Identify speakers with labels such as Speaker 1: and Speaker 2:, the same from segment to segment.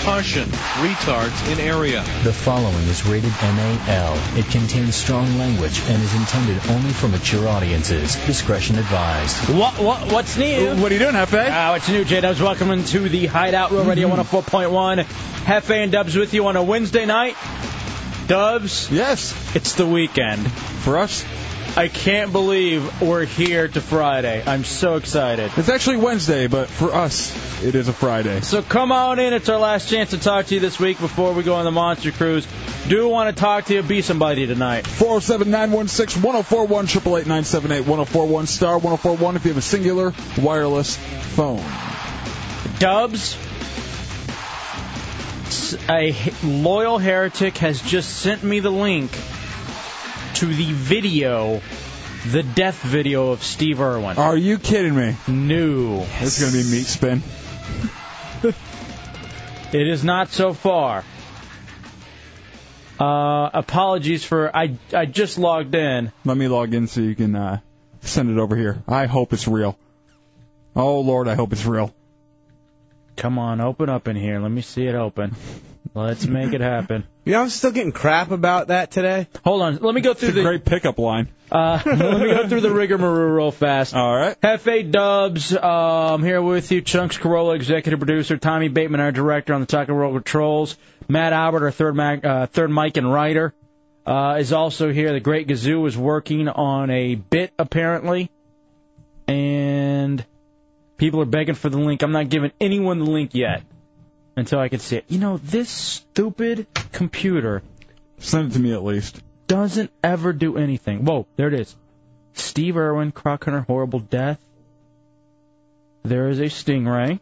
Speaker 1: Caution, retards in area.
Speaker 2: The following is rated MAL. It contains strong language and is intended only for mature audiences. Discretion advised.
Speaker 3: What, what, what's new?
Speaker 4: What are you doing, Hefe? Mm-hmm.
Speaker 3: Uh, what's new, J Dubs? Welcome into the Hideout Real Radio 104.1. Hefe and Dubs with you on a Wednesday night. Dubs,
Speaker 4: Yes,
Speaker 3: it's the weekend.
Speaker 4: for us.
Speaker 3: I can't believe we're here to Friday. I'm so excited.
Speaker 4: It's actually Wednesday, but for us, it is a Friday.
Speaker 3: So come on in. It's our last chance to talk to you this week before we go on the Monster Cruise. Do want to talk to you, be somebody tonight.
Speaker 4: 407 916 1041 888 978 1041 star 1041 if you have a singular wireless phone.
Speaker 3: Dubs, s- a h- loyal heretic has just sent me the link to the video, the death video of Steve Irwin.
Speaker 4: Are you kidding me?
Speaker 3: New.
Speaker 4: It's going to be meat spin.
Speaker 3: It is not so far. Uh, apologies for I I just logged in.
Speaker 4: Let me log in so you can uh, send it over here. I hope it's real. Oh, Lord, I hope it's real.
Speaker 3: Come on, open up in here. Let me see it open. Let's make it happen.
Speaker 5: You know, I'm still getting crap about that today.
Speaker 3: Hold on. Let me go through
Speaker 4: It's a
Speaker 3: the
Speaker 4: great pickup line.
Speaker 3: uh, let me go through the rigmarole real fast.
Speaker 4: All right.
Speaker 3: Hefe Dubs, um, here with you. Chunks Corolla, executive producer. Tommy Bateman, our director on the Taco Roll Patrols. Matt Albert, our third, mag, uh, third mic and writer, uh, is also here. The Great Gazoo is working on a bit, apparently. And people are begging for the link. I'm not giving anyone the link yet until I can see it. You know, this stupid computer
Speaker 4: Send it to me at least.
Speaker 3: doesn't ever do anything. Whoa, there it is. Steve Irwin, Croc Hunter, Horrible Death. There is a stingray.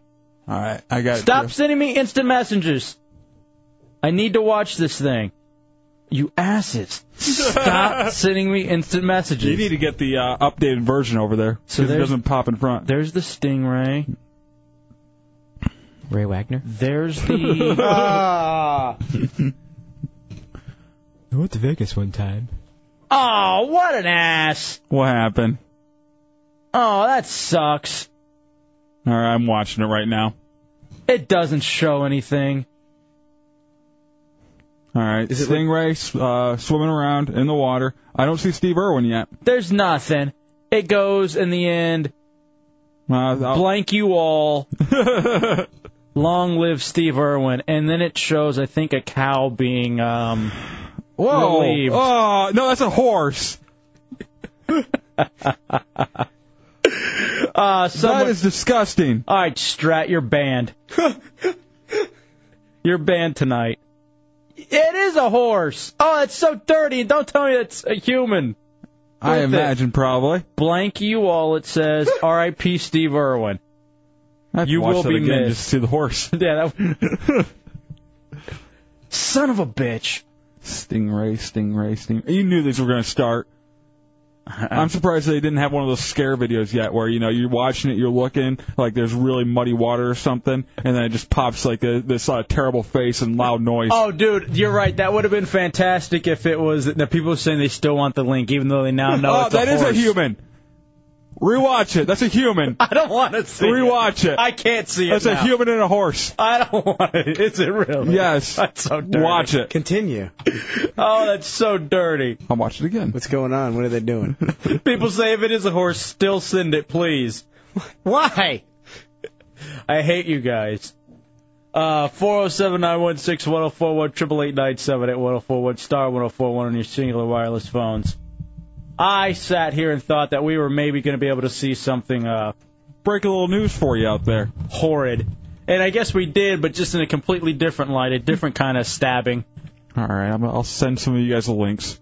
Speaker 4: All right. I got
Speaker 3: Stop
Speaker 4: it.
Speaker 3: sending me instant messages. I need to watch this thing. You asses. Stop sending me instant
Speaker 4: You
Speaker 3: messages.
Speaker 4: need to get the uh, updated version over there
Speaker 3: So
Speaker 4: because it
Speaker 3: there's-
Speaker 4: doesn't pop in front.
Speaker 3: There's the stingray.
Speaker 2: Ray Wagner?
Speaker 3: There's the.
Speaker 5: Ah.
Speaker 2: I went to Vegas one time.
Speaker 3: oh, what an ass.
Speaker 4: What happened?
Speaker 3: Oh, that sucks.
Speaker 4: All right, I'm watching it right now.
Speaker 3: It doesn't show anything.
Speaker 4: All right, stingray s- uh, swimming around in the water. I don't see Steve Irwin yet.
Speaker 3: There's nothing. It goes in the end.
Speaker 4: Uh, I'll-
Speaker 3: blank you all. Long live Steve Irwin. And then it shows, I think, a cow being. Um,
Speaker 4: Whoa!
Speaker 3: relieved.
Speaker 4: Oh no, that's a horse.
Speaker 3: uh, someone,
Speaker 4: That is disgusting.
Speaker 3: All right, Strat, you're banned. you're banned tonight. It is a horse. Oh, it's so dirty. Don't tell me it's a human.
Speaker 4: I
Speaker 3: Worth it.
Speaker 4: imagine probably.
Speaker 3: Blank you all, it says. R.I.P. Steve Irwin.
Speaker 4: I have to
Speaker 3: You
Speaker 4: watch
Speaker 3: will
Speaker 4: that
Speaker 3: be
Speaker 4: again
Speaker 3: missed.
Speaker 4: just to see the horse.
Speaker 3: Yeah, that. Son of a bitch.
Speaker 4: Stingray, stingray, stingray. You knew these were going to start. I'm surprised they didn't have one of those scare videos yet, where you know you're watching it, you're looking like there's really muddy water or something, and then it just pops like a, this uh, terrible face and loud noise.
Speaker 3: Oh, dude, you're right. That would have been fantastic if it was. Now, people are saying they still want the link, even though they now know
Speaker 4: Oh,
Speaker 3: it's a
Speaker 4: that is
Speaker 3: horse.
Speaker 4: a human. Rewatch it. That's a human.
Speaker 3: I don't want to see
Speaker 4: Rewatch
Speaker 3: it.
Speaker 4: it.
Speaker 3: I can't see
Speaker 4: That's
Speaker 3: it.
Speaker 4: a
Speaker 3: now.
Speaker 4: human and a horse.
Speaker 3: I don't want it. Is it really?
Speaker 4: Yes.
Speaker 3: That's so dirty.
Speaker 4: Watch it.
Speaker 5: Continue.
Speaker 3: Oh, that's so dirty.
Speaker 4: I'll watch it again.
Speaker 5: What's going on? What are they doing?
Speaker 3: People say if it is a horse, still send it, please.
Speaker 5: Why?
Speaker 3: I hate you guys. Uh, 407 916 1041 888 1041 star 1041 on your singular wireless phones. I sat here and thought that we were maybe going to be able to see something uh,
Speaker 4: Break a little news for you out there.
Speaker 3: horrid. And I guess we did, but just in a completely different light, a different kind of stabbing.
Speaker 4: All right, I'm, I'll send some of you guys the links.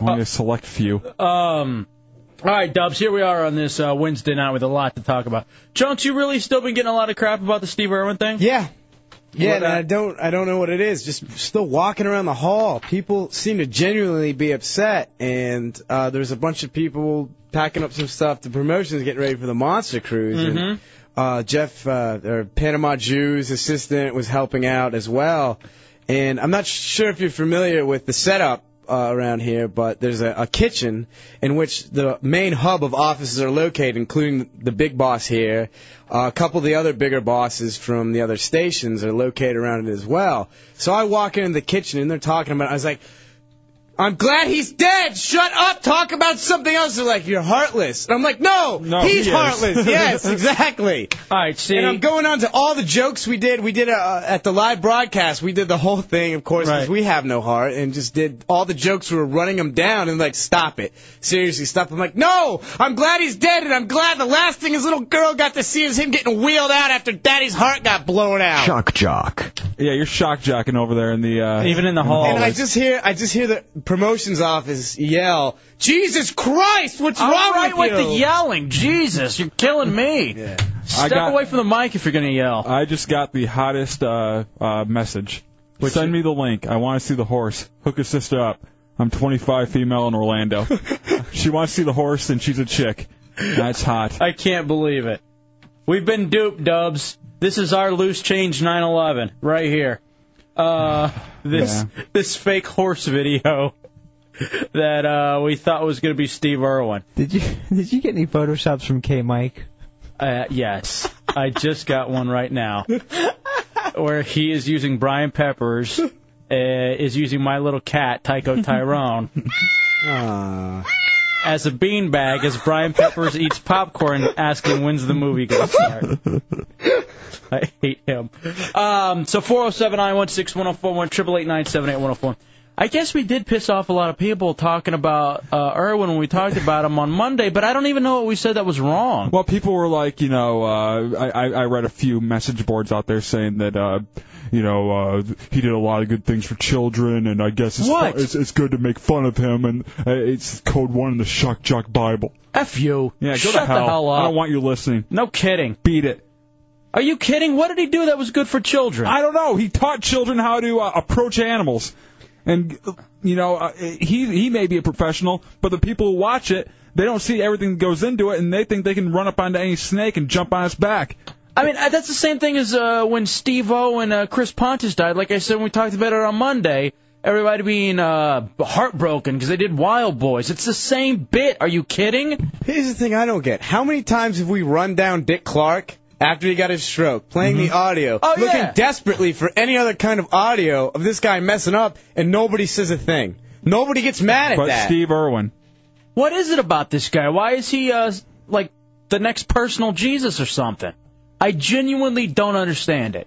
Speaker 4: Only
Speaker 3: Oh.
Speaker 4: a select few.
Speaker 3: Um, all right, Dubs, here we are on this uh, Wednesday night with a lot to talk about. Chunks, you really still been getting a lot of crap about the Steve Irwin thing?
Speaker 5: Yeah. Yeah,
Speaker 3: What,
Speaker 5: and
Speaker 3: uh,
Speaker 5: I don't I don't know what it is. Just still walking around the hall. People seem to genuinely be upset and uh there's a bunch of people packing up some stuff. The promotion's getting ready for the monster cruise
Speaker 3: Mm-hmm.
Speaker 5: and uh Jeff uh or Panama Jew's assistant was helping out as well. And I'm not sure if you're familiar with the setup uh, around here, but there's a, a kitchen in which the main hub of offices are located, including the big boss here. Uh, a couple of the other bigger bosses from the other stations are located around it as well. So I walk into the kitchen and they're talking about. It. I was like, I'm glad he's dead. Shut up. Talk about something else. They're like, you're heartless. And I'm like, no,
Speaker 3: No,
Speaker 5: he's
Speaker 3: he is.
Speaker 5: heartless. yes, exactly.
Speaker 3: All right, see.
Speaker 5: And I'm going on to all the jokes we did. We did uh, at the live broadcast. We did the whole thing, of course, because we have no heart, and just did all the jokes. We were running them down and like, stop it, seriously, stop. I'm like, no, I'm glad he's dead, and I'm glad the last thing his little girl got to see is him getting wheeled out after Daddy's heart got blown out.
Speaker 4: Shock jock. Yeah, you're shock jocking over there in the uh,
Speaker 3: Even in the hall.
Speaker 5: And I just hear, I just hear the promotions office yell, "Jesus Christ, what's
Speaker 3: All
Speaker 5: wrong
Speaker 3: right
Speaker 5: with you?"
Speaker 3: the yelling. Jesus, you're killing me. Step away from the mic if you're gonna yell.
Speaker 4: I just got the hottest uh, uh, message. Send me the link. I want to see the horse. Hook a sister up. I'm 25 female in Orlando. she wants to see the horse and she's a chick. That's hot.
Speaker 3: I can't believe it. We've been duped, Dubs. This is our loose change 911 right here. Uh, this this fake horse video that uh, we thought was going to be Steve Irwin.
Speaker 6: Did you did you get any photoshops from K Mike?
Speaker 3: Uh, yes, I just got one right now where he is using Brian Peppers, uh, is using my little cat Tycho Tyrone as a beanbag as Brian Peppers eats popcorn, asking when's the movie going to start. I hate him. Um, so 407 916 1041, 888 978 1041. I guess we did piss off a lot of people talking about uh, Irwin when we talked about him on Monday, but I don't even know what we said that was wrong.
Speaker 4: Well, people were like, you know, uh, I, I I read a few message boards out there saying that, uh, you know, uh, he did a lot of good things for children, and I guess it's
Speaker 3: What?
Speaker 4: it's, it's good to make fun of him, and uh, it's code one in the shock jock Bible.
Speaker 3: F you.
Speaker 4: Yeah, go
Speaker 3: Shut
Speaker 4: to
Speaker 3: the hell up.
Speaker 4: I don't want you listening.
Speaker 3: No kidding.
Speaker 4: Beat it.
Speaker 3: Are you kidding? What did he do that was good for children?
Speaker 4: I don't know. He taught children how to uh, approach animals, and you know uh, he he may be a professional, but the people who watch it they don't see everything that goes into it, and they think they can run up onto any snake and jump on its back.
Speaker 3: I mean, uh, that's the same thing as uh, when Steve O and uh, Chris Pontius died. Like I said, when we talked about it on Monday, everybody being uh, heartbroken because they did Wild Boys. It's the same bit. Are you kidding?
Speaker 5: Here's the thing I don't get. How many times have we run down Dick Clark after he got his stroke, playing the audio,
Speaker 3: Oh,
Speaker 5: looking
Speaker 3: yeah.
Speaker 5: desperately for any other kind of audio of this guy messing up, and nobody says a thing? Nobody gets mad at
Speaker 4: But
Speaker 5: that.
Speaker 4: Steve Irwin,
Speaker 3: What is it about this guy? Why is he uh, like the next personal Jesus or something? I genuinely don't understand it.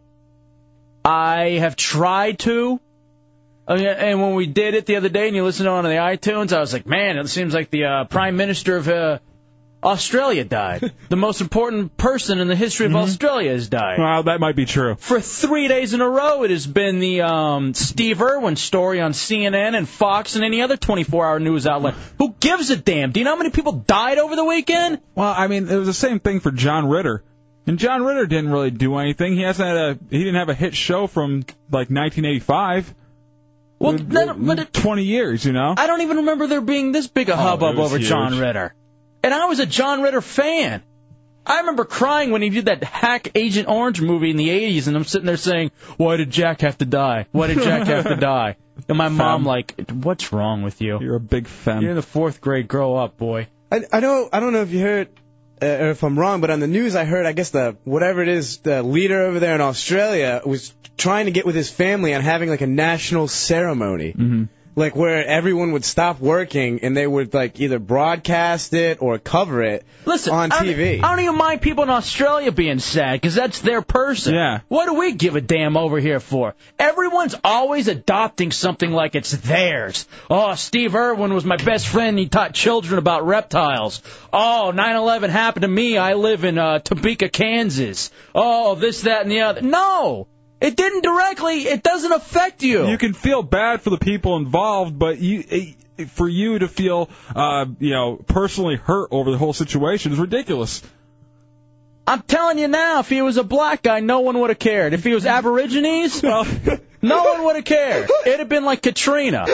Speaker 3: I have tried to. I mean, And when we did it the other day, and you listened to it on the iTunes, I was like, man, it seems like the uh, Prime Minister of uh, Australia died. the most important person in the history of Australia has died.
Speaker 4: well, that might be true.
Speaker 3: For three days in a row, it has been the um, Steve Irwin story on CNN and Fox and any other 24-hour news outlet. Who gives a damn? Do you know how many people died over the weekend?
Speaker 4: Well, I mean, it was the same thing for John Ritter. And John Ritter didn't really do anything. He hasn't had a he didn't have a hit show from like 1985.
Speaker 3: Well,
Speaker 4: With-
Speaker 3: none, but it,
Speaker 4: 20 years, you know.
Speaker 3: I don't even remember there being this big a hubbub
Speaker 4: Oh, it was
Speaker 3: over John
Speaker 4: huge.
Speaker 3: Ritter. And I was a John Ritter fan. I remember crying when he did that hack Agent Orange movie in the 80s, and I'm sitting there saying, "Why did Jack have to die? Why did Jack have to die?" And my mom like, "What's wrong with you?
Speaker 4: You're a big fan.
Speaker 3: You're in the fourth grade. Grow up, boy."
Speaker 5: I, I don't I don't know if you heard uh, or if I'm wrong, but on the news I heard I guess the whatever it is the leader over there in Australia was trying to get with his family on having like a national ceremony.
Speaker 7: Mm-hmm.
Speaker 5: Like where everyone would stop working and they would like either broadcast it or cover it
Speaker 3: Listen,
Speaker 5: on
Speaker 3: I don't-
Speaker 5: TV.
Speaker 3: I don't even mind people in Australia being sad because that's their person.
Speaker 4: Yeah.
Speaker 3: What do we give a damn over here for? Everyone's always adopting something like it's theirs. Oh, Steve Irwin was my best friend. He taught children about reptiles. Oh, 9/11 happened to me. I live in uh, Topeka, Kansas. Oh, this, that, and the other. No, it didn't directly. It doesn't affect you.
Speaker 4: you can feel bad for the people involved, but you it, for you to feel uh, you know personally hurt over the whole situation is ridiculous.
Speaker 3: I'm telling you now, if he was a black guy, no one would have cared. If he was Aborigines, well, no one would have cared. It'd have been like Katrina.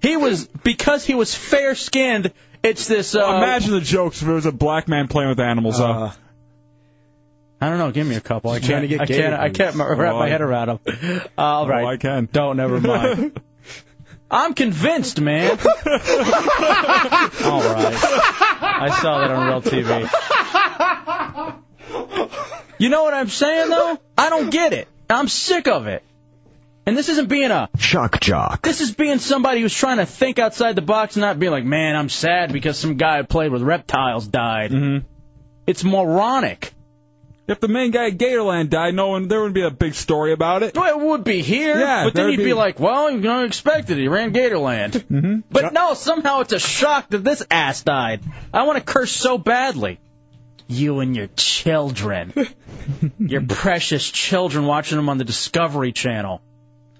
Speaker 3: He was because he was fair skinned. It's this. Uh,
Speaker 4: Imagine the jokes if it was a black man playing with animals. Uh,
Speaker 3: I don't know. Give me a couple. I
Speaker 5: trying
Speaker 3: can't.
Speaker 5: to get
Speaker 3: I can't. I can't
Speaker 5: gated, please.
Speaker 3: wrap my
Speaker 4: Oh, I-
Speaker 3: head around him. All right.
Speaker 4: I can.
Speaker 3: Don't. Never mind. I'm convinced, man. All right. I saw that on Real TV. You know what I'm saying, though? I don't get it. I'm sick of it. And this isn't being a
Speaker 8: shock jock.
Speaker 3: This is being somebody who's trying to think outside the box and not being like, man, I'm sad because some guy I played with reptiles died. Mm-hmm. It's moronic.
Speaker 4: If the main guy at Gatorland died, no one there wouldn't be a big story about it.
Speaker 3: Well, it would be here,
Speaker 4: Yeah,
Speaker 3: but then
Speaker 4: there'd
Speaker 3: you'd be,
Speaker 4: be-
Speaker 3: like, well, you know, expected it. He ran Gatorland. Mm-hmm. But no, somehow it's a shock that this ass died. I want to curse so badly. You and your children. your precious children watching them on the Discovery Channel.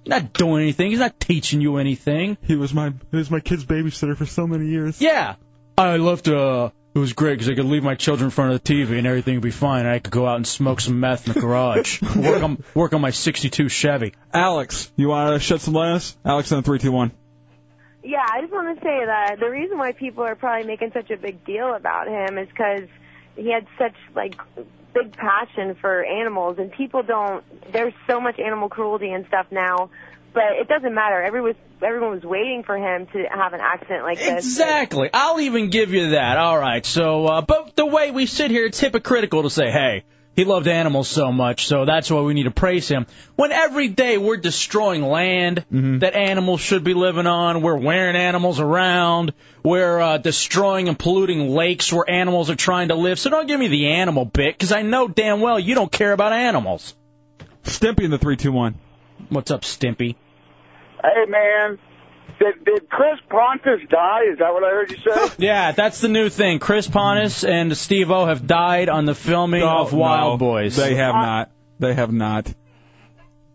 Speaker 3: He's not doing anything. He's not teaching you anything.
Speaker 4: He was my he was my kid's babysitter for so many years.
Speaker 3: Yeah. I left, uh, it was great because I could leave my children in front of the TV and everything would be fine. And I could go out and smoke some meth in the garage. work, on, work on my 62 Chevy.
Speaker 4: Alex, you want to shed some light on us? Alex on three two one.
Speaker 9: Yeah, I just want to say that the reason why people are probably making such a big deal about him is because he had such like big passion for animals, and people don't. There's so much animal cruelty and stuff now, but it doesn't matter. Everyone was everyone was waiting for him to have an accident like this.
Speaker 3: Exactly. I'll even give you that. All right. So, uh, but the way we sit here, it's hypocritical to say, hey, he loved animals so much, so that's why we need to praise him. When every day we're destroying land
Speaker 4: Mm-hmm.
Speaker 3: that animals should be living on, we're wearing animals around, we're uh, destroying and polluting lakes where animals are trying to live. So don't give me the animal bit, because I know damn well you don't care about animals.
Speaker 4: Stimpy in the three two one.
Speaker 3: What's up, Stimpy?
Speaker 10: Hey, man. Did, did Chris Pontus die? Is that what I heard you say?
Speaker 3: Yeah, that's the new thing. Chris Pontus and Steve O have died on the filming of Wild Boys.
Speaker 4: Oh, They have not. They have not.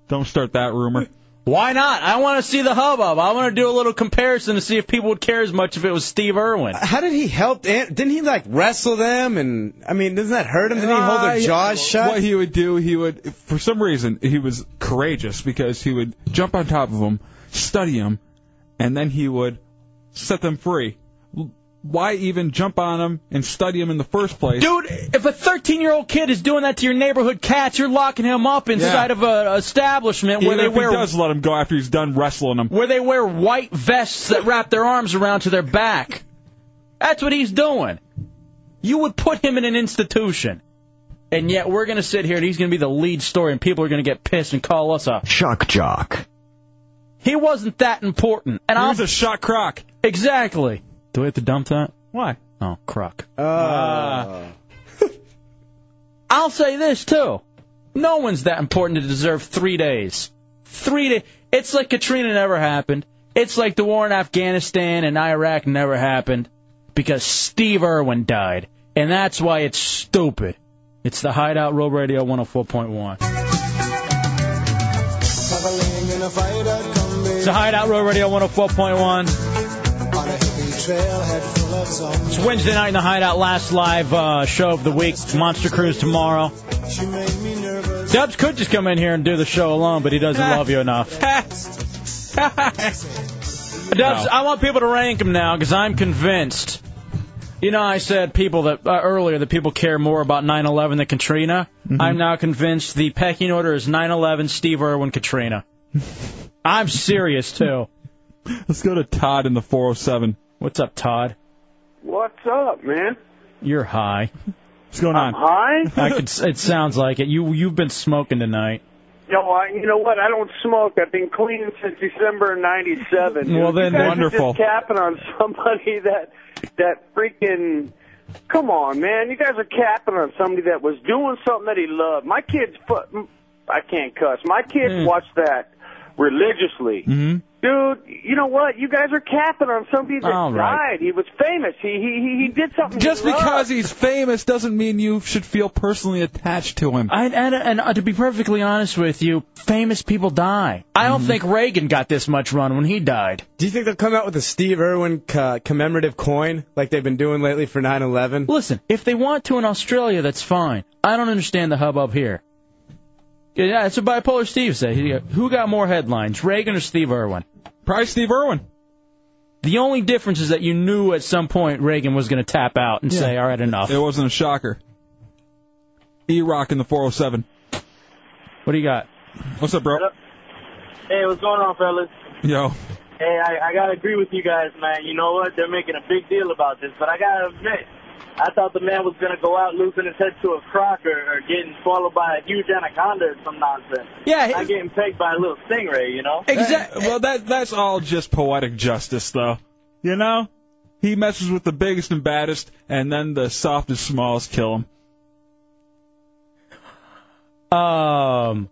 Speaker 4: Don't start that rumor.
Speaker 3: Why not? I want to see the hubbub. I want to do a little comparison to see if people would care as much if it was Steve Irwin.
Speaker 5: How did he help? Ant- didn't he like wrestle them? And I mean, doesn't that hurt him? Didn't he hold
Speaker 4: Uh,
Speaker 5: their
Speaker 4: yeah,
Speaker 5: jaws shut?
Speaker 4: What he would do, he would, for some reason, he was courageous because he would jump on top of them, study them, and then he would set them free. L- Why even jump on them and study them in the first place?
Speaker 3: Dude, if a 13 year old kid is doing that to your neighborhood cat, you're locking him up inside
Speaker 4: Yeah.
Speaker 3: of a establishment where
Speaker 4: Even
Speaker 3: they
Speaker 4: if
Speaker 3: wear
Speaker 4: he does let him go after he's done wrestling them.
Speaker 3: where they wear white vests that wrap their arms around to their back. That's what he's doing. You would put him in an institution. And yet we're going to sit here and he's going to be the lead story and people are going to get pissed and call us up.
Speaker 8: Shock jock.
Speaker 3: He wasn't that important. And
Speaker 4: He
Speaker 3: I'm
Speaker 4: was a shot crock.
Speaker 3: Exactly. Do we have to dump that?
Speaker 4: Why?
Speaker 3: Oh, crock.
Speaker 5: Uh,
Speaker 3: Ah. I'll say this too. No one's that important to deserve three days. Three days. It's like Katrina never happened. It's like the war in Afghanistan and Iraq never happened because Steve Irwin died, and that's why it's stupid. It's the Hideout Road Radio 104.1. It's the Hideout Road Radio 104.1. It's Wednesday night in the Hideout, last live uh, show of the week. Monster Cruise tomorrow. Dubs could just come in here and do the show alone, but he doesn't love you enough. Dubs,
Speaker 4: No.
Speaker 3: I want people to rank him now because I'm convinced. You know, I said people that uh, earlier that people care more about 9/11 than Katrina.
Speaker 4: Mm-hmm.
Speaker 3: I'm now convinced the pecking order is 9/11, Steve Irwin, Katrina. I'm serious too.
Speaker 4: Let's go to Todd in the 407.
Speaker 3: What's up, Todd?
Speaker 10: What's up, man?
Speaker 3: You're high.
Speaker 4: What's going
Speaker 10: I'm
Speaker 4: on?
Speaker 10: high.
Speaker 3: I could. It sounds like it. You you've been smoking tonight.
Speaker 10: No, I, you know what? I don't smoke. I've been clean since December of '97. dude.
Speaker 3: Well, then,
Speaker 10: you guys
Speaker 4: wonderful.
Speaker 10: Are just capping on somebody that that freaking. Come on, man! You guys are capping on somebody that was doing something that he loved. My kids, fu- I can't cuss. My kids
Speaker 3: Hmm.
Speaker 10: watch that religiously.
Speaker 4: Mhm.
Speaker 10: Dude, you know what? You guys are capping on somebody that
Speaker 3: All right.
Speaker 10: died. He was famous. He he he- he did something. he
Speaker 4: Just because
Speaker 10: loved.
Speaker 4: he's famous doesn't mean you should feel personally attached to him.
Speaker 3: I, and, and uh, to be perfectly honest with you, famous people die. I don't think Reagan got this much run when he died.
Speaker 5: do you think they'll come out with a Steve Irwin co- commemorative coin like they've been doing lately for 9/11?
Speaker 3: Listen, if they want to in Australia, that's fine. I don't understand the hubbub here. Yeah, that's what bipolar Steve said. He, who got more headlines, Reagan or Steve Irwin?
Speaker 4: Probably Steve Irwin.
Speaker 3: The only difference is that you knew at some point Reagan was going to tap out and say, "All right, enough."
Speaker 4: It wasn't a shocker. E Rock in the 407.
Speaker 3: What do you got?
Speaker 4: What's up, bro?
Speaker 10: Hey, what's going on, fellas?
Speaker 4: Yo.
Speaker 11: Hey, I, I gotta agree with you guys, man. You know what? They're making a big deal about this, but I gotta admit, I thought the man was gonna go out losing his head to a croc or, or getting swallowed by a huge anaconda or some nonsense.
Speaker 3: Yeah,
Speaker 11: not getting pegged by a little stingray, you know.
Speaker 4: Exactly. Well, that that's all just poetic justice, though. You know, he messes with the biggest and baddest, and then the soft and smalls kill him.
Speaker 3: Um.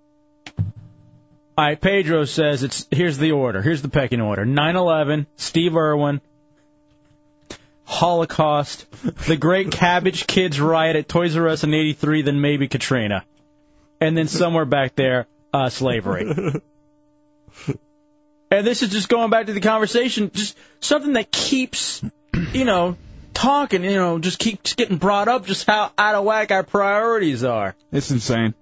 Speaker 3: All right, Pedro says it's here's the order. Here's the pecking order: 9/11, Steve Irwin, Holocaust, the Great Cabbage Kids riot at Toys R Us in '83, then maybe Katrina, and then somewhere back there, uh, slavery. and this is just going back to the conversation, just something that keeps, you know, talking, you know, just keeps getting brought up, just how out of whack our priorities are.
Speaker 4: It's insane.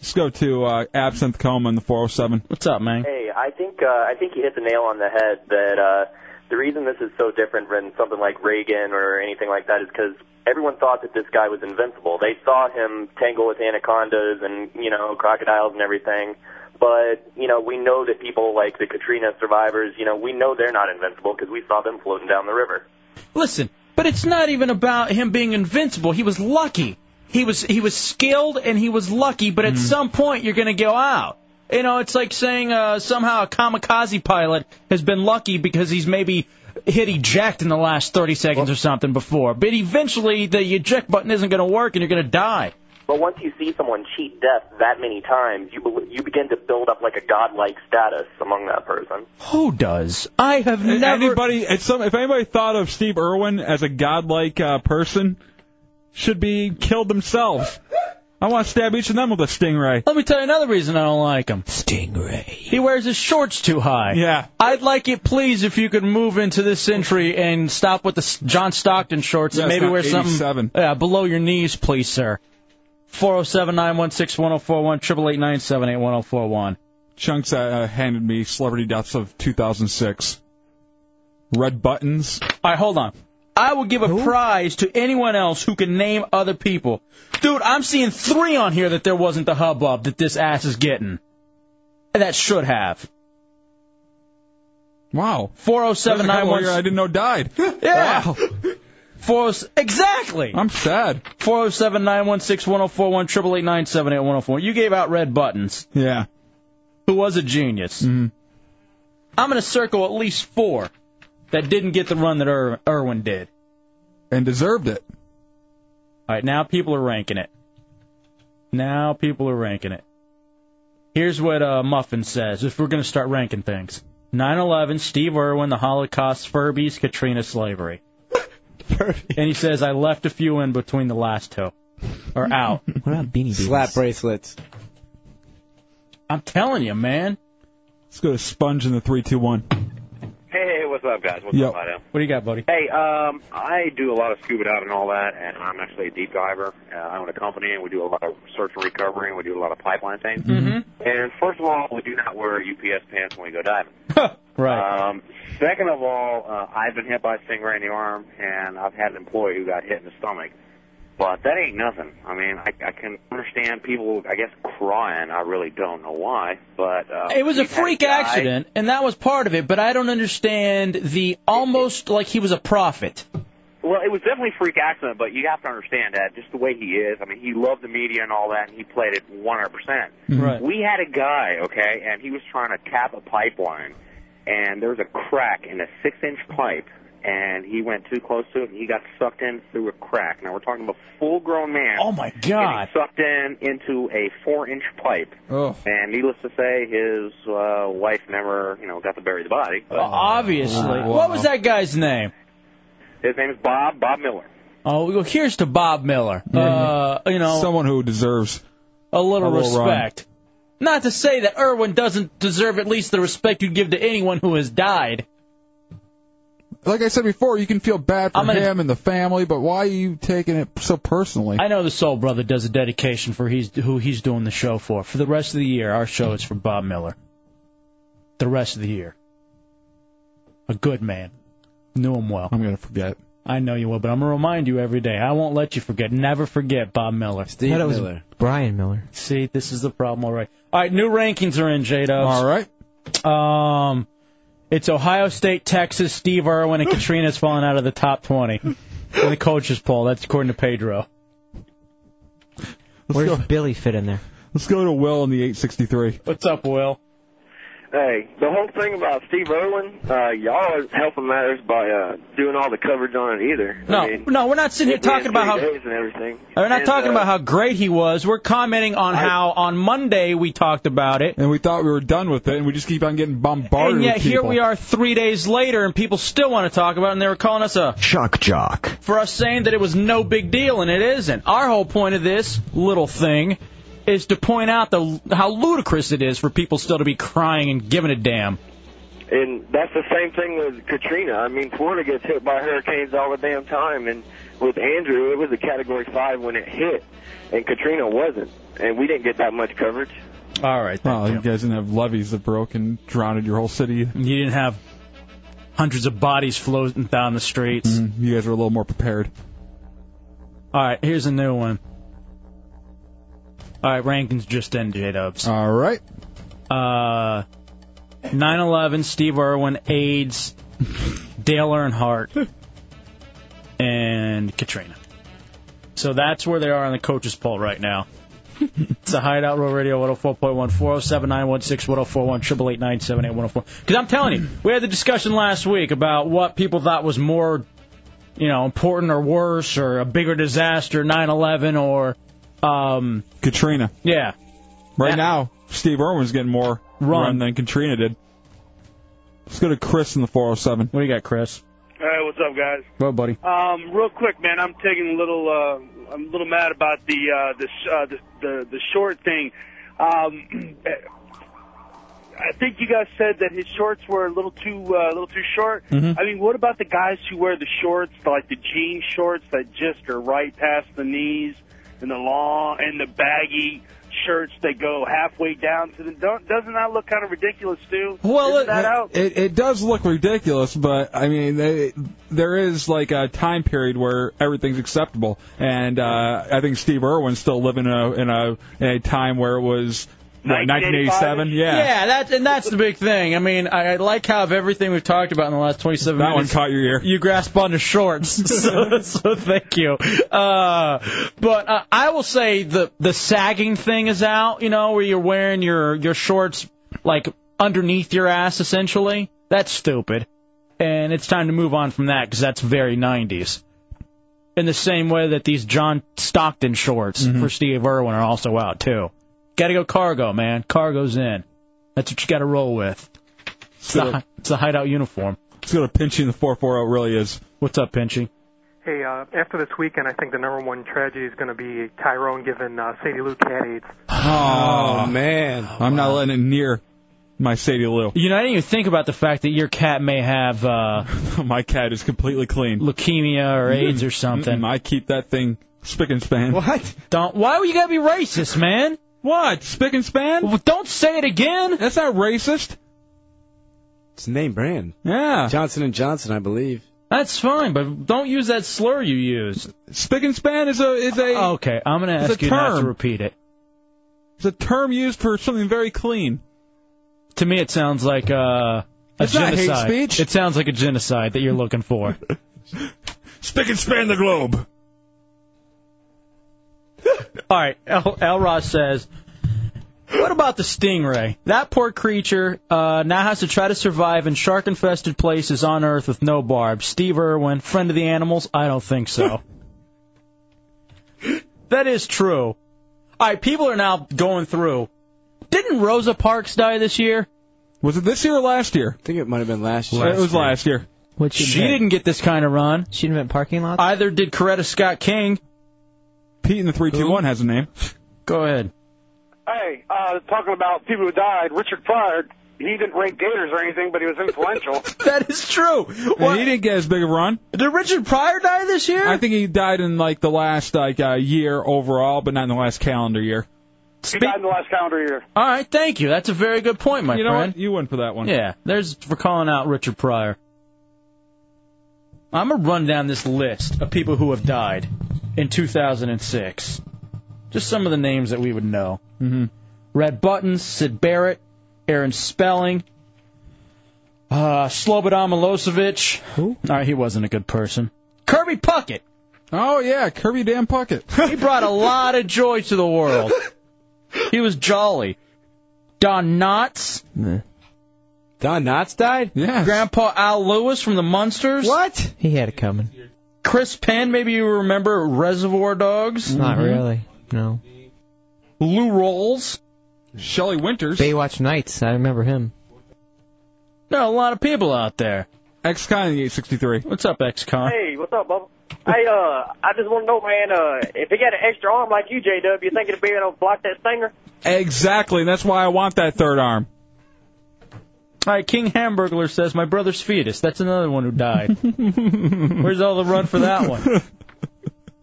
Speaker 4: Let's go to uh, Absinthe Coma in the 407.
Speaker 3: What's up, man?
Speaker 12: Hey, I think uh, I think you hit the nail on the head that uh, the reason this is so different than something like Reagan or anything like that is because everyone thought that this guy was invincible. They saw him tangle with anacondas and you know crocodiles and everything. But you know we know that people like the Katrina survivors, you know we know they're not invincible because we saw them floating down the river.
Speaker 3: Listen, but it's not even about him being invincible. He was lucky. He was he was skilled and he was lucky. But at some point, you're going to go out. You know, it's like saying uh, somehow a kamikaze pilot has been lucky because he's maybe hit eject in the last 30 seconds or something before. But eventually, the eject button isn't going to work and you're going to die.
Speaker 12: But once you see someone cheat death that many times, you bel- you begin to build up like a godlike status among that person.
Speaker 3: Who does? I have
Speaker 4: If
Speaker 3: never.
Speaker 4: Anybody, if, some, if anybody thought of Steve Irwin as a godlike uh, person, should be killed themselves. I want to stab each of them with a stingray.
Speaker 3: Let me tell you another reason I don't like him. Stingray. He wears his shorts too high.
Speaker 4: Yeah.
Speaker 3: I'd like it, please, if you could move into this century and stop with the S- John Stockton shorts
Speaker 4: Yeah,
Speaker 3: and
Speaker 4: it's
Speaker 3: maybe
Speaker 4: not
Speaker 3: wear something
Speaker 4: 87.
Speaker 3: yeah, below your knees, please, sir. 407 916 1041, 888 978 1041.
Speaker 4: Chunks uh, handed me Celebrity Deaths of 2006. Red Buttons.
Speaker 3: All right, hold on. I will give a prize to anyone else who can name other people. Dude, I'm seeing three on here that there wasn't the hubbub that this ass is getting. And that should have.
Speaker 4: Wow.
Speaker 3: 407
Speaker 4: There's a couple here I
Speaker 3: 916
Speaker 4: didn't know died.
Speaker 3: Yeah.
Speaker 4: Wow.
Speaker 3: Four oh- exactly.
Speaker 4: I'm sad.
Speaker 3: 407 916 1041 888 978 1041. You gave out Red Buttons,
Speaker 4: Yeah.
Speaker 3: who was a genius.
Speaker 4: Mhm.
Speaker 3: I'm going to circle at least four that didn't get the run that Ir- Irwin did.
Speaker 4: And deserved it.
Speaker 3: All right, now people are ranking it. Now people are ranking it. Here's what uh, Muffin says if we're going to start ranking things 9 11, Steve Irwin, the Holocaust, Furbies, Katrina, slavery. and he says, I left a few in between the last two. Or out.
Speaker 5: What about beanie babies?
Speaker 13: Slap bracelets.
Speaker 3: I'm telling you, man.
Speaker 4: Let's go to Sponge in the 321.
Speaker 14: Hey, what's up, guys? What's
Speaker 4: Yep.
Speaker 14: up, Lido?
Speaker 3: What do you got, buddy?
Speaker 14: Hey, um, I do a lot of scuba diving and all that, and I'm actually a deep diver. Uh, I own a company, and we do a lot of search and recovery, and we do a lot of pipeline things.
Speaker 3: Mm-hmm.
Speaker 14: And first of all, we do not wear UPS pants when we go diving.
Speaker 15: Uh,
Speaker 3: Right.
Speaker 14: Um, second of all, uh, I've been hit by a stingray in the arm, and I've had an employee who got hit in the stomach. But that ain't nothing. I mean, I, I can understand people, I guess, crying. I really don't know why, but uh,
Speaker 3: It was a
Speaker 14: we've had
Speaker 3: freak
Speaker 14: guys-
Speaker 3: accident, and that was part of it, but I don't understand the almost like he was a prophet.
Speaker 14: Well, it was definitely a freak accident, but you have to understand that just the way he is. I mean, he loved the media and all that, and he played it 100%.
Speaker 3: Right.
Speaker 14: We had a guy, okay, and he was trying to tap a pipeline, and there was a crack in a six-inch pipe, and he went too close to it, and he got sucked in through a crack. Now we're talking about a full-grown man.
Speaker 3: Oh, my
Speaker 14: getting
Speaker 3: God.
Speaker 14: Sucked in into a four-inch pipe,
Speaker 4: Oh.
Speaker 14: and needless to say, his uh, wife never, you know, got to bury the body. But
Speaker 3: Obviously. What was that guy's name?
Speaker 14: his name is Bob Bob Miller.
Speaker 3: Oh, well, here's to Bob Miller.
Speaker 5: Mm-hmm.
Speaker 3: Uh, you know,
Speaker 4: Someone who deserves.
Speaker 3: a little
Speaker 4: a little run.
Speaker 3: respect. Not to say that Irwin doesn't deserve at least the respect you'd give to anyone who has died.
Speaker 4: Like I said before, you can feel bad for
Speaker 3: I'm gonna-
Speaker 4: him and the family, but why are you taking it so personally?
Speaker 3: I know the Soul Brother does a dedication for he's, who he's doing the show for. For the rest of the year, our show is for Bob Miller. The rest of the year. A good man. Knew him well.
Speaker 4: I'm going to forget.
Speaker 3: I know you will, but I'm going to remind you every day. I won't let you forget. Never forget Bob Miller.
Speaker 13: Steve
Speaker 5: thought it was-
Speaker 13: Miller.
Speaker 5: Brian Miller.
Speaker 3: See, this is the problem already. All right, new rankings are in, J-Dubs.
Speaker 4: All right.
Speaker 3: Um, It's Ohio State, Texas, Steve Irwin, and Katrina's fallen out of the top 20 in the coaches poll. That's according to Pedro.
Speaker 4: Where's
Speaker 6: Billy fit in there?
Speaker 4: Let's go to Will in the 863.
Speaker 3: What's up, Will?
Speaker 15: Hey, the whole thing about Steve Irwin, uh, y'all aren't helping matters by uh, doing all the coverage on it either.
Speaker 3: No,
Speaker 15: I mean,
Speaker 3: no, we're not sitting here
Speaker 15: it being
Speaker 3: talking about
Speaker 15: three
Speaker 3: how-
Speaker 15: days and everything.
Speaker 3: We're not
Speaker 15: And,
Speaker 3: talking
Speaker 15: uh,
Speaker 3: about how great he was. We're commenting on how on Monday we talked about it.
Speaker 4: And we thought we were done with it, and we just keep on getting bombarded
Speaker 3: And yet
Speaker 4: with
Speaker 3: here
Speaker 4: people.
Speaker 3: we are three days later, and people still want to talk about it, and they were calling us a
Speaker 2: shock jock
Speaker 3: for us saying that it was no big deal, and it isn't. Our whole point of this little thing is to point out the how ludicrous it is for people still to be crying and giving a damn.
Speaker 15: And that's the same thing with Katrina. I mean, Florida gets hit by hurricanes all the damn time. And with Andrew, it was a Category 5 when it hit, and Katrina wasn't. And we didn't get that much coverage.
Speaker 3: All right.
Speaker 4: Well, you guys didn't have levees that broke and drowned your whole city.
Speaker 3: You didn't have hundreds of bodies floating down the streets.
Speaker 4: Mm-hmm. you guys were a little more prepared.
Speaker 3: All right, here's a new one. All right, rankings just in, J Dubs.
Speaker 4: All right.
Speaker 3: Uh, 9/11, Steve Irwin, AIDS, Dale Earnhardt, and Katrina. So that's where they are on the coaches poll right now. it's a hideout row radio 104.1 407 916 1041 888 978 104. Because I'm telling you, we had the discussion last week about what people thought was more you know, important or worse or a bigger disaster, 9/11 or um
Speaker 4: Katrina.
Speaker 3: Yeah.
Speaker 4: Right now, Steve Irwin's getting more
Speaker 3: Run.
Speaker 4: than Katrina did. Let's go to Chris in the 407.
Speaker 3: What do you got, Chris?
Speaker 16: Hey, what's up, guys?
Speaker 3: Well, buddy.
Speaker 16: Um, real quick, man, I'm taking a little, uh, I'm a little mad about the uh, the, sh- uh, the the the short thing. Um, I think you guys said that his shorts were a little too uh, a little too short.
Speaker 17: Mhm.
Speaker 16: I mean, what about the guys who wear the shorts, like the jean shorts that just are right past the knees, and the long and the baggy shirts that go halfway down to the? Don't, doesn't that look kind of ridiculous too? Isn't that out?
Speaker 4: It, it does look ridiculous, but I mean, they, there is like a time period where everything's acceptable, and uh, I think Steve Irwin's still living in a in a, in a time where it was what, 1987. Yeah,
Speaker 3: Yeah, that's and that's the big thing. I mean, I, I like how of everything we've talked about in the last 27
Speaker 4: That one
Speaker 3: minutes,
Speaker 4: caught your ear.
Speaker 3: You grasp onto shorts, so, so thank you. Uh, but uh, I will say the the sagging thing is out. You know, where you're wearing your your shorts like underneath your ass, essentially. That's stupid, and it's time to move on from that because that's very 90s. In the same way that these John Stockton shorts for Steve Irwin are also out too. Got to go cargo, man. Cargo's in. That's what you got to roll with. It's the, it's the hideout uniform.
Speaker 4: Let's go to Pinchy in the 440. Really is.
Speaker 3: What's up, Pinchy?
Speaker 18: Hey, uh, after this weekend, I think the number one tragedy is going to be Tyrone giving uh, Sadie Lou cat AIDS.
Speaker 4: Oh,
Speaker 5: man,
Speaker 4: I'm not letting it near my Sadie Lou.
Speaker 3: You know, I didn't even think about the fact that your cat may have. Uh,
Speaker 4: my cat is completely clean.
Speaker 3: Leukemia or AIDS or something.
Speaker 4: Mm-mm, I keep that thing spick and span.
Speaker 3: What? Don't. Why were you gotta be racist, man?
Speaker 4: What? Spick and span?
Speaker 3: don't say it again.
Speaker 4: That's not racist.
Speaker 5: It's the name brand.
Speaker 4: Yeah.
Speaker 5: Johnson and Johnson, I believe.
Speaker 3: That's fine, but don't use that slur you used.
Speaker 4: Spick and span is a is a
Speaker 3: Oh, Okay, I'm gonna
Speaker 4: It's a
Speaker 3: ask you not to
Speaker 4: term.
Speaker 3: repeat it.
Speaker 4: It's a term used for something very clean.
Speaker 3: To me, it sounds like uh, a
Speaker 4: It's not hate
Speaker 3: genocide.
Speaker 4: speech.
Speaker 3: It sounds like a genocide that you're looking for.
Speaker 4: Spick and span the globe.
Speaker 3: All right, El, El Ross says, "What about the stingray? That poor creature uh, now has to try to survive in shark-infested places on Earth with no barbs." Steve Irwin, friend of the animals? I don't think so. that is true. All right, people are now going through. Didn't Rosa Parks die this year?
Speaker 4: Was it this year or last year?
Speaker 5: I think it might have been last
Speaker 4: year. It was last year.
Speaker 6: What
Speaker 3: she didn't get this kind of run.
Speaker 6: She didn't invent parking lots.
Speaker 3: Either did Coretta Scott King.
Speaker 4: Pete in the three two one has a name.
Speaker 3: Go ahead.
Speaker 19: Hey, uh, talking about people who died, Richard Pryor, he didn't rape gators or anything, but he was influential.
Speaker 3: That is true.
Speaker 4: And he didn't get as big a run.
Speaker 3: Did Richard Pryor die this year?
Speaker 4: I think he died in like the last like uh, year overall, but not in the last calendar year.
Speaker 19: he died in the last calendar year.
Speaker 3: All right, thank you. That's a very good point, my
Speaker 4: you know
Speaker 3: friend.
Speaker 4: what? You win for that one.
Speaker 3: Yeah, there's for calling out Richard Pryor. I'm gonna run down this list of people who have died in 2006. Just some of the names that we would know:
Speaker 4: Mm-hmm.
Speaker 3: Red Buttons, Sid Barrett, Aaron Spelling, Uh, Slobodan Milosevic. Who? All right, he wasn't a good person. Kirby Puckett.
Speaker 4: Oh yeah, Kirby damn Puckett.
Speaker 3: he brought a lot of joy to the world. He was jolly. Don Knotts. Don Knotts died.
Speaker 4: Yeah.
Speaker 3: Grandpa Al Lewis from the Munsters. What?
Speaker 6: He had it coming.
Speaker 3: Chris Penn. Maybe you remember Reservoir Dogs.
Speaker 4: Mm-hmm.
Speaker 6: Not really. No.
Speaker 3: Lou Rolls.
Speaker 4: Shelley Winters.
Speaker 6: Baywatch Nights. I remember him.
Speaker 3: There are a lot of people out there.
Speaker 4: XCon 863.
Speaker 3: What's up, XCon?
Speaker 17: Hey, what's up, Bubba? Hey, uh, I just want to know, man, uh, if he got an extra arm like you, JW, you think it'd be able to block that stinger?
Speaker 4: Exactly, and that's why Oh, I want that third arm.
Speaker 3: All right, King Hamburglar says my brother's fetus. That's another one who died. Where's all the run for that one?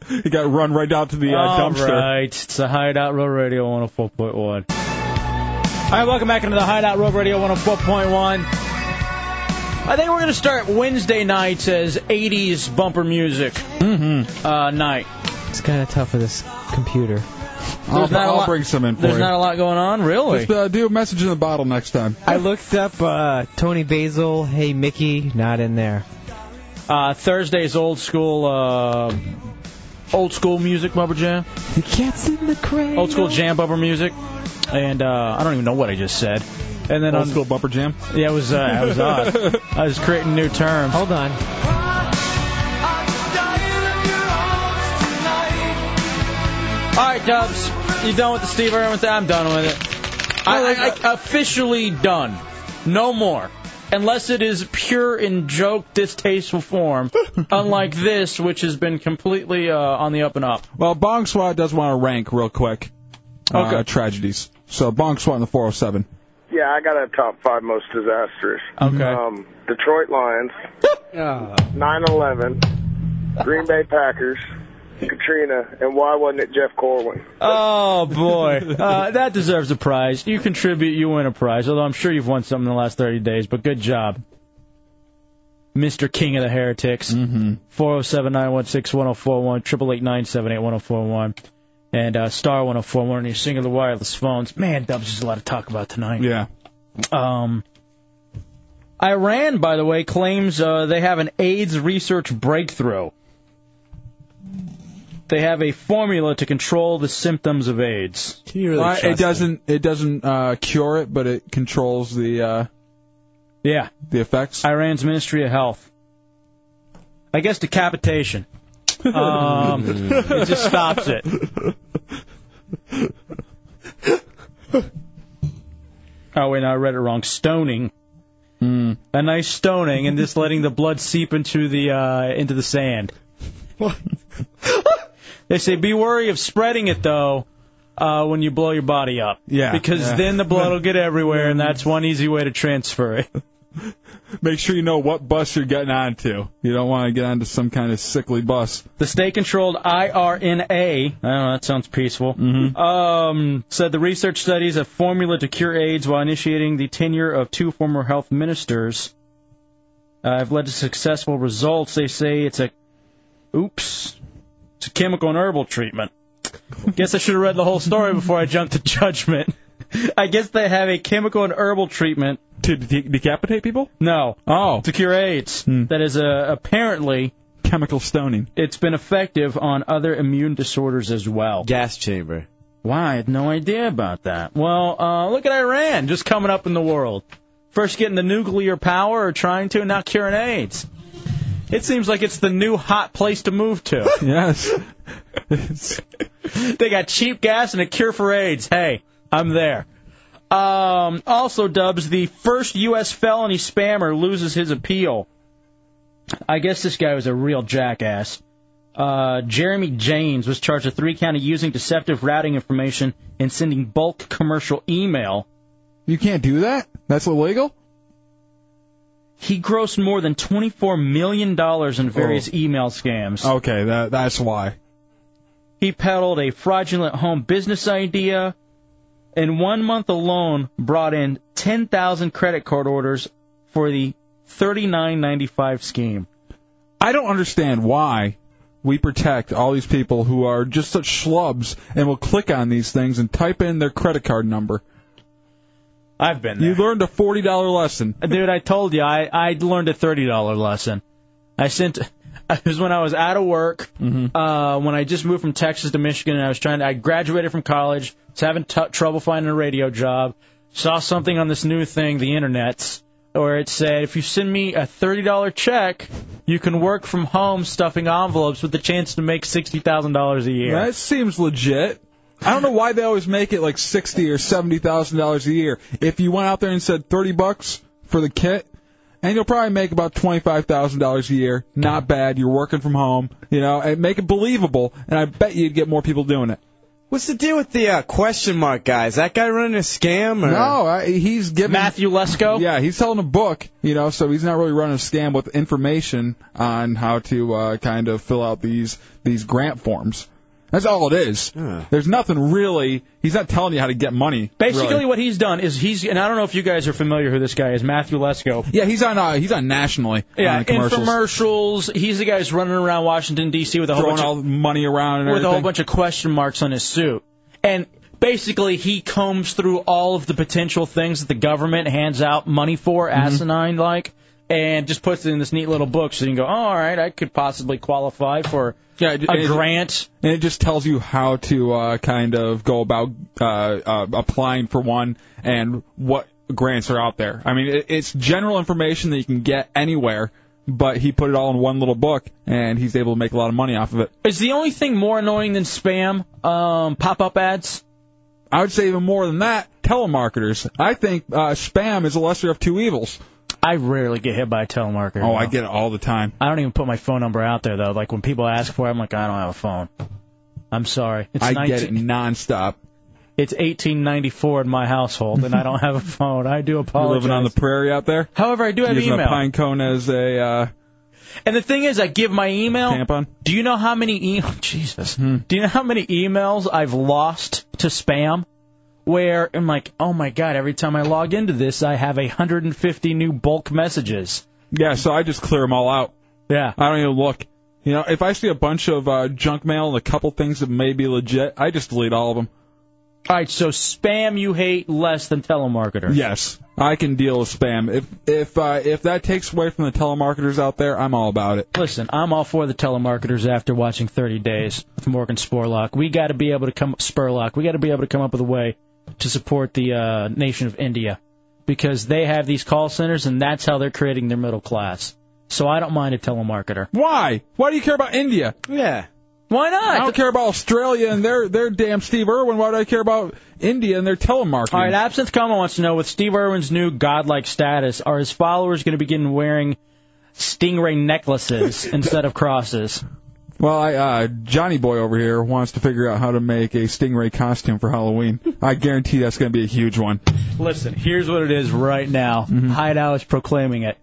Speaker 4: He got run right out to the uh,
Speaker 3: All
Speaker 4: dumpster.
Speaker 3: right, it's the Hideout Road Radio 104.1. All right, welcome back into the Hideout Road Radio 104.1. I think we're going to start Wednesday nights as 80s bumper music
Speaker 6: Mm-hmm.
Speaker 3: uh, night.
Speaker 6: It's kind of tough with this computer.
Speaker 4: I'll, I'll bring some in for you.
Speaker 3: lot going on, really.
Speaker 4: Just, uh, do a message in the bottle next time.
Speaker 6: I looked up uh, Tony Basil. Hey Mickey, not in there.
Speaker 3: Uh, Thursday's old school, uh, old school music bumper jam.
Speaker 6: The cat's in the crate.
Speaker 3: Old school jam bumper music, and uh, I don't even know what I just said. And then
Speaker 4: Old
Speaker 3: on,
Speaker 4: school bumper jam.
Speaker 3: Yeah, it was. Uh, I was odd. I was creating new terms. Hold
Speaker 6: on.
Speaker 3: All right, Dubs, you done with the Steve Irwin thing? I'm done with it. I, I, I officially done. No more. Unless it is pure in joke, distasteful form, unlike this, which has been completely uh, on the up and up.
Speaker 4: Well, Bong Swat does want to rank real quick.
Speaker 3: Okay.
Speaker 4: Uh, tragedies. So Bong Swat in the 407.
Speaker 20: Yeah, I got a top five most disastrous.
Speaker 4: Okay.
Speaker 20: Um, Detroit Lions, 9/11, Green Bay Packers, Katrina, and why wasn't it Jeff Corwin?
Speaker 3: Oh boy, uh, that deserves a prize. You contribute, you win a prize. Although I'm sure you've won something in the last 30 days, but good job, Mr. King of the Heretics. Four zero seven nine one six one zero four one triple eight nine seven eight one zero four one and uh, star one zero four one on your singular wireless phones. Man, Dubs, there's a lot to talk about tonight.
Speaker 4: Yeah.
Speaker 3: Um. Iran, by the way, claims uh, they have an AIDS research breakthrough. They have a formula to control the symptoms of AIDS.
Speaker 4: Well, I- it doesn't. It doesn't uh, cure it, but it controls the. Uh,
Speaker 3: yeah.
Speaker 4: The effects.
Speaker 3: Iran's Ministry of Health. I guess decapitation. Um, it just stops it. Oh wait, no, I read it wrong. Stoning.
Speaker 4: Mm.
Speaker 3: A nice stoning, and just letting the blood seep into the uh, into the sand. What? they say be wary of spreading it though uh, when you blow your body up.
Speaker 4: Yeah,
Speaker 3: Because
Speaker 4: yeah.
Speaker 3: then the blood will get everywhere, and that's one easy way to transfer it.
Speaker 4: Make sure you know what bus you're getting onto. You don't want to get onto some kind of sickly bus.
Speaker 3: The state-controlled IRNA, I don't know, that sounds peaceful, um, said the research studies a formula to cure AIDS while initiating the tenure of two former health ministers uh, have led to successful results. They say it's a, oops, it's a chemical and herbal treatment. guess I should have read the whole story before I jumped to judgment. I guess they have a chemical and herbal treatment
Speaker 4: to decapitate people.
Speaker 3: No.
Speaker 4: Oh.
Speaker 3: To cure AIDS. That is uh, apparently
Speaker 4: chemical stoning.
Speaker 3: It's been effective on other immune disorders as well.
Speaker 5: Gas chamber.
Speaker 3: Wow, I had no idea about that. Well, uh, look at Iran just coming up in the world. First getting the nuclear power or trying to, now curing AIDS. It seems like it's the new hot place to move to.
Speaker 4: yes.
Speaker 3: they got cheap gas and a cure for AIDS. Hey, I'm there. Um, also, Dubs, the first U.S. felony spammer loses his appeal. I guess this guy was a real jackass. Uh, Jeremy James was charged with three count of using deceptive routing information and sending bulk commercial email.
Speaker 4: You can't do that. That's illegal.
Speaker 3: He grossed more than $24 million in various
Speaker 4: Oh.
Speaker 3: email scams.
Speaker 4: Okay, that that's why.
Speaker 3: He peddled a fraudulent home business idea, and one month alone brought in 10,000 credit card orders for the 39.95 scheme.
Speaker 4: I don't understand why we protect all these people who are just such schlubs and will click on these things and type in their credit card number.
Speaker 3: I've been
Speaker 4: You learned a forty dollar lesson,
Speaker 3: dude. I told you, I I learned a thirty dollar lesson. I sent. It was when I was out of work.
Speaker 4: Mm-hmm.
Speaker 3: Uh, when I just moved from Texas to Michigan, and I was trying. To, I graduated from college. Was having t- trouble finding a radio job. Saw something on this new thing, the internet's, where it said if you send me a thirty dollar check, you can work from home stuffing envelopes with the chance to make sixty thousand dollars a year.
Speaker 4: That seems legit. I don't know why they always make it like sixty or seventy thousand dollars a year. If you went out there and said thirty bucks for the kit, and you'll probably make about twenty five thousand dollars a year. Not bad. You're working from home, you know, and make it believable. And I bet you'd get more people doing it.
Speaker 5: What's the deal with the uh, question mark guy? Is that guy running a scam? Or?
Speaker 4: No, I, Uh, he's giving
Speaker 3: Matthew Lesko.
Speaker 4: Yeah, he's selling a book, you know, so he's not really running a scam with information on how to uh, kind of fill out these these grant forms. That's all it is. There's nothing really. He's not telling you how to get money.
Speaker 3: Basically,
Speaker 4: really.
Speaker 3: what he's done is he's, and I don't know if you guys are familiar who this guy is, Matthew Lesko.
Speaker 4: Yeah, he's on. Uh, he's on nationally.
Speaker 3: Yeah,
Speaker 4: on commercials.
Speaker 3: infomercials. He's the guy who's running around Washington D.C. with a whole
Speaker 4: Throwing
Speaker 3: bunch
Speaker 4: all the
Speaker 3: of,
Speaker 4: money around and
Speaker 3: with a whole
Speaker 4: everything.
Speaker 3: bunch of question marks on his suit. And basically, he combs through all of the potential things that the government hands out money for,
Speaker 4: Mm-hmm.
Speaker 3: asinine like, and just puts it in this neat little book. So you can go, oh, all right, I could possibly qualify for
Speaker 4: and
Speaker 3: a
Speaker 4: it-
Speaker 3: grant.
Speaker 4: and it just tells you how to uh, kind of go about uh, uh, applying for one and what grants are out there. I mean, it, it's general information that you can get anywhere, but he put it all in one little book, and he's able to make a lot of money off of it.
Speaker 3: Is the only thing more annoying than spam um, pop-up ads?
Speaker 4: I would say even more than that, telemarketers. I think uh, spam is a lesser of two evils.
Speaker 3: I rarely get hit by a telemarketer.
Speaker 4: Oh, I
Speaker 3: though.
Speaker 4: get it all the time.
Speaker 3: I don't even put my phone number out there though. Like when people ask for it, I'm like, I don't have a phone. I'm sorry. It's
Speaker 4: I
Speaker 3: 19,
Speaker 4: get it nonstop.
Speaker 3: It's 1894 in my household, and I don't have a phone. I do
Speaker 4: You're
Speaker 3: apologize.
Speaker 4: living on the prairie out there.
Speaker 3: Oh, However, I do have
Speaker 4: Using
Speaker 3: email.
Speaker 4: a pine cone as a uh,
Speaker 3: And the thing is, I give my email.
Speaker 4: Tampon?
Speaker 3: Do you know how many e- Jesus?
Speaker 4: Hmm.
Speaker 3: Do you know how many emails I've lost to spam? Where I'm like, oh my god! Every time I log into this, I have 150 new bulk messages.
Speaker 4: Yeah, so I just clear them all out.
Speaker 3: Yeah.
Speaker 4: I don't even look. You know, if I see a bunch of uh, junk mail and a couple things that may be legit, I just delete all of them.
Speaker 3: All right, so spam you hate less than telemarketers.
Speaker 4: Yes, I can deal with spam. If if uh, if that takes away from the telemarketers out there, I'm all about it.
Speaker 3: Listen, I'm all for the telemarketers after watching 30 Days with Morgan Spurlock. We got to be able to come Spurlock. We got to be able to come up with a way to support the uh, nation of India because they have these call centers and that's how they're creating their middle class. So I don't mind a telemarketer.
Speaker 4: Why? Why do you care about India?
Speaker 5: Yeah.
Speaker 3: Why not?
Speaker 4: I don't care about Australia and their their damn Steve Irwin. Why do I care about India and their telemarketing?
Speaker 3: All right, Absinthe Coma wants to know with Steve Irwin's new godlike status, are his followers going to begin wearing stingray necklaces instead of crosses?
Speaker 4: Well, I, uh, Johnny Boy over here wants to figure out how to make a stingray costume for Halloween. I guarantee that's going to be a huge one.
Speaker 3: Listen, here's what it is right now.
Speaker 4: Mm-hmm.
Speaker 3: Hideout is proclaiming it.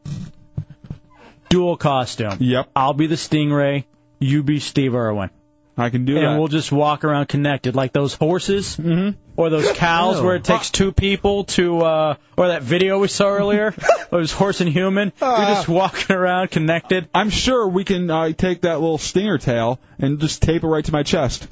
Speaker 3: Dual costume.
Speaker 4: Yep.
Speaker 3: I'll be the Stingray. You be Steve Irwin.
Speaker 4: I can do
Speaker 3: and
Speaker 4: that. Mm-hmm.
Speaker 3: we'll just walk around connected, like those horses or those cows,
Speaker 4: Oh.
Speaker 3: where it takes two people to, uh, or that video we saw earlier, where it was horse and human.
Speaker 4: Ah.
Speaker 3: You're just walking around connected.
Speaker 4: I'm sure we can uh, take that little stinger tail and just tape it right to my chest.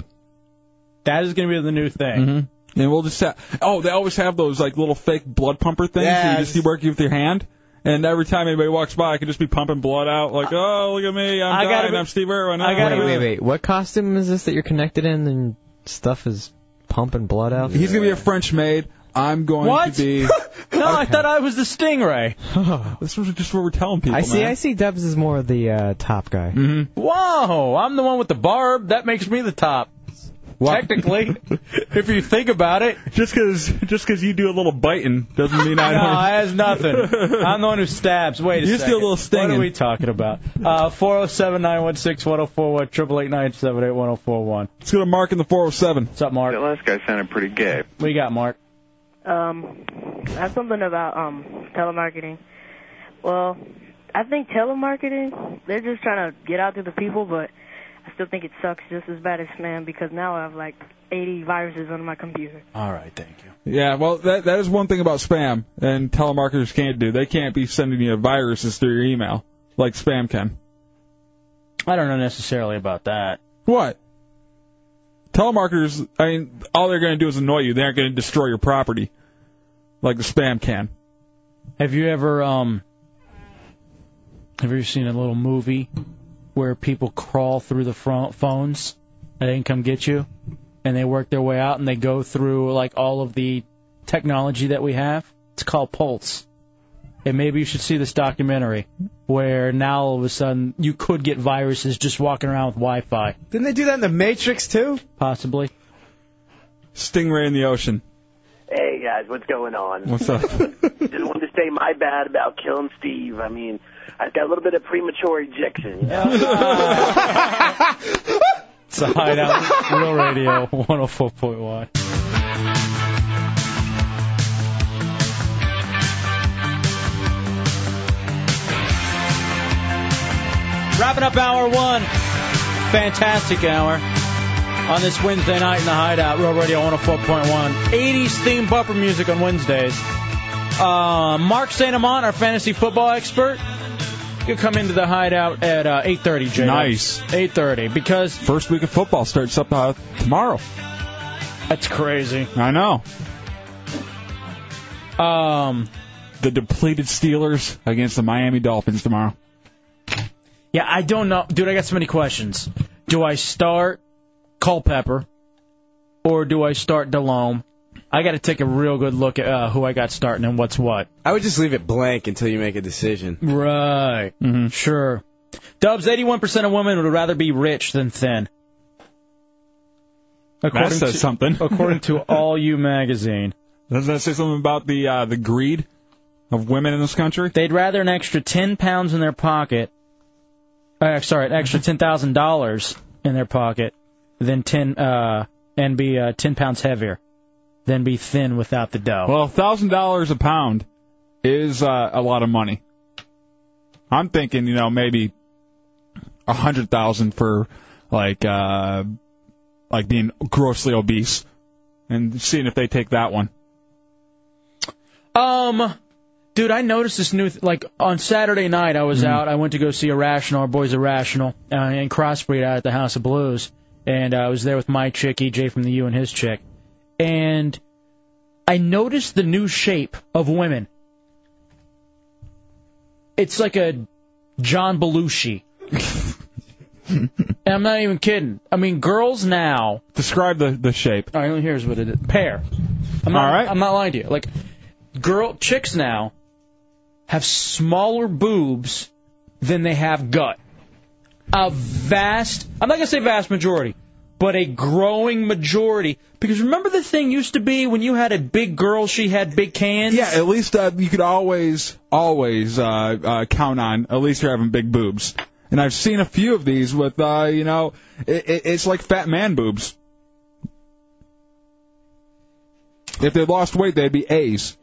Speaker 3: That is going to be the new thing. Mm-hmm.
Speaker 4: And we'll just have, oh, they always have those like little fake blood pumper things that you just see working with your hand. And every time anybody walks by, I can just be pumping blood out, like, oh, look at me, I'm
Speaker 3: I gotta
Speaker 4: dying,
Speaker 3: be-
Speaker 4: I'm Steve Irwin. oh,
Speaker 3: I gotta
Speaker 6: wait,
Speaker 3: be-
Speaker 6: wait, wait. What costume is this that you're connected in and stuff is pumping blood out?
Speaker 4: He's gonna be a French maid. I'm going
Speaker 6: What?
Speaker 4: to be.
Speaker 3: No, I thought I was the Stingray.
Speaker 4: this was just what we're telling Mm-hmm. people.
Speaker 6: I see.
Speaker 4: man.
Speaker 6: I see. Dubs is more the uh, top guy.
Speaker 3: Mm-hmm. Whoa, I'm the one with the barb. That makes me the top. Technically, if you think about it,
Speaker 4: just because just because you do a little biting doesn't mean I
Speaker 3: no,
Speaker 4: don't.
Speaker 3: it has nothing. I'm the one who stabs. Wait a
Speaker 4: You just
Speaker 3: second.
Speaker 4: do a little
Speaker 3: What
Speaker 4: stinging.
Speaker 3: are we talking about? Uh, 407 916 1041, 888 1041.
Speaker 4: Let's go to Mark in the 407.
Speaker 3: What's up, Mark? That
Speaker 7: last guy sounded pretty gay.
Speaker 3: What you got, Mark?
Speaker 21: Um, I have something about um telemarketing. Well, I think telemarketing they're just trying to get out to the people, but I still think it sucks just as bad as spam because now I have like 80 viruses on my computer.
Speaker 3: All right, thank you.
Speaker 4: Yeah, well, that that is one thing about spam and telemarketers can't do. They can't be sending you viruses through your email like spam can.
Speaker 3: I don't know necessarily about that.
Speaker 4: What? Telemarketers, I mean, all they're going to do is annoy you. They aren't going to destroy your property. like the spam can.
Speaker 3: Have you ever um have you ever seen a little movie where people crawl through the front phones and they can come get you and they work their way out and they go through like all of the technology that we have? It's called Pulse. And maybe you should see this documentary where now all of a sudden you could get viruses just walking around with Wi Fi.
Speaker 5: Didn't they do that in the Matrix too?
Speaker 3: Possibly.
Speaker 4: Stingray in the ocean.
Speaker 7: Hey guys, what's going on?
Speaker 4: What's up?
Speaker 7: Just wanted to say my bad about killing Steve. I mean, I've got a little bit of premature ejection. You know?
Speaker 3: It's the Hideout Real Radio 104.1. Wrapping up hour one. Fantastic hour on this Wednesday night in the Hideout Real Radio 104.1. 80s theme bumper music on Wednesdays. Uh, Mark St. Amant, our fantasy football expert, you come into the hideout at uh, 8.30, Jay.
Speaker 4: Nice.
Speaker 3: 8.30, because...
Speaker 4: First week of football starts up uh, tomorrow.
Speaker 3: That's crazy.
Speaker 4: I know.
Speaker 3: Um,
Speaker 4: The depleted Steelers against the Miami Dolphins tomorrow.
Speaker 3: Yeah, I don't know. Dude, I got so many questions. Do I start Culpepper or do I start DeLome? I got to take a real good look at uh, who I got starting and what's what.
Speaker 5: I would just leave it blank until you make a decision.
Speaker 3: Right. Mm-hmm. Sure. Dubs, 81% of women would rather be rich than thin.
Speaker 4: that says
Speaker 3: to,
Speaker 4: something.
Speaker 3: According to All You Magazine.
Speaker 4: Doesn't that say something about the uh, the greed of women in this country?
Speaker 3: They'd rather an extra 10 pounds in their pocket, uh, sorry, an extra $10,000 in their pocket than 10, uh, and be uh, 10 pounds heavier than be thin without the dough.
Speaker 4: Well, thousand dollars a pound is uh, a lot of money. I'm thinking, you know, maybe a hundred thousand for like uh, like being grossly obese, and seeing if they take that one.
Speaker 3: Um, dude, I noticed this new th- like on Saturday night. I was
Speaker 4: Mm-hmm.
Speaker 3: out. I went to go see Irrational, our boys Irrational, uh, and Crossbreed out at the House of Blues, and uh, I was there with my chick EJ from the U and his chick, and I noticed the new shape of women. It's like a John Belushi. and I'm not even kidding. I mean, girls now.
Speaker 4: Describe the, the shape.
Speaker 3: All right, here's what it is. Pear. I'm not,
Speaker 4: All right.
Speaker 3: I'm not lying to you. Like, girl chicks now have smaller boobs than they have gut. A vast, I'm not gonna say vast majority, but a growing majority. Because remember the thing used to be when you had a big girl, she had big cans.
Speaker 4: Yeah, at least uh, you could always, always uh, uh, count on at least you're having big boobs. And I've seen a few of these with, uh, you know, it, it, it's like fat man boobs. If they lost weight, they'd be A's.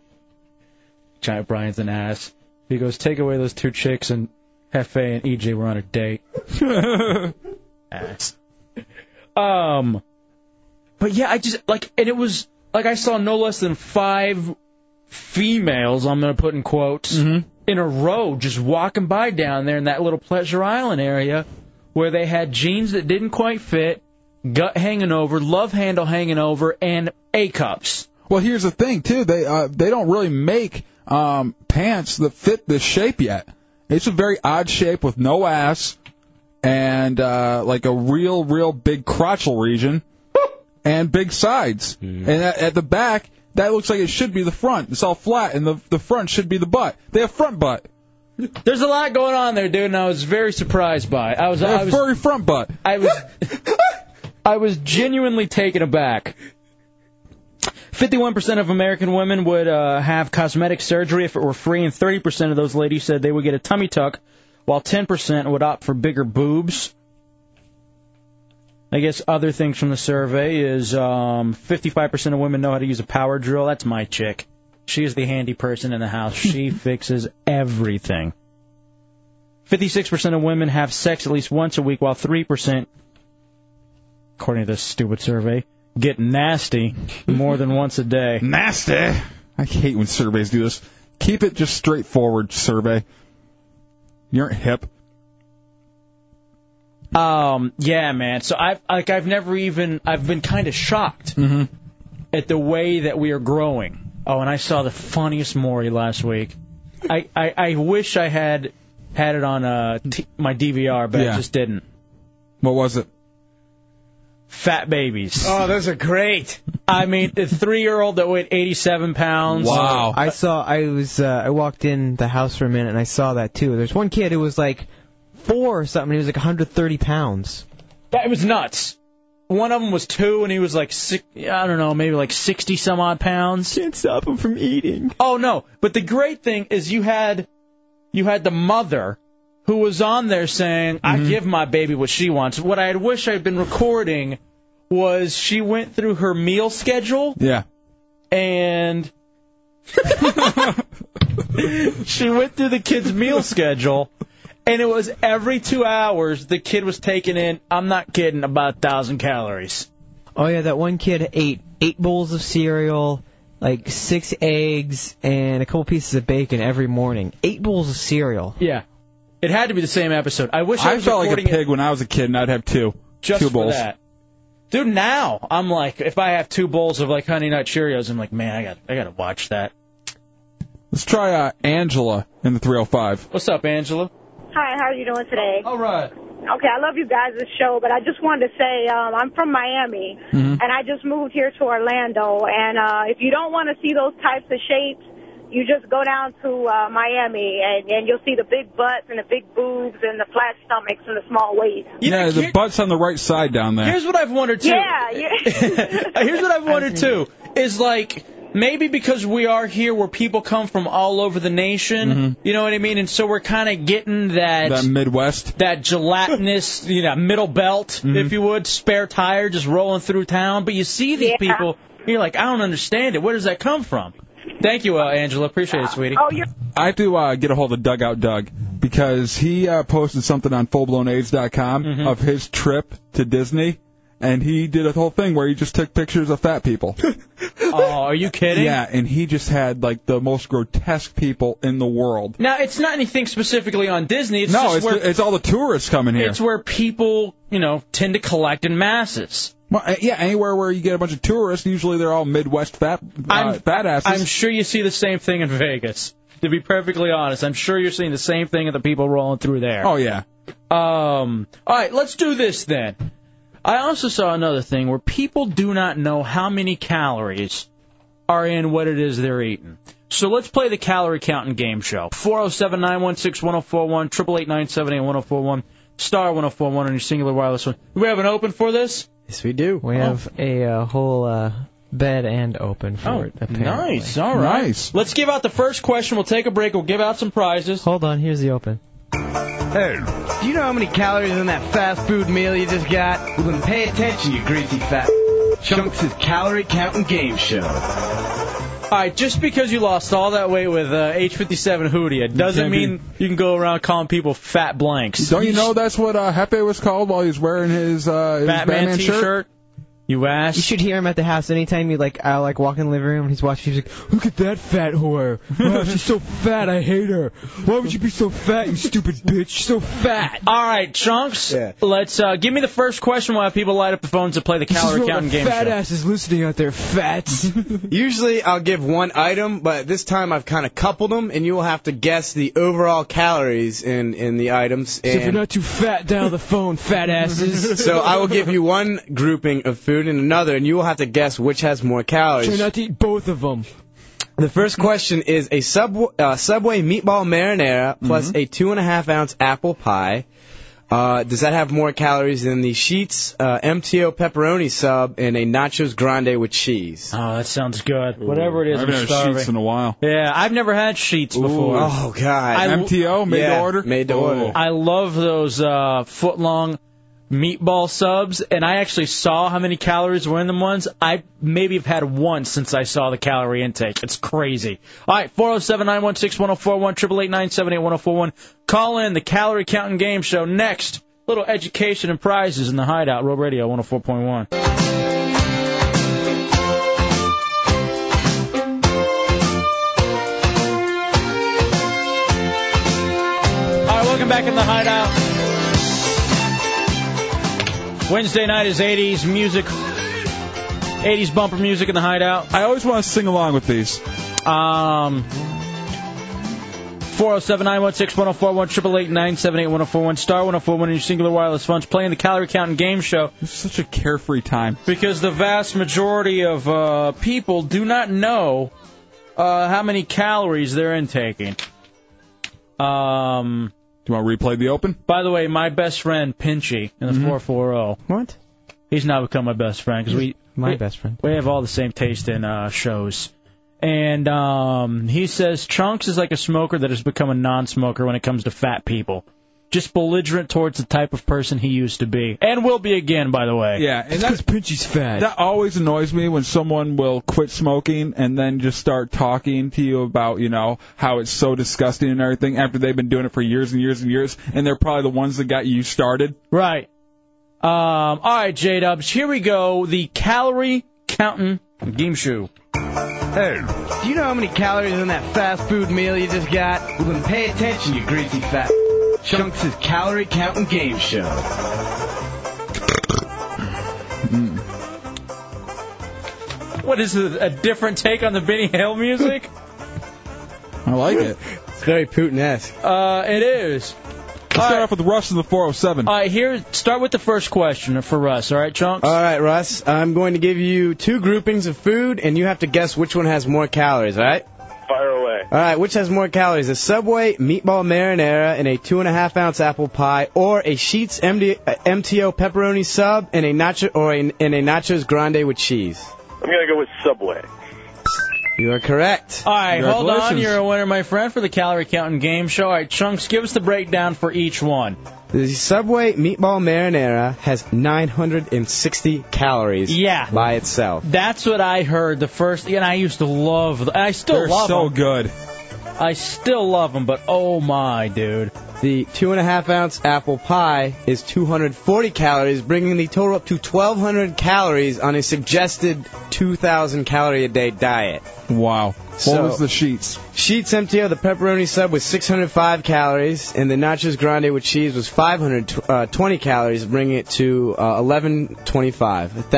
Speaker 3: Giant Brian's an ass. He goes, take away those two chicks and Hefe and EJ were on a date. ass. Um, but yeah, I just like, and it was like I saw no less than five females. I'm gonna put in quotes in a row, just walking by down there in that little Pleasure Island area, where they had jeans that didn't quite fit, gut hanging over, love handle hanging over, and A cups.
Speaker 4: Well, here's the thing too. They uh, they don't really make um, pants that fit this shape yet. It's a very odd shape with no ass and uh, like a real real big crotchal region and big sides. And at, at the back, that looks like it should be the front. It's all flat, and the the front should be the butt. They have front butt.
Speaker 3: There's a lot going on there, dude, and I was very surprised by. It. I was,
Speaker 4: They have
Speaker 3: I was
Speaker 4: furry front butt.
Speaker 3: I was I was genuinely taken aback. 51% of American women would uh, have cosmetic surgery if it were free, and 30% of those ladies said they would get a tummy tuck, while 10% would opt for bigger boobs. I guess other things from the survey is um, 55% of women know how to use a power drill. That's my chick. She is the handy person in the house. She fixes everything. 56% of women have sex at least once a week, while 3%, according to this stupid survey, get nasty more than once a day.
Speaker 4: Nasty? I hate when surveys do this. Keep it just straightforward, survey. You aren't hip.
Speaker 3: Um, yeah, man. So I've like I've never even I've been kind of shocked at the way that we are growing. Oh, and I saw the funniest Maury last week. I, I, I wish I had had it on uh, t- my DVR, but I
Speaker 4: Yeah.
Speaker 3: just didn't.
Speaker 4: What was it?
Speaker 3: Fat babies.
Speaker 5: Oh, those are great.
Speaker 3: I mean, the three-year-old that weighed 87 pounds.
Speaker 6: I saw. I was. Uh, I walked in the house for a minute and I saw that too. There's one kid who was like four or something. He was like 130 pounds.
Speaker 3: That it was nuts. One of them was two, and he was like six, I don't know, maybe like sixty some odd pounds. Can't stop him from eating. Oh no! But the great thing is you had, you had the mother who was on there saying, "I give my baby what she wants." What I had wish I had been recording was she went through her meal schedule
Speaker 4: Yeah.
Speaker 3: and she went through the kid's meal schedule, and it was every two hours the kid was taking in. I'm not kidding, about a thousand calories.
Speaker 6: Oh yeah, that one kid ate eight bowls of cereal, like six eggs, and a couple pieces of bacon every morning. Eight bowls of cereal.
Speaker 3: Yeah, it had to be the same episode. I wish I,
Speaker 4: I
Speaker 3: was
Speaker 4: felt like a
Speaker 3: recording it
Speaker 4: pig when I was a kid, and I'd have two.
Speaker 3: just
Speaker 4: two
Speaker 3: for
Speaker 4: bowls.
Speaker 3: that. Dude, now I'm like, if I have two bowls of like Honey Nut Cheerios, I'm like, man, I got, I gotta watch that.
Speaker 4: Let's try uh, Angela in the 305.
Speaker 3: What's up, Angela?
Speaker 22: Hi, how are you doing today?
Speaker 3: All right.
Speaker 22: Okay, I love you guys' show, but I just wanted to say um, I'm from Miami,
Speaker 14: Mhm.
Speaker 22: and I just moved here to Orlando. And uh, if you don't want to see those types of shapes, you just go down to uh, Miami, and, and you'll see the big butts and the big boobs and the flat stomachs and the small waist.
Speaker 4: yeah, the butt's on the right side down there.
Speaker 3: Here's what I've wondered too. Uh,
Speaker 22: Yeah, yeah.
Speaker 3: Here's what I've wondered too is like maybe because we are here where people come from all over the nation, you know what I mean, and so we're kind of getting that
Speaker 4: Mm-hmm. that Midwest. Mm-hmm.
Speaker 3: that gelatinous, you know, middle belt, if you would, spare tire just rolling through town. But you see these people, you're like, I don't understand it. Where does that come from? Thank you, uh, Angela. Appreciate it, sweetie.
Speaker 22: Oh, you're
Speaker 4: I have to uh, get a hold of Dugout Doug because he uh, posted something on FullBlownAge.com
Speaker 3: Mm-hmm.
Speaker 4: of his trip to Disney, and he did a whole thing where he just took pictures of fat people.
Speaker 3: oh, are you kidding?
Speaker 4: Yeah, and he just had like the most grotesque people in the world.
Speaker 3: Now it's not anything specifically on Disney. It's
Speaker 4: no,
Speaker 3: just
Speaker 4: it's,
Speaker 3: where
Speaker 4: it's all the tourists coming here.
Speaker 3: it's where people, you know, tend to collect in masses.
Speaker 4: Well, uh, yeah, anywhere where you get a bunch of tourists, usually they're all Midwest fat uh, fat asses.
Speaker 3: I'm sure you see the same thing in Vegas. To be perfectly honest, I'm sure you're seeing the same thing of the people rolling through there.
Speaker 4: Oh yeah.
Speaker 3: Um. All right, let's do this then. I also saw another thing where people do not know how many calories are in what it is they're eating. So let's play the calorie counting game show. 407 916 1041, 888 978 1041, star 1041 on your singular wireless one. Do we have an open for this?
Speaker 5: Yes, we do.
Speaker 3: Oh.
Speaker 6: We have a uh, whole uh, bed and open for
Speaker 3: Oh,
Speaker 6: it. Apparently.
Speaker 3: Nice. All right. Let's give out the first question. We'll take a break. We'll give out some prizes.
Speaker 6: Hold on. Here's the open.
Speaker 5: Hey, do you know how many calories in that fast food meal you just got? Well, then pay attention, you greasy fat. Chunks' calorie counting game show.
Speaker 3: All right, just because you lost all that weight with uh, H57 Hoodia doesn't
Speaker 4: can't
Speaker 3: mean you can go around calling people fat blanks.
Speaker 4: Don't you know that's what uh, Hefe was called while he was wearing his, uh, his
Speaker 3: Batman
Speaker 4: shirt?
Speaker 3: t-shirt? You asked.
Speaker 6: You should hear him at the house anytime you like. I like walk in the living room and he's watching. He's like, "Look at that fat whore! Wow, she's so fat. I hate her. Why would you be so fat, you stupid bitch? So fat."
Speaker 3: All right, chunks. Let's uh, give me the first question. While people light up the phones to play the calorie counting game show.
Speaker 5: asses listening out there, fats. Usually I'll give one item, but this time I've kind of coupled them, and you will have to guess the overall calories in, in the items.
Speaker 6: if you're
Speaker 5: and-
Speaker 6: not too fat, dial the phone, fat asses.
Speaker 5: so I will give you one grouping of food and another, and you will have to guess which has more
Speaker 6: Try
Speaker 5: calories.
Speaker 6: not to eat both of them.
Speaker 5: The first question is a sub, uh, Subway meatball marinara plus
Speaker 3: Mm-hmm.
Speaker 5: a two and a half ounce apple pie. Uh, does that have more calories than the Sheets uh, MTO pepperoni sub and a nachos grande with cheese?
Speaker 3: Oh, that sounds good. Whatever it is,
Speaker 5: I
Speaker 3: I'm
Speaker 5: haven't had
Speaker 3: starving.
Speaker 5: sheets in
Speaker 4: a while.
Speaker 3: Yeah, I've never had sheets before.
Speaker 5: Oh God! Yeah, Made to order. Oh.
Speaker 3: I love those uh, foot long meatball subs, and I actually saw how many calories were in them ones. I maybe have had one since I saw the calorie intake. It's crazy. All right, 407 916 1041, 888 978 1041. Call in the Calorie Counting Game Show next. Little education and prizes in the hideout, Road Radio 104.1. All right, welcome back in the hideout. Wednesday night is 80s music 80s bumper music in the hideout.
Speaker 4: I always want to sing along with these.
Speaker 3: Um, 407 916 1041, 888 978 1041, star 1041 in your singular wireless phones, playing the calorie counting game show.
Speaker 4: It's such a carefree time.
Speaker 3: Because the vast majority of uh, people do not know uh, how many calories they're intaking. Um,
Speaker 4: do you want to replay the open?
Speaker 3: By the way, my best friend Pinchy in the 440.
Speaker 6: Mm-hmm. What?
Speaker 3: He's now become my best friend because we
Speaker 6: My
Speaker 3: we-
Speaker 6: best friend.
Speaker 3: We have all the same taste in uh, shows. And um, he says Chunks is like a smoker that has become a non-smoker when it comes to fat people. Just belligerent towards the type of person he used to be, and will be again, by the way.
Speaker 4: Yeah, and that's
Speaker 6: Pinchy's fat.
Speaker 4: That always annoys me when someone will quit smoking and then just start talking to you about, you know, how it's so disgusting and everything after they've been doing it for years and years and years, and they're probably the ones that got you started.
Speaker 3: Right. Um, all right, J Dubs, here we go. The calorie counting game shoe.
Speaker 5: Hey, do you know how many calories in that fast food meal you just got? Well, then pay attention, you greasy fat. Chunks' calorie counting game show.
Speaker 3: What is it? A different take on the Benny Hill music?
Speaker 4: I like it.
Speaker 5: It's very Putin-esque.
Speaker 3: Uh, it is.
Speaker 4: Let's start off with Russ in the 407.
Speaker 3: All right, here, start with the first question for Russ. All right, Chunks.
Speaker 5: All right, Russ. I'm going to give you two groupings of food, and you have to guess which one has more calories. All right?
Speaker 19: Fire away.
Speaker 5: All right. Which has more calories? A Subway meatball marinara and a two and a half ounce apple pie, or a Sheets MD, uh, MTO pepperoni sub and a nacho or a, and a nachos grande with cheese.
Speaker 19: I'm gonna go with Subway.
Speaker 5: You are correct.
Speaker 3: All right, hold on. You're a winner, my friend, for the calorie counting game show. All right, Chunks, give us the breakdown for each one.
Speaker 5: The Subway meatball marinara has 960 calories.
Speaker 3: Yeah.
Speaker 5: By itself.
Speaker 3: That's what I heard the first, and I used to love. th- I still
Speaker 5: They're
Speaker 3: love
Speaker 5: so
Speaker 3: them.
Speaker 4: good.
Speaker 3: I still love them, but oh my, dude.
Speaker 5: The two and a half ounce apple pie is 240 calories, bringing the total up to 1,200 calories on a suggested 2,000 calorie a day diet.
Speaker 4: Wow. What
Speaker 5: So-
Speaker 4: was the sheets?
Speaker 5: Sheets MTO, the pepperoni sub was 605 calories, and the nachos grande with cheese was 520 uh, calories, bringing it to uh, 1125,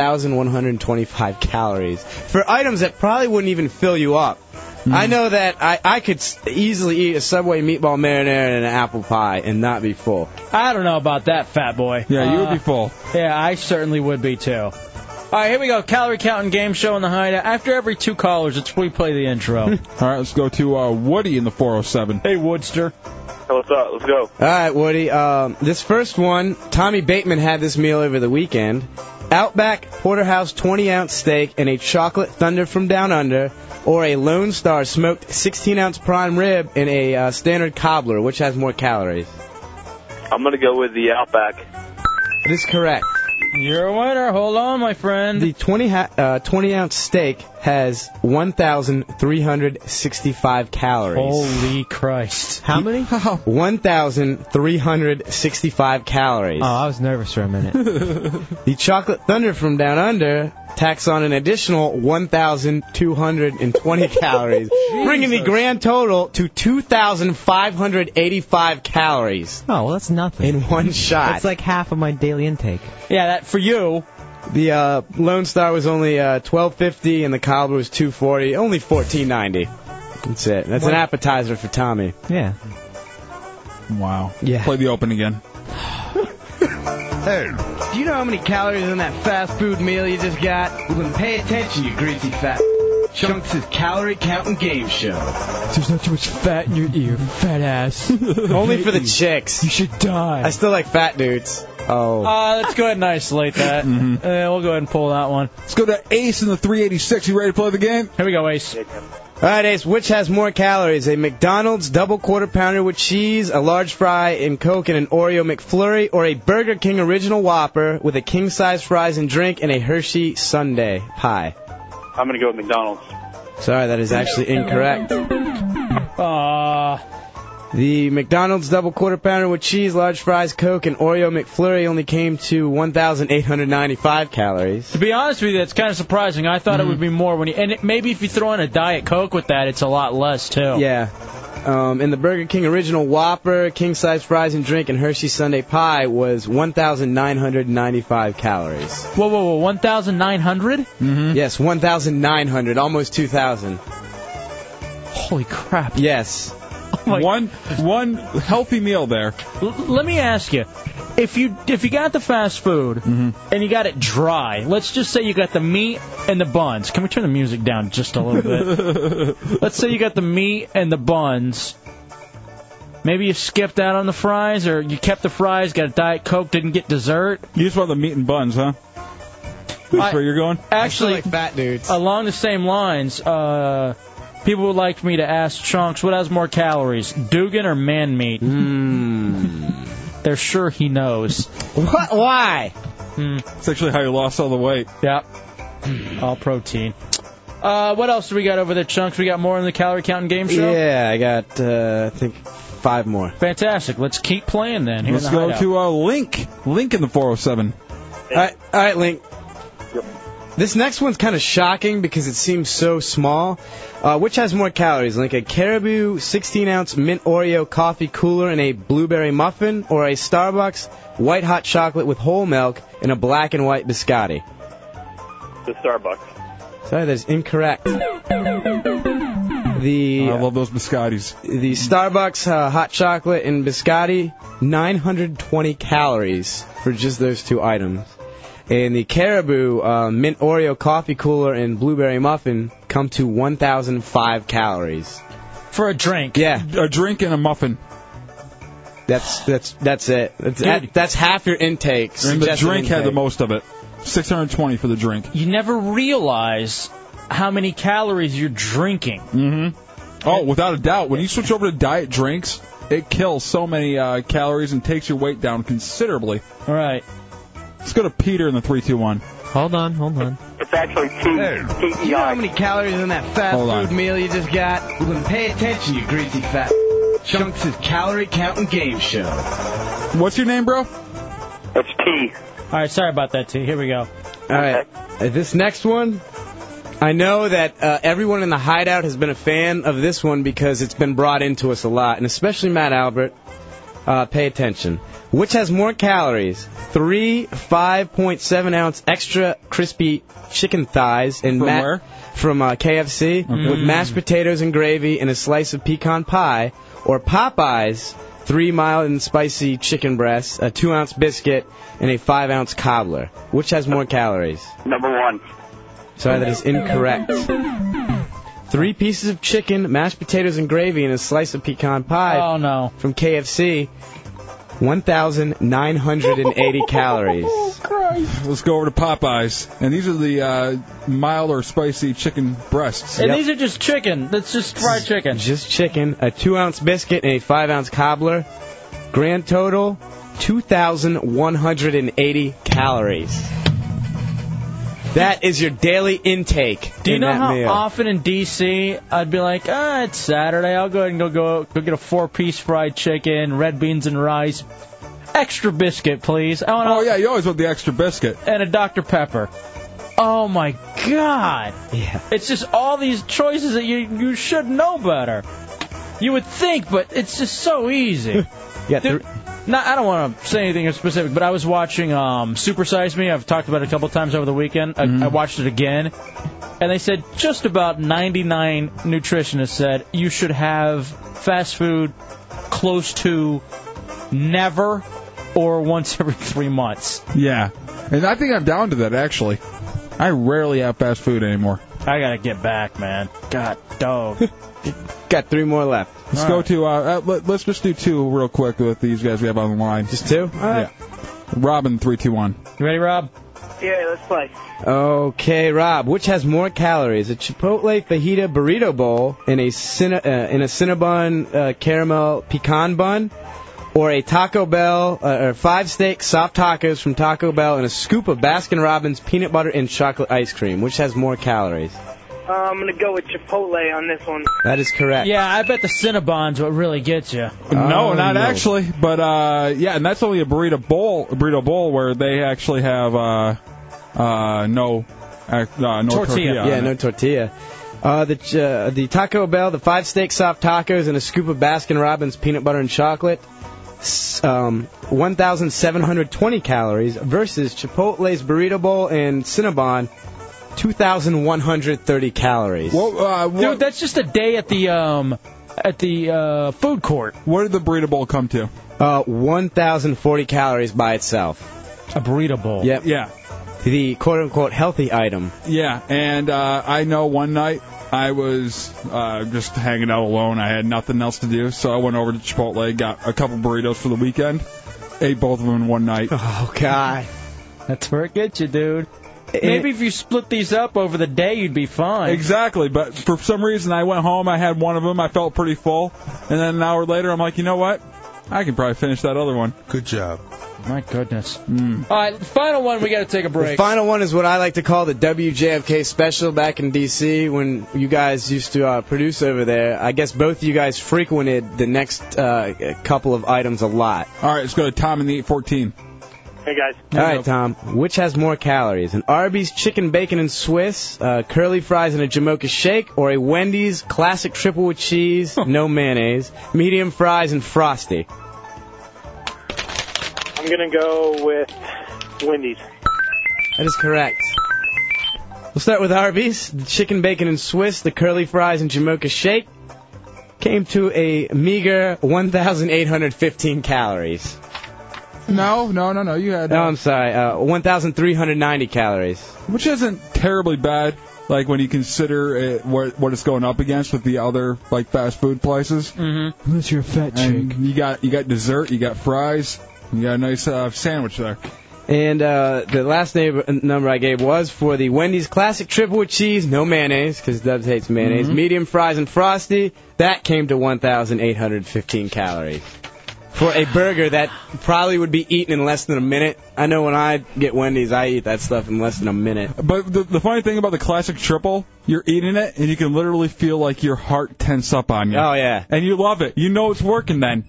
Speaker 5: 1,125 calories for items that probably wouldn't even fill you up. I know that I, I could s- easily eat a Subway meatball marinara and an apple pie and not be full.
Speaker 3: I don't know about that, fat boy. Uh,
Speaker 5: Yeah, you would be
Speaker 4: full.
Speaker 3: Yeah, I certainly would be too. All right, here we go. Calorie counting game show in the hideout. After every two callers, it's we play the intro.
Speaker 4: All right, let's go to uh, Woody in the 407.
Speaker 3: Hey, Woodster.
Speaker 19: What's up? Let's go.
Speaker 5: All right, Woody. Um, this first one, Tommy Bateman had this meal over the weekend. Outback Porterhouse 20 ounce steak and a chocolate thunder from down under, or a Lone Star smoked 16 ounce prime rib and a uh, standard cobbler, which has more calories.
Speaker 19: I'm gonna go with the Outback.
Speaker 5: That is correct.
Speaker 3: You're a winner. Hold on, my friend.
Speaker 5: The 20 ha- uh, 20 ounce steak has 1,365 calories.
Speaker 3: Holy Christ!
Speaker 5: How many? 1,365 calories.
Speaker 6: Oh, I was nervous for a minute.
Speaker 5: The Chocolate Thunder from Down Under tacks on an additional 1,220 calories, bringing the grand total to 2,585 calories.
Speaker 6: Oh, well, that's nothing.
Speaker 5: In one shot.
Speaker 6: That's like half of my daily intake.
Speaker 3: Yeah, that for you.
Speaker 5: The uh, Lone Star was only uh, 1,250 and the Cobbler was 240, only 1,490. That's it. That's an appetizer for Tommy.
Speaker 6: Yeah.
Speaker 4: Wow. Yeah. Play the open again.
Speaker 5: Hey, do you know how many calories in that fast food meal you just got? Well, then pay attention, you greasy fat. Chunks' calorie counting game show.
Speaker 6: There's not too much fat in your ear, fat ass.
Speaker 5: Only for the chicks. You
Speaker 6: should die.
Speaker 5: I still like fat dudes. Oh.
Speaker 3: Uh, let's go ahead and isolate that. Uh, we'll go ahead and pull that one.
Speaker 4: Mm-hmm. Let's go to Ace in the 386. You ready to play the game?
Speaker 3: Here we go, Ace.
Speaker 5: All right, Ace, which has more calories? A McDonald's double quarter pounder with cheese, a large fry and Coke and an Oreo McFlurry, or a Burger King original Whopper with a king size fries and drink and a Hershey Sundae pie?
Speaker 19: I'm gonna go with McDonald's.
Speaker 5: Sorry, that is actually incorrect.
Speaker 3: Uh,
Speaker 5: The McDonald's double quarter pounder with cheese, large fries, Coke, and Oreo McFlurry only came to 1,895 calories.
Speaker 3: to be honest with you, that's kind of surprising.
Speaker 4: Mm-hmm.
Speaker 3: I thought it would be more when you, and it, maybe if you throw in a diet coke with that, it's a lot less too.
Speaker 5: Yeah. Um, and the Burger King original Whopper, king size fries and drink, and Hershey Sunday pie was 1,995 calories.
Speaker 3: Whoa, whoa, whoa, 1,900?
Speaker 5: Mm-hmm. Yes, 1,900, almost 2,000.
Speaker 3: Holy crap.
Speaker 5: Yes.
Speaker 4: one one healthy meal there.
Speaker 3: let me ask you. If you if you got the fast food
Speaker 4: Mm-hmm.
Speaker 3: and you got it dry, let's just say you got the meat and the buns. Can we turn the music down just a little bit? let's say you got the meat and the buns. Maybe you skipped out on the fries, or you kept the fries, got a diet coke, didn't get dessert.
Speaker 4: You just want the meat and buns, huh? That's where you're going.
Speaker 3: Actually,
Speaker 5: fat dudes.
Speaker 3: Along the same lines, uh, people would like me to ask Chunks what has more calories, Dugan or man meat? They're sure he knows.
Speaker 5: Hmm.
Speaker 3: Hmm.
Speaker 5: What? Why?
Speaker 4: It's actually how you lost all the weight.
Speaker 3: Yep. All protein. Uh, what else do we got over there, Chunks? We got more in the calorie counting game show.
Speaker 5: Yeah, I got, uh, I think, five more.
Speaker 3: Fantastic. Let's keep playing then. Here
Speaker 4: Let's
Speaker 3: in the
Speaker 4: go
Speaker 3: hideout.
Speaker 4: to uh, Link. Link in the 407.
Speaker 5: All right, all right, Link. This next one's kind of shocking because it seems so small. Uh, which has more calories, Link? A Caribou 16 ounce mint Oreo coffee cooler and a blueberry muffin, or a Starbucks white hot chocolate with whole milk and a black and white biscotti?
Speaker 12: The Starbucks.
Speaker 5: Sorry, that is incorrect. The I love
Speaker 4: those biscottis.
Speaker 5: The Starbucks uh, hot chocolate and biscotti, 920 calories for just those two items. And the Caribou uh, mint Oreo coffee cooler and blueberry muffin come to 1,005 calories.
Speaker 3: For a drink.
Speaker 5: Yeah.
Speaker 4: A drink and a muffin.
Speaker 5: That's that's that's it. That's,
Speaker 4: Dude.
Speaker 5: that- that's half your intake.
Speaker 4: And the
Speaker 5: suggested
Speaker 4: drink had the
Speaker 5: intake.
Speaker 4: most of it. 620 for the drink.
Speaker 3: You never realize how many calories you're drinking.
Speaker 4: Mm-hmm. Oh, without a doubt. When you switch over to diet drinks, it kills so many uh, calories and takes your weight down considerably.
Speaker 3: All right.
Speaker 4: Let's go to Peter in the 321.
Speaker 6: Hold on, hold on.
Speaker 5: It's actually E KPI. You know how many calories in that fast
Speaker 4: Hold on.
Speaker 5: food meal you just got? Well, then pay attention, you greasy fat. Chunks' calorie counting game show.
Speaker 4: What's your name, bro?
Speaker 5: It's P.
Speaker 3: All right, sorry about that, T. Here we go.
Speaker 5: All right. Uh, This next one, I know that uh, everyone in the hideout has been a fan of this one because it's been brought into us a lot, and especially Matt Albert. Uh, pay attention. Which has more calories? Three 5.7 ounce extra crispy chicken thighs and
Speaker 4: From
Speaker 5: ma-
Speaker 4: where? Mm-hmm.
Speaker 5: from uh, KFC with mashed potatoes and gravy and a slice of pecan pie, or Popeyes three mild and spicy chicken breasts, a two ounce biscuit, and a five ounce cobbler. Which has more calories?
Speaker 19: Number one.
Speaker 5: Sorry, that is incorrect. Three pieces of chicken, mashed potatoes and gravy, and a slice of pecan pie.
Speaker 3: Oh no!
Speaker 5: From KFC, 1,980 calories.
Speaker 4: Let's go over to Popeyes. And these are the uh, mild or spicy chicken breasts.
Speaker 3: And these are just chicken. That's just fried chicken.
Speaker 5: Just chicken, a two ounce biscuit, and a five ounce cobbler. Grand total, 2,180 calories. That is your daily intake.
Speaker 3: Do you
Speaker 5: in
Speaker 3: know
Speaker 5: that
Speaker 3: how
Speaker 5: meal.
Speaker 3: often in D.C. I'd be like, ah, it's Saturday. I'll go ahead and go go, go get a four-piece fried chicken, red beans and rice, extra biscuit, please. I want
Speaker 4: Oh, yeah, you always want the extra biscuit.
Speaker 3: and a Dr. Pepper. Oh my God!
Speaker 5: Yeah.
Speaker 3: It's just all these choices that you you should know better. You would think, but it's just so easy.
Speaker 5: Yeah,
Speaker 3: Dude, no, I don't want to say anything specific, but I was watching um, Super Size Me. I've talked about it a couple times over the weekend. I,
Speaker 4: Mm-hmm.
Speaker 3: I watched it again, and they said just about 99 nutritionists said you should have fast food close to never or once every three months.
Speaker 4: Yeah. And I think I'm down to that, actually. I rarely have fast food anymore.
Speaker 3: I gotta get back, man. God, dog.
Speaker 5: Got three more left.
Speaker 4: Let's go to, uh, uh, let, let's just do two real quick with these guys we have on the line.
Speaker 5: Just two?
Speaker 4: Yeah. Robin321.
Speaker 3: You ready, Rob?
Speaker 17: Yeah, let's play.
Speaker 5: Okay, Rob. Which has more calories, a Chipotle fajita burrito bowl in a cinna- uh, in a Cinnabon uh, caramel pecan bun, or a Taco Bell uh, or five steak soft tacos from Taco Bell and a scoop of Baskin Robbins peanut butter and chocolate ice cream? Which has more calories?
Speaker 17: Uh, I'm gonna go with Chipotle on this one.
Speaker 5: That is correct.
Speaker 3: Yeah, I bet the Cinnabon's what really gets you.
Speaker 4: No,
Speaker 5: Oh,
Speaker 4: not
Speaker 5: no.
Speaker 4: actually. But uh, yeah, and that's only a burrito bowl, a burrito bowl where they actually have uh, uh, no, uh, no tortilla.
Speaker 5: Yeah, no tortilla. Uh, the uh, the Taco Bell, the five steak soft tacos, and a scoop of Baskin Robbins peanut butter and chocolate. S- Um, 1,720 calories versus Chipotle's burrito bowl and Cinnabon, 2,130 calories.
Speaker 4: uh,
Speaker 3: Dude, that's just a day at the um at the uh, food court.
Speaker 5: What did the burrito bowl come to? Uh, 1,040 calories by itself.
Speaker 3: A burrito bowl.
Speaker 5: Yep.
Speaker 4: Yeah.
Speaker 5: The quote unquote healthy item.
Speaker 4: Yeah, and uh, I know one night I was uh, just hanging out alone. I had nothing else to do, so I went over to Chipotle, got a couple burritos for the weekend, ate both of them in one night.
Speaker 5: Oh God,
Speaker 3: that's where it gets you, dude. Maybe if you split these up over the day, you'd be fine.
Speaker 4: Exactly, but for some reason I went home. I had one of them. I felt pretty full, and then an hour later I'm like, you know what? I can probably finish that other one.
Speaker 5: Good job.
Speaker 3: My goodness.
Speaker 5: Hmm.
Speaker 3: All right, final one. We got to take a
Speaker 5: The
Speaker 3: break.
Speaker 5: final one is what I like to call the WJFK special back in D.C. when you guys used to uh, produce over there. I guess both of you guys frequented the next uh, couple of items a lot.
Speaker 4: All right, let's go to Tom in the 814.
Speaker 16: Hey guys.
Speaker 5: All right, Tom. Which has more calories, an Arby's chicken bacon and Swiss, uh, curly fries and a Jamocha shake, or a Wendy's classic triple with cheese, no mayonnaise, medium fries and frosty?
Speaker 19: I'm gonna go with Wendy's.
Speaker 5: That is correct. We'll start with Arby's. The chicken bacon and Swiss, the curly fries and Jamocha shake came to a meager 1,815 calories.
Speaker 4: No, no, no, no. You had.
Speaker 5: No, I'm sorry, uh, 1,390 calories.
Speaker 4: Which isn't terribly bad, like when you consider it, what, what it's going up against with the other like fast food places.
Speaker 6: Mm-hmm. Unless you're a fat chick.
Speaker 4: And you got you got dessert, you got fries, you got a nice uh, sandwich there.
Speaker 5: And uh, the last neighbor, number I gave was for the Wendy's classic triple with cheese, no mayonnaise, because Dubs hates mayonnaise, medium fries and frosty. That came to 1,815 calories. For a burger that probably would be eaten in less than a minute. I know when I get Wendy's, I eat that stuff in less than a minute.
Speaker 4: But the, the funny thing about the classic triple, you're eating it and you can literally feel like your heart tense up on you.
Speaker 5: Oh, yeah.
Speaker 4: And you love it. You know it's working then.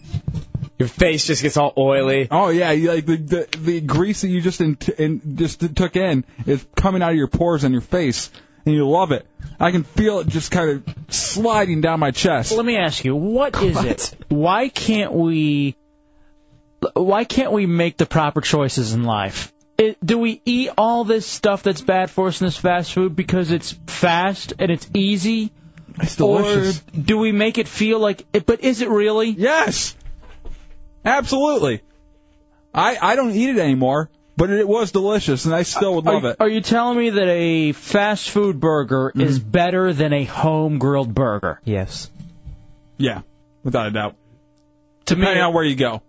Speaker 5: Your face just gets all oily.
Speaker 4: Oh yeah, you- like the the, the grease that you just in, in, just took in is coming out of your pores on your face, and you love it. I can feel it just kind of sliding down my chest.
Speaker 3: Let me ask you, what is it? Why can't we? Why can't we make the proper choices in life? It, do we eat all this stuff that's bad for us in this fast food because it's fast and it's easy?
Speaker 4: It's delicious.
Speaker 3: Or do we make it feel like? It, but is it really?
Speaker 4: Yes. Absolutely. I I don't eat it anymore, but it, was delicious, and I still would love
Speaker 3: are,
Speaker 4: it. Mm-hmm.
Speaker 3: Are you telling me that a fast food burger is better than a home grilled burger?
Speaker 6: Yes.
Speaker 4: Yeah, without a doubt.
Speaker 3: To me,
Speaker 4: Depending on where you go.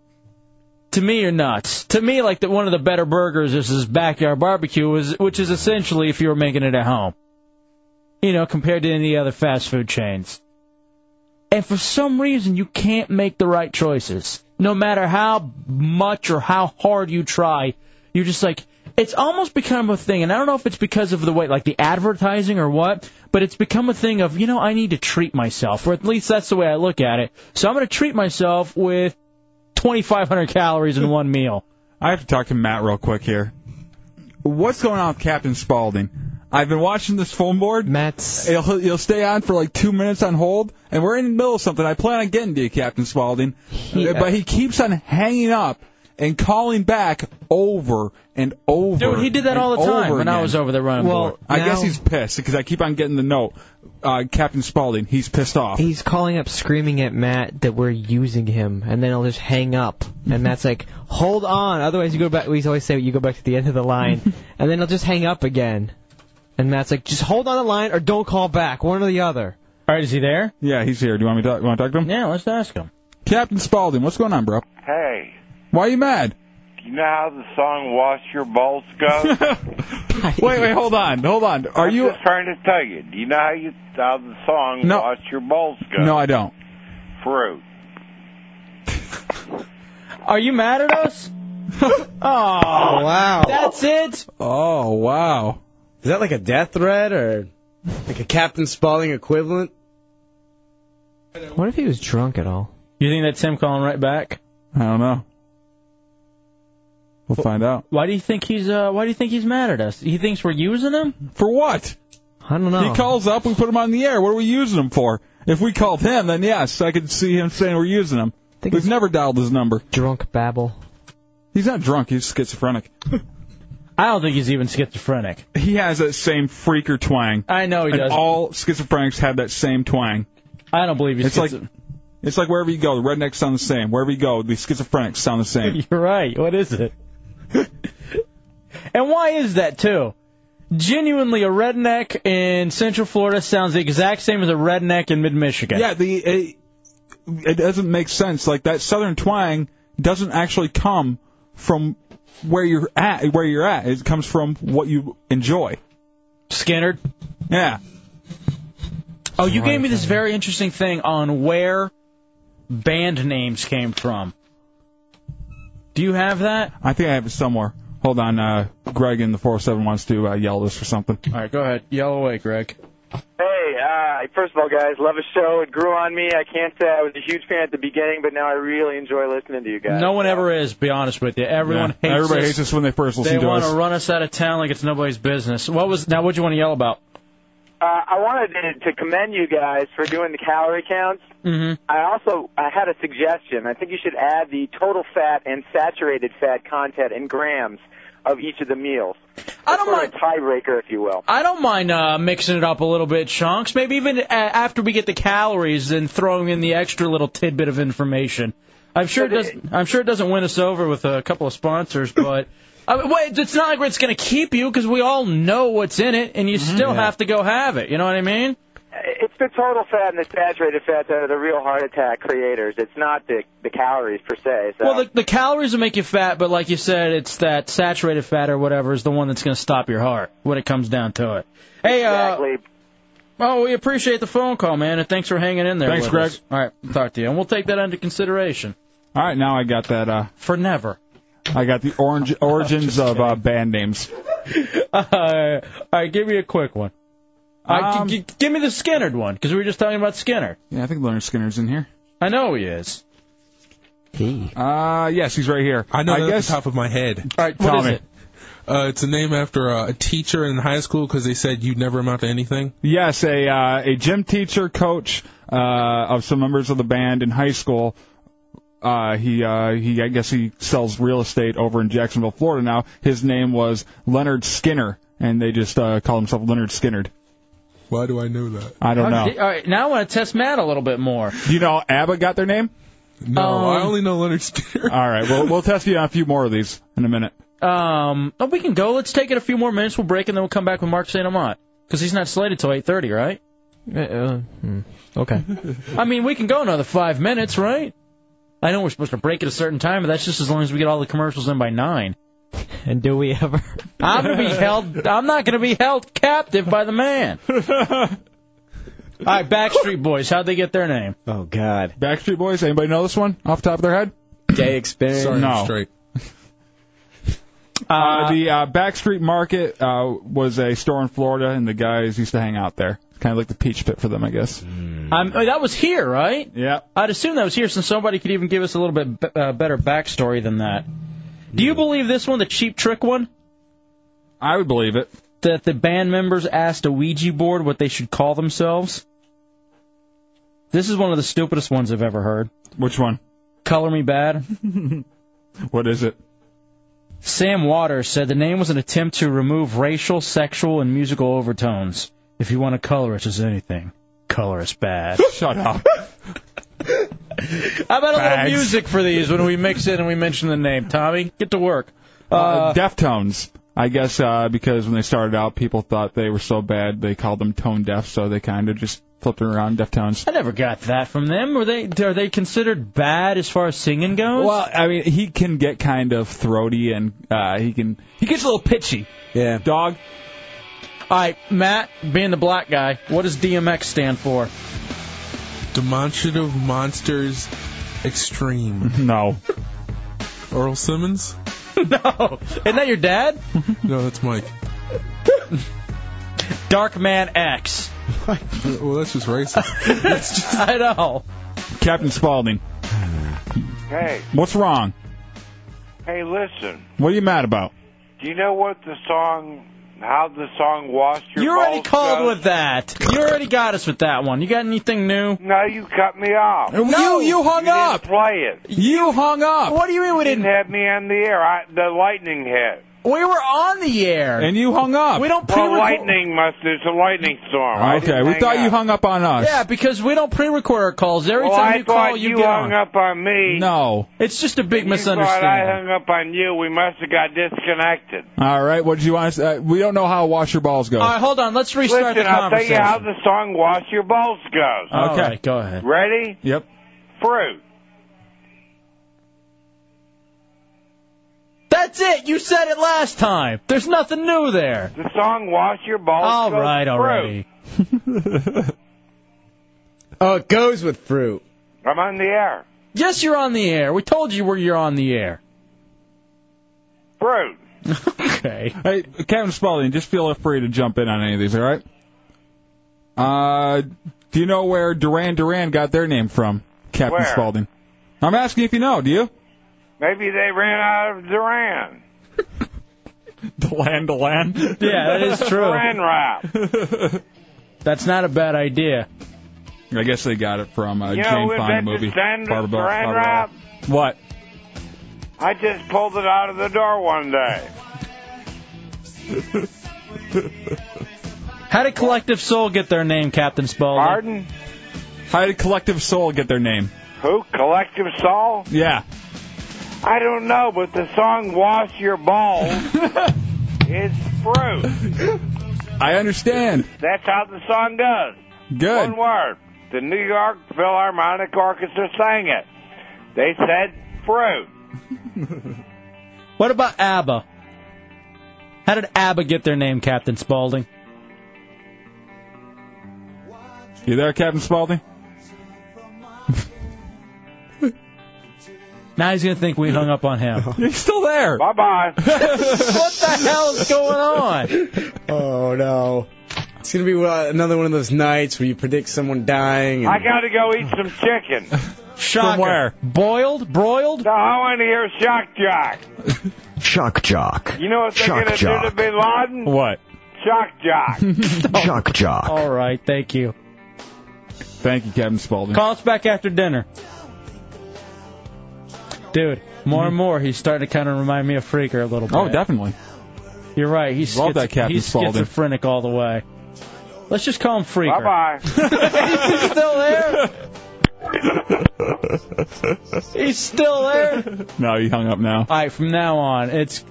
Speaker 3: To me, you're nuts. To me, like the, one of the better burgers is this backyard barbecue, is, which is essentially if you were making it at home. You know, compared to any other fast food chains. And for some reason, you can't make the right choices. No matter how much or how hard you try, you're just like, it's almost become a thing. And I don't know if it's because of the way, like the advertising or what, but it's become a thing of, you know, I need to treat myself, or at least that's the way I look at it. So I'm going to treat myself with 2,500 calories in one meal.
Speaker 4: I have to talk to Matt real quick here. What's going on with Captain Spaulding? I've been watching this phone board.
Speaker 6: Matt's.
Speaker 4: It'll, it'll stay on for like two minutes on hold, and we're in the middle of something. I plan on getting to you, Captain Spaulding. Uh, But he keeps on hanging up and calling back over and over.
Speaker 3: Dude, he did that
Speaker 4: and
Speaker 3: all the time
Speaker 4: over
Speaker 3: when I
Speaker 4: again.
Speaker 3: was over there running
Speaker 6: Well,
Speaker 3: board.
Speaker 4: I
Speaker 6: now-
Speaker 4: guess he's pissed because I keep on getting the note. Uh, Captain Spaulding, he's pissed off.
Speaker 6: He's calling up, screaming at Matt that we're using him, and then he'll just hang up. And Matt's like, "Hold on, otherwise you go back." We always say you go back to the end of the line, and then he'll just hang up again. And Matt's like, "Just hold on the line, or don't call back. One or the other."
Speaker 3: All right, is he there?
Speaker 4: Yeah, he's here. Do you want me to talk, you want to, talk to him?
Speaker 3: Yeah, let's ask him.
Speaker 4: Captain Spaulding, what's going on, bro?
Speaker 14: Hey,
Speaker 4: Why are you mad?
Speaker 14: you know how the song "Wash Your Balls" goes?
Speaker 4: wait, wait, hold on, hold on. Are
Speaker 14: I'm
Speaker 4: you?
Speaker 14: just trying to tell you. Do you know how you how the song
Speaker 4: No.
Speaker 14: "Wash Your Balls" goes?
Speaker 4: No, I don't.
Speaker 14: Fruit.
Speaker 3: Are you mad at us? oh,
Speaker 5: wow.
Speaker 3: That's it?
Speaker 4: Oh, wow.
Speaker 5: Is that like a death threat or like a Captain Spaulding equivalent?
Speaker 6: What if he was drunk at all?
Speaker 3: You think that's him calling right back?
Speaker 4: I don't know. We'll find out.
Speaker 3: Why do you think he's uh Why do you think he's mad at us? He thinks we're using him
Speaker 4: for what?
Speaker 6: I don't
Speaker 3: Oh.
Speaker 6: know.
Speaker 4: He calls up, we put him on the air. What are we using him for? If we called him, then yes, I could see him saying we're using him. We've never dialed his number.
Speaker 6: Drunk babble.
Speaker 4: He's not drunk. He's schizophrenic.
Speaker 3: I don't think he's even schizophrenic.
Speaker 4: He has that same freaker twang.
Speaker 3: I know he
Speaker 4: and
Speaker 3: does.
Speaker 4: All schizophrenics have that same twang.
Speaker 3: I don't believe he's
Speaker 4: it's like it's like wherever you go, the rednecks sound the same. Wherever you go, the schizophrenics sound the same.
Speaker 3: You're right. What is it? and why is that too? Genuinely, a redneck in Central Florida sounds the exact same as a redneck in Mid Michigan.
Speaker 4: Yeah, the it, it doesn't make sense. Like that southern twang doesn't actually come from where you're at. Where you're at, it comes from what you enjoy.
Speaker 3: Skinner.
Speaker 4: Yeah.
Speaker 3: Oh, you gave me this very interesting thing on where band names came from. Do you have that?
Speaker 4: I think I have it somewhere. Hold on, uh, Greg in the 407 wants to uh, yell this or something.
Speaker 3: All right, go ahead. Yell away, Greg.
Speaker 1: Hey, uh, first of all, guys, love the show. It grew on me. I can't say I was a huge fan at the beginning, but now I really enjoy listening to you guys.
Speaker 3: No one ever is, be honest with you. Everyone
Speaker 4: Yeah.
Speaker 3: hates
Speaker 4: Everybody
Speaker 3: us.
Speaker 4: hates us when they first listen
Speaker 3: They
Speaker 4: to
Speaker 3: want
Speaker 4: us.
Speaker 3: to run us out of town like it's nobody's business. What was now? What do you want to yell about?
Speaker 1: Uh, I wanted to, to commend you guys for doing the calorie counts.
Speaker 3: Mm-hmm.
Speaker 1: I also I had a suggestion. I think you should add the total fat and saturated fat content in grams of each of the meals.
Speaker 3: I don't
Speaker 1: mind a tiebreaker, if you will.
Speaker 3: I don't mind uh, mixing it up a little bit, chunks. Maybe even a- after we get the calories and throwing in the extra little tidbit of information. I'm sure it doesn't. I'm sure it doesn't win us over with a couple of sponsors, but I mean, wait, it's not like it's going to keep you because we all know what's in it, and you still have to go have it. You know what I mean?
Speaker 1: It's the total fat and the saturated fat that are the real heart attack creators. It's not the the calories per se. So.
Speaker 3: Well, the, the calories will make you fat, but like you said, it's that saturated fat or whatever is the one that's going to stop your heart when it comes down to it. Hey, uh, well, we appreciate the phone call, man, and thanks for hanging in there.
Speaker 4: Thanks,
Speaker 3: with
Speaker 4: Greg.
Speaker 3: us. All right, talk to you, and we'll take that under consideration.
Speaker 4: All right, now I got that. Uh,
Speaker 3: For never.
Speaker 4: I got the orange origins of uh, band names.
Speaker 3: Uh, all right, give me a quick one. All right,
Speaker 4: Um,
Speaker 3: g- g- give me the Skinner one because we were just talking about Skinner.
Speaker 4: Yeah, I think Leonard Skinner's in here.
Speaker 3: I know he is.
Speaker 4: He. Uh, yes, he's right here.
Speaker 23: I know that
Speaker 4: guess.
Speaker 23: off the top of my head.
Speaker 3: All right,
Speaker 23: Tommy.
Speaker 4: what is it?
Speaker 23: Uh, it's a name after uh, a teacher in high school because they said you'd never amount to anything.
Speaker 4: Yes, a uh, a gym teacher, coach uh, of some members of the band in high school. Uh, he uh, he I guess he sells real estate over in Jacksonville, Florida now. His name was Leonard Skinner, and they just uh, call himself Leonard Skinnerd.
Speaker 23: Why do I know that?
Speaker 4: I don't know.
Speaker 3: All right, now I want to test Matt a little bit more.
Speaker 4: Do you know ABBA got their name?
Speaker 23: No, I
Speaker 3: Um,
Speaker 23: only know Leonard Skinner.
Speaker 4: All right, well we'll test you on a few more of these in a minute.
Speaker 3: Um, oh, we can go. Let's take it a few more minutes. We'll break and then we'll come back with Mark St. Amant because he's not slated till 8:30, right?
Speaker 6: Uh-uh. Okay.
Speaker 3: I mean, we can go another five minutes, right? I know we're supposed to break at a certain time, but that's just as long as we get all the commercials in by nine.
Speaker 6: And do we ever?
Speaker 3: I'm gonna be held. I'm not gonna be held captive by the man. all right, Backstreet Boys. How'd they get their name?
Speaker 4: Oh God. Backstreet Boys. Anybody know this one off the top of their head?
Speaker 5: Gay experience.
Speaker 4: Sorry, I'm No. straight. Uh, the uh, Backstreet Market uh, was a store in Florida, and the guys used to hang out there. Kind of like the Peach Pit for them, I guess.
Speaker 3: I'm, oh, that was here, right?
Speaker 4: Yeah.
Speaker 3: I'd assume that was here, since somebody could even give us a little bit b- uh, better backstory than that. Do you believe this one, the cheap trick one?
Speaker 4: I would believe it.
Speaker 3: That the band members asked a Ouija board what they should call themselves. This is one of the stupidest ones I've ever heard.
Speaker 4: Which one?
Speaker 3: Color Me Bad.
Speaker 4: what is it?
Speaker 3: Sam Waters said the name was an attempt to remove racial, sexual, and musical overtones. If you want to color us as anything, color us bad.
Speaker 4: Shut up.
Speaker 3: How about a little
Speaker 4: Bags.
Speaker 3: music for these when we mix it and we mention the name? Tommy, get to work.
Speaker 4: Uh, Deftones. I guess uh, because when they started out, people thought they were so bad they called them tone deaf, so they kind of just flipped it around Deftones.
Speaker 3: I never got that from them. Were they are they considered bad as far as singing goes?
Speaker 4: Well, I mean, he can get kind of throaty, and uh, he can he gets a little pitchy.
Speaker 5: Yeah.
Speaker 4: Dog.
Speaker 3: All right, Matt, being the black guy, what does DMX stand for?
Speaker 23: Demonstrative Monsters Extreme.
Speaker 4: No.
Speaker 23: Earl Simmons?
Speaker 3: no. Isn't that your dad?
Speaker 23: no, that's Mike.
Speaker 3: Dark Man X.
Speaker 23: well, that's just racist.
Speaker 3: I know.
Speaker 4: Captain Spaulding.
Speaker 14: Hey,
Speaker 4: What's wrong?
Speaker 14: hey, listen.
Speaker 4: What are you mad about?
Speaker 14: Do you know what the song how the song washed your
Speaker 3: You already
Speaker 14: balls
Speaker 3: called
Speaker 14: goes?
Speaker 3: with that. You already got us with that one. You got anything new?
Speaker 14: No, you cut me off.
Speaker 3: No, you, you hung up.
Speaker 14: play it.
Speaker 3: You hung up. What do you mean we didn't?
Speaker 14: have me on the air. I, the lightning hit.
Speaker 3: We were on the air.
Speaker 4: And you hung up.
Speaker 3: We don't
Speaker 14: Well,
Speaker 3: pre-record.
Speaker 14: lightning must. It's a lightning storm. I
Speaker 4: Okay,
Speaker 14: didn't
Speaker 4: we
Speaker 14: hang
Speaker 4: thought you
Speaker 14: up.
Speaker 4: hung up on us.
Speaker 3: Yeah, because we don't pre-record our calls. Every
Speaker 14: Well,
Speaker 3: time
Speaker 14: Oh, I
Speaker 3: you call,
Speaker 14: thought
Speaker 3: you,
Speaker 14: you
Speaker 3: get on.
Speaker 14: hung up on me.
Speaker 4: No.
Speaker 3: It's just a big
Speaker 14: You thought I
Speaker 3: misunderstanding.
Speaker 14: hung up on you. We must have got disconnected.
Speaker 4: All right, what did you want to say? Uh, we don't know how wash your balls goes.
Speaker 14: All right,
Speaker 3: hold on. Let's
Speaker 14: Listen, I'll tell you how the song "Wash Your Balls" goes.
Speaker 4: All Okay. right,
Speaker 3: go ahead.
Speaker 14: Ready?
Speaker 4: Yep.
Speaker 14: Fruit.
Speaker 3: That's it. You said it last time. There's nothing new there.
Speaker 14: The song "Wash Your Balls."
Speaker 3: All
Speaker 14: goes
Speaker 3: right,
Speaker 14: fruit.
Speaker 3: already.
Speaker 5: Oh, it goes with fruit.
Speaker 14: I'm on the air.
Speaker 3: Yes, you're on the air. We told you where you're on the air.
Speaker 14: Fruit.
Speaker 3: Okay.
Speaker 4: Hey, Captain Spaulding, just feel free to jump in on any of these, all right? Uh, do you know where Duran Duran got their name from, Captain
Speaker 14: Where?
Speaker 4: Spaulding? I'm asking if you know. Do you?
Speaker 14: Maybe they ran out of Duran.
Speaker 4: Delan Delan.
Speaker 3: Yeah, that is true.
Speaker 14: Duran rap.
Speaker 3: That's not a bad idea.
Speaker 4: I guess they got it from uh,
Speaker 14: You know
Speaker 4: Jane
Speaker 14: who
Speaker 4: Fonda
Speaker 14: invented
Speaker 4: movie.
Speaker 14: Sand-
Speaker 4: Barbara Bel-
Speaker 14: Duran
Speaker 4: Barbara Bel-
Speaker 14: Wrap?
Speaker 4: What?
Speaker 14: I just pulled it out of the door one day.
Speaker 3: How did Collective Soul get their name, Captain Spaulding?
Speaker 14: Pardon?
Speaker 4: How did Collective Soul get their name?
Speaker 14: Who? Collective Soul?
Speaker 4: Yeah.
Speaker 14: I don't know, but the song "Wash Your Balls" is fruit.
Speaker 4: I understand.
Speaker 14: That's how the song goes.
Speaker 4: Good.
Speaker 14: One word. The New York Philharmonic Orchestra sang it. They said fruit.
Speaker 3: What about ABBA? How did ABBA get their name, Captain Spaulding?
Speaker 4: You there, Captain Spaulding?
Speaker 3: Now he's going to think we hung up on him. what
Speaker 4: He's still there.
Speaker 14: Bye bye.
Speaker 3: the hell's going on?
Speaker 5: Oh no. It's gonna be uh, another one of those nights where you predict someone dying. And...
Speaker 14: I gotta go eat some chicken.
Speaker 3: Shocker.
Speaker 5: where?
Speaker 3: Boiled? Broiled?
Speaker 14: No, I want to hear shock jock.
Speaker 9: Shock jock.
Speaker 14: You know what they're
Speaker 9: Shock
Speaker 14: gonna do
Speaker 9: jock.
Speaker 14: to Bin Laden?
Speaker 4: What?
Speaker 14: Shock jock.
Speaker 9: Shock jock.
Speaker 3: All right, thank you.
Speaker 4: Thank you, Captain Spaulding.
Speaker 3: Call us back after dinner. Dude, more and more he's starting to kind of remind me of Freaker a little bit.
Speaker 4: Mm-hmm. Oh, definitely.
Speaker 3: You're right. He's,
Speaker 4: Love that
Speaker 3: schizo-
Speaker 4: Captain
Speaker 3: he's
Speaker 4: Spaulding.
Speaker 3: schizophrenic all the way. Let's just call him Freaker.
Speaker 14: Bye
Speaker 3: bye. he's still there? He's still there?
Speaker 4: No, he hung up now.
Speaker 3: All right, from now on, it's.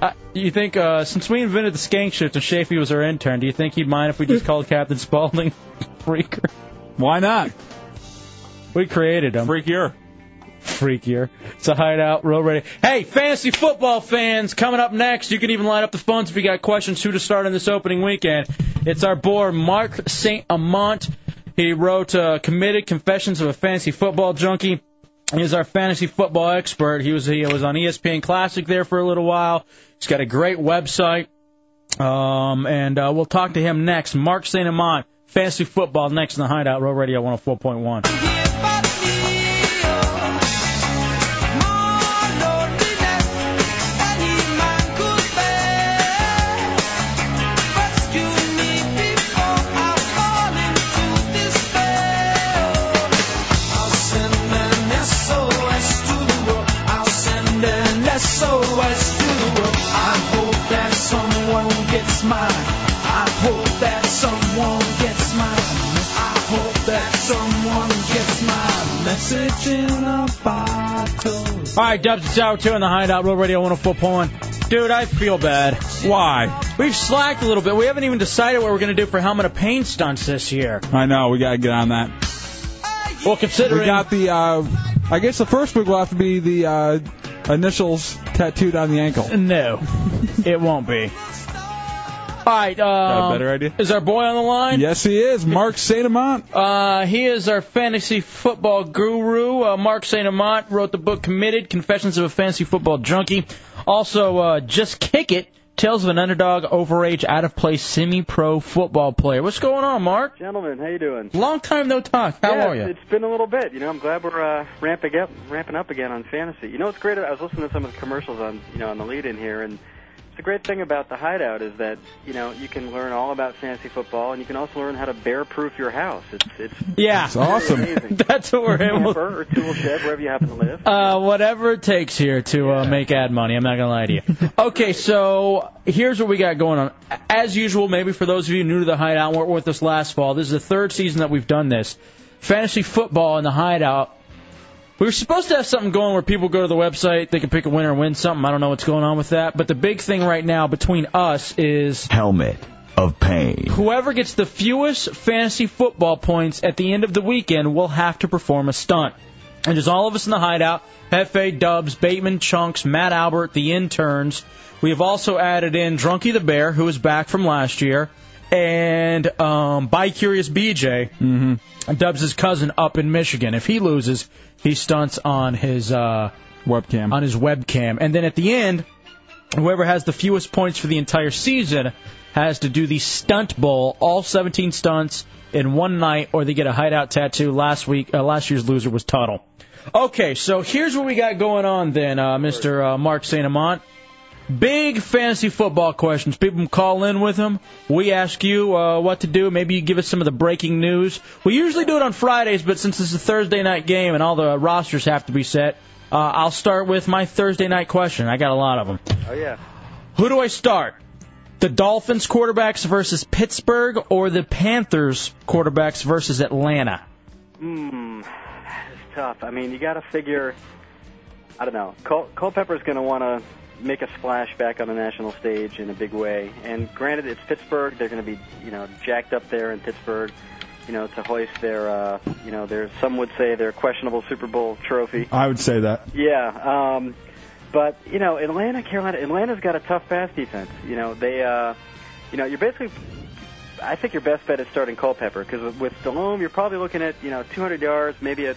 Speaker 3: Uh, you think uh, since we invented the skank shift and Shafee was our intern, do you think he'd mind if we just called Captain Spaulding Freaker?
Speaker 4: Why not?
Speaker 3: We created him.
Speaker 4: Freakier.
Speaker 3: Freakier. It's a hideout, real ready. Hey, fantasy football fans, coming up next, you can even line up the phones if you got questions who to start on this opening weekend. It's our boy Mark St. Amant. He wrote uh, Committed Confessions of a Fantasy Football Junkie. He's our fantasy football expert. He was he was on E ESPN Classic there for a little while. He's got a great website. Um, and uh, we'll talk to him next. Mark St. Amant, fantasy football next in the Hideout, Row Radio 104.1.
Speaker 9: Mine. I hope that someone gets mine. I hope that someone gets my message in a bottle.
Speaker 3: All right, Dubs, it's hour two in the Hideout, Real Radio 104.1. Dude, I feel bad.
Speaker 4: Why?
Speaker 3: We've slacked a little bit. We haven't even decided what we're going to do for helmet of pain stunts this year.
Speaker 4: I know. We gotta get on that.
Speaker 3: Well, considering
Speaker 4: we got the, uh, I guess the first week will have to be the uh, initials tattooed on the ankle.
Speaker 3: No, it won't be. All right, um,
Speaker 4: Got a better idea?
Speaker 3: Is our boy on the line?
Speaker 4: Yes, he is. Mark St. Amant.
Speaker 3: Uh, he is our fantasy football guru. Uh, Mark St. Amant wrote the book Committed Confessions of a Fantasy Football Junkie. Also, uh, Just Kick It Tales of an Underdog, Overage, Out of Place, Semi Pro Football Player. What's going on, Mark?
Speaker 10: Gentlemen, how you doing?
Speaker 3: Long time no talk. How
Speaker 10: Yeah,
Speaker 3: are you?
Speaker 10: It's been a little bit. You know, I'm glad we're uh, ramping up, ramping up again on fantasy. You know, it's great. I was listening to some of the commercials on, you know, on the lead in here, and the great thing about the hideout is that you know you can learn all about fantasy football, and you can also learn how to bear-proof your house. It's it's
Speaker 3: Yeah.
Speaker 10: it's awesome. amazing.
Speaker 3: That's what we're able
Speaker 10: Camper or tool shed, wherever you happen to live.
Speaker 3: Uh, whatever it takes here to uh, make ad money. I'm not gonna lie to you. Okay, so here's what we got going on. As usual, maybe for those of you new to the Hideout, weren't with us last fall. This is the third season that we've done this. Fantasy football in the Hideout. We were supposed to have something going where people go to the website, they can pick a winner and win something. I don't know what's going on with that, but the big thing right now between us is
Speaker 8: Helmet of pain.
Speaker 3: Whoever gets the fewest fantasy football points at the end of the weekend will have to perform a stunt. And just all of us in the hideout, Hefe, Dubs, Bateman, Chunks, Matt Albert, the interns. We have also added in Drunky the Bear, who is back from last year, and um, Bi Curious BJ, mm-hmm. Dubs' cousin up in Michigan. If he loses, he stunts on his uh,
Speaker 4: webcam.
Speaker 3: On his webcam, and then at the end, whoever has the fewest points for the entire season has to do the stunt bowl, all 17 stunts in one night, or they get a hideout tattoo. Last week, uh, last year's loser was Tuttle. Okay, so here's what we got going on then, uh, Mr. Uh, Mark Santamont. Big fantasy football questions. People can call in with them. We ask you uh, what to do. Maybe you give us some of the breaking news. We usually do it on Fridays, but since this is a Thursday night game and all the rosters have to be set, uh, I'll start with my Thursday night question. I got a lot of them.
Speaker 10: Oh yeah.
Speaker 3: Who do I start? The Dolphins quarterbacks versus Pittsburgh or the Panthers quarterbacks versus Atlanta?
Speaker 10: Hmm, it's tough. I mean, you got to figure. I don't know. Col- Culpepper's going to want to make a splash back on the national stage in a big way. And granted, it's Pittsburgh. They're going to be, you know, jacked up there in Pittsburgh. You know, to hoist their, uh, you know, their some would say their questionable Super Bowl trophy.
Speaker 4: I would say that.
Speaker 10: Yeah, um, but you know, Atlanta, Carolina, Atlanta's got a tough pass defense. You know, they, uh, you know, you're basically. I think your best bet is starting Culpepper because with Delhomme, you're probably looking at you know 200 yards, maybe a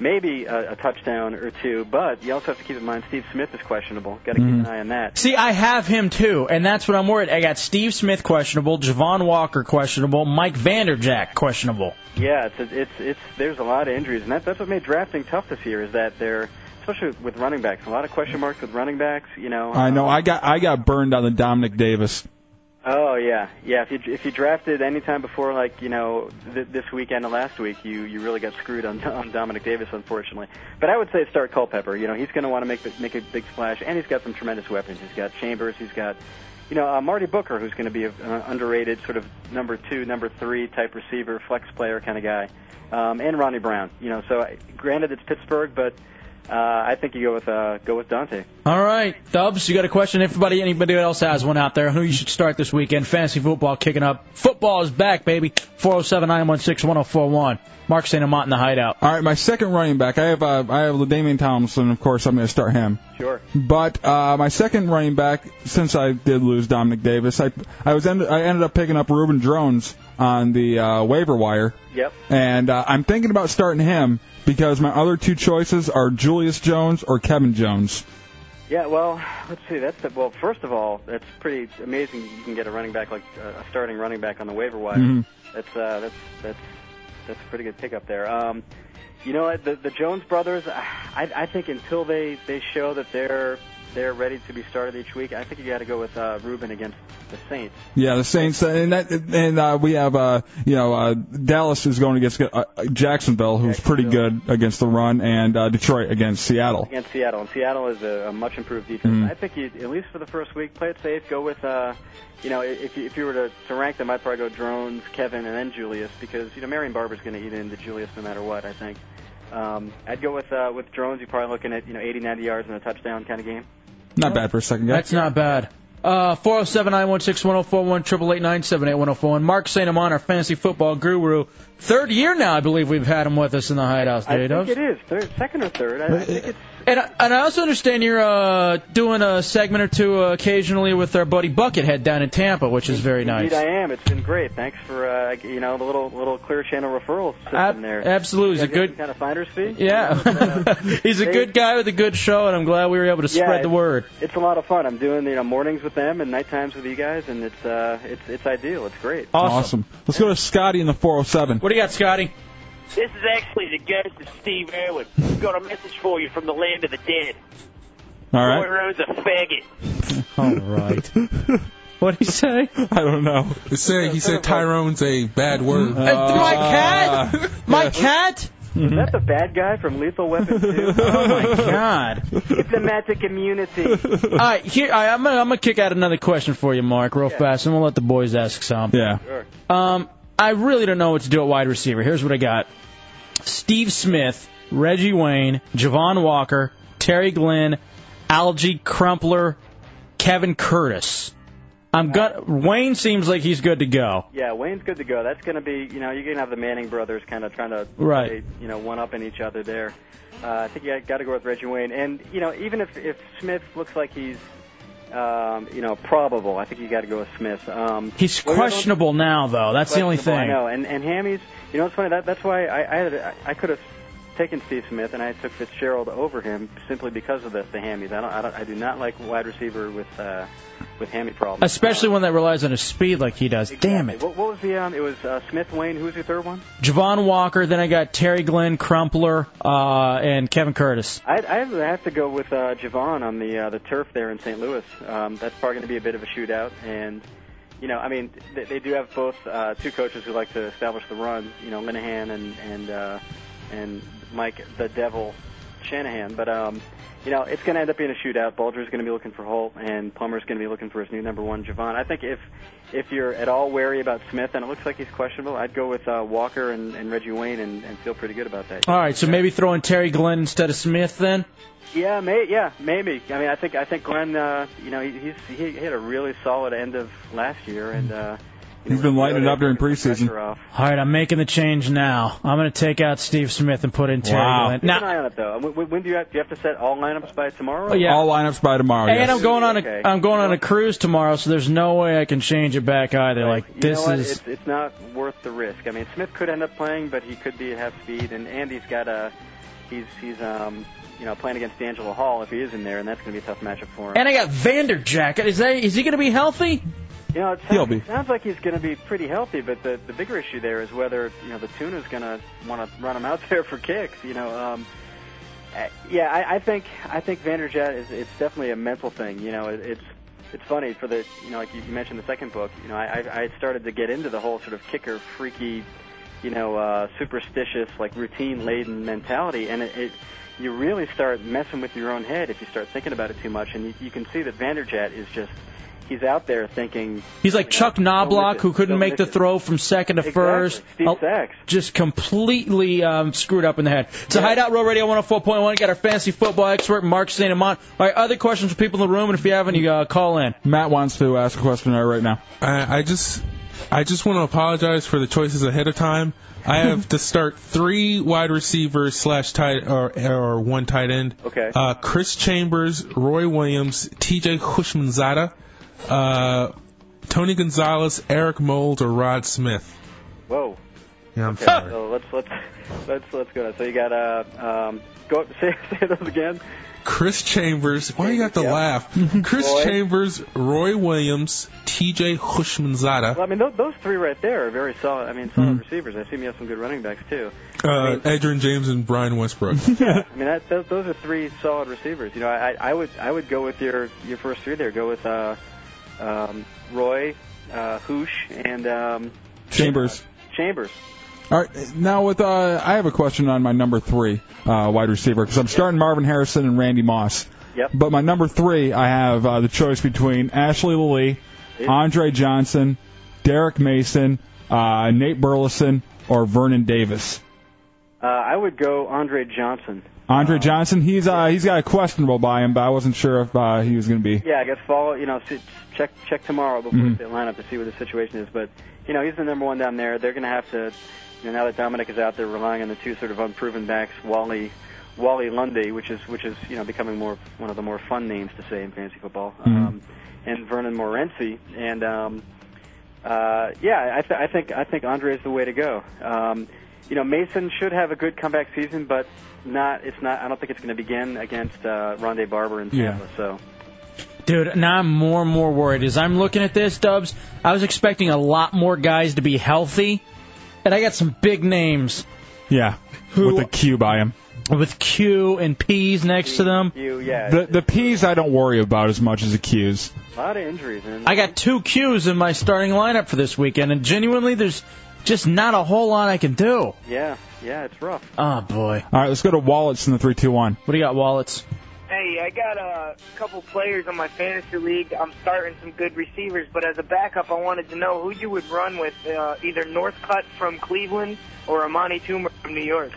Speaker 10: maybe a, a touchdown or two. But you also have to keep in mind Steve Smith is questionable. Got to keep an eye on that.
Speaker 3: See, I have him too, and that's what I'm worried. I got Steve Smith questionable, Javon Walker questionable, Mike Vanderjack questionable.
Speaker 10: Yeah, it's it's it's there's a lot of injuries, and that, that's what made drafting tough this year. Is that they're especially with running backs, a lot of question marks with running backs. You know,
Speaker 4: I know. I got I got burned on the Dominic Davis.
Speaker 10: Oh yeah, yeah. If you if you drafted any time before, like you know th- this weekend or last week, you you really got screwed on, on Dominic Davis, unfortunately. But I would say start Culpepper. You know he's going to want to make the- make a big splash, and he's got some tremendous weapons. He's got Chambers. He's got you know uh, Marty Booker, who's going to be an uh, underrated sort of number two, number three type receiver, flex player kind of guy, um, and Ronnie Brown. You know, so I- granted it's Pittsburgh, but uh, I think you go with uh, go with Dante.
Speaker 3: All right, Dubs, you got a question? Everybody, anybody else has one out there? Who you should start this weekend? Fantasy football kicking up. Football is back, baby. 407-916-1041. Mark St. Amant in the hideout.
Speaker 4: All right, my second running back. I have uh, I have Ladainian Tomlinson, of course. I'm going to start him.
Speaker 10: Sure.
Speaker 4: But uh, my second running back, since I did lose Dominic Davis, I I was end, I ended up picking up Ruben Drones on the uh, waiver wire.
Speaker 10: Yep.
Speaker 4: And uh, I'm thinking about starting him because my other two choices are Julius Jones or Kevin Jones.
Speaker 10: Yeah, well, let's see. That's well. First of all, that's pretty amazing. You can get a running back like uh, a starting running back on the waiver wire.
Speaker 4: Mhm.
Speaker 10: That's uh, that's that's that's a pretty good pickup there. Um, you know, what, the the Jones brothers. I I think until they they show that they're they're ready to be started each week, I think you got to go with uh, Ruben against the Saints.
Speaker 4: Yeah, the Saints, and that, and uh, we have uh, you know uh, Dallas is going against uh, Jacksonville, who's pretty good against the run, and uh, Detroit against Seattle.
Speaker 10: Against Seattle, and Seattle is a, a much improved defense.
Speaker 4: Mm.
Speaker 10: I think you, at least for the first week, play it safe. Go with, uh, you know, if you, if you were to, to rank them, I'd probably go Drones, Kevin, and then Julius because you know Marion Barber's going to eat into Julius no matter what. I think. Um, I'd go with uh, with Drones. You're probably looking at you know 80, 90 yards and a touchdown kind of game.
Speaker 4: Not bad for a second guy.
Speaker 3: That's not bad. Uh, 407-916-1041, 888 oh Mark St. Amant, our fantasy football guru. Third year now, I believe we've had him with us in the hideout
Speaker 10: I
Speaker 3: today,
Speaker 10: think
Speaker 3: Dubs.
Speaker 10: it is third, second or third. I, I
Speaker 3: uh,
Speaker 10: think it's
Speaker 3: And I, and I also understand you're uh, doing a segment or two uh, occasionally with our buddy Buckethead down in Tampa, which is very nice.
Speaker 10: Indeed, I am. It's been great. Thanks for uh, you know the little little Clear Channel referral system
Speaker 3: Ab-
Speaker 10: there.
Speaker 3: absolutely. It's a
Speaker 10: You guys get
Speaker 3: good-
Speaker 10: some kind of finder's fee.
Speaker 3: Yeah, he's a good guy with a good show, and I'm glad we were able to
Speaker 10: Yeah,
Speaker 3: spread the
Speaker 10: it's-
Speaker 3: word.
Speaker 10: It's a lot of fun. I'm doing you know mornings with them and night times with you guys, and it's uh it's it's ideal. It's great.
Speaker 4: Awesome. Let's go to Scotty in the 407.
Speaker 3: What do you got, Scotty?
Speaker 24: This is actually the ghost of Steve Irwin. We've got a message for you from the land of the dead.
Speaker 4: All right.
Speaker 14: Roy Rhodes a faggot.
Speaker 3: All right. What'd he say?
Speaker 4: I don't know. Uh,
Speaker 23: It's saying he said Tyrone's a bad
Speaker 3: Uh,
Speaker 23: word.
Speaker 3: my cat? My cat?
Speaker 10: Was that the bad guy from Lethal Weapon 2?
Speaker 3: Oh my God!
Speaker 10: It's the magic immunity.
Speaker 3: All right, here all right, I'm gonna, I'm gonna kick out another question for you, Mark, real fast, and we'll let the boys ask some.
Speaker 4: Yeah.
Speaker 3: Um, I really don't know what to do at wide receiver. Here's what I got: Steve Smith, Reggie Wayne, Javon Walker, Terry Glenn, Algie Crumpler, Kevin Curtis. I'm got Wayne seems like he's good to go.
Speaker 10: Yeah, Wayne's good to go. That's going to be, you know, you're going to have the Manning brothers kind of trying to,
Speaker 3: Right.
Speaker 10: play, you know, one up in each other there. Uh, I think you got to go with Reggie Wayne, and you know, even if if Smith looks like he's, um, you know, probable, I think you got to go with Smith. Um,
Speaker 3: He's
Speaker 10: Well, you know,
Speaker 3: questionable now, though. That's the only
Speaker 10: questionable,
Speaker 3: thing.
Speaker 10: I know, and and Hammy's. You know, it's funny. That, that's why I I, had, I I could have taken Steve Smith, and I took Fitzgerald over him simply because of the the hammies. I don't I, don't, I do not like wide receiver with uh, with hammy problems.
Speaker 3: Especially one that relies on his speed like he does. Damn it.
Speaker 10: What, what was the um? It was uh, Smith Wayne. Who was your third one?
Speaker 3: Javon Walker, then I got Terry Glenn, Crumpler, uh, and Kevin Curtis.
Speaker 10: I I have- I have to go with uh, Javon on the uh, the turf there in St. Louis. Um, that's probably going to be a bit of a shootout, and you know, I mean, they, they do have both uh, two coaches who like to establish the run. You know, Linehan and and uh, and Mike the Devil Shanahan, but um. You know, it's going to end up being a shootout. Bulger's going to be looking for Holt, and Plummer's going to be looking for his new number one, Javon. I think if if you're at all wary about Smith, and it looks like he's questionable, I'd go with uh, Walker and, and Reggie Wayne, and, and feel pretty good about that.
Speaker 3: All right, so maybe throw in Terry Glenn instead of Smith then?
Speaker 10: Yeah, may, yeah, maybe. I mean, I think I think Glenn, uh, you know, he, he's he had a really solid end of last year, and uh,
Speaker 4: He's been lighting it up during
Speaker 3: Mm.
Speaker 4: preseason.
Speaker 3: All right, I'm making the change now. I'm going to take out Steve Smith and put in Terry Glenn.
Speaker 10: keep an eye on it though. When, when do you have, do you have to set all lineups by tomorrow?
Speaker 3: Oh, yeah.
Speaker 4: All lineups by tomorrow.
Speaker 3: and
Speaker 4: yes.
Speaker 3: I'm going on a
Speaker 10: Okay.
Speaker 3: am going on a cruise tomorrow, so there's no way I can change it back either. Like
Speaker 10: You
Speaker 3: this
Speaker 10: know what?
Speaker 3: is
Speaker 10: It's, it's not worth the risk. I mean, Smith could end up playing, but he could be have speed, and Andy's got a he's he's um you know playing against D'Angelo Hall if he is in there, and that's going to be a tough matchup for him.
Speaker 3: and I got Vanderjack. Is that is he going to be healthy?
Speaker 10: You know, it sounds,
Speaker 3: He'll be.
Speaker 10: it sounds like he's going to be pretty healthy, but the the bigger issue there is whether you know the tuna's going to want to run him out there for kicks. You know, um, uh, yeah, I, I think I think Vanderjet is it's definitely a mental thing. You know, it, it's it's funny for the you know like you mentioned the second book. You know, I I- I started to get into the whole sort of kicker freaky, you know, uh, superstitious like routine laden mentality, and it. it you really start messing with your own head if you start thinking about it too much, and you, you can see that Vanderjet is just—he's out there thinking,
Speaker 3: He's like Chuck Knobloch, who couldn't
Speaker 10: Don't
Speaker 3: make
Speaker 10: miss
Speaker 3: the
Speaker 10: it.
Speaker 3: throw from second to first.
Speaker 10: Steve
Speaker 3: Oh,
Speaker 10: Sachs.
Speaker 3: Just completely um, screwed up in the head. So Hideout Row Radio 104.1. Got our fantasy football expert Mark St. Amant. All right, other questions for people in the room, and if you have any, uh, call in.
Speaker 4: Matt wants to ask a question right now.
Speaker 23: I, I just I just want to apologize for the choices ahead of time. I have to start three wide receivers slash tight or, or one tight end.
Speaker 10: Okay.
Speaker 23: Uh, Chris Chambers, Roy Williams, T.J. Hushmanzada, uh, Tony Gonzalez, Eric Mold, or Rod Smith.
Speaker 10: "Whoa."
Speaker 23: Yeah, I'm
Speaker 10: Okay, so let's let's let's let's go. So you got uh um go say say those again.
Speaker 23: Chris Chambers. Why you got to laugh? Chris
Speaker 10: Roy.
Speaker 23: Chambers, Roy Williams, T.J. Hushmanzada.
Speaker 10: Well, I mean those, those three right there are very solid. I mean solid receivers. I assume you have some good running backs too.
Speaker 23: Uh, Adrian James and Brian Westbrook.
Speaker 10: I mean that, those those are three solid receivers. You know I I would I would go with your your first three there. Go with uh um Roy, uh Hoosh, and um
Speaker 4: Chambers.
Speaker 10: Chambers.
Speaker 4: All right, now with uh, I have a question on my number three uh, wide receiver because I'm starting Marvin Harrison and Randy Moss.
Speaker 10: Yep.
Speaker 4: But my number three, I have uh, the choice between Ashley Lilly, Andre Johnson, Derek Mason, uh, Nate Burleson, or Vernon Davis.
Speaker 10: Uh, I would go Andre Johnson.
Speaker 4: Andre Johnson, he's uh, he's got a questionable by him, but I wasn't sure if uh, he was going to be.
Speaker 10: Yeah, I guess follow. You know, see- check check tomorrow before
Speaker 4: Mhm.
Speaker 10: they line up to see what the situation is. But you know, he's the number one down there. They're going to have to. You know, now that Dominic is out, they're relying on the two sort of unproven backs, Wally Wally Lundy, which is which is you know becoming more one of the more fun names to say in fantasy football, um, and Vernon Morency. And um, uh, yeah, I, th- I think I think Andre is the way to go. Um, you know, Mason should have a good comeback season, but not. It's not. I don't think it's going to begin against uh, Rondé Barber in
Speaker 3: Yeah.
Speaker 10: Tampa. So.
Speaker 3: Dude, now I'm more and more worried. As I'm looking at this, Dubs, I was expecting a lot more guys to be healthy, and I got some big names
Speaker 4: Yeah, with a Q by him.
Speaker 3: With Q and P's next to them.
Speaker 10: You, yeah.
Speaker 4: The the P's I don't worry about as much as the Q's.
Speaker 10: a lot of injuries. And
Speaker 3: I got two Q's in my starting lineup for this weekend, and genuinely, there's just not a whole lot I can do.
Speaker 10: yeah, yeah, it's rough.
Speaker 3: Oh boy.
Speaker 4: All right, let's go to wallets in the three, two, one.
Speaker 3: What do you got, wallets?
Speaker 2: Hey, I got a couple players on my fantasy league. I'm starting some good receivers, but as a backup, I wanted to know who you would run with, uh, either Northcutt from Cleveland or Amani Toomer from New York.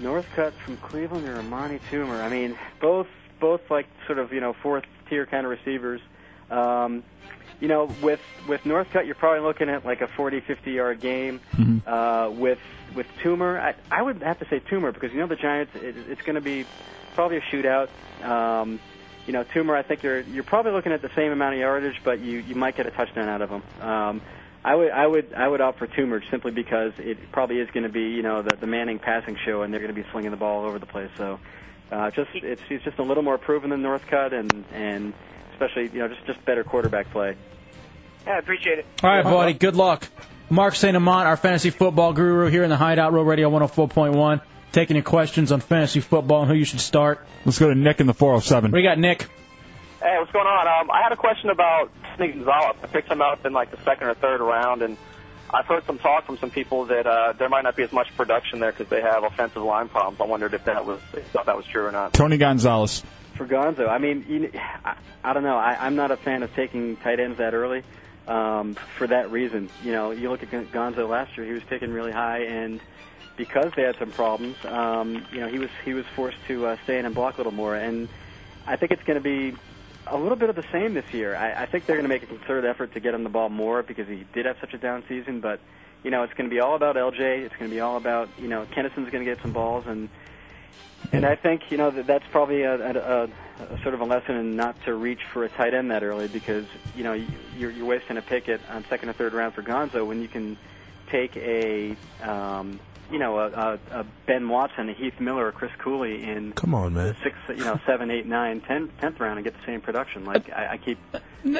Speaker 10: Northcutt from Cleveland or Amani Toomer. I mean, both both like sort of you know fourth tier kind of receivers. Um, you know, with with Northcutt, you're probably looking at like a 40, 50 yard game. Uh, with with Toomer, I, I would have to say Toomer because you know the Giants, it, it's going to be probably a shootout. Um, you know, Toomer, I think you're you're probably looking at the same amount of yardage, but you you might get a touchdown out of him. Um, I would I would I would opt for Toomer simply because it probably is going to be you know the, the Manning passing show and they're going to be slinging the ball all over the place. So uh, just it's he's just a little more proven than Northcutt and and especially you know just just better quarterback play.
Speaker 2: Yeah, I appreciate it.
Speaker 3: All right, buddy. Good luck. Mark St. Amant, our fantasy football guru here in the Hideout Row Radio 104.1, taking your questions on fantasy football and who you should start.
Speaker 4: Let's go to Nick in the four hundred seven.
Speaker 3: We got Nick.
Speaker 24: Hey, what's going on? Um, I had a question about Sidney Gonzalez. I picked him up in like the second or third round, and I've heard some talk from some people that uh, there might not be as much production there because they have offensive line problems. I wondered if that was if that was true or not.
Speaker 4: Tony Gonzalez.
Speaker 10: for Gonzo. I mean, you, I, I don't know. I, I'm not a fan of taking tight ends that early um, for that reason. You know, you look at Gon- Gonzo last year; he was taken really high, and because they had some problems, um, you know, he was he was forced to uh, stay in and block a little more. And I think it's going to be a little bit of the same this year. I, I think they're going to make a concerted effort to get him the ball more because he did have such a down season, but. You know, it's going to be all about LJ. It's going to be all about, you know, Kennison's going to get some balls, and and I think you know that that's probably a, a, a, a sort of a lesson in not to reach for a tight end that early because you know you're, you're wasting a pick at on second or third round for Gonzo when you can take a um, you know a, a, a Ben Watson, a Heath Miller, or Chris Cooley in
Speaker 25: Come on, man.
Speaker 10: six you know seven, eight, nine, ten, tenth round and get the same production. Like I, I keep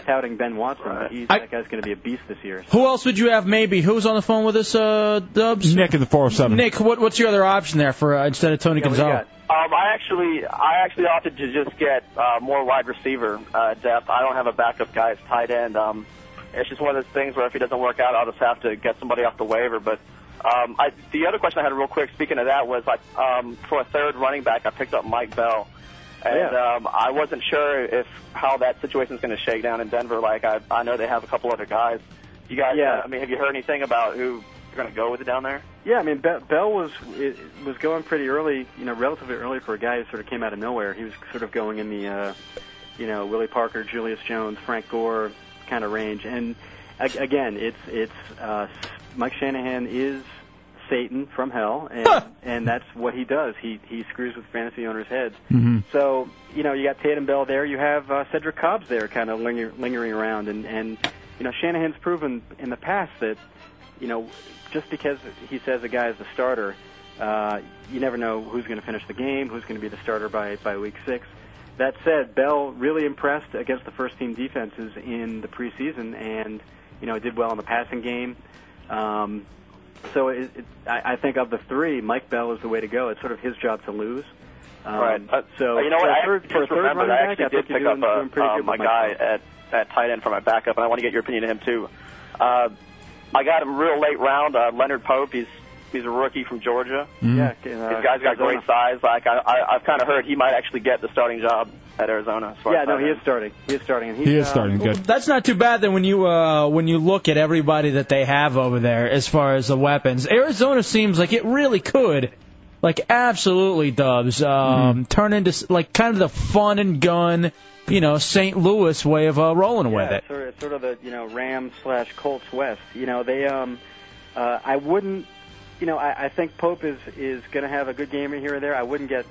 Speaker 10: touting Ben Watson, but he's, that guy's going to be a beast this year.
Speaker 3: Who else would you have? Maybe who's on the phone with us? Uh, Dubs.
Speaker 4: Nick in the four hundred seven.
Speaker 3: Nick, what, what's your other option there for uh, instead of Tony Gonzalez?
Speaker 24: Um, I actually, I actually opted to just get uh, more wide receiver uh, depth. I don't have a backup guy as tight end. Um, it's just one of those things where if he doesn't work out, I'll just have to get somebody off the waiver. But um, I, the other question I had, real quick, speaking of that, was I, um, for a third running back, I picked up Mike Bell, and um, I wasn't sure if how that situation is going to shake down in Denver. Like I, I know they have a couple other guys. You guys,
Speaker 10: Yeah.
Speaker 24: I mean, have you heard anything about who you're going to go with it down there?
Speaker 10: Yeah, I mean Be- Bell was it, was going pretty early, you know, relatively early for a guy who sort of came out of nowhere. He was sort of going in the, uh, you know, Willie Parker, Julius Jones, Frank Gore kind of range. And a- again, it's it's uh, Mike Shanahan is Satan from hell, and and that's what he does. He he screws with fantasy owners' heads.
Speaker 4: Mm-hmm.
Speaker 14: Mm.
Speaker 10: So you know you got Tatum Bell there. You have uh, Cedric Cobb's there, kind of linger, lingering around, and and you know Shanahan's proven in the past that you know just because he says a guy is the starter, uh, you never know who's going to finish the game, who's going to be the starter by by week six. That said, Bell really impressed against the first team defenses in the preseason, and you know did well in the passing game. Um, so it, it, I, I think of the three, Mike Bell is the way to go. It's sort of his job to lose. Um,
Speaker 24: right. Uh,
Speaker 10: so
Speaker 24: you know
Speaker 10: for
Speaker 24: what?
Speaker 10: a
Speaker 24: I
Speaker 10: third,
Speaker 24: just
Speaker 10: for a third
Speaker 24: remembered
Speaker 10: running
Speaker 24: I
Speaker 10: back,
Speaker 24: actually
Speaker 10: I
Speaker 24: did
Speaker 10: think
Speaker 24: pick
Speaker 10: you're
Speaker 24: up
Speaker 10: doing,
Speaker 24: a,
Speaker 10: doing pretty good
Speaker 24: um, a
Speaker 10: with Mike
Speaker 24: guy
Speaker 10: Bell.
Speaker 24: at at tight end for my backup, and I want to get your opinion of him too. Uh, I got him real late round. Uh, Leonard Pope. He's he's a rookie from Georgia.
Speaker 10: Yeah, and, uh,
Speaker 24: This guy's got
Speaker 10: Arizona.
Speaker 24: great size. Like I, I I've kind of heard he might actually get the starting job at Arizona. as far
Speaker 10: Yeah,
Speaker 24: as
Speaker 10: no,
Speaker 24: I
Speaker 10: he
Speaker 24: know.
Speaker 10: is starting. He is starting. And he's,
Speaker 4: He is
Speaker 10: uh,
Speaker 4: starting good.
Speaker 3: That's not too bad. Then when you uh, when you look at everybody that they have over there as far as the weapons, Arizona seems like it really could, like absolutely dubs, um,
Speaker 4: Mm-hmm.
Speaker 3: turn into s- like kind of the fun and gun, you know, St. Louis way of uh, rolling with
Speaker 10: yeah,
Speaker 3: it.
Speaker 10: Sort of, sort of the you know Rams slash Colts West. You know they um, uh, I wouldn't, you know I, I think Pope is is going to have a good game here or there. I wouldn't get,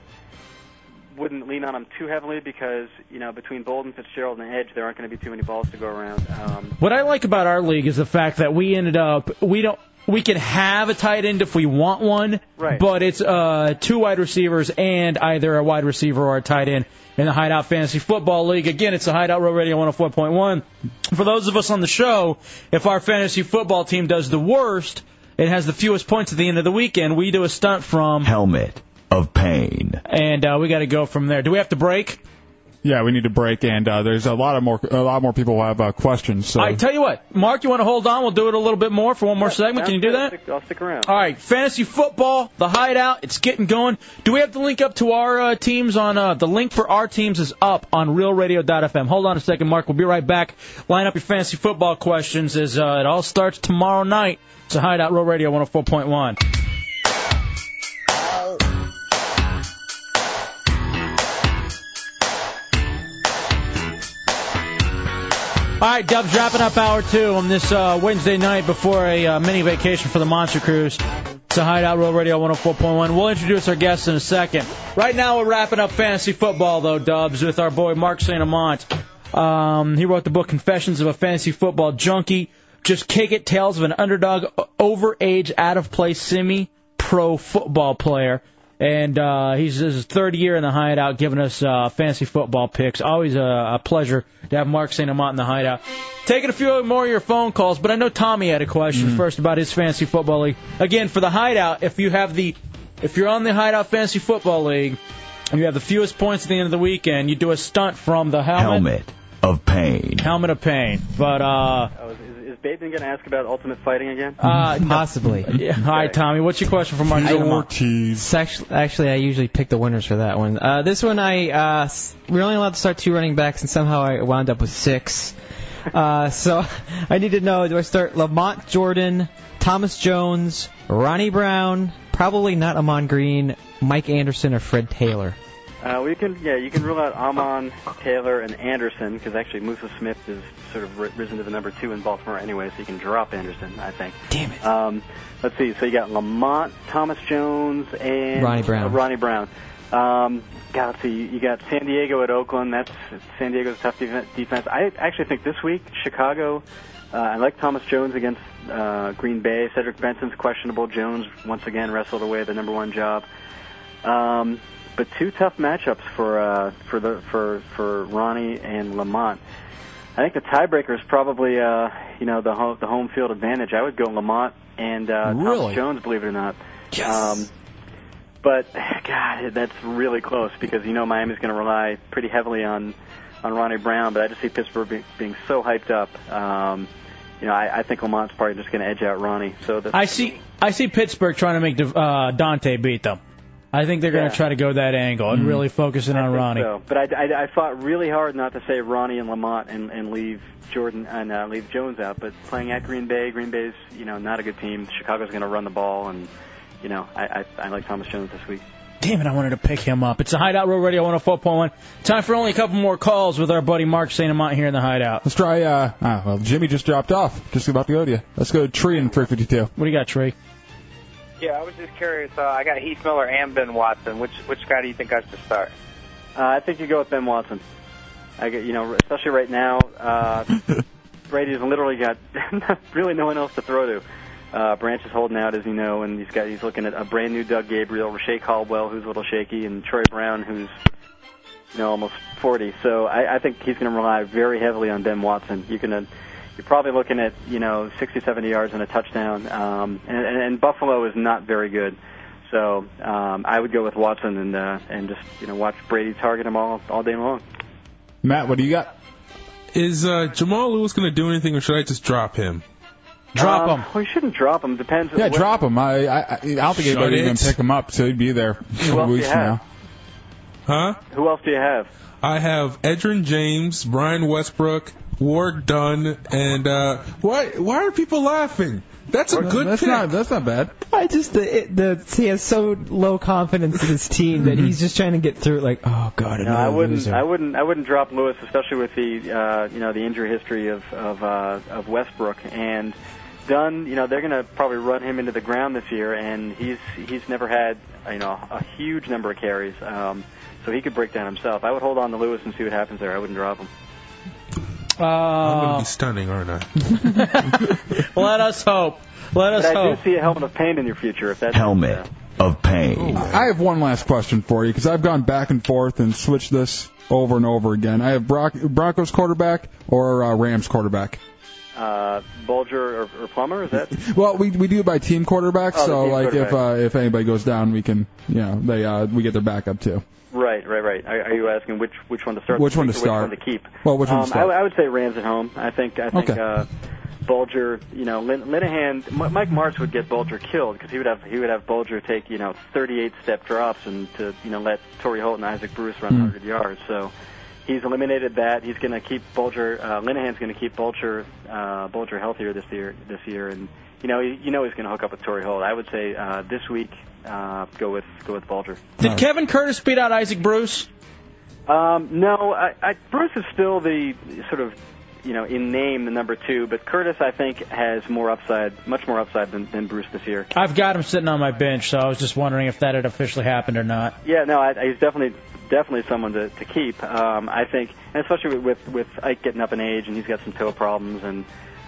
Speaker 10: wouldn't lean on him too heavily because you know between Bolden, Fitzgerald, and Edge there aren't going to be too many balls to go around. Um,
Speaker 3: What I like about our league is the fact that we ended up we don't we can have a tight end if we want one,
Speaker 10: Right.
Speaker 3: but it's uh two wide receivers and either a wide receiver or a tight end in the Hideout Fantasy Football League. Again, it's the Hideout Row Radio 104.1. For those of us on the show, if our fantasy football team does the worst, It has the fewest points at the end of the weekend. We do a stunt from helmet of pain, and uh, we got to go from there. Do we have to break?
Speaker 4: Yeah, we need to break, and uh, there's a lot of more a lot more people who have uh, questions. So
Speaker 3: I tell you what, Mark, you want to hold on? We'll do it a little bit more for one more segment. Can you do that?
Speaker 10: I'll stick- I'll stick around.
Speaker 3: All right, fantasy football, the hideout, it's getting going. Do we have to link up to our uh, teams on uh, the link for our teams is up on realradio.fm. Hold on a second, Mark. We'll be right back. Line up your fantasy football questions as uh, it all starts tomorrow night. It's a hideout, Real Radio 104.1. All right, Dubs, wrapping up hour two on this uh, Wednesday night before a uh, mini vacation for the Monster Cruise. It's a Hideout Road Radio 104.1. We'll introduce our guests in a second. Right now, we're wrapping up fantasy football, though, Dubs, with our boy Mark St. Amant. Um, he wrote the book Confessions of a Fantasy Football Junkie. Just kick it, tales of an underdog, o- overage, out of place, semi pro football player. And uh, he's this is his third year in the hideout, giving us uh, fantasy football picks. Always a, a pleasure to have Mark St. Amant in the hideout. Taking a few more of your phone calls, but I know Tommy had a question
Speaker 8: Mm.
Speaker 3: first about his fantasy football league. Again, for the hideout, if you have the, if you're on the hideout fantasy football league, and you have the fewest points at the end of the weekend, you do a stunt from the helmet,
Speaker 8: of pain.
Speaker 3: helmet of pain. But uh,
Speaker 10: Oh, is, is is Bateman going to ask about Ultimate Fighting again?
Speaker 3: uh possibly. Yeah. All right, Tommy, what's your question for Mark St. Amant?
Speaker 6: Sex- Actually, I usually pick the winners for that one. Uh, this one, I uh, s- we we're only allowed to start two running backs, and somehow I wound up with six. Uh, so I need to know: do I start Lamont Jordan, Thomas Jones, Ronnie Brown? Probably not Amon Green, Mike Anderson, or Fred Taylor.
Speaker 10: Uh, we can, yeah, you can rule out Amon Taylor and Anderson because actually Musa Smith is sort of ri- risen to the number two in Baltimore anyway, so you can drop Anderson, I think.
Speaker 6: Damn
Speaker 10: it. Um, let's see. So you got Lamont, Thomas Jones, and
Speaker 6: Ronnie Brown.
Speaker 10: uh, Ronnie Brown. Um, God, let's see. You got San Diego at Oakland. That's San Diego's tough defen- defense. I actually think this week Chicago. Uh, I like Thomas Jones against uh, Green Bay. Cedric Benson's questionable. Jones once again wrestled away the number one job. Um, but two tough matchups for uh, for the for for Ronnie and Lamont. I think the tiebreaker is probably uh, you know the home, the home field advantage. I would go Lamont and uh,
Speaker 9: Really?
Speaker 10: Thomas Jones, believe it or not. Um, but God, that's really close because you know Miami's going to rely pretty heavily on on Ronnie Brown. But I just see Pittsburgh be, being so hyped up. Um, you know, I, I think Lamont's probably just going to edge out Ronnie. So the,
Speaker 3: I see. I see Pittsburgh trying to make De- uh, Dante beat them. I think they're going to
Speaker 10: Yeah. Mm-hmm.
Speaker 3: try to go that angle and really focusing on Ronnie.
Speaker 10: So, but I, I, I fought really hard not to say Ronnie and Lamont and, and leave Jordan and uh, leave Jones out. But playing at Green Bay, Green Bay's you know not a good team. Chicago's going to run the ball, and you know I, I, I like Thomas Jones this week.
Speaker 3: Damn it, I wanted to pick him up. It's a Hideout Road Radio 104.1. Time for only a couple more calls with our buddy Mark St. Amant here in the Hideout.
Speaker 4: Let's try. Uh, ah, well, Jimmy just dropped off. Just about to go to you. Let's go to Tree in 352.
Speaker 3: What do you got, Tree?
Speaker 2: Yeah, I was just curious. Uh, I got Heath Miller and Ben Watson. Which which guy do you think I should start?
Speaker 10: Uh, I think you go with Ben Watson. I get, you know, especially right now, uh, Brady's literally got really no one else to throw to. Uh, Branch is holding out, as you know, and he's got he's looking at a brand new Doug Gabriel, Rashay Caldwell, who's a little shaky, and Troy Brown, who's you know almost 40. So I, I think he's going to rely very heavily on Ben Watson. uh, You're going to you're probably looking at you know 60, 70 yards and a touchdown, um, and, and, and Buffalo is not very good. So um, I would go with Watson and uh, and just you know watch Brady target him all all day long.
Speaker 4: Matt, what do you got?
Speaker 23: Is uh, Jamal Lewis going to do anything, or should I just drop him?
Speaker 4: Drop
Speaker 10: um, him. Well, you shouldn't drop him. Depends.
Speaker 4: Yeah,
Speaker 10: on what-
Speaker 4: drop him. I, I, I I don't think
Speaker 23: Shut
Speaker 4: anybody
Speaker 23: it.
Speaker 4: even pick him up, so he'd be there a couple
Speaker 23: else
Speaker 4: weeks
Speaker 23: you
Speaker 4: from
Speaker 23: have?
Speaker 4: now.
Speaker 23: Huh?
Speaker 10: Who else do you have?
Speaker 23: I have Edrin James, Brian Westbrook, Ward Dunn, and uh, why why are people laughing? That's a good
Speaker 4: That's
Speaker 23: pick.
Speaker 4: not. That's not bad.
Speaker 6: I just the, it, the he has so low confidence in his team that he's just trying to get through. it Like, oh god,
Speaker 10: No, I
Speaker 6: another
Speaker 10: wouldn't.
Speaker 6: loser.
Speaker 10: I wouldn't. I wouldn't drop Lewis, especially with the uh, you know the injury history of of uh, of Westbrook and Dunn. You know they're going to probably run him into the ground this year, and he's he's never had you know a huge number of carries, um, so he could break down himself. I would hold on to Lewis and see what happens there. I wouldn't drop him.
Speaker 23: I'm going to
Speaker 3: Uh,
Speaker 23: be stunning, aren't I?
Speaker 3: let us hope. Let us
Speaker 10: but I
Speaker 3: hope.
Speaker 10: do see a helmet of pain in your future if that's
Speaker 4: Helmet
Speaker 8: of pain.
Speaker 4: I have one last question for you because I've gone back and forth and switched this over and over again. I have Brock, Broncos quarterback or uh, Rams quarterback.
Speaker 10: uh, Bulger or, or Plummer. Is that
Speaker 4: Well, we we do it by team quarterback,
Speaker 10: Oh, the
Speaker 4: so
Speaker 10: team
Speaker 4: like if uh,
Speaker 10: quarterback.
Speaker 4: if anybody goes down, we can you know they uh, we get their backup too.
Speaker 10: right? Right? Right? Are, are you asking which which one to start?
Speaker 4: Which
Speaker 10: this
Speaker 4: one
Speaker 10: week
Speaker 4: to
Speaker 10: or
Speaker 4: start?
Speaker 10: Which one to keep?
Speaker 4: Well, which one
Speaker 10: um,
Speaker 4: to start?
Speaker 10: I, I would say Rams at home. I think I think
Speaker 4: Okay.
Speaker 10: uh, Bulger. You know, Lin- Linehan, M- Mike March would get Bulger killed because he would have he would have Bulger take you know 38 step drops and to you know let Torrey Holt and Isaac Bruce run
Speaker 4: Hmm.
Speaker 10: 100 yards. So he's eliminated that. He's going to keep Bulger. Uh, Linehan's going to keep Bulger uh, Bulger healthier this year this year, and you know you know he's going to hook up with Torrey Holt. I would say uh, this week uh, go with go with Bulger.
Speaker 3: Did Kevin Curtis beat out Isaac Bruce?
Speaker 10: Um, no, I, I, Bruce is still the sort of, you know, in name the number two, but Curtis I think has more upside, much more upside than, than Bruce this year.
Speaker 3: I've got him sitting on my bench, so I was just wondering if that had officially happened or not.
Speaker 10: Yeah, no, I, I- he's definitely definitely someone to, to keep. Um, I think, and especially with, with with Ike getting up in age and he's got some toe problems, and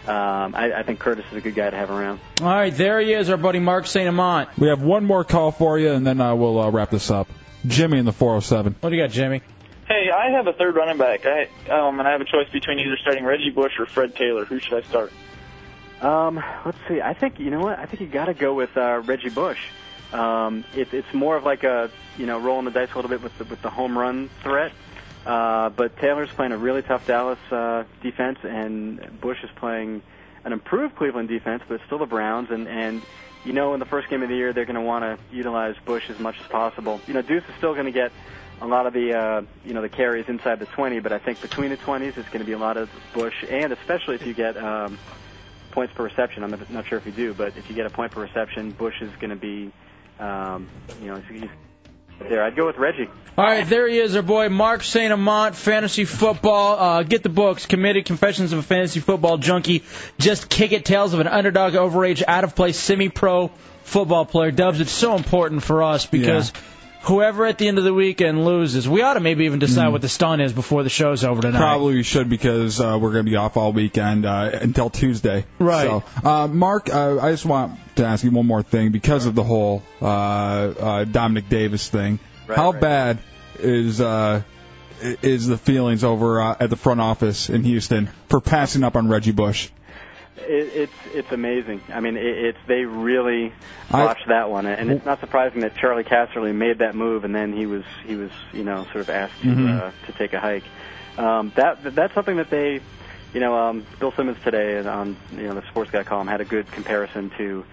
Speaker 10: um, I, I think Curtis is a good guy to have around.
Speaker 3: All right, there he is, our buddy Mark St. Amant.
Speaker 4: We have one more call for you, and then uh, we'll uh, wrap this up. Jimmy in the 407.
Speaker 3: What do you got, Jimmy?
Speaker 15: Hey, I have a third running back. I um, and I have a choice between either starting Reggie Bush or Fred Taylor. Who should I start?
Speaker 10: Um, let's see. I think you know what? I think you got to go with uh, Reggie Bush. Um, it, it's more of like a you know rolling the dice a little bit with the, with the home run threat. Uh, but Taylor's playing a really tough Dallas uh, defense, and Bush is playing an improved Cleveland defense, but still the Browns. And and you know in the first game of the year they're going to want to utilize Bush as much as possible. You know Deuce is still going to get a lot of the uh, you know the carries inside the 20, but I think between the 20s it's going to be a lot of Bush, and especially if you get. Um, points per reception. I'm not- not sure if you do, but if you get a point per reception, Bush is going to be, um, you know, he's, he's there. I'd go with Reggie.
Speaker 3: All right, there he is, our boy Mark St. Amant, fantasy football. Uh, get the books, Committed Confessions of a Fantasy Football Junkie. Just kick it, tales of an underdog, overage, out of place, semi pro football player. Dubs, it's so important for us because whoever at the end of the weekend loses, we ought to maybe even
Speaker 4: Mm.
Speaker 3: decide what the stunt is before the show's over tonight.
Speaker 4: Probably we should because uh, we're going to be off all weekend uh, until Tuesday.
Speaker 3: Right.
Speaker 4: So, uh, Mark, uh, I just want to ask you one more thing because of the whole uh, uh, Dominic Davis thing. How bad is uh, i- is the feelings over uh, at the front office in Houston for passing up on Reggie Bush?
Speaker 10: It, it's it's amazing. I mean, it, it's they really
Speaker 4: I-
Speaker 10: watched that one, and it's not surprising that Charlie Casserly made that move, and then he was he was you know sort of asked
Speaker 26: Mm-hmm.
Speaker 10: to
Speaker 18: Mhm.
Speaker 10: uh, to take a hike. Um, that that's something that they, you know, um, Bill Simmons today and on you know the Sports Guy column had a good comparison to,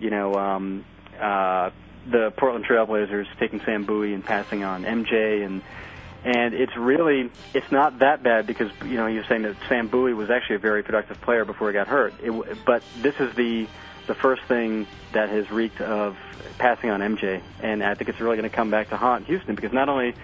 Speaker 10: you know, um, uh, the Portland Trailblazers taking Sam Bowie and passing on MJ and and it's really it's not that bad because you know you're saying that Sam Bowie was actually a very productive player before he got hurt. It, w- but this is the the first thing that has reeked of passing on MJ, and I think it's really going to come back to haunt Houston because not only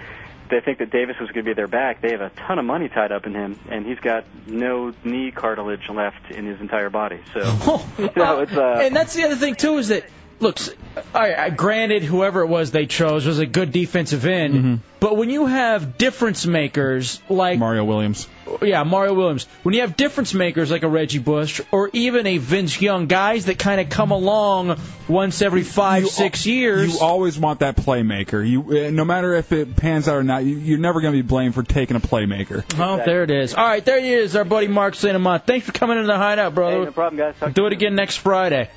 Speaker 10: they think that Davis was going to be their back, they have a ton of money tied up in him, and he's got no knee cartilage left in his entire body. So, so it's uh,
Speaker 3: and that's the other thing too is that look, s- all right, I- granted, whoever it was they chose was a good defensive end,
Speaker 4: Mm-hmm.
Speaker 3: but when you have difference makers like
Speaker 4: Mario Williams,
Speaker 3: yeah, Mario Williams, when you have difference makers like a Reggie Bush or even a Vince Young, guys that kind of come along once every five six years.
Speaker 4: You always want that playmaker. You, uh, no matter if it pans out or not, you, you're never going to be blamed for taking a playmaker.
Speaker 3: Oh, there it is. All right, there he is, our buddy Mark Santamont. Thanks for coming into the hideout, brother.
Speaker 10: Hey, no problem, guys. Talk
Speaker 3: Do it again next Friday.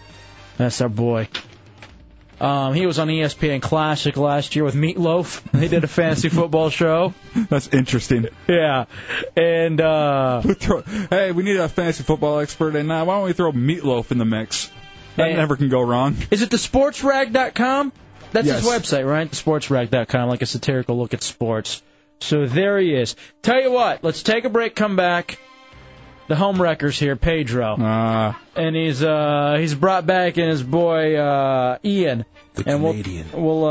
Speaker 3: That's our boy. Um, he was on ESPN Classic last year with Meatloaf. They did a fantasy football show.
Speaker 4: That's interesting.
Speaker 3: Yeah, and uh,
Speaker 4: hey, we need a fantasy football expert, and uh, why don't we throw meatloaf in the mix? That never can go wrong.
Speaker 3: Is it the sportsrag.com? That's his
Speaker 4: Yes.
Speaker 3: website, right? Sportsrag.com, like a satirical look at sports. So there he is. Tell you what, let's take a break, come back. The home wreckers here, Pedro. and he's uh he's brought back in his boy uh Ian. The and Canadian. We'll, we'll uh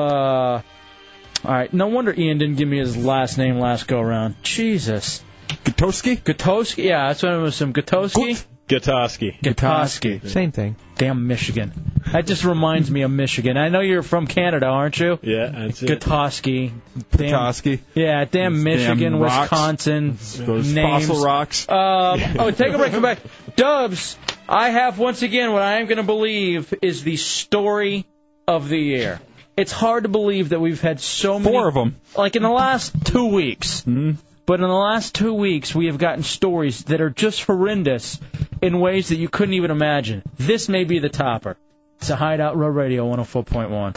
Speaker 3: all right, no wonder Ian didn't give me his last name last go round. Jesus.
Speaker 4: Gutowski?
Speaker 3: Gutowski, yeah, that's what I was him. Gutowski?
Speaker 25: Gatoski.
Speaker 3: Gutowski.
Speaker 25: Same
Speaker 3: thing. Damn Michigan. That just reminds me of Michigan. I know you're from Canada, aren't you?
Speaker 25: Yeah, that's it.
Speaker 3: Gutowski. Damn-
Speaker 25: Gutowski.
Speaker 3: Yeah, damn
Speaker 25: Those damn
Speaker 3: Michigan,
Speaker 25: rocks.
Speaker 3: Wisconsin.
Speaker 25: Those
Speaker 3: names.
Speaker 25: fossil
Speaker 4: rocks.
Speaker 3: Um, oh, take a break. Come back. Dubs, I have once again what I am going to believe is the story of the year. It's hard to believe that we've had so many.
Speaker 4: Four of 'em.
Speaker 3: Like in the last two weeks. But in the last two weeks, we have gotten stories that are just horrendous in ways that you couldn't even imagine. This may be the topper. It's a Hideout Road Radio 104.1.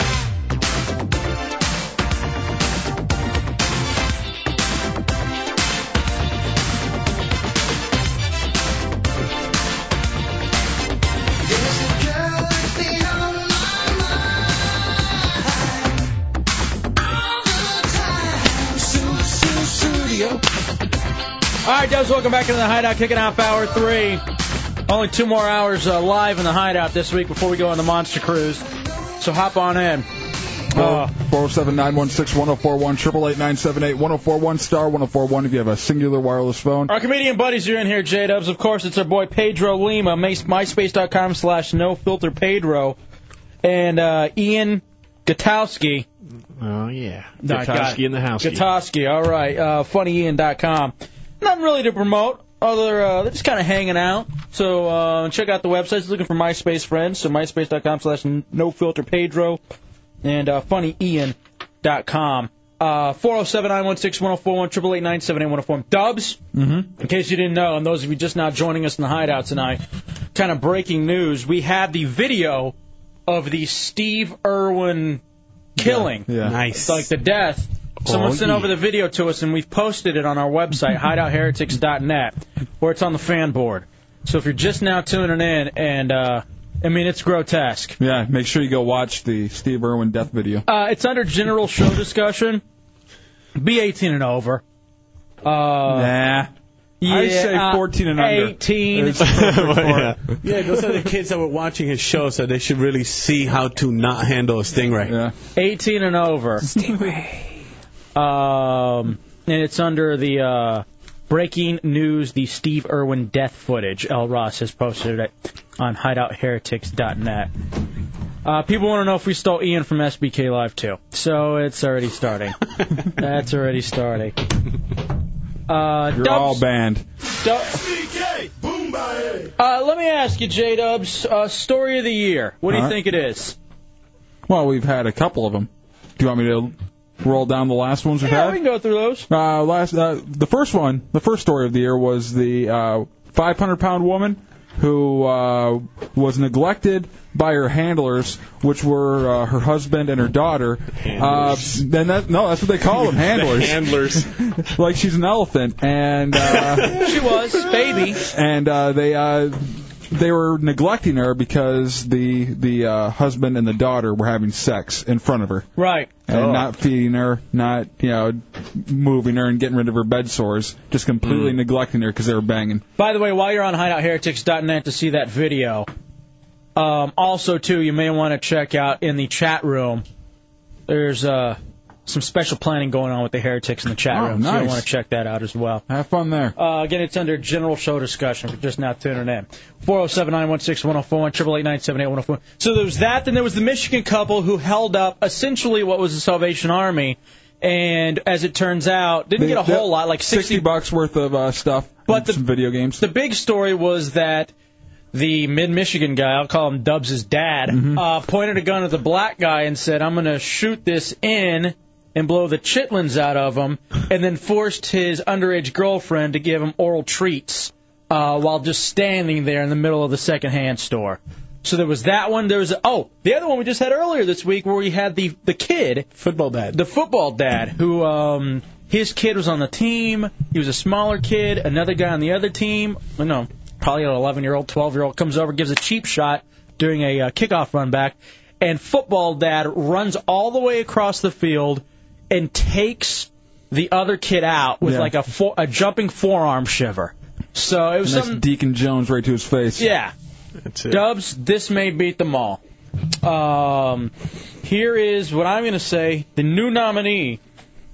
Speaker 3: All right, Dubs, welcome back into the Hideout, kicking off hour three. Only two more hours uh, live in the Hideout this week before we go on the Monster Cruise. So hop on in. Uh,
Speaker 4: 407 916 1041 888 1041 star 1041 if you have a singular wireless phone.
Speaker 3: Our comedian buddies are in here, J Dubs. Of course, it's our boy Pedro Lima, my- myspace.com slash no filter Pedro, and uh, Ian Gutowski.
Speaker 18: Oh yeah,
Speaker 3: No, I got
Speaker 18: Gutowski
Speaker 3: it.
Speaker 18: in the house.
Speaker 3: Gutowski, all right. Uh, funnyian.com. Nothing really to promote. Other, uh, they're just kind of hanging out. So uh, check out the website. It's looking for MySpace friends. So myspace.com slash no filter Pedro and uh, funnyian.com. Uh, 407 916 1041 888 978 oh Dubs,
Speaker 4: Mm-hmm.
Speaker 3: in case you didn't know, and those of you just now joining us in the hideout tonight, kind of breaking news. We have the video of the Steve Irwin killing.
Speaker 4: yeah.
Speaker 3: Nice. Like the death. Someone
Speaker 4: Oh,
Speaker 3: sent
Speaker 4: yeah.
Speaker 3: over the video to us, and we've posted it on our website, hideoutheretics.net, where it's on the fan board. So if you're just now tuning in, and uh, I mean, it's grotesque.
Speaker 4: Yeah, make sure you go watch the Steve Irwin death video.
Speaker 3: Uh, it's under general show discussion. Be 18 and over. Uh,
Speaker 4: nah. I say 14 and under.
Speaker 3: 18.
Speaker 4: It's perfect for it.
Speaker 18: yeah, those are the kids that were watching his show, so they should really see how to not handle a stingray.
Speaker 4: Yeah.
Speaker 3: 18 and over. Um, and it's under the uh, breaking news, the Steve Irwin death footage. L. Ross has posted it on hideoutheretics.net. Uh, people want to know if we stole Ian from SBK Live too. So it's already starting. That's already starting. Uh,
Speaker 4: You're
Speaker 3: Dubs-
Speaker 4: all banned.
Speaker 3: Du- uh, let me ask you, J Dubs, uh, story of the year. What do you
Speaker 4: All right.
Speaker 3: think it is?
Speaker 4: Well, we've had a couple of them. Do you want me to roll down the last ones we've
Speaker 3: Yeah,
Speaker 4: had?
Speaker 3: we can go through those.
Speaker 4: Uh, last, uh, the first one, the first story of the year was the uh, 500-pound woman who uh, was neglected by her handlers, which were uh, her husband and her daughter. Handlers. Uh, then that, no, that's what they call them, handlers.
Speaker 18: handlers.
Speaker 4: like she's an elephant, and uh,
Speaker 3: she was baby.
Speaker 4: and uh, they uh, they were neglecting her because the the uh, husband and the daughter were having sex in front of her
Speaker 3: Right. Oh.
Speaker 4: and not feeding her, not you know moving her and getting rid of her bed sores, just
Speaker 3: Mm.
Speaker 4: completely neglecting her because they were banging.
Speaker 3: By the way, while you're on hideoutheretics.net to see that video, um, also too, you may want to check out in the chat room. There's uh, some special planning going on with the heretics in the chat
Speaker 4: Oh,
Speaker 3: room, so you
Speaker 4: nice.
Speaker 3: want to check that out as well.
Speaker 4: Have fun there.
Speaker 3: Uh, again, it's under general show discussion. If you're just now tuning in, four zero seven nine one six one zero four one triple eight nine seven eight one zero four. So there was that. Then there was the Michigan couple who held up essentially what was the Salvation Army, and as it turns out, didn't
Speaker 4: They-
Speaker 3: get a
Speaker 4: they-
Speaker 3: whole lot, like sixty
Speaker 4: bucks worth of uh, stuff,
Speaker 3: but the,
Speaker 4: some video games.
Speaker 3: The big story was that the mid-Michigan guy, I'll call him Dubs' dad,
Speaker 18: Mm-hmm.
Speaker 3: uh, pointed a gun at the black guy and said, "I'm going to shoot this in." And blow the chitlins out of him, and then forced his underage girlfriend to give him oral treats uh, while just standing there in the middle of the secondhand store. So there was that one. There was oh, the other one we just had earlier this week where we had the the kid
Speaker 18: football dad,
Speaker 3: the football dad who um his kid was on the team. He was a smaller kid. Another guy on the other team, well, no, probably an 11 year old, 12 year old, comes over, gives a cheap shot during a uh, kickoff run back, and football dad runs all the way across the field and takes the other kid out with
Speaker 4: Yeah.
Speaker 3: like a fore a jumping forearm shiver. So it was
Speaker 4: nice
Speaker 3: something
Speaker 4: Deacon Jones right to his face.
Speaker 3: yeah. Dubs, this may beat them all. Um, here is what I'm going to say the new nominee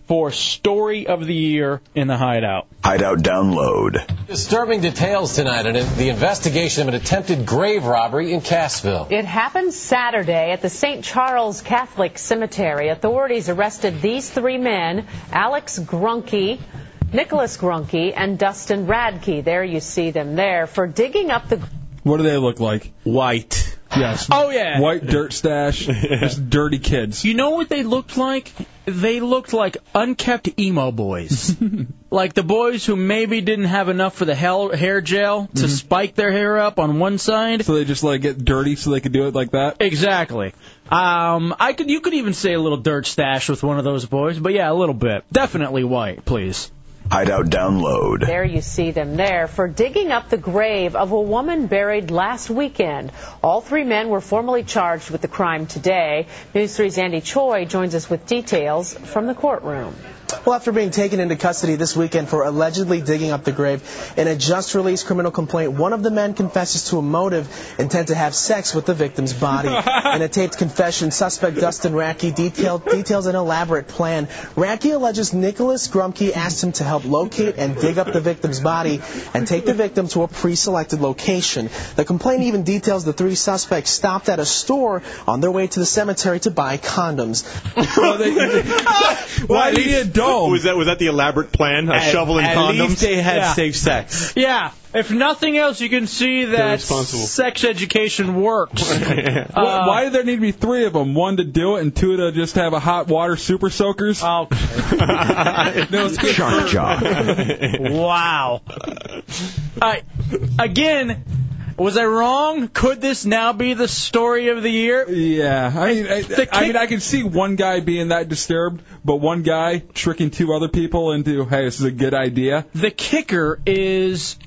Speaker 3: for Story of the Year in the Hideout.
Speaker 8: Hideout download.
Speaker 20: Disturbing details tonight in the investigation of an attempted grave robbery in Cassville.
Speaker 25: It happened Saturday at the St. Charles Catholic Cemetery. Authorities arrested these three men, Alex Grunke, Nicholas Grunke, and Dustin Radke. There you see them there for digging up the
Speaker 4: What do they look like?
Speaker 18: White.
Speaker 4: Yes.
Speaker 3: Oh, yeah.
Speaker 4: White dirt stash. just dirty kids.
Speaker 3: You know what they looked like? They looked like unkept emo boys. like the boys who maybe didn't have enough for the hell, hair gel to spike their hair up on one side.
Speaker 4: Mm-hmm. So they just like get dirty so they could do it like that.
Speaker 3: Exactly. Um, I could you could even say a little dirt stash with one of those boys, but yeah, a little bit. Definitely white, please.
Speaker 8: Hideout download.
Speaker 25: There you see them there for digging up the grave of a woman buried last weekend. All three men were formally charged with the crime today. News 3's Andy Choi joins us with details from the courtroom.
Speaker 7: Well, after being taken into custody this weekend for allegedly digging up the grave in a just released criminal complaint, one of the men confesses to a motive intent to have sex with the victim's body. In a taped confession, suspect Dustin Racky detailed, details an elaborate plan. Racky alleges Nicholas Grumke asked him to help locate and dig up the victim's body and take the victim to a pre selected location. The complaint even details the three suspects stopped at a store on their way to the cemetery to buy condoms.
Speaker 18: Why did you dome? Was that was that the elaborate plan? A shovel and
Speaker 7: at
Speaker 18: condoms.
Speaker 7: least they had
Speaker 3: Yeah.
Speaker 18: safe sex.
Speaker 3: Yeah. If nothing else, you can see that
Speaker 18: responsible.
Speaker 3: sex education works. Uh,
Speaker 4: Why, why did there need to be three of them? One to do it, and two to just have a hot water super soakers.
Speaker 3: Oh,
Speaker 4: no, it's good
Speaker 8: Shark
Speaker 4: for-
Speaker 8: jaw.
Speaker 3: wow. I, again, was I wrong? Could this now be the story of the year?
Speaker 4: Yeah, I mean, I,
Speaker 3: The
Speaker 4: I
Speaker 3: kick-
Speaker 4: mean, I can see one guy being that disturbed, but one guy tricking two other people into, hey, this is a good idea.
Speaker 3: The kicker is.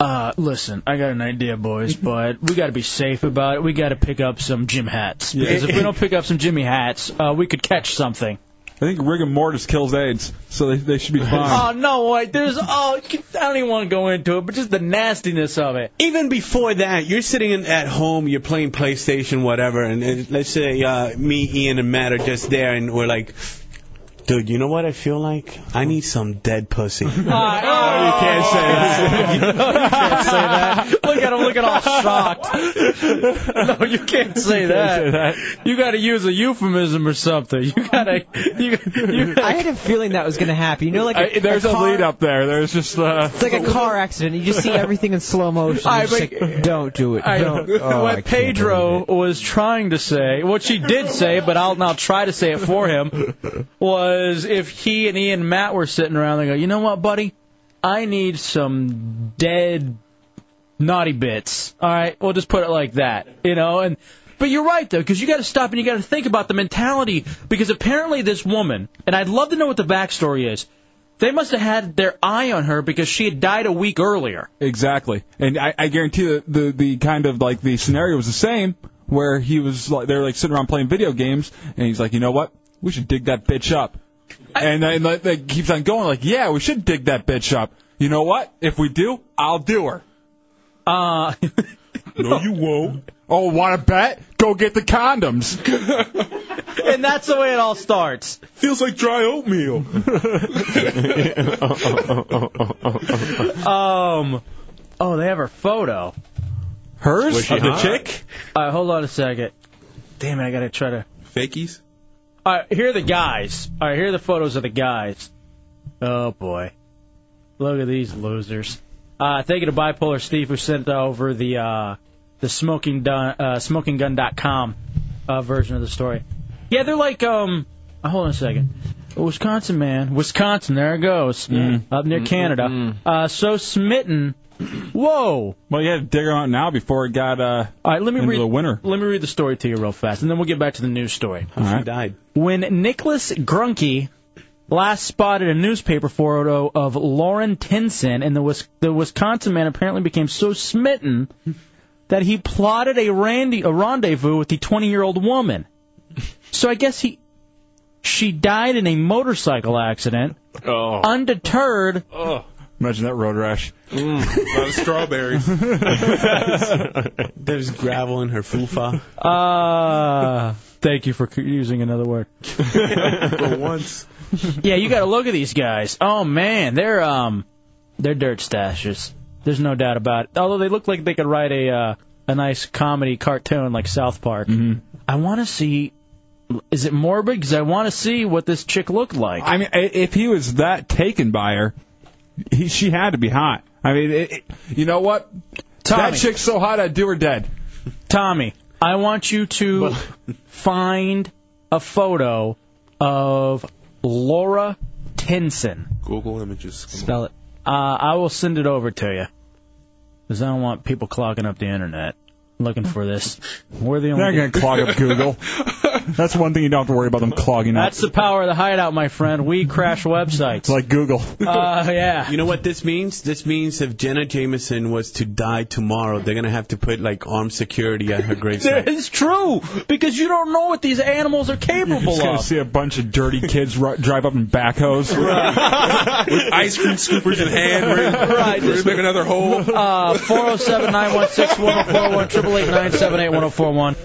Speaker 3: Uh, listen, I got an idea, boys, but we got to be safe about it. We got to pick up some Jim hats because if we don't pick up some Jimmy hats, uh, we could catch something.
Speaker 4: I think rigor mortis kills AIDS, so they, they should be fine.
Speaker 3: Oh no! Wait, there's oh, I don't even want to go into it, but just the nastiness of it.
Speaker 18: Even before that, you're sitting in, at home, you're playing PlayStation, whatever, and, and let's say uh, me, Ian, and Matt are just there, and we're like, dude, you know what I feel like? I need some dead pussy.
Speaker 3: you can't say that. Ah, you can't say that. Look at him looking all shocked. No, you can't say that. You got to use a euphemism or something. You got to. You, you
Speaker 6: I had a feeling that was going to happen. You know, like a,
Speaker 4: I- there's
Speaker 6: a
Speaker 4: a,
Speaker 6: car,
Speaker 4: lead up there. There's just uh,
Speaker 6: It's like a car accident. You just see everything in slow motion. You're
Speaker 3: I
Speaker 6: just
Speaker 3: make-
Speaker 6: like, don't do it.
Speaker 3: I
Speaker 6: don't. Oh, I
Speaker 3: what
Speaker 6: can't
Speaker 3: Pedro was trying to say, what she did say, but I'll now try to say it for him, was if he and he and Matt were sitting around, they go, you know what, buddy, I need some dead naughty bits. All right, we'll just put it like that, you know. And but you're right though, because you got to stop and you got to think about the mentality, because apparently this woman, and I'd love to know what the backstory is. They must have had their eye on her because she had died a week earlier.
Speaker 4: exactly, and I, I guarantee that the the kind of like the scenario was the same, where he was like they're like sitting around playing video games, and he's like, you know what, we should dig that bitch up, and then like, they keeps on going like, yeah, we should dig that bitch up. You know what? If we do, I'll do her.
Speaker 3: Uh,
Speaker 4: no, you won't. Oh, want to bet? Go get the condoms.
Speaker 3: and that's the way it all starts.
Speaker 18: Feels like dry oatmeal.
Speaker 3: Um, oh, they have her photo.
Speaker 4: Hers?
Speaker 18: Was she Of the hot? chick?
Speaker 3: Uh, hold on a second. Damn it, I gotta try to.
Speaker 18: Fakies?
Speaker 3: All right, here are the guys. All right, here are the photos of the guys. Oh boy, look at these losers. Uh, thank you to bipolar Steve who sent over the uh, the smoking dun, uh, smokinggun.com uh, version of the story. Yeah, they're like um. Hold on a second. A Wisconsin man, Wisconsin. There it goes. Up
Speaker 4: Mm-hmm.
Speaker 3: near Canada. Uh, so smitten. Whoa.
Speaker 4: Well, you had to dig her out now before it got uh,
Speaker 3: All right, let me
Speaker 4: into
Speaker 3: read
Speaker 4: the winter.
Speaker 3: Let me read the story to you real fast, and then we'll get back to the news story.
Speaker 18: She died.
Speaker 3: When Nicholas Grunke last spotted a newspaper photo of Lauren Tinson, and the, Wis- the Wisconsin man apparently became so smitten that he plotted a, randy- a rendezvous with the 20-year-old woman. So I guess he she died in a motorcycle accident,
Speaker 4: Oh.
Speaker 3: undeterred.
Speaker 4: oh. Imagine that road rash.
Speaker 18: a lot of strawberries. There's gravel in her fufa.
Speaker 3: Uh, thank you for c- using another word.
Speaker 18: For once.
Speaker 3: yeah, you got to look at these guys. Oh man, they're um, they're dirt stashes. There's no doubt about it. Although they look like they could write a uh, a nice comedy cartoon like South Park. I want to see. Is it morbid? Because I want to see what this chick looked like.
Speaker 4: I mean, i- if he was that taken by her, he, she had to be hot. I mean, it, it, you know what? That
Speaker 3: Tommy.
Speaker 4: chick's so hot, I'd do her dead.
Speaker 3: Tommy, I want you to find a photo of Laura Tinson.
Speaker 23: Google Images. Come
Speaker 3: Spell it. Uh, I will send it over to you. Because I don't want people clogging up the internet looking for this. We're the only.
Speaker 4: They're going to clog up Google. That's one thing you don't have to worry about them clogging up.
Speaker 3: That's the power of the hideout, my friend. We crash websites.
Speaker 4: Like Google.
Speaker 3: Uh, yeah.
Speaker 18: You know what this means? This means if Jenna Jameson was to die tomorrow, they're gonna have to put like armed security at her gravesite.
Speaker 3: It's true because you don't know what these animals are
Speaker 4: You're
Speaker 3: capable
Speaker 4: just going to
Speaker 3: of.
Speaker 4: see a bunch of dirty kids ru- drive up in backhoes.
Speaker 23: With ice cream scoopers in hand, we're,
Speaker 3: right.
Speaker 23: we're gonna make another hole.
Speaker 3: Uh, 407 916 1041,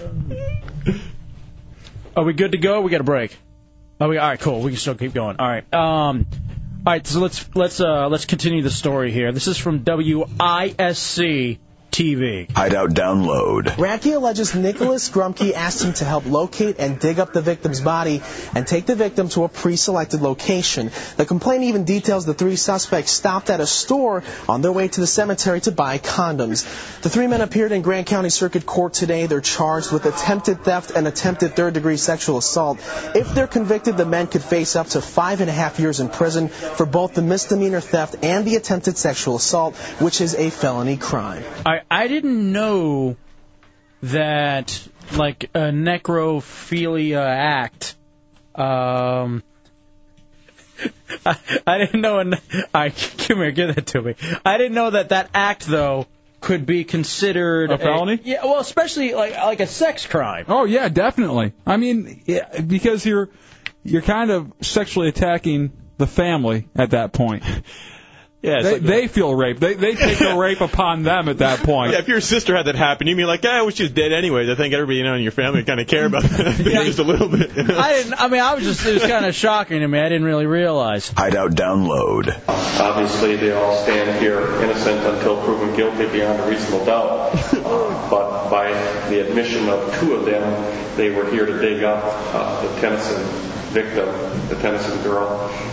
Speaker 3: Are we good to go? We got a break. Oh, we all right. Cool. We can still keep going. All right. Um, all right. So let's let's uh, let's continue the story here. This is from WISC TV.
Speaker 8: Hideout download.
Speaker 7: Radke alleges Nicholas Grumke asked him to help locate and dig up the victim's body and take the victim to a pre-selected location. The complaint even details the three suspects stopped at a store on their way to the cemetery to buy condoms. The three men appeared in Grand County Circuit Court today. They're charged with attempted theft and attempted third-degree sexual assault. If they're convicted, the men could face up to five and a half years in prison for both the misdemeanor theft and the attempted sexual assault, which is a felony crime.
Speaker 3: I I didn't know that like a necrophilia act. Um, I, I didn't know. An, I come here, give that to me. I didn't know that that act though could be considered
Speaker 4: A felony?
Speaker 3: yeah, well, especially like like a sex crime.
Speaker 4: Oh yeah, definitely. I mean, yeah, because you're you're kind of sexually attacking the family at that point.
Speaker 12: Yeah, it's
Speaker 4: they,
Speaker 12: like-
Speaker 4: they feel raped. They they take the rape upon them at that point.
Speaker 12: Yeah, if your sister had that happen, you'd be like, "Ah, well, she's dead anyways." I think everybody you know in your family kind of care about that thing just a little bit.
Speaker 3: I didn't. I mean, I was just. It was kind of shocking to me. I didn't really realize.
Speaker 8: Hideout download.
Speaker 21: Obviously, they all stand here innocent until proven guilty beyond a reasonable doubt. Uh, but by the admission of two of them, they were here to dig up uh, the Tennyson victim, the Tennyson girl,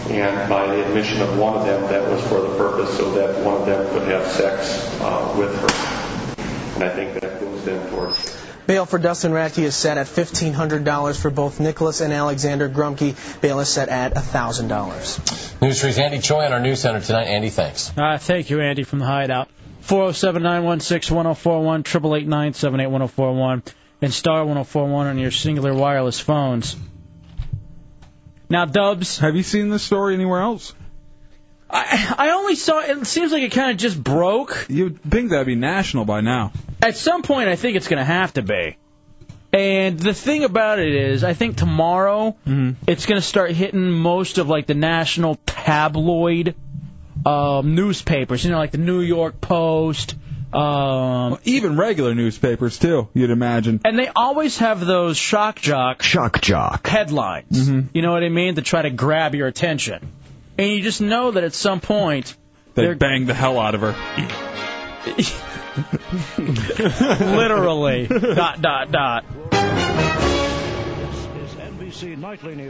Speaker 21: and by the admission of one of them, that was for the purpose so that one of them could have sex uh, with her. And I think that goes then towards
Speaker 7: Bail for Dustin Radke is set at $1,500 for both Nicholas and Alexander Grumke. Bail is set at $1,000.
Speaker 20: News 3's Andy Choi on our news center tonight. Andy, thanks.
Speaker 3: Uh, thank you, Andy, from the Hideout. 407 916 1041, 888 978 1041, and star 1041 on your singular wireless phones. Now, Dubs.
Speaker 4: Have you seen this story anywhere else?
Speaker 3: I, I only saw it seems like it kind of just broke.
Speaker 4: You'd think that'd be national by now.
Speaker 3: At some point, I think it's going to have to be. And the thing about it is, I think tomorrow
Speaker 4: Mm-hmm.
Speaker 3: it's going to start hitting most of like the national tabloid um, newspapers. You know, like the New York Post. Um,
Speaker 4: Even regular newspapers too. You'd imagine.
Speaker 3: and they always have those shock jock
Speaker 8: shock jock
Speaker 3: headlines.
Speaker 4: Mhm.
Speaker 3: You know what I mean? To try to grab your attention, and you just know that at some point
Speaker 4: They
Speaker 3: they're
Speaker 4: banged the hell out of her.
Speaker 3: literally dot dot dot.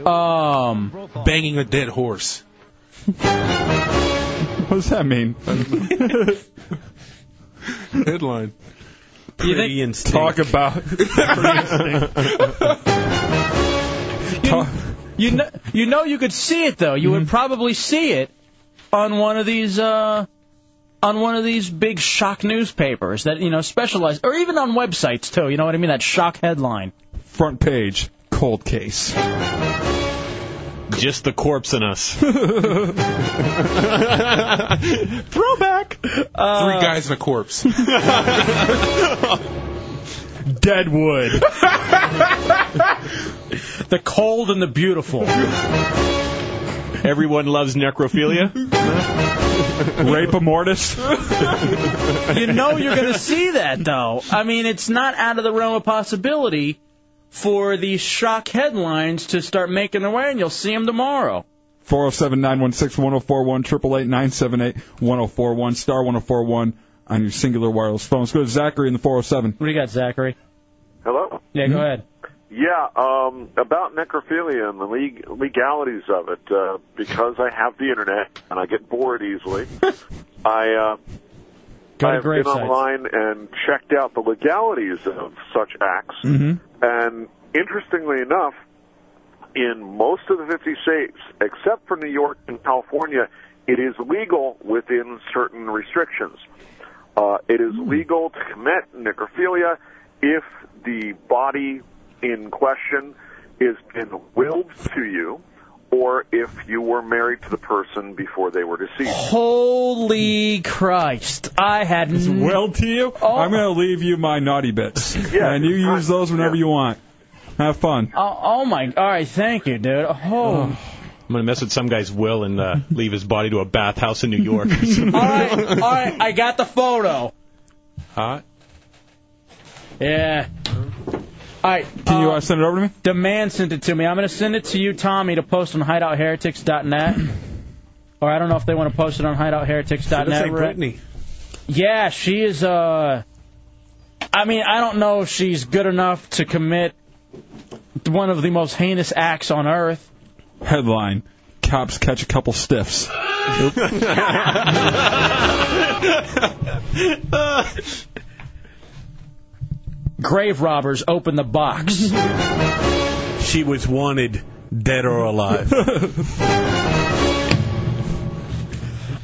Speaker 3: Um,
Speaker 23: banging a dead horse.
Speaker 4: What does that mean?
Speaker 23: Headline.
Speaker 3: You think-
Speaker 4: Talk about.
Speaker 3: you, you know, you know, you could see it though. You
Speaker 4: Mm-hmm.
Speaker 3: would probably see it on one of these, uh, on one of these big shock newspapers that you know specialize, or even on websites too. You know what I mean? That shock headline.
Speaker 4: Front page. Cold case.
Speaker 12: Just the corpse in us.
Speaker 4: Throwback.
Speaker 23: Three guys and a corpse.
Speaker 4: Deadwood.
Speaker 3: the cold and the beautiful.
Speaker 12: Everyone loves necrophilia.
Speaker 4: Rape mortis.
Speaker 3: you know you're going to see that though. I mean, it's not out of the realm of possibility for these shock headlines to start making their way, and you'll see them tomorrow.
Speaker 4: 407 916 1041, 888 978 1041, star 1041 on your singular wireless phone. Let's go to Zachary in the 407.
Speaker 3: What do you got, Zachary?
Speaker 22: Hello.
Speaker 3: Yeah,
Speaker 4: Hmm?
Speaker 3: go ahead.
Speaker 22: Yeah, um, about necrophilia and the leg- legalities of it. Uh, because I have the internet and I get bored easily, I uh,
Speaker 3: Go to
Speaker 22: I've been
Speaker 3: grave sites.
Speaker 22: online and checked out the legalities of such acts. And interestingly enough, in most of the 50 states, except for New York and California, it is legal within certain restrictions. Uh, it is legal to commit necrophilia if the body in question is been willed to you, or if you were married to the person before they were deceased.
Speaker 3: Holy Christ! I had Oh. n-
Speaker 4: Well, to you, I'm going to leave you my naughty bits, and you use those whenever you want. Have fun.
Speaker 3: Oh, oh my! All right, thank you, dude. Oh.
Speaker 12: I'm gonna mess with some guy's will and uh, leave his body to a bathhouse in New York.
Speaker 3: all right, all right. I got the photo.
Speaker 12: Hot.
Speaker 3: Yeah. All right. Can you uh,
Speaker 4: send it over to me?
Speaker 3: The man sent it to me. I'm going to send it to you, Tommy, to post on hideoutheretics.net. or I don't know if they want to post it on hideoutheretics.net.
Speaker 18: Looks like
Speaker 3: Right?
Speaker 18: Brittany.
Speaker 3: Yeah, she is. Uh, I mean, I don't know if she's good enough to commit one of the most heinous acts on earth.
Speaker 4: Headline: Cops catch a couple stiffs.
Speaker 3: Grave robbers open the box.
Speaker 18: She was wanted, dead or alive.
Speaker 3: All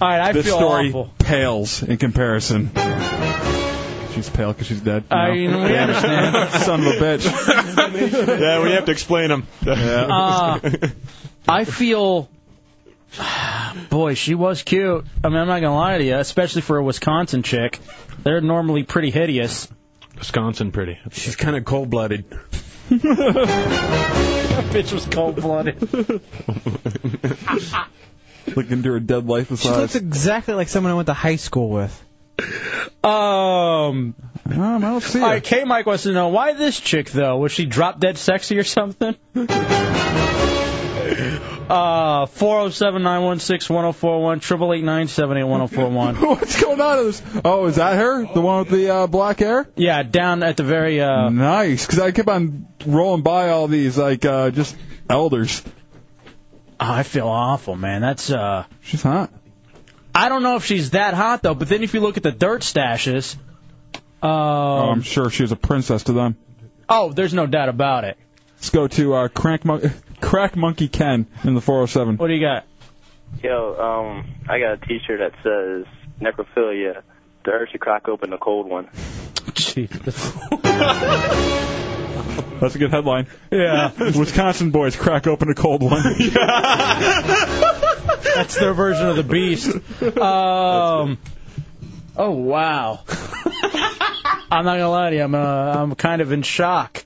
Speaker 3: right, I
Speaker 4: this
Speaker 3: feel
Speaker 4: story
Speaker 3: awful.
Speaker 4: pales in comparison. She's pale because she's dead.
Speaker 3: I mean, we understand.
Speaker 4: Son of a bitch.
Speaker 12: yeah, we have to explain him.
Speaker 3: Uh, I feel. Boy, she was cute. I mean, I'm not gonna lie to you, especially for a Wisconsin chick. They're normally pretty hideous.
Speaker 12: Wisconsin, pretty.
Speaker 18: She's kind of cold blooded.
Speaker 3: bitch was cold blooded.
Speaker 4: Oh. Look into her dead life
Speaker 6: She looks
Speaker 4: besides.
Speaker 6: exactly like someone I went to high school with.
Speaker 3: Um,
Speaker 4: I don't see
Speaker 3: All right, K Mike wants to know why this chick though was she drop dead sexy or something? Uh, four zero seven nine one six one zero four one triple eight nine seven eight one zero four one.
Speaker 4: What's going on? in this- Oh, is that her? The one with the uh, black hair?
Speaker 3: Yeah, down at the very. Uh,
Speaker 4: Nice, because I kept on rolling by all these like uh, just elders.
Speaker 3: Oh, I feel awful, man. That's uh.
Speaker 4: She's hot.
Speaker 3: I don't know if she's that hot though. But then if you look at the dirt stashes,
Speaker 4: oh,
Speaker 3: um,
Speaker 4: I'm sure she was a princess to them.
Speaker 3: oh, there's no doubt about it.
Speaker 4: Let's go to uh, crank Mon- crack monkey Ken in the 407.
Speaker 3: What do you got?
Speaker 16: Yo, um, I got a T-shirt that says necrophilia. The urge to crack open a cold one.
Speaker 3: Oh, Jesus.
Speaker 4: That's a good headline.
Speaker 3: Yeah.
Speaker 4: Wisconsin boys crack open a cold one.
Speaker 3: That's their version of the beast. Um, oh wow. I'm not gonna lie to you. I'm uh, I'm kind of in shock.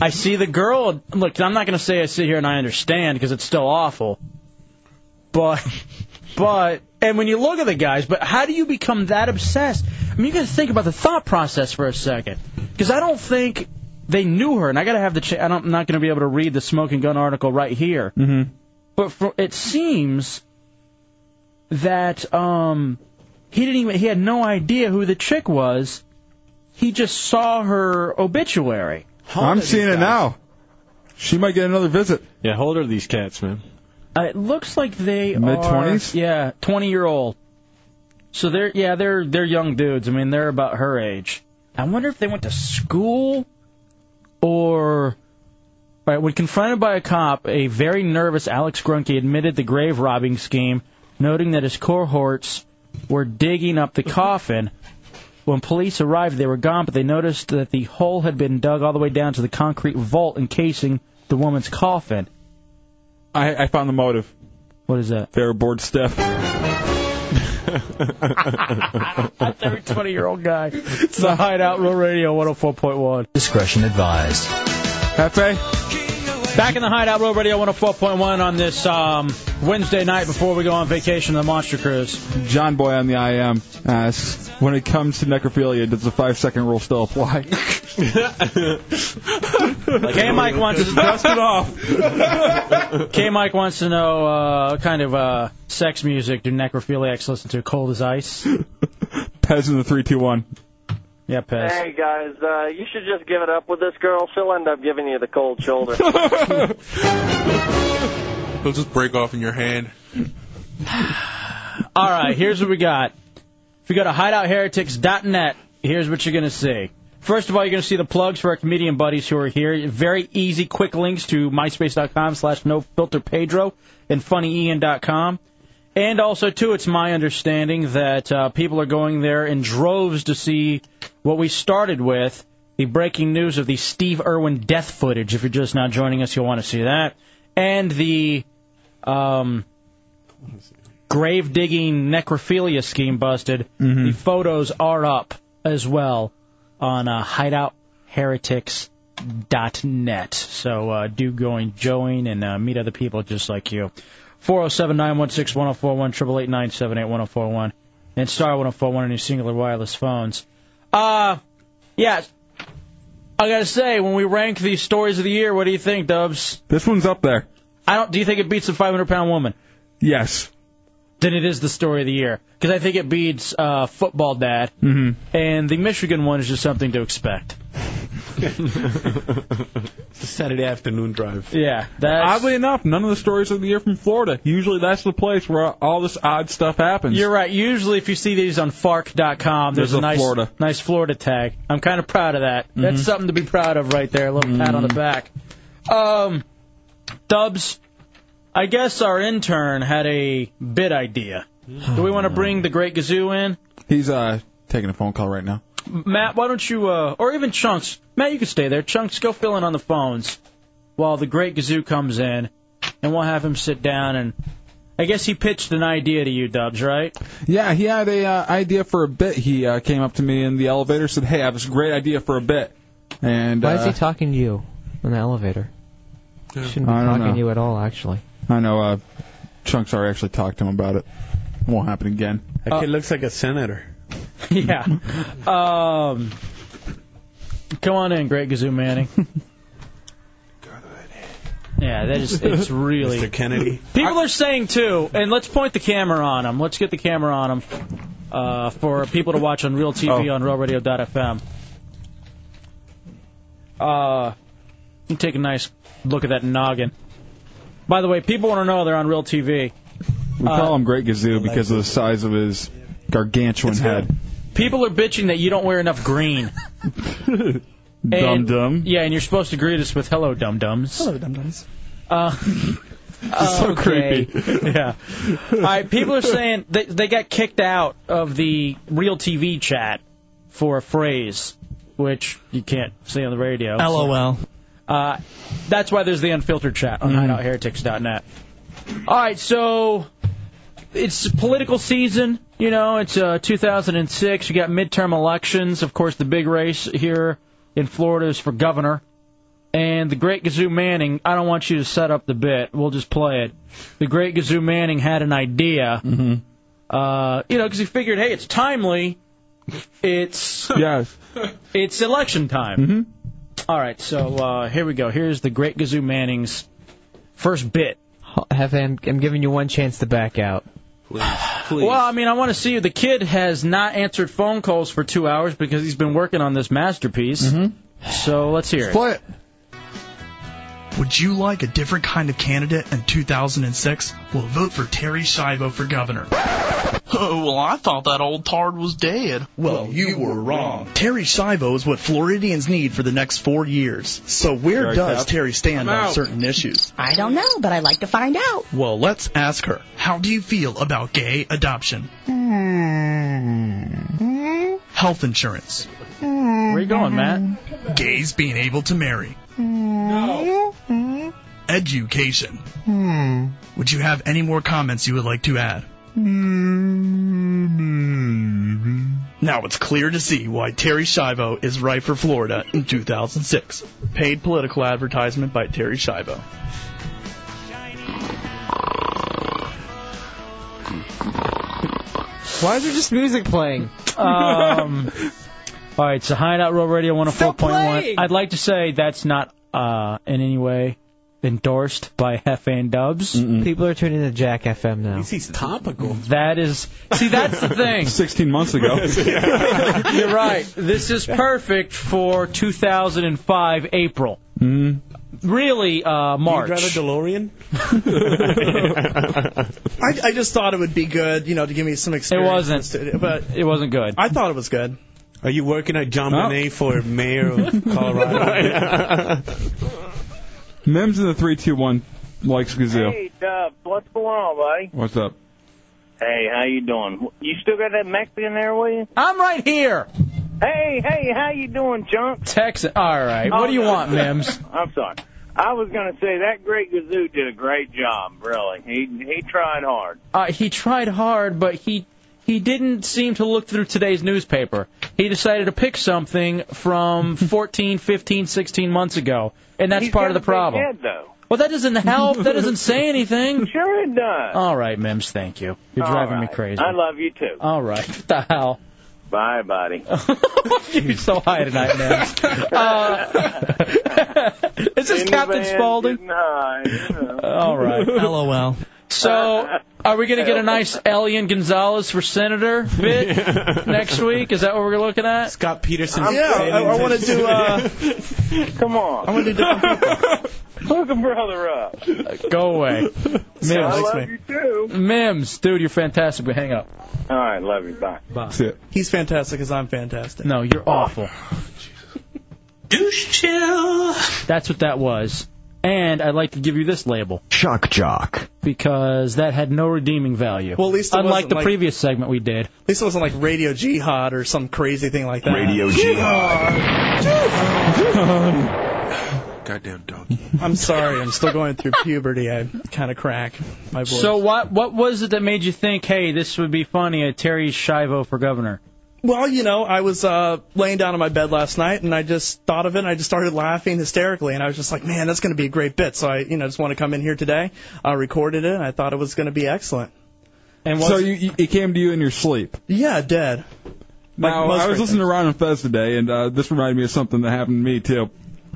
Speaker 3: I see the girl. Look, I'm not gonna say I sit here and I understand because it's still awful. But, but, and when you look at the guys, but how do you become that obsessed? I mean, you got to think about the thought process for a second because I don't think they knew her, and I got to have the. Ch- I don't, I'm not gonna be able to read the smoking gun article right here.
Speaker 4: Mm-hmm.
Speaker 3: But for, it seems that um, he didn't even he had no idea who the chick was. He just saw her obituary.
Speaker 4: I'm seeing it now. She might get another visit.
Speaker 12: Yeah, how old are these cats, man?
Speaker 3: Uh, it looks like they are
Speaker 4: Mid-twenties?
Speaker 3: Yeah, twenty year old. So they're yeah they're they're young dudes. I mean they're about her age. I wonder if they went to school or. All right, when confronted by a cop, a very nervous Alex Grunke admitted the grave robbing scheme, noting that his cohorts were digging up the coffin. When police arrived, they were gone, but they noticed that the hole had been dug all the way down to the concrete vault encasing the woman's coffin.
Speaker 4: I, I found the motive.
Speaker 3: What is that?
Speaker 4: They were bored stiff.
Speaker 3: That's every 20 year old guy. It's the Hideout Real Radio 104.1.
Speaker 17: Discretion advised.
Speaker 4: Hefe?
Speaker 3: Back in the Hideout Real Radio 104.1 on this um, Wednesday night before we go on vacation to the Monster Cruise.
Speaker 4: John Boy on the IM asks, when it comes to necrophilia, does the five second rule still apply?
Speaker 3: K Mike wants to dust it off. K Mike wants to know uh, what kind of uh, sex music do necrophiliacs listen to? Cold as ice.
Speaker 4: Pez in the 321.
Speaker 3: Yeah, Pez.
Speaker 16: Hey guys, uh, you should just give it up with this girl. She'll end up giving you the cold shoulder.
Speaker 23: They'll just break off in your hand.
Speaker 3: All right, here's what we got. If you go to hideoutheretics.net, here's what you're going to see. First of all, you're going to see the plugs for our comedian buddies who are here. Very easy, quick links to myspace.com slash no filter Pedro and funnyen.com. And also, too, it's my understanding that uh, people are going there in droves to see what we started with the breaking news of the Steve Irwin death footage. If you're just now joining us, you'll want to see that. And the um, grave digging necrophilia scheme busted.
Speaker 4: Mm-hmm.
Speaker 3: The photos are up as well on uh, hideoutheretics.net. So uh, do go and join and uh, meet other people just like you. 407 916 1041, 888 978 1041, and star 1041 on your singular wireless phones. Uh, yeah, I gotta say, when we rank the stories of the year, what do you think, Dubs?
Speaker 4: This one's up there.
Speaker 3: I don't. Do you think it beats the 500 pound woman?
Speaker 4: Yes.
Speaker 3: Then it is the story of the year because I think it beats uh, football dad,
Speaker 4: Mm-hmm.
Speaker 3: and the Michigan one is just something to expect.
Speaker 18: It's a Saturday afternoon drive.
Speaker 3: Yeah.
Speaker 4: Oddly enough, none of the stories of the year from Florida. Usually that's the place where all this odd stuff happens.
Speaker 3: You're right. Usually, if you see these on FARC.com, Um, there's,
Speaker 4: There's a
Speaker 3: nice,
Speaker 4: Florida.
Speaker 3: nice Florida tag. I'm kind of proud of that. That's something to be proud of right there. A little pat on the back. Um, Dubs, I guess our intern had a bid idea. Do we want to bring the Great Gazoo in?
Speaker 4: He's uh taking a phone call right now.
Speaker 3: Matt, why don't you, uh, or even Chunks? Matt, you can stay there. Chunks, go fill in on the phones while the Great Gazoo comes in, and we'll have him sit down and. I guess he pitched an idea to you, Dubs, right?
Speaker 4: Yeah, he had a uh, idea for a bit. He uh, came up to me in the elevator, said, "Hey, I have this great idea for a bit." And
Speaker 6: Why
Speaker 4: uh,
Speaker 6: is he talking to you in the elevator? Shouldn't be
Speaker 4: I don't
Speaker 6: talking
Speaker 4: know.
Speaker 6: to you at all, actually.
Speaker 4: I know uh, Chunks already actually talked to him about it. Won't happen again. Uh,
Speaker 18: That kid looks like a senator.
Speaker 3: yeah. Um, come on in, Great Gazoo Manning. Yeah, that is it's really
Speaker 18: Mr. Kennedy.
Speaker 3: People are saying too, and let's point the camera on them. Let's get the camera on them uh, for people to watch on Real TV on RealRadio.fm. Uh, you take a nice look at that noggin. By the way, people want to know they're on Real TV.
Speaker 4: We
Speaker 3: uh,
Speaker 4: call him Great Gazoo because of the size of his gargantuan head.
Speaker 3: People are bitching that you don't wear enough green.
Speaker 4: Dum dum.
Speaker 3: Yeah, and you're supposed to greet us with "Hello, dum dums."
Speaker 1: Hello, dum dums.
Speaker 3: Uh,
Speaker 4: so
Speaker 3: okay.
Speaker 4: creepy.
Speaker 3: yeah. All right. People are saying they they got kicked out of the real TV chat for a phrase which you can't say on the radio.
Speaker 1: LOL.
Speaker 3: Uh, that's why there's the unfiltered chat on hideoutheretics.net. All right, so it's political season. You know, it's uh, 2006. You got midterm elections. Of course, the big race here in Florida is for governor. And the great Gazoo Manning, I don't want you to set up the bit. We'll just play it. The great Gazoo Manning had an idea. Uh, you know, because he figured, hey, it's timely. It's
Speaker 4: yes.
Speaker 3: It's election time. All right, so uh, here we go. Here's the great Gazoo Manning's first bit.
Speaker 6: Have him, I'm giving you one chance to back out.
Speaker 3: Well, I mean, I want to see you. The kid has not answered phone calls for two hours because he's been working on this masterpiece. So let's hear it.
Speaker 1: What? Would you like a different kind of candidate in 2006? Well, vote for Terry Schiavo for governor. Oh, well, I thought that old tard was dead. Well, you, were wrong. Terry Schiavo is what Floridians need for the next four years. So where Sorry, does Cap. Terry stand I'm on out. certain issues?
Speaker 17: I don't know, but I'd like to find out.
Speaker 1: Well, let's ask her. How do you feel about gay adoption? Hmm. Health insurance.
Speaker 3: Where you going, Matt?
Speaker 1: Gays being able to marry.
Speaker 6: Mm-hmm.
Speaker 1: Education. Would you have any more comments you would like to add? Mm-hmm. Now it's clear to see why Terry Schiavo is right for Florida in 2006. Paid political advertisement by Terry Schiavo.
Speaker 6: Why is there just music playing?
Speaker 3: Um, all right, so Hideout Row Radio 104.1.
Speaker 6: playing.
Speaker 3: I'd like to say that's not uh, in any way endorsed by Hefe and Dubs.
Speaker 6: People are tuning to Jack FM now.
Speaker 18: He's topical.
Speaker 3: That is, see, that's the thing.
Speaker 4: 16 months ago.
Speaker 3: You're right. This is perfect for 2005 April.
Speaker 4: Mm.
Speaker 3: Really, uh, March.
Speaker 1: You'd rather
Speaker 18: DeLorean?
Speaker 1: I, I just thought it would be good, you know, to give me some
Speaker 3: It
Speaker 1: experience.
Speaker 3: wasn't.
Speaker 1: but
Speaker 3: it wasn't good.
Speaker 1: I thought it was good.
Speaker 18: Are you working at John Bonet for mayor of Colorado?
Speaker 4: Mims in the three two one likes Gazoo.
Speaker 14: Hey, Dub, what's going on, buddy?
Speaker 4: What's up?
Speaker 15: Hey, how you doing? You still got that Mexican there with you?
Speaker 3: I'm right here.
Speaker 15: Hey, hey, how you doing, Chunk?
Speaker 3: Texas. All right. What do you
Speaker 15: Oh, no.
Speaker 3: want, Mims?
Speaker 15: I'm sorry. I was gonna say that great Gazoo did a great job. Really, he he tried hard.
Speaker 3: Uh, he tried hard, but he he didn't seem to look through today's newspaper. He decided to pick something from 14, 15, 16 months ago, and that's
Speaker 15: He's
Speaker 3: part of
Speaker 15: got
Speaker 3: the
Speaker 15: a big
Speaker 3: problem.
Speaker 15: head, though.
Speaker 3: Well, that doesn't help. That doesn't say anything.
Speaker 15: Sure it does.
Speaker 3: All right, Mims. Thank you. You're
Speaker 15: All
Speaker 3: driving
Speaker 15: right.
Speaker 3: me crazy.
Speaker 15: I love you too.
Speaker 3: All right. What the hell? Oh,
Speaker 15: Bye, buddy.
Speaker 3: You're so high tonight, Mims. Uh, is this
Speaker 15: In the
Speaker 3: Captain
Speaker 15: van,
Speaker 3: Spaulding?
Speaker 15: getting high, you know.
Speaker 3: All right. LOL. So, are we going to get a nice Elian Gonzalez for senator bit next week? Is that what we're looking at? Scott Peterson.
Speaker 15: I'm Yeah, I- I wanna do, uh, Come on.
Speaker 3: I want to do.
Speaker 15: Hook a brother up.
Speaker 3: Go away, Mims.
Speaker 15: I love you too.
Speaker 3: Mims, dude, you're fantastic. But hang up.
Speaker 15: All right, love you. Bye.
Speaker 3: Bye.
Speaker 1: He's fantastic because I'm fantastic.
Speaker 3: No, you're awful. Douche chill. That's what that was. And I'd like to give you this label. Shock jock. Because that had no redeeming value.
Speaker 1: Well, at least it
Speaker 3: unlike
Speaker 1: wasn't
Speaker 3: the
Speaker 1: like-
Speaker 3: previous segment we did.
Speaker 1: At least it wasn't like Radio Jihad or some crazy thing like that.
Speaker 3: Radio
Speaker 1: Goddamn dog. I'm sorry. I'm still going through puberty. I kind of crack my voice.
Speaker 3: So what what was it that made you think, hey, this would be funny, a Terry Schiavo for governor?
Speaker 1: Well, you know, I was uh, laying down in my bed last night, and I just thought of it, and I just started laughing hysterically, and I was just like, "Man, that's going to be a great bit." So I, you know, just want to come in here today. I recorded it, and I thought it was going to be excellent.
Speaker 3: And
Speaker 4: so you, you, it came to you in your sleep.
Speaker 1: Yeah, dead. Like
Speaker 4: Now,
Speaker 1: most
Speaker 4: I was
Speaker 1: great
Speaker 4: listening to Ron and Fez today, and uh, this reminded me of something that happened to me too.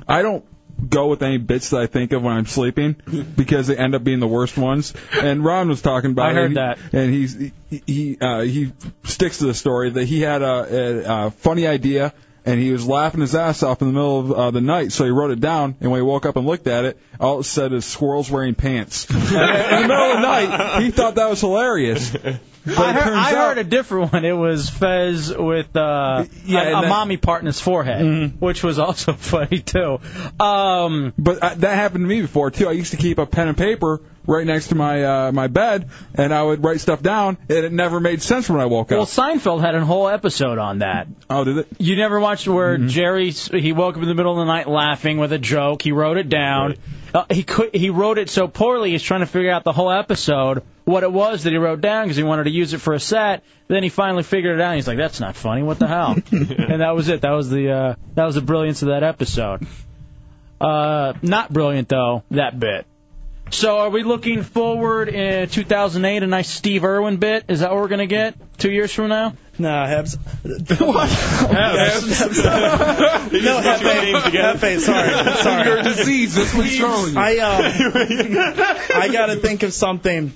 Speaker 4: I don't go with any bits that I think of when I'm sleeping because they end up being the worst ones. And Ron was talking about.
Speaker 3: I
Speaker 4: it,
Speaker 3: heard
Speaker 4: and,
Speaker 3: that.
Speaker 4: And he's he he, uh, he sticks to the story that he had a, a, a funny idea. And he was laughing his ass off in the middle of uh, the night, so he wrote it down. And when he woke up and looked at it, all it said is "squirrels wearing pants." And in the middle of the night, he thought that was hilarious. But
Speaker 3: I
Speaker 4: it
Speaker 3: heard,
Speaker 4: turns
Speaker 3: I
Speaker 4: out-
Speaker 3: heard a different one. It was Fez with uh,
Speaker 4: Yeah,
Speaker 3: a,
Speaker 4: and
Speaker 3: a
Speaker 4: that- Mm-hmm.
Speaker 3: mommy part in his forehead, which was also funny too. Um,
Speaker 4: but uh, that happened to me before too. I used to keep a pen and paper right next to my uh, my bed, and I would write stuff down, and it never made sense when I woke
Speaker 3: Well,
Speaker 4: up.
Speaker 3: Seinfeld had a whole episode on that.
Speaker 4: Oh, did it? Mm-hmm.
Speaker 3: You never watched where Jerry he woke up in the middle of the night laughing with a joke. He wrote it down. Uh, he could he wrote it so poorly. He's trying to figure out the whole episode what it was that he wrote down because he wanted to use it for a set. Then he finally figured it out. And he's like, "That's not funny. What the hell?" and that was it. That was the uh, that was the brilliance of that episode. Uh, not brilliant though that bit. So are we looking forward in 2008 a nice Steve Irwin bit? Is that what we're gonna get two years from now?
Speaker 1: No, Hebs. no, Hefe, Hefe, sorry, sorry.
Speaker 9: You're a
Speaker 4: disease. That's what's wrong with you.
Speaker 1: I, um, uh, I gotta think of something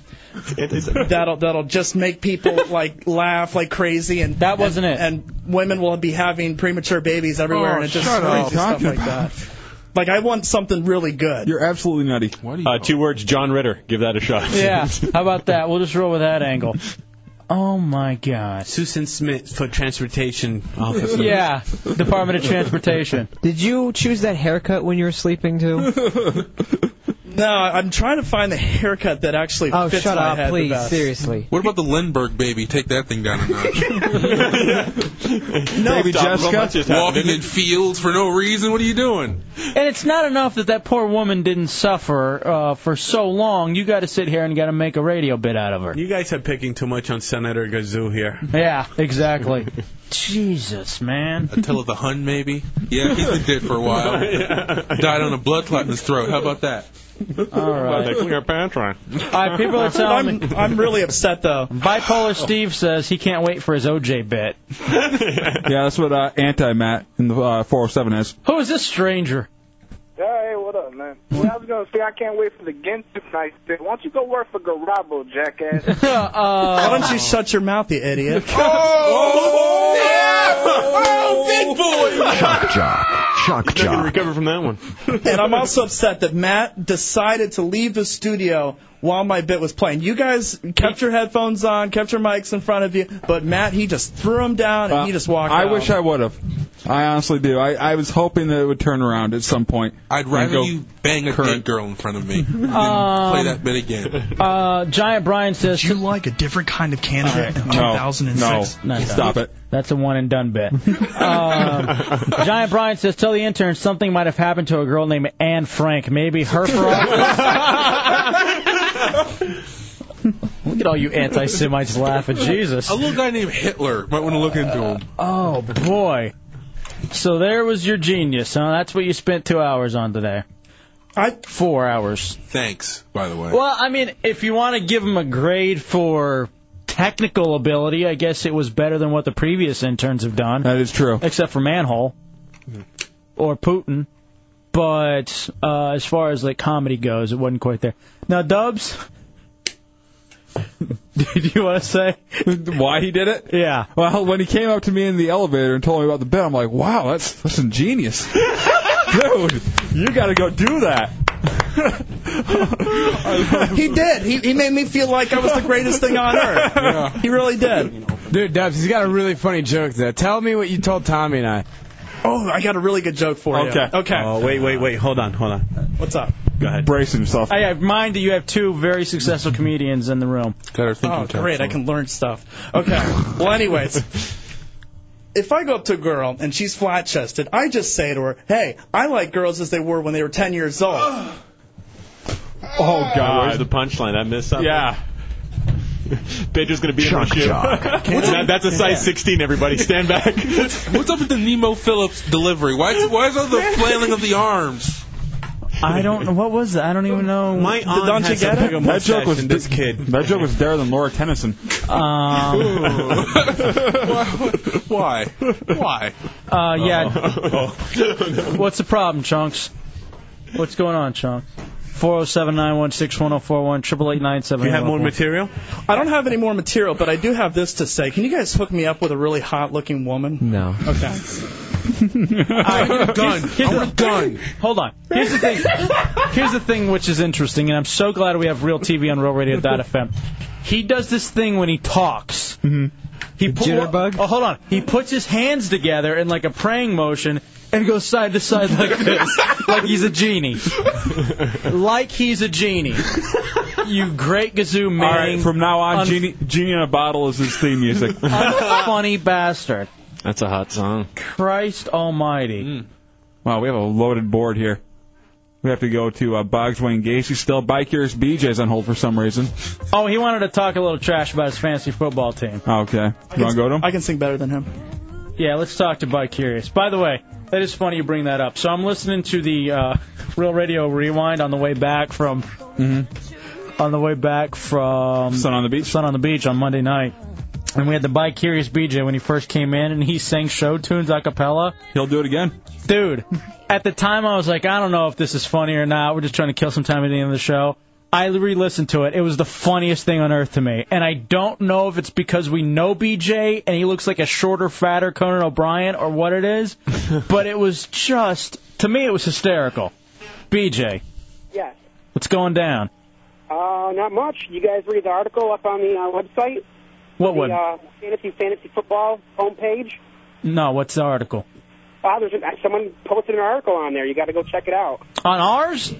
Speaker 1: that'll that'll just make people like laugh like crazy, and that
Speaker 3: wasn't
Speaker 1: and, it. And women will be having premature babies everywhere,
Speaker 4: Oh,
Speaker 1: and it just
Speaker 4: shut up.
Speaker 1: crazy stuff
Speaker 4: Talking
Speaker 1: like that. Like I want something really good.
Speaker 4: You're absolutely nutty.
Speaker 12: Uh, two words, John Ritter. Give that a shot.
Speaker 3: Yeah. How about that? We'll just roll with that angle. Oh my God.
Speaker 18: Susan Smith for transportation officer.
Speaker 3: Yeah. Department of Transportation.
Speaker 6: Did you choose that haircut when you were sleeping too?
Speaker 1: No, I'm trying to find the haircut that actually
Speaker 6: Oh,
Speaker 1: fits
Speaker 6: shut
Speaker 1: my
Speaker 6: up,
Speaker 1: head the
Speaker 6: please,
Speaker 1: best.
Speaker 6: seriously.
Speaker 23: What about the Lindbergh baby? Take that thing down a notch.
Speaker 1: No,
Speaker 23: baby
Speaker 1: Tom, well, that just happened,
Speaker 23: walking in fields for no reason. What are you doing?
Speaker 3: And it's not enough that that poor woman didn't suffer uh, for so long. You got to sit here and got to make a radio bit out of her.
Speaker 18: You guys are picking too much on Senator Gazoo here.
Speaker 3: Yeah, exactly. Jesus, man.
Speaker 23: Attila the Hun, maybe? Yeah, he's been dead for a while. Died on a blood clot in his throat. How about that?
Speaker 3: All right. All right, people are telling
Speaker 1: I'm, I'm really upset though.
Speaker 3: Bipolar Steve says he can't wait for his OJ bit.
Speaker 4: yeah, that's what uh, anti Matt in the uh, 407 is.
Speaker 3: Who is this stranger?
Speaker 5: Hey, what up, man? Well, I was gonna say I can't wait for the Genshin night. Why don't you go work for Garabo, jackass?
Speaker 1: Why don't
Speaker 6: Uh,
Speaker 1: you shut your mouth, you idiot?
Speaker 6: Oh,
Speaker 4: Oh,
Speaker 8: Shock jock. Shock jock.
Speaker 1: recover from that one. and I'm also upset that Matt decided to leave the studio while my bit was playing. You guys kept your headphones on, kept your mics in front of you, but Matt, he just threw them down and he just walked
Speaker 4: I
Speaker 1: out.
Speaker 4: wish I would have. I honestly do. I, I was hoping that it would turn around at some point.
Speaker 2: I'd
Speaker 4: and
Speaker 2: rather
Speaker 4: go
Speaker 2: you bang a dead girl in front of me than play
Speaker 3: Um,
Speaker 2: that bit again.
Speaker 3: Uh, Giant Brian says, "Would you
Speaker 1: like a different kind of candidate in
Speaker 3: No.
Speaker 1: 2006?
Speaker 3: No, That's a one and done bit. um, Giant Brian says, "Tell the intern something might have happened to a girl named Anne Frank. Maybe her for
Speaker 12: Oh,
Speaker 3: Look at all you anti-Semites laughing. Jesus.
Speaker 2: A little guy named Hitler might want to look into him.
Speaker 3: Oh boy. So there was your genius, huh? That's what you spent two hours on today. I four hours.
Speaker 2: Thanks, by the way.
Speaker 3: Well, I mean, if you want to give him a grade for technical ability, I guess it was better than what the previous interns have done. That
Speaker 4: is true.
Speaker 3: Except for Manhole or Putin. But uh, as far as like comedy goes, it wasn't quite there. Now, Dubs, did you want to say
Speaker 4: why he did it?
Speaker 3: Yeah.
Speaker 4: Well, when he came up to me in the elevator and told me about the bet, I'm like, wow, that's that's ingenious, dude. You got to go do that.
Speaker 24: he did. He, he made me feel like I was the greatest thing on earth. He really did.
Speaker 19: Dude, Dubs, he's got a really funny joke there. Tell me what you told Tommy and I.
Speaker 24: Oh, I got a really good joke for you.
Speaker 19: Okay.
Speaker 24: Okay.
Speaker 18: Oh, wait, wait, wait. Hold on, hold on.
Speaker 24: What's up?
Speaker 18: Go ahead.
Speaker 4: Brace himself.
Speaker 3: I have mind that you have two very successful comedians in the room.
Speaker 24: Oh, great. I can learn stuff. Okay. well, anyways. If I go up to a girl and she's flat chested, I just say to her, Hey, I like girls as they were when they were 10 years old.
Speaker 4: Oh God.
Speaker 12: Where's the punchline? I missed something. Yeah. Pedro's gonna beat him on
Speaker 2: Shock
Speaker 12: shoe.
Speaker 2: jock.
Speaker 12: That- that's a size 16. Everybody, stand back.
Speaker 2: What's up with the Nemo Phillips delivery? Why is, why is all the flailing of the arms?
Speaker 3: I don't know what was that. I don't even know.
Speaker 2: My
Speaker 3: Did-
Speaker 2: aunt
Speaker 3: don't you
Speaker 2: has
Speaker 3: get
Speaker 2: a
Speaker 3: it?
Speaker 2: bigger
Speaker 4: That joke was
Speaker 18: this kid.
Speaker 4: That joke was better than Laura Tennyson.
Speaker 3: Uh, Um,
Speaker 2: Why? Why?
Speaker 3: uh, yeah.
Speaker 24: Oh.
Speaker 3: What's the problem, Chunks? What's going on, Chunks? Four zero seven nine one six one zero four one triple eight oh nine seven.
Speaker 24: material? I don't have any more material, but I do have this to say. Can you guys hook me up with a really hot looking woman?
Speaker 6: No.
Speaker 24: Okay.
Speaker 3: I'm done. I'm done. Hold on. Here's the thing. Here's the thing, which is interesting, and I'm so glad we have real TV on RealRadio.fm. He does this thing when he talks.
Speaker 4: Mm-hmm.
Speaker 3: He pu-
Speaker 6: jitterbug?
Speaker 3: Oh, hold on. He puts his hands together in like a praying motion and goes side to side like this, like he's a genie, like he's a genie. You great gazoo man.
Speaker 4: All right, from now on,
Speaker 3: Un-
Speaker 4: genie, genie in a bottle is his theme music.
Speaker 3: Funny bastard.
Speaker 4: That's a hot song. Mm.
Speaker 3: Christ Almighty.
Speaker 4: Wow, we have a loaded board here. We have to go to uh, Boggs Wayne Gacy still. By Curious BJ's on hold for some reason.
Speaker 3: Oh, he wanted to talk a little trash about his fantasy football team.
Speaker 4: Ah, Okay. You want to go to him?
Speaker 24: I can sing better than him.
Speaker 3: Yeah, let's talk to By Curious. By the way, that is funny you bring that up. So I'm listening to the uh, Real Radio Rewind on the way back from on the way back from Sun
Speaker 4: Mm-hmm. on the Beach.
Speaker 3: Sun on the Beach on Monday night. And we had the By Curious BJ when he first came in and he sang show tunes a cappella.
Speaker 4: He'll do it again.
Speaker 3: Dude, at the time I was like, I don't know if this is funny or not. We're just trying to kill some time at the end of the show. I re listened to it. It was the funniest thing on earth to me. And I don't know if it's because we know BJ and he looks like a shorter, fatter Conan O'Brien or what it is, but it was just, to me, it was hysterical. BJ,
Speaker 27: Yes.
Speaker 3: what's going down?
Speaker 27: Uh, not much. You guys read the article up on the uh, website?
Speaker 3: What
Speaker 27: the,
Speaker 3: would?
Speaker 27: Uh, fantasy fantasy football homepage.
Speaker 3: No, what's the article?
Speaker 27: Uh, there's an, someone posted an article on there. You got to go check it out.
Speaker 3: On ours?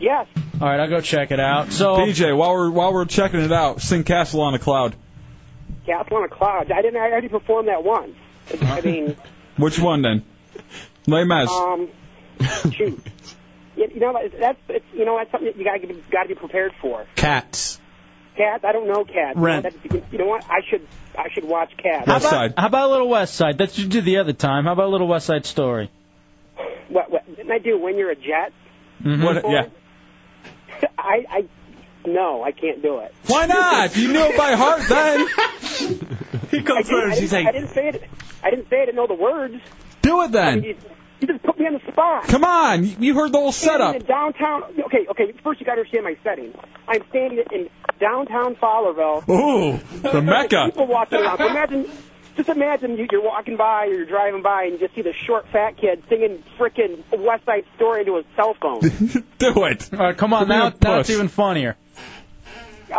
Speaker 27: Yes.
Speaker 3: All right, I'll go check it out. So
Speaker 4: BJ, while we're while we're checking it out, sing Castle on a Cloud.
Speaker 27: Castle on a Cloud. I didn't. I already performed that once. It's- I mean,
Speaker 4: Which one then? Les Mis.
Speaker 27: um, shoot. You you know, that's it's, you know that's something that you got to got to be prepared for.
Speaker 18: Cats.
Speaker 27: Cats. I don't know cats.
Speaker 3: Rent.
Speaker 27: You know, that's- you know what? I should I should watch cats.
Speaker 3: how about, How about a little West Side? That's what you did the other time. How about a little West Side Story?
Speaker 27: What, what didn't I do? When you're a jet?
Speaker 4: What? Yeah.
Speaker 27: I I no, I can't do it.
Speaker 4: Why not? If you knew it by heart, then
Speaker 27: He comes first. He's like, I didn't say it. I didn't say I didn't know the words.
Speaker 4: do it
Speaker 27: I mean,
Speaker 4: then.
Speaker 27: You, you just put me on the spot.
Speaker 4: Come on, you- you heard the whole setup.
Speaker 27: Standing in downtown. Okay, okay. First, you got to understand my setting. I'm standing in downtown Fowlerville.
Speaker 4: Ooh, Oh, the Mecca.
Speaker 27: People walking around. So imagine, just imagine you, you're walking by or you're driving by and you just see this short fat kid singing frickin' West Side Story into his cell phone.
Speaker 4: Do it. All
Speaker 3: right, come on,
Speaker 27: Give me a
Speaker 3: now, now it's
Speaker 27: push.
Speaker 3: even funnier.
Speaker 27: uh,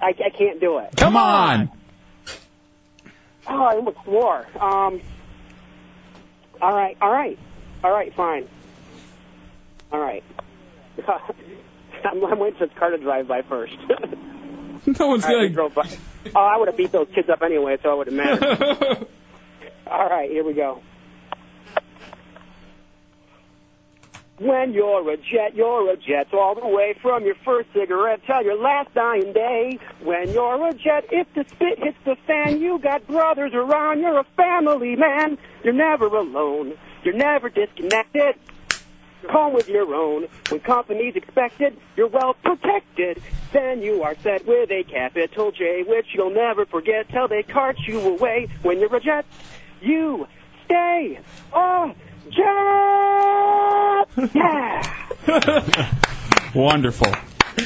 Speaker 27: I, I can't do it.
Speaker 3: Come on.
Speaker 27: Oh, I almost swore. Um, All right, all right, all right, fine. All right. I'm, I'm waiting for this car to drive by first.
Speaker 4: No one's
Speaker 27: All
Speaker 4: going
Speaker 27: right, they drove by. Oh, I would have beat those kids up anyway, so it wouldn't matter. All right, here we go. When you're a jet, you're a jet all the way from your first cigarette till your last dying day. When you're a jet, if the spit hits the fan, you got brothers around, you're a family man. You're never alone, you're never disconnected. You're home with your own. When company's expected, you're well protected. Then you are set with a capital J, which you'll never forget till they cart you away. When you're a jet, you stay a jet. Yeah.
Speaker 4: Wonderful.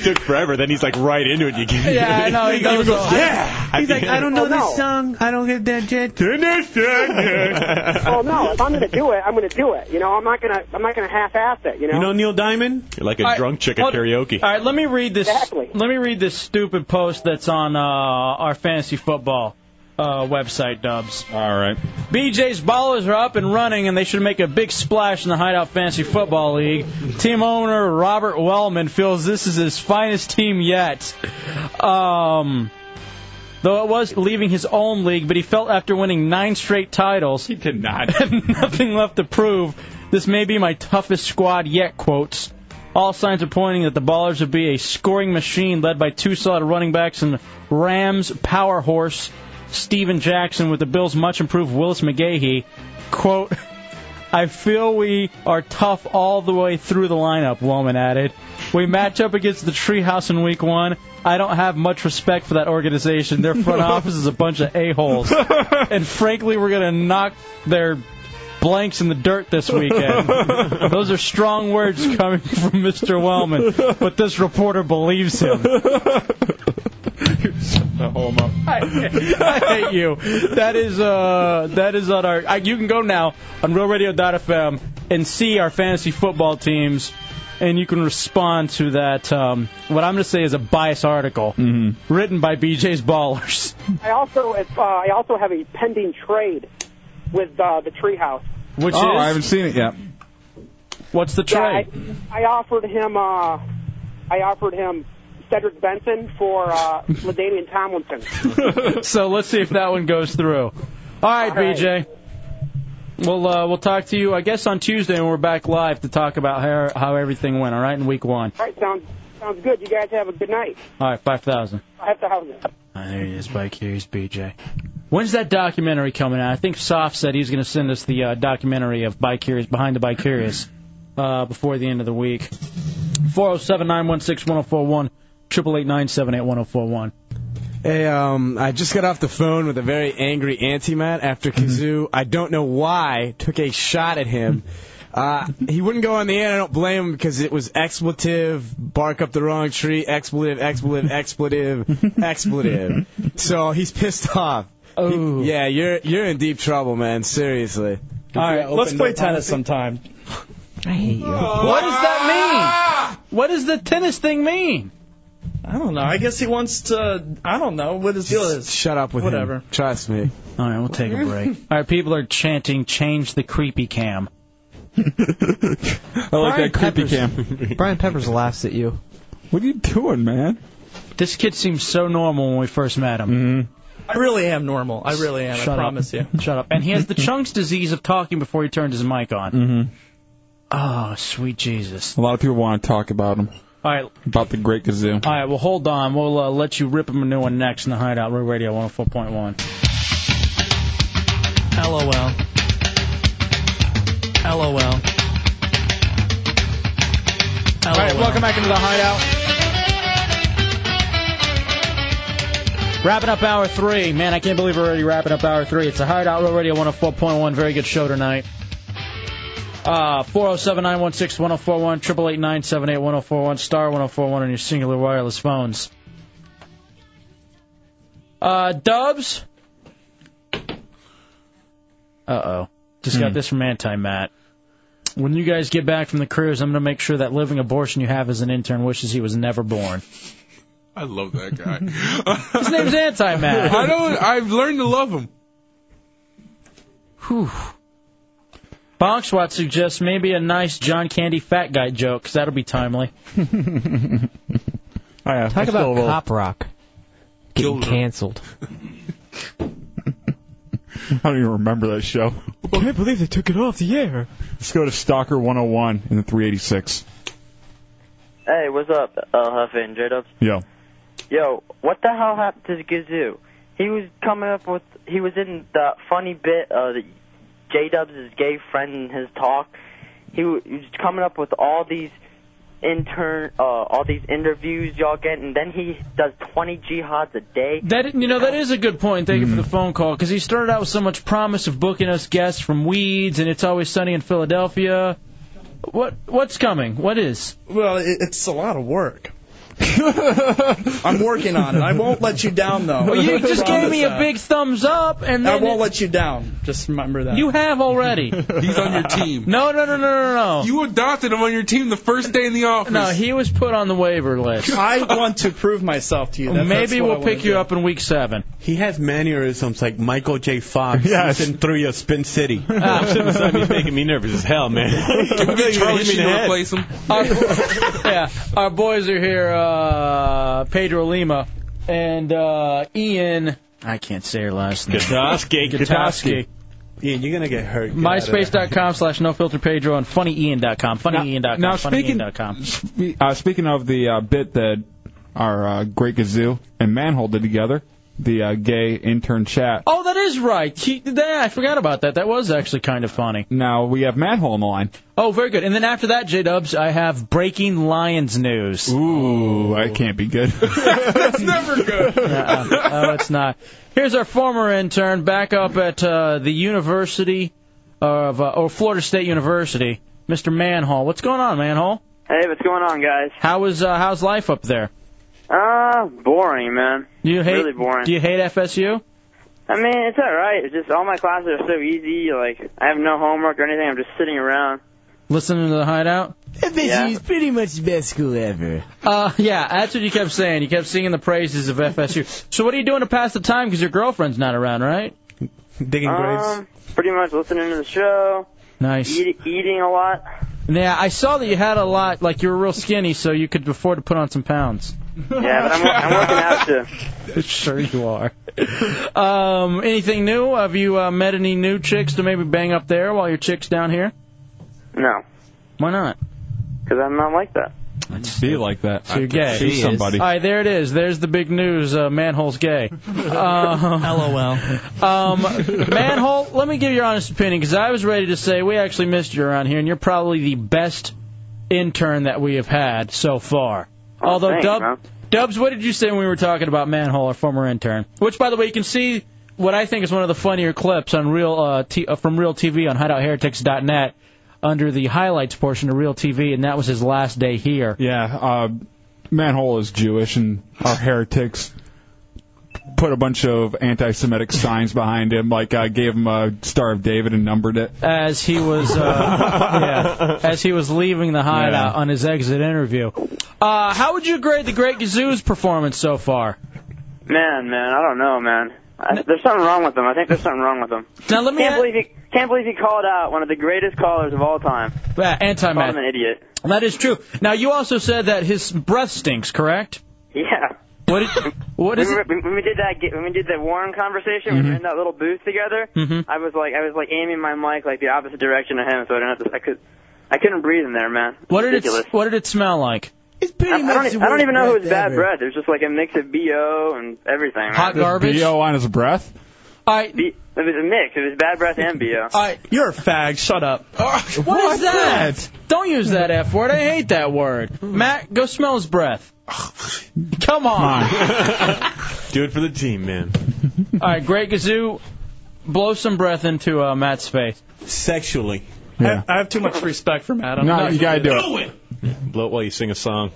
Speaker 12: Took forever. Then he's like right into it. You get
Speaker 9: Yeah, I know, he
Speaker 12: even
Speaker 9: goes all-
Speaker 12: yeah.
Speaker 9: He's like, I
Speaker 27: Oh,
Speaker 18: Oh,
Speaker 9: don't know this
Speaker 27: song. I don't get that jet.
Speaker 12: well,
Speaker 27: well, Oh, no. If I'm gonna do it, I'm gonna do it. You know, I'm not gonna, I'm not gonna half-ass it. You know.
Speaker 18: You know Neil Diamond?
Speaker 12: You're like a
Speaker 3: All right,
Speaker 12: drunk chick at
Speaker 3: hold-
Speaker 12: karaoke.
Speaker 3: All right, let me read this. Let me read this stupid post that's on uh, our fantasy football uh, website, Dubs.
Speaker 4: All right.
Speaker 3: BJ's ballers are up and running, and they should make a big splash in the Hideout Fantasy Football League. Team owner Robert Wellman feels this is his finest team yet. Um. Though it was leaving his own league, but he felt after winning nine straight titles, he
Speaker 4: did not
Speaker 3: have nothing left to prove. This may be my toughest squad yet. Quotes. All signs are pointing that the Ballers would be a scoring machine led by two solid running backs and Rams power horse Steven Jackson with the Bills' much improved Willis McGahee. Quote. I feel we are tough all the way through the lineup, Wellman added. We match up against the Treehouse in week one. I don't have much respect for that organization. Their front office is a bunch of a-holes. and frankly, we're going to knock their blanks in the dirt this weekend. Those are strong words coming from Mr. Wellman, but this reporter believes him. I hate you. That is uh, that is on our. I, you can go now on RealRadio.fm and see our fantasy football teams, and you can respond to that. Um, what I'm going to say is a biased article written by BJ's Ballers.
Speaker 27: I also, if, uh, I also have a pending trade with uh, the Treehouse.
Speaker 3: Which
Speaker 4: oh,
Speaker 3: is?
Speaker 4: I haven't seen it yet.
Speaker 3: What's the trade?
Speaker 27: I, I offered him, uh, I offered him Cedric Benson for uh, Ladainian Tomlinson.
Speaker 3: so let's see if that one goes through. All right, BJ. We'll uh, we'll talk to you, I guess, on Tuesday when we're back live to talk about how, how everything went. All right, in week one.
Speaker 27: All right, sounds sounds good. You guys have a good night.
Speaker 3: All right, five thousand.
Speaker 27: I have to house it.
Speaker 3: There he is, Mike. Here's BJ. When's that documentary coming out? I think Soft said he's going to send us the uh, documentary of Bicurious behind the Bicurious uh, before the end of the week. Four zero seven nine one six one zero four one triple eight nine seven eight one zero four one.
Speaker 19: Hey, um, I just got off the phone with a very angry anti-Matt after
Speaker 24: Mm-hmm.
Speaker 19: Kazoo. I don't know why took a shot at him. Uh, he wouldn't go on the air. and I don't blame him because it was expletive, bark up the wrong tree, expletive, expletive, expletive, expletive. So he's pissed off. Oh. yeah, you're you're in deep trouble, man. Seriously.
Speaker 24: All right, let's play tennis sometime.
Speaker 19: I hate you.
Speaker 3: What does that mean? What does the tennis thing mean?
Speaker 24: I don't know. I guess he wants to. I don't know what his deal is.
Speaker 19: Shut up with
Speaker 24: Whatever.
Speaker 19: him. Trust me.
Speaker 3: All right, we'll take a break. All right, people are chanting, "Change the creepy cam."
Speaker 4: I like that creepy
Speaker 6: cam. Brian Peppers laughs at you.
Speaker 4: What are you doing, man?
Speaker 3: This kid seems so normal when we first met
Speaker 19: Mm-hmm.
Speaker 3: him.
Speaker 24: I really am normal. I really am.
Speaker 3: Shut
Speaker 24: I
Speaker 3: up.
Speaker 24: promise you.
Speaker 3: Shut up. And he has the chunks disease of talking before he turned his mic on. Mm-hmm. Oh, sweet Jesus.
Speaker 4: A lot of people want to talk about him.
Speaker 3: All right.
Speaker 4: About the Great Kazoo.
Speaker 3: All right, well, hold on. We'll uh, let you rip him a new one next in the Hideout. Road Radio 104.1.
Speaker 24: LOL. LOL. LOL.
Speaker 3: All right, welcome back into the Hideout. Wrapping up hour three. Man, I can't believe we're already wrapping up hour three. It's a Hideout Road Radio 104.1. Very good show tonight. Uh, 407 916 1041, 888 978 1041, star 1041 on your singular wireless phones. Uh, Dubs? Uh oh. Just got this from Anti Matt. When you guys get back from the cruise, I'm going to make sure that living abortion you have as an intern wishes he was never born.
Speaker 23: I love that guy.
Speaker 3: His name's Anti Matt.
Speaker 23: I don't. I've learned to love him.
Speaker 3: Whew. Bonkswat suggests maybe a nice John Candy fat guy joke, 'cause that'll be timely.
Speaker 14: Talk about pop rock getting canceled.
Speaker 4: I don't even remember that show. I can't believe they took it off the air. Let's go to Stalker 101 in the 386.
Speaker 28: Hey, what's up, El Huffy and J Dubs?
Speaker 4: Yo.
Speaker 28: Yo, what the hell happened to Gazoo? He was coming up with, he was in the funny bit uh, of J Dubs' gay friend in his talk. He wa- he was coming up with all these intern, uh, all these interviews y'all get, and then he does 20 jihads a day.
Speaker 3: That you know that is a good point. Thank you for the phone call because he started out with so much promise of booking us guests from Weeds and It's Always Sunny in Philadelphia. What what's coming? What is?
Speaker 1: Well, it, it's a lot of work. I'm working on it. I won't let you down, though.
Speaker 3: Well, you just gave
Speaker 1: Promise
Speaker 3: me a
Speaker 1: that.
Speaker 3: big thumbs up, and
Speaker 1: I
Speaker 3: then
Speaker 1: won't
Speaker 3: it-
Speaker 1: let you down. Just remember that.
Speaker 3: you have already.
Speaker 1: He's on your
Speaker 23: team.
Speaker 3: No, no, no, no, no, no.
Speaker 23: You adopted him on your team the first day in the office.
Speaker 3: No, he was put on the waiver list.
Speaker 1: I want to prove myself to you. That's,
Speaker 3: Maybe
Speaker 1: that's what I
Speaker 3: we'll
Speaker 1: wanna
Speaker 3: pick you
Speaker 1: do.
Speaker 3: up in week seven.
Speaker 18: He has mannerisms like Michael J. Fox season three of Spin City. I'm sitting beside me, he's making me nervous as hell, man.
Speaker 23: Give me Charlie Sheen to replace him.
Speaker 3: Our, yeah, our boys are here. Uh, Pedro Lima and uh, Ian. I can't say her last name.
Speaker 18: Gutowski.
Speaker 3: Gutowski.
Speaker 18: Ian, you're gonna get hurt. Get out of there.
Speaker 3: MySpace.com slash no filter Pedro and funnyian.com. Funnyian.com.
Speaker 4: now speaking-
Speaker 3: funnyian.com.
Speaker 4: Uh, speaking of the uh, bit that our uh, Great Gazoo and Manhole did together, the uh, gay intern chat.
Speaker 3: Oh, that is right. He, that, I forgot about that. That was actually kind of funny.
Speaker 4: Now we have Manhole on the line.
Speaker 3: Oh, very good. And then after that, J Dubs, I have breaking Lions news.
Speaker 4: Ooh, I can't be good.
Speaker 23: That's never good.
Speaker 3: Uh-uh. No, it's not. Here's our former intern back up at uh, the University of uh, or Florida State University, Mr. Manhall. What's going on, Manhall?
Speaker 17: Hey, what's going on, guys?
Speaker 3: How is uh, how's life up there?
Speaker 17: Uh, boring, man.
Speaker 3: Do you hate
Speaker 17: Really boring.
Speaker 3: Do you hate FSU?
Speaker 17: I mean, it's all right. It's just all my classes are so easy. Like, I have no homework or anything. I'm just sitting around.
Speaker 3: Listening to the Hideout?
Speaker 17: FSU Yeah. is
Speaker 3: pretty much the best school ever. Uh, yeah, that's what you kept saying. You kept singing the praises of FSU. so what are you doing to pass the time? Because your girlfriend's not around, right?
Speaker 17: Digging um, Pretty much listening to the show,
Speaker 3: Nice.
Speaker 17: eat, eating a lot.
Speaker 3: Yeah, I saw that you had a lot. Like you were real skinny, so you could afford to put on some pounds.
Speaker 17: Yeah, but I'm, I'm working out too.
Speaker 3: sure you are. Um, anything new? Have you uh, met any new chicks to maybe bang up there while your chick's down here?
Speaker 17: No,
Speaker 3: Why not?
Speaker 17: because I'm not like that.
Speaker 4: be like that.
Speaker 3: So you're gay.
Speaker 4: See somebody.
Speaker 3: All right, there it is. There's the big news. Uh, manhole's gay. Uh, LOL. Um, manhole, let me give your honest opinion because I was ready to say we actually missed you around here, and you're probably the best intern that we have had so far. Although
Speaker 17: thanks,
Speaker 3: Dub,
Speaker 17: man.
Speaker 3: Dubs, what did you say when we were talking about manhole, our former intern? Which, by the way, you can see what I think is one of the funnier clips on real uh, t- uh, from Real TV on HideoutHeretics.net under the highlights portion of Real TV, and that was his last day here.
Speaker 4: Yeah, uh, Manhole is Jewish, and our heretics put a bunch of anti-Semitic signs behind him, like uh, gave him a Star of David and numbered it.
Speaker 3: as he was uh, yeah, as he was leaving the hideout on his exit interview. Uh, how would you grade the Great Gazoo's performance so far?
Speaker 17: Man, man, I don't know, man. I, there's something wrong with them. I think there's something wrong with them.
Speaker 3: Now let me
Speaker 17: Can't believe he can't believe he called out one of the greatest callers of all time.
Speaker 3: Yeah, anti
Speaker 17: Called him
Speaker 3: man.
Speaker 17: an idiot.
Speaker 3: Uh, That is true. Now you also said that his breath stinks, correct?
Speaker 17: Yeah.
Speaker 3: What? Did, what is? Mm-hmm.
Speaker 17: when, we, when we did that ge- when we did that Warren conversation when we were in that little booth together?
Speaker 3: Mhm.
Speaker 17: I was like I was like aiming my mic like the opposite direction of him, so I didn't have to. I could I couldn't breathe in there, man.
Speaker 3: What did
Speaker 17: Ridiculous.
Speaker 3: it? What did it smell like?
Speaker 17: I, I don't,
Speaker 3: much
Speaker 17: e-
Speaker 3: the
Speaker 17: I don't even know who
Speaker 3: worst
Speaker 17: was bad
Speaker 3: ever.
Speaker 17: breath. It was just like a mix of bo and everything. Man.
Speaker 3: Hot garbage?
Speaker 4: Bo on his breath.
Speaker 3: I.
Speaker 17: B, it was a mix. It was bad breath and bo.
Speaker 3: I.
Speaker 1: You're a fag. Shut up.
Speaker 3: what is that? Don't use that F word. I hate that word. Matt, go smell his breath. Come on.
Speaker 29: Do it for the team, man.
Speaker 3: All right, Great Gazoo, blow some breath into uh, Matt's face.
Speaker 18: Sexually.
Speaker 1: I have too much respect for Matt. I'm
Speaker 29: No,
Speaker 1: not
Speaker 29: you gotta
Speaker 1: gonna
Speaker 29: do it. Blow it while you sing a song.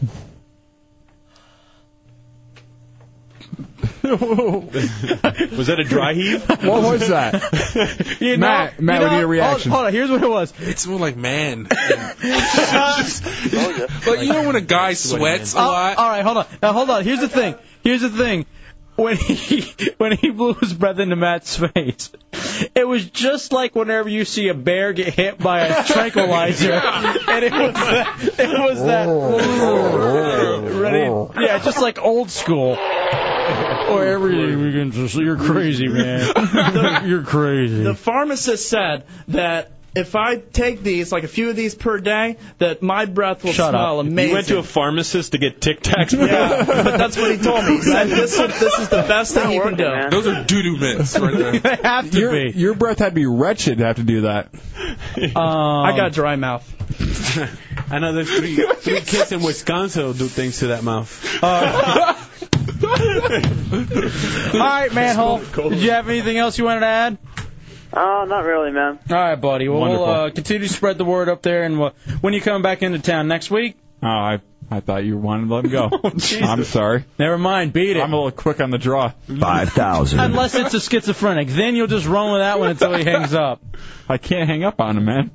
Speaker 29: Was that a dry heave?
Speaker 4: What was that?
Speaker 3: You know-
Speaker 4: Matt, Matt,
Speaker 3: you
Speaker 4: we
Speaker 3: know-
Speaker 4: need a reaction.
Speaker 3: Hold, hold on, here's what it was.
Speaker 23: It's more like man. like you know when a guy sweats a
Speaker 3: Oh,
Speaker 23: lot.
Speaker 3: all right, hold on. Now hold on. Here's the thing. Here's the thing. When he when he blew his breath into Matt's face, It was just like whenever you see a bear get hit by a tranquilizer, and it was that, it was
Speaker 29: Oh.
Speaker 3: that. Ready? Yeah, just like old school. Oh, everything we can just. You're crazy, man. you're crazy.
Speaker 1: The pharmacist said that if I take these, like a few of these per day, that my breath will
Speaker 18: Shut
Speaker 1: smell
Speaker 18: up.
Speaker 1: amazing.
Speaker 18: You went to a pharmacist to get Tic Tacs.
Speaker 1: yeah, but that's what he told me. He said, this, this is the best thing you can do.
Speaker 23: Those are doo doo mints right there.
Speaker 1: They have
Speaker 4: your, Your breath had to be wretched to have to do that.
Speaker 1: I got dry mouth.
Speaker 30: I know there's three, three kids in Wisconsin who do things to that mouth.
Speaker 29: Uh,
Speaker 3: All right, Manhole. Did you have anything else you wanted to add?
Speaker 17: Oh, not really, man.
Speaker 3: All right, buddy. Well, we'll
Speaker 17: Wonderful.
Speaker 3: uh, continue to spread the word up there. And we'll, when you coming back into town next week?
Speaker 4: Oh, I I thought you wanted to let him go.
Speaker 3: Oh, Jesus.
Speaker 4: I'm sorry.
Speaker 3: Never mind. Beat it.
Speaker 4: I'm a little quick on the draw.
Speaker 31: Five thousand.
Speaker 3: Unless it's a schizophrenic, then you'll just run with that one until he hangs up.
Speaker 4: I can't hang up on him, man.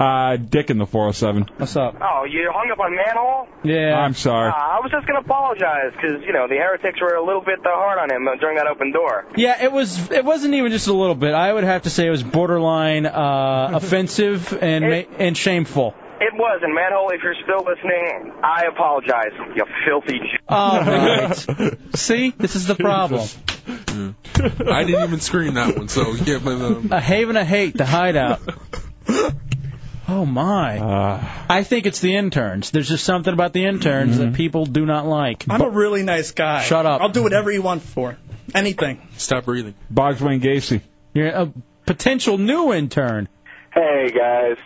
Speaker 4: Uh, Dick in the 407.
Speaker 3: What's up?
Speaker 32: Oh, you hung up on Manhole?
Speaker 3: Yeah.
Speaker 4: I'm sorry.
Speaker 32: Uh, I was just going to apologize because, you know, the heretics were a little bit uh, hard on him uh, during that open door.
Speaker 3: Yeah, it was. It wasn't even just a little bit. I would have to say it was borderline uh, offensive and ma- and shameful.
Speaker 32: It was, and Manhole, if you're still listening, I apologize, you filthy Jew.
Speaker 1: Oh.
Speaker 3: All right. See, this is the problem.
Speaker 23: uh, I didn't even scream that one, so give me the.
Speaker 3: A haven of hate, the hideout. Oh my! I think it's the interns. There's just something about the interns that people do not like.
Speaker 1: I'm a really nice guy.
Speaker 3: Shut up.
Speaker 1: I'll do whatever you want for. Anything.
Speaker 23: Stop breathing.
Speaker 4: Boggs Wayne Gacy.
Speaker 3: You're a potential new intern.
Speaker 14: Hey guys,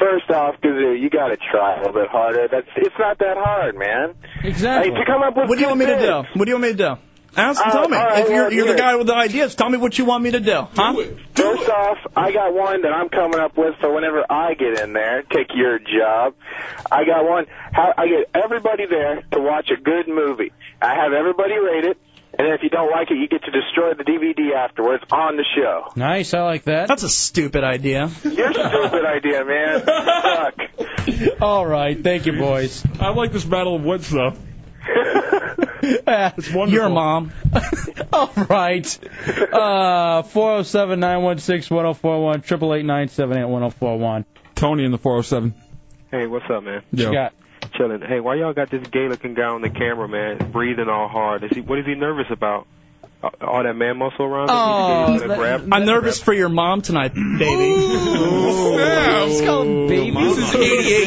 Speaker 14: first off, Gazoo, you gotta try a little bit harder. That's it's not that hard, man.
Speaker 3: Exactly.
Speaker 14: Hey, to come up with
Speaker 1: what do you want me to
Speaker 14: good
Speaker 1: do? What do you want me to do? Ask,
Speaker 14: Uh,
Speaker 1: tell me.
Speaker 14: all right,
Speaker 1: if
Speaker 14: well,
Speaker 1: you're, you're
Speaker 14: do
Speaker 1: the
Speaker 14: it.
Speaker 1: guy with the ideas, tell me what you want me to do. Huh?
Speaker 14: First off, I got one that I'm coming up with for whenever I get in there. Take your job. I got one. How, I get everybody there to watch a good movie. I have everybody rate it, and if you don't like it, you get to destroy the DVD afterwards on the show.
Speaker 3: Nice, I like that.
Speaker 1: That's a stupid idea.
Speaker 14: You're stupid idea, man. Suck.
Speaker 3: All right, thank you, boys.
Speaker 4: I like this battle of wits though.
Speaker 3: it's
Speaker 1: wonderful. Your mom.
Speaker 3: All right. Uh, 407 916 1041, 888 978 1041.
Speaker 4: Tony in the 407.
Speaker 33: Hey, what's up, man?
Speaker 4: Yo.
Speaker 3: You got-
Speaker 33: Chilling. Hey, why y'all got this gay-looking guy on the camera, man? Breathing all hard. Is he? What is he nervous about? Uh, All that man muscle around?
Speaker 1: Oh,
Speaker 33: He's gonna grab-
Speaker 1: I'm nervous for your mom tonight, baby.
Speaker 3: This is 88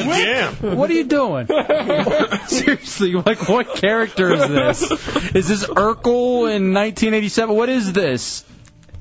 Speaker 3: Jam. What are you doing? Seriously, like what character is this? Is this Urkel in 1987? What is this?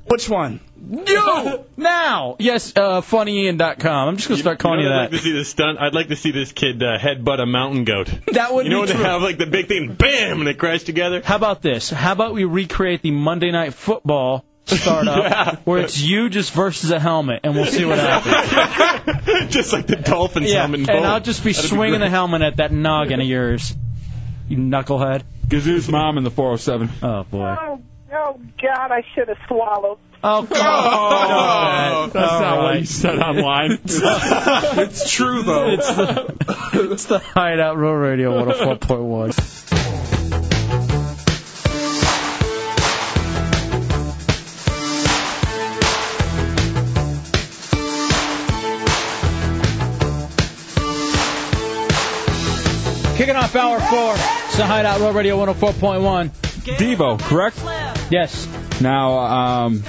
Speaker 1: Which one?
Speaker 3: You now. Yes, uh, funnyin.com. I'm just gonna start calling
Speaker 18: You
Speaker 3: you,
Speaker 18: know what I'd
Speaker 3: that.
Speaker 18: like to see this stunt. I'd like to see this kid uh, headbutt a mountain goat.
Speaker 3: That would
Speaker 18: You know
Speaker 3: be
Speaker 18: when
Speaker 3: true.
Speaker 18: they have like the big thing, bam, and they crash together.
Speaker 3: How about this? How about we recreate the Monday Night Football startup where it's you just versus a helmet, and we'll see what happens.
Speaker 18: just like the dolphins
Speaker 3: yeah,
Speaker 18: helmet.
Speaker 3: and I'll just be swinging the helmet at that noggin of yours, you knucklehead.
Speaker 4: Gazoo's mom in the 407.
Speaker 3: Oh boy.
Speaker 34: Oh, oh God, I should have swallowed.
Speaker 3: Oh,
Speaker 4: Oh, that's not what you said online.
Speaker 23: it's true though.
Speaker 3: It's the, it's the Hideout Row Radio 104.1. Kicking off hour four. It's the Hideout Row Radio 104.1.
Speaker 4: Devo, correct?
Speaker 3: Yes.
Speaker 4: Now, um,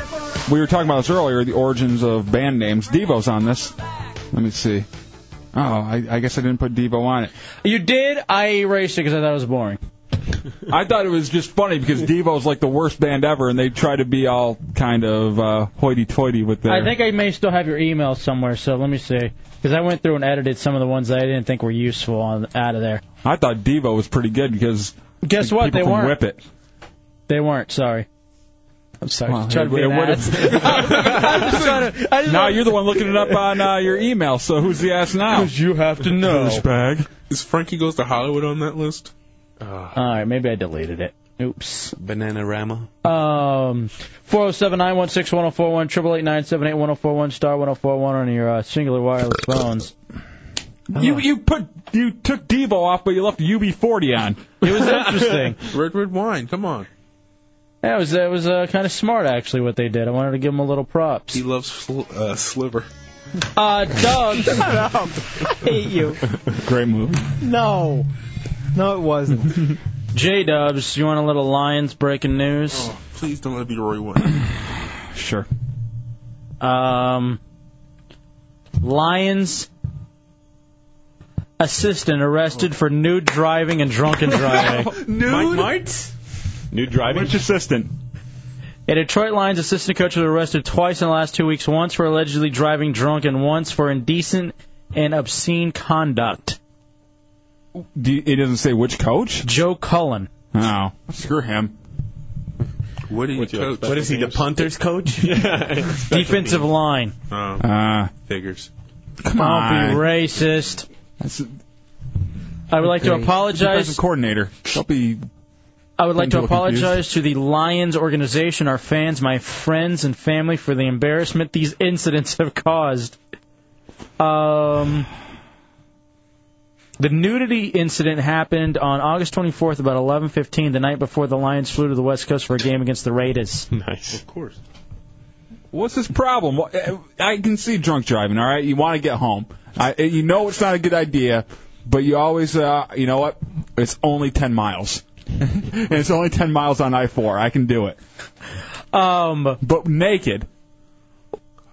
Speaker 4: we were talking about this earlier, the origins of band names. Devo's on this. Let me see. Oh, I, I guess I didn't put Devo on it.
Speaker 3: You did? I erased it because I thought it was boring.
Speaker 4: I thought it was just funny because Devo's like the worst band ever, and they try to be all kind of uh, hoity-toity with their.
Speaker 3: I think I may still have your email somewhere, so let me see. Because I went through and edited some of the ones that I didn't think were useful on, out of there.
Speaker 4: I thought Devo was pretty good because
Speaker 3: Guess
Speaker 4: people
Speaker 3: what? They
Speaker 4: from
Speaker 3: weren't.
Speaker 4: Whip it.
Speaker 3: They weren't. Sorry. I'm sorry.
Speaker 4: Well,
Speaker 3: Tried to be
Speaker 4: it
Speaker 3: an
Speaker 4: would've-
Speaker 3: ass. I'm just trying to- I just
Speaker 4: now
Speaker 3: wanna-
Speaker 4: you're the one looking it up on uh, your email. So who's the ass now? Because
Speaker 3: you have to know.
Speaker 4: Douchebag.
Speaker 23: Is Frankie Goes to Hollywood on that list?
Speaker 3: All right, maybe I deleted it. Oops.
Speaker 30: Bananarama.
Speaker 3: Um, 407 916 1041, 888 978 1041, star 1041 on your uh, singular wireless phones.
Speaker 4: You you put you took Devo off, but you left UB40 on.
Speaker 3: It was interesting.
Speaker 23: Red red wine. Come on.
Speaker 3: That was that was uh, kind of smart actually what they did. I wanted to give them a little props.
Speaker 23: He loves sl- uh, Sliver.
Speaker 3: Uh, Doug.
Speaker 6: Shut up. I hate you.
Speaker 4: Great movie.
Speaker 6: No. No, it wasn't.
Speaker 3: J Dubs, you want a little Lions breaking news?
Speaker 23: Oh, Please don't let it be Roy Wood.
Speaker 4: Sure.
Speaker 3: Um, Lions assistant arrested for nude driving and drunken driving.
Speaker 23: Nude?
Speaker 12: Mike Mart?
Speaker 23: New driving.
Speaker 4: Which assistant?
Speaker 3: A Detroit Lions assistant coach was arrested twice in the last two weeks, once for allegedly driving drunk and once for indecent and obscene conduct.
Speaker 4: Do you- it doesn't say which coach?
Speaker 3: Joe Cullen.
Speaker 4: Oh, screw him.
Speaker 23: What, do you coach?
Speaker 18: What is he, the punter's coach?
Speaker 3: Defensive line.
Speaker 18: Oh.
Speaker 23: Um,
Speaker 4: Uh,
Speaker 23: figures.
Speaker 4: Come
Speaker 3: Don't
Speaker 4: on.
Speaker 3: be racist.
Speaker 4: That's
Speaker 3: I would like to apologize.
Speaker 4: Defensive coordinator. Don't be.
Speaker 3: I would like to
Speaker 4: I'm a little confused.
Speaker 3: apologize to the Lions organization, our fans, my friends, and family for the embarrassment these incidents have caused. Um, the nudity incident happened on August 24th, about 11:15, the night before the Lions flew to the West Coast for a game against the Raiders.
Speaker 12: Nice.
Speaker 23: Of course.
Speaker 4: What's his problem? What- I can see drunk driving. All right, you want to get home. I, eh, you know it's not a good idea, but you always, uh, you know what? It's only ten miles, and it's only ten miles on I four. I can do it.
Speaker 3: Um,
Speaker 4: but naked.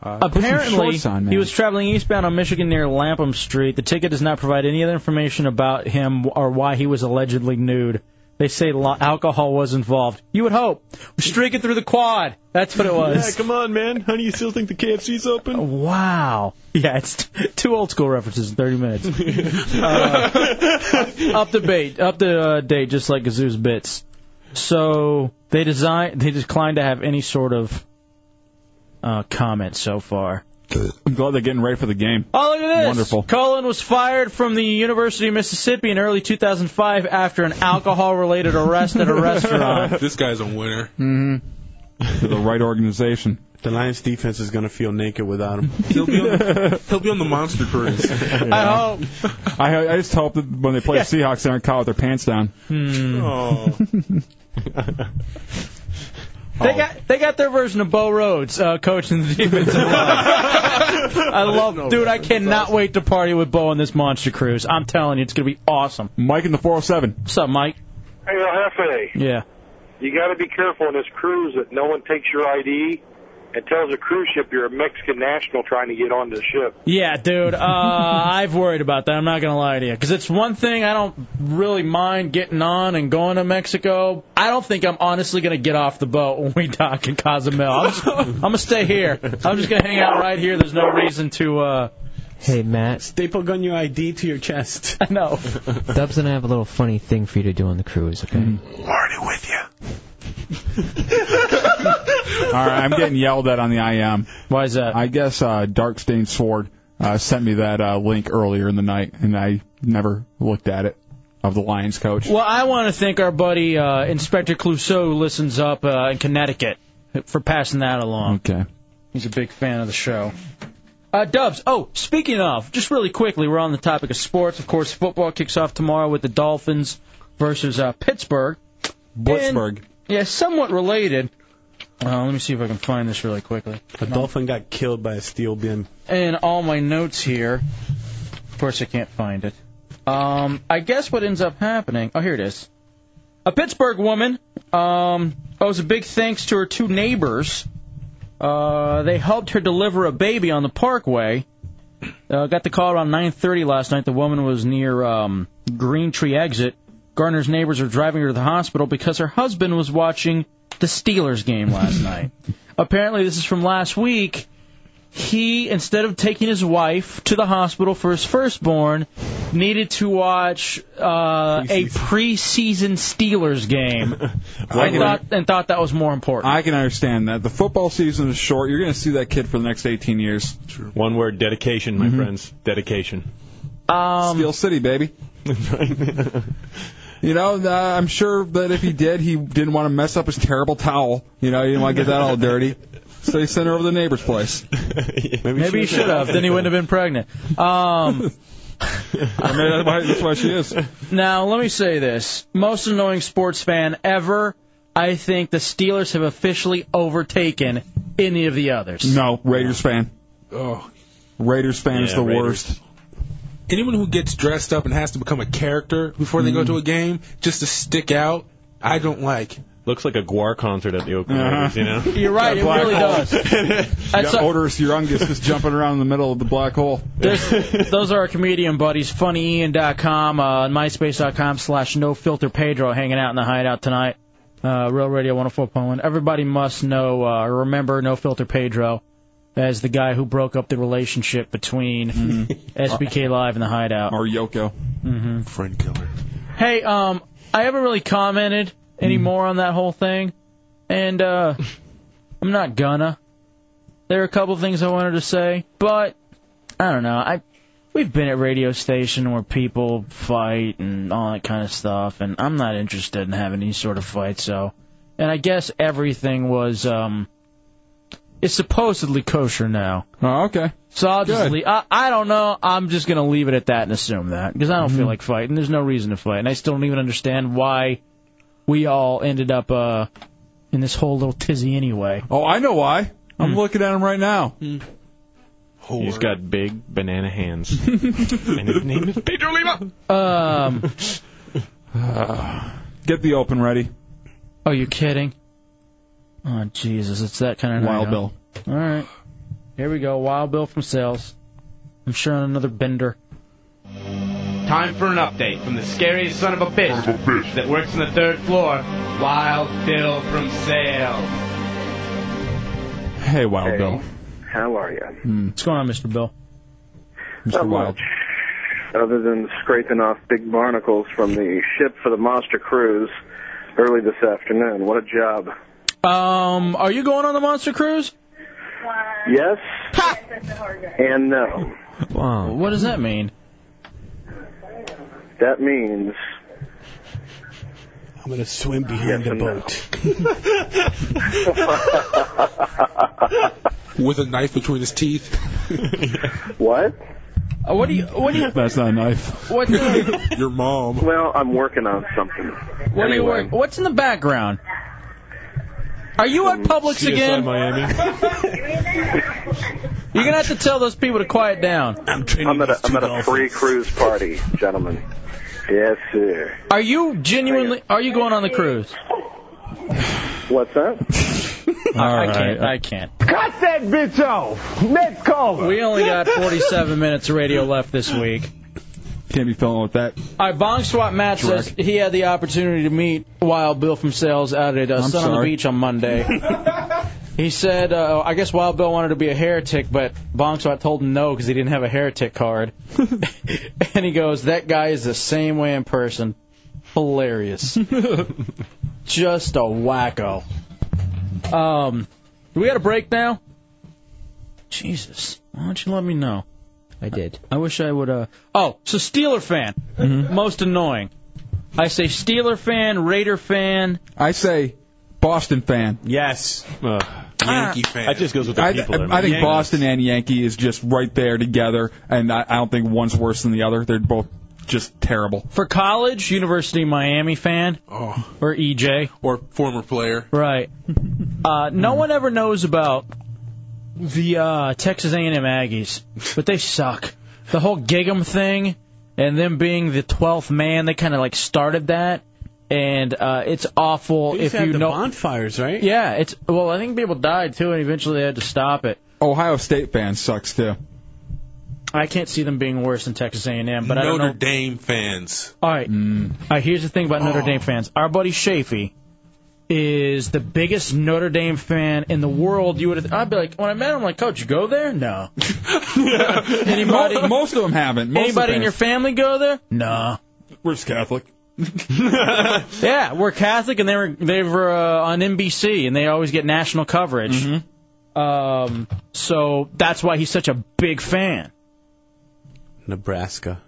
Speaker 18: Uh,
Speaker 4: put some
Speaker 3: Apparently,
Speaker 4: shorts on, man.
Speaker 3: he was traveling eastbound on Michigan near Lampum Street. The ticket does not provide any other information about him or why he was allegedly nude. They say lo- alcohol was involved. You would hope. Streaking through the quad. That's what it
Speaker 12: Yeah,
Speaker 3: was. Oh,
Speaker 12: come on, man. Honey, you still think the KFC's open?
Speaker 3: Wow. Yeah, it's t- two old school references in 30 minutes. Mm-hmm. Uh, up to date, up to uh, date, just like Gazoo's bits. So they design, they declined to have any sort of uh, comment so far.
Speaker 4: I'm glad they're getting ready for the game.
Speaker 3: Oh, look at this.
Speaker 4: Wonderful.
Speaker 3: Cullen was fired from the University of Mississippi in early 2005 after an alcohol related arrest at a restaurant.
Speaker 23: this guy's a winner.
Speaker 4: Mm-hmm. the right organization.
Speaker 18: The Lions defense is going to feel naked without him.
Speaker 23: He'll be on, he'll be on the monster cruise.
Speaker 3: I hope.
Speaker 4: I, I just hope that when they play the Seahawks, they aren't caught with their pants down.
Speaker 3: Hmm.
Speaker 23: Oh.
Speaker 3: They got they got their version of Bo Rhodes uh, coaching the defensive line. I love, dude. I cannot wait to party with Bo on this monster cruise. I'm telling you, it's gonna be awesome.
Speaker 4: Mike in the 407.
Speaker 3: What's up, Mike?
Speaker 16: Hey, El Jefe,
Speaker 3: Yeah.
Speaker 16: you got to be careful on this cruise that no one takes your ID and tells the cruise ship you're a Mexican national trying to get onto the ship.
Speaker 3: Yeah, dude. Uh, I've worried about that. I'm not gonna lie to you, because it's one thing I don't really mind getting on and going to Mexico. I don't think I'm honestly gonna get off the boat when we dock in Cozumel. I'm, just, I'm gonna stay here. I'm just gonna hang out right here. There's no reason to. Uh,
Speaker 6: hey, Matt.
Speaker 18: Staple gun your ID to your chest.
Speaker 3: I know.
Speaker 6: Dubs and I have a little funny thing for you to do on the cruise, okay?
Speaker 3: Mm.
Speaker 18: Already with you.
Speaker 4: All right, I'm getting yelled at on the IM.
Speaker 3: Why is that?
Speaker 4: I guess uh, Darkstained Sword uh, sent me that uh, link earlier in the night, and I never looked at it of the Lions coach.
Speaker 3: Well, I want to thank our buddy uh, Inspector Clouseau, who listens up uh, in Connecticut, for passing that along.
Speaker 4: Okay.
Speaker 3: He's a big fan of the show. Uh, Dubs, oh, speaking of, just really quickly, we're on the topic of sports. Of course, football kicks off tomorrow with the Dolphins versus uh, Pittsburgh.
Speaker 4: Blitzburg.
Speaker 3: And, yeah, somewhat related. Uh, let me see if I can find this really quickly.
Speaker 18: A dolphin got killed by a steel bin.
Speaker 3: And all my notes here. Of course, I can't find it. Um, I guess what ends up happening. Oh, here it is. A Pittsburgh woman um, owes a big thanks to her two neighbors. Uh, they helped her deliver a baby on the parkway. Uh, got the call around 9:30 last night. The woman was near um, Green Tree exit. Garner's neighbors are driving her to the hospital because her husband was watching the Steelers game last night. Apparently, this is from last week he, instead of taking his wife to the hospital for his firstborn, needed to watch uh, a preseason Steelers game. and, thought, and thought that was more important.
Speaker 4: I can understand that. The football season is short. You're going to see that kid for the next 18 years.
Speaker 12: One word, dedication,
Speaker 3: Mm-hmm.
Speaker 12: my friends. Dedication.
Speaker 3: Um,
Speaker 4: Steel City, baby. You know, uh, I'm sure that if he did, he didn't want to mess up his terrible towel. You know, he didn't want to get that all dirty. So he sent her over to the neighbor's place.
Speaker 18: Maybe,
Speaker 3: Maybe he should have. Then he wouldn't have been pregnant. Um,
Speaker 4: I mean, that's why- that's why she is.
Speaker 3: now, let me say this. Most annoying sports fan ever. I think the Steelers have officially overtaken any of the others.
Speaker 4: No, Raiders fan.
Speaker 23: Oh,
Speaker 4: Raiders fan is
Speaker 23: Yeah,
Speaker 4: the
Speaker 23: Raiders.
Speaker 4: worst.
Speaker 23: anyone who gets dressed up and has to become a character before they go to a game just to stick out, I don't like.
Speaker 12: Looks like a Guar concert at the Oakland
Speaker 23: Uh-huh.
Speaker 12: Raiders, you know?
Speaker 3: You're right, it really does.
Speaker 4: You
Speaker 3: That's
Speaker 4: got
Speaker 3: a-
Speaker 4: Odorous Urungus just jumping around in the middle of the black hole.
Speaker 3: There's- those are our comedian buddies, funnyian.com, uh, myspace.com slash no filter Pedro hanging out in the hideout tonight. Uh, Real Radio 104.1. Everybody must know, uh, or remember no filter Pedro as the guy who broke up the relationship between SBK Live and the hideout.
Speaker 4: Or Yoko.
Speaker 3: Mm-hmm.
Speaker 23: Friend killer.
Speaker 3: Hey, um, I haven't really commented anymore on that whole thing, and uh, I'm not gonna. There are a couple things I wanted to say, but I don't know. I we've been at radio station where people fight and all that kind of stuff, and I'm not interested in having any sort of fight. So, and I guess everything was um, it's supposedly kosher now.
Speaker 4: Oh, okay.
Speaker 3: So I'll just leave. I, I don't know. I'm just going to leave it at that and assume that because I don't feel like fighting. There's no reason to fight, and I still don't even understand why we all ended up uh, in this whole little tizzy anyway. Hmm.
Speaker 4: Oh, I know why. I'm looking at him right now.
Speaker 12: He's got big banana hands. and his name is Pedro Lima.
Speaker 3: Um.
Speaker 4: Get the open ready.
Speaker 3: Oh, you kidding? Oh Jesus, it's that kind of
Speaker 4: Wild
Speaker 3: night,
Speaker 4: Bill.
Speaker 3: huh? All right, here we go. Wild Bill from sales. I'm sure on another bender.
Speaker 5: Time for an update from the scariest son of a bitch, that works on the third floor, Wild Bill from Sales.
Speaker 4: Hey, Wild
Speaker 5: Hey.
Speaker 4: Bill.
Speaker 5: How are you?
Speaker 3: What's going on, Mr. Bill?
Speaker 5: Not much. Other than scraping off big barnacles from the ship for the monster cruise early this afternoon. What a job.
Speaker 3: Um, are you going on the monster cruise?
Speaker 5: Yes and no.
Speaker 3: Wow. What does that mean?
Speaker 5: That means
Speaker 18: I'm gonna swim behind the boat.
Speaker 23: With a knife between his teeth.
Speaker 5: what?
Speaker 3: Uh, what do you? What do you?
Speaker 4: That's not a knife.
Speaker 3: What do you?
Speaker 23: Your mom.
Speaker 5: Well, I'm working on something.
Speaker 3: What do you work? What's in the background? Are you at Publix
Speaker 5: CSI
Speaker 3: again?
Speaker 5: Miami.
Speaker 3: You're gonna have to tell those people to quiet down.
Speaker 5: I'm training. I'm at a, I'm at a free cruise party, gentlemen. Yes, sir.
Speaker 3: Are you genuinely? Are you going on the cruise?
Speaker 5: What's that?
Speaker 3: I, I
Speaker 5: right.
Speaker 3: can't. I can't.
Speaker 5: Cut that bitch off. Next call.
Speaker 3: We only got 47 minutes of radio left this week.
Speaker 4: Can't be filling with that.
Speaker 3: All right, Bong Swat Matt
Speaker 4: Jerk.
Speaker 3: says he had the opportunity to meet Wild Bill from Sales out at uh,
Speaker 4: I'm
Speaker 3: Sun on the
Speaker 4: sorry.
Speaker 3: Beach on Monday. he said, uh, I guess Wild Bill wanted to be a heretic, but Bong Swat told him no because he didn't have a heretic card. and he goes, That guy is the same way in person. Hilarious. Just a wacko. Um, do we got a break now? Jesus, why don't you let me know?
Speaker 6: I did. Mm-hmm.
Speaker 3: I wish I would. uh Oh, so Steeler fan, most annoying. I say Steeler fan, Raider fan.
Speaker 4: I say Boston fan.
Speaker 18: Yes.
Speaker 3: Yankee fan.
Speaker 12: That just goes with the
Speaker 4: I,
Speaker 12: people.
Speaker 4: I think Boston and Yankee is just right there together, and I, I don't think one's worse than the other. They're both just terrible.
Speaker 3: For college, University of Miami fan,
Speaker 23: Oh.
Speaker 3: or EJ,
Speaker 23: or former player.
Speaker 3: Right. Uh, no one ever knows about the uh, Texas A&M Aggies, but they suck. The whole Gig'em thing and them being the 12th man, they kind of like started that, and uh, it's awful
Speaker 18: They used
Speaker 3: if
Speaker 18: to have
Speaker 3: you
Speaker 18: the
Speaker 3: know.
Speaker 18: bonfires, right?
Speaker 3: Yeah, it's well, I think people died too, and eventually they had to stop it.
Speaker 4: Ohio State fan sucks too.
Speaker 3: I can't see them being worse than Texas A&M, but I don't
Speaker 23: Notre
Speaker 3: know.
Speaker 23: Dame fans.
Speaker 3: All right. All right, here's the thing about Notre Dame fans. Our buddy Shafee is the biggest Notre Dame fan in the world. You would, I'd be like, when I met him, I'm like, Coach, you go there? No. Anybody?
Speaker 4: Mo- most of them haven't. Most of the
Speaker 3: Anybody in
Speaker 4: fans-
Speaker 3: your family go there? No.
Speaker 4: We're just Catholic.
Speaker 3: Yeah, we're Catholic, and they were they were uh, on NBC, and they always get national coverage. Um, so that's why he's such a big fan.
Speaker 18: Nebraska.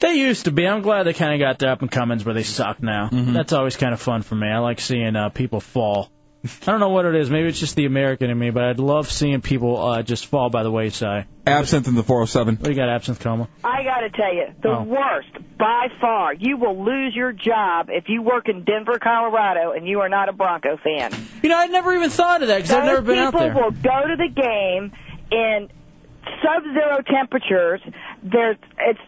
Speaker 3: They used to be. I'm glad they
Speaker 4: Mm-hmm.
Speaker 3: kind of got their up and comings where they suck now. That's always kind of fun for me. I like seeing uh, people fall. I don't know what it is. Maybe it's just the American in me, but I'd love seeing people uh, just fall by the wayside.
Speaker 4: Absinthe in the 407.
Speaker 3: What do you got, absinthe coma?
Speaker 26: I got to tell you, the
Speaker 3: Oh.
Speaker 26: worst by far. You will lose your job if you work in Denver, Colorado, and you are not a Bronco fan.
Speaker 3: You know, I'd never even thought of that because I've
Speaker 26: Those
Speaker 3: never been out
Speaker 26: people
Speaker 3: there.
Speaker 26: will go to the game in sub-zero temperatures. There's it's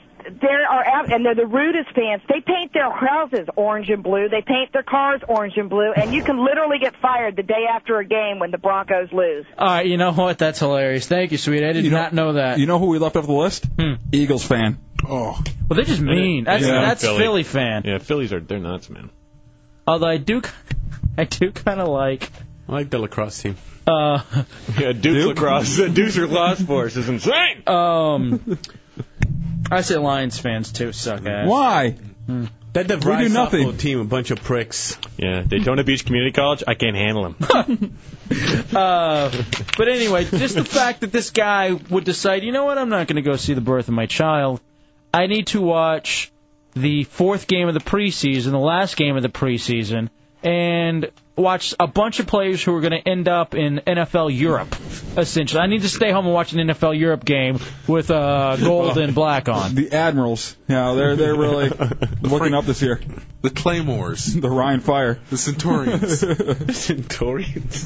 Speaker 26: there are out and they're the rudest fans. They paint their houses orange and blue. They paint their cars orange and blue, and you can literally get fired the day after a game when the Broncos lose.
Speaker 3: All right, you know what? That's hilarious. Thank you, sweetie. I did not know that. Hmm.
Speaker 4: You know who we left off the list? Hmm. Eagles fan.
Speaker 3: Oh. Well, they're just mean. That's
Speaker 18: Yeah.
Speaker 3: that's Philly. fan.
Speaker 18: Yeah, Phillies are they're nuts, man.
Speaker 3: Although I do, I do kind of like.
Speaker 35: I like the lacrosse team.
Speaker 3: Uh,
Speaker 18: yeah, Duke, lacrosse, Duke's lacrosse force is insane.
Speaker 3: Um, I say Lions fans too suck ass.
Speaker 4: Why?
Speaker 3: Hmm.
Speaker 35: That DeVry
Speaker 3: do nothing.
Speaker 35: softball team, a bunch of pricks.
Speaker 18: Yeah, Daytona Beach Community College. I can't handle them.
Speaker 3: Uh, but anyway, just the fact that this guy would decide, you know what? I'm not going to go see the birth of my child. I need to watch the fourth game of the preseason, the last game of the preseason, and watch a bunch of players who are going to end up in NFL Europe. Essentially, I need to stay home and watch an NFL Europe game with uh, gold and black on.
Speaker 4: The Admirals. Yeah, they're they're really looking up this year. The Claymores. The Ryan Fire. The
Speaker 35: Centurions. Centurions.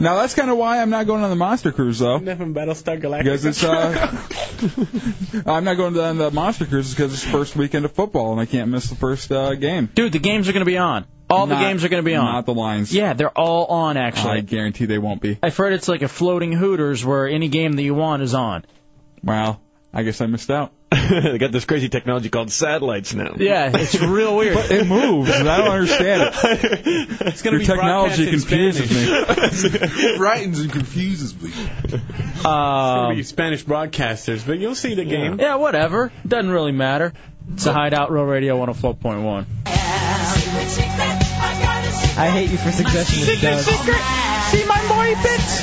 Speaker 4: Now that's kind of why I'm not going on the Monster Cruise though.
Speaker 35: Nothing Battlestar Galactica.
Speaker 4: Because it's uh, I'm not going on the Monster Cruise because it's the first weekend of football and I can't miss the first uh, game.
Speaker 3: Dude, the games are going to be on. All the games are going to be on.
Speaker 4: Not the Lions.
Speaker 3: Yeah, they're all on
Speaker 4: I
Speaker 3: actually.
Speaker 4: guarantee they won't be.
Speaker 3: I've heard it's like a floating Hooters where any game that you want is on.
Speaker 4: Wow, I guess I missed out.
Speaker 18: they got this crazy technology called satellites now.
Speaker 3: Yeah, it's real weird.
Speaker 4: But it moves, and I don't understand it.
Speaker 35: It's
Speaker 4: Your technology confuses me.
Speaker 35: Brightens and confuses me.
Speaker 3: it's gonna
Speaker 35: be Spanish broadcasters, but you'll see the
Speaker 3: Yeah.
Speaker 35: game.
Speaker 3: whatever. Doesn't really matter. It's a hideout, Real Radio 104.1.
Speaker 6: I hate you for suggesting this, Doug.
Speaker 14: secret. See my boy bits.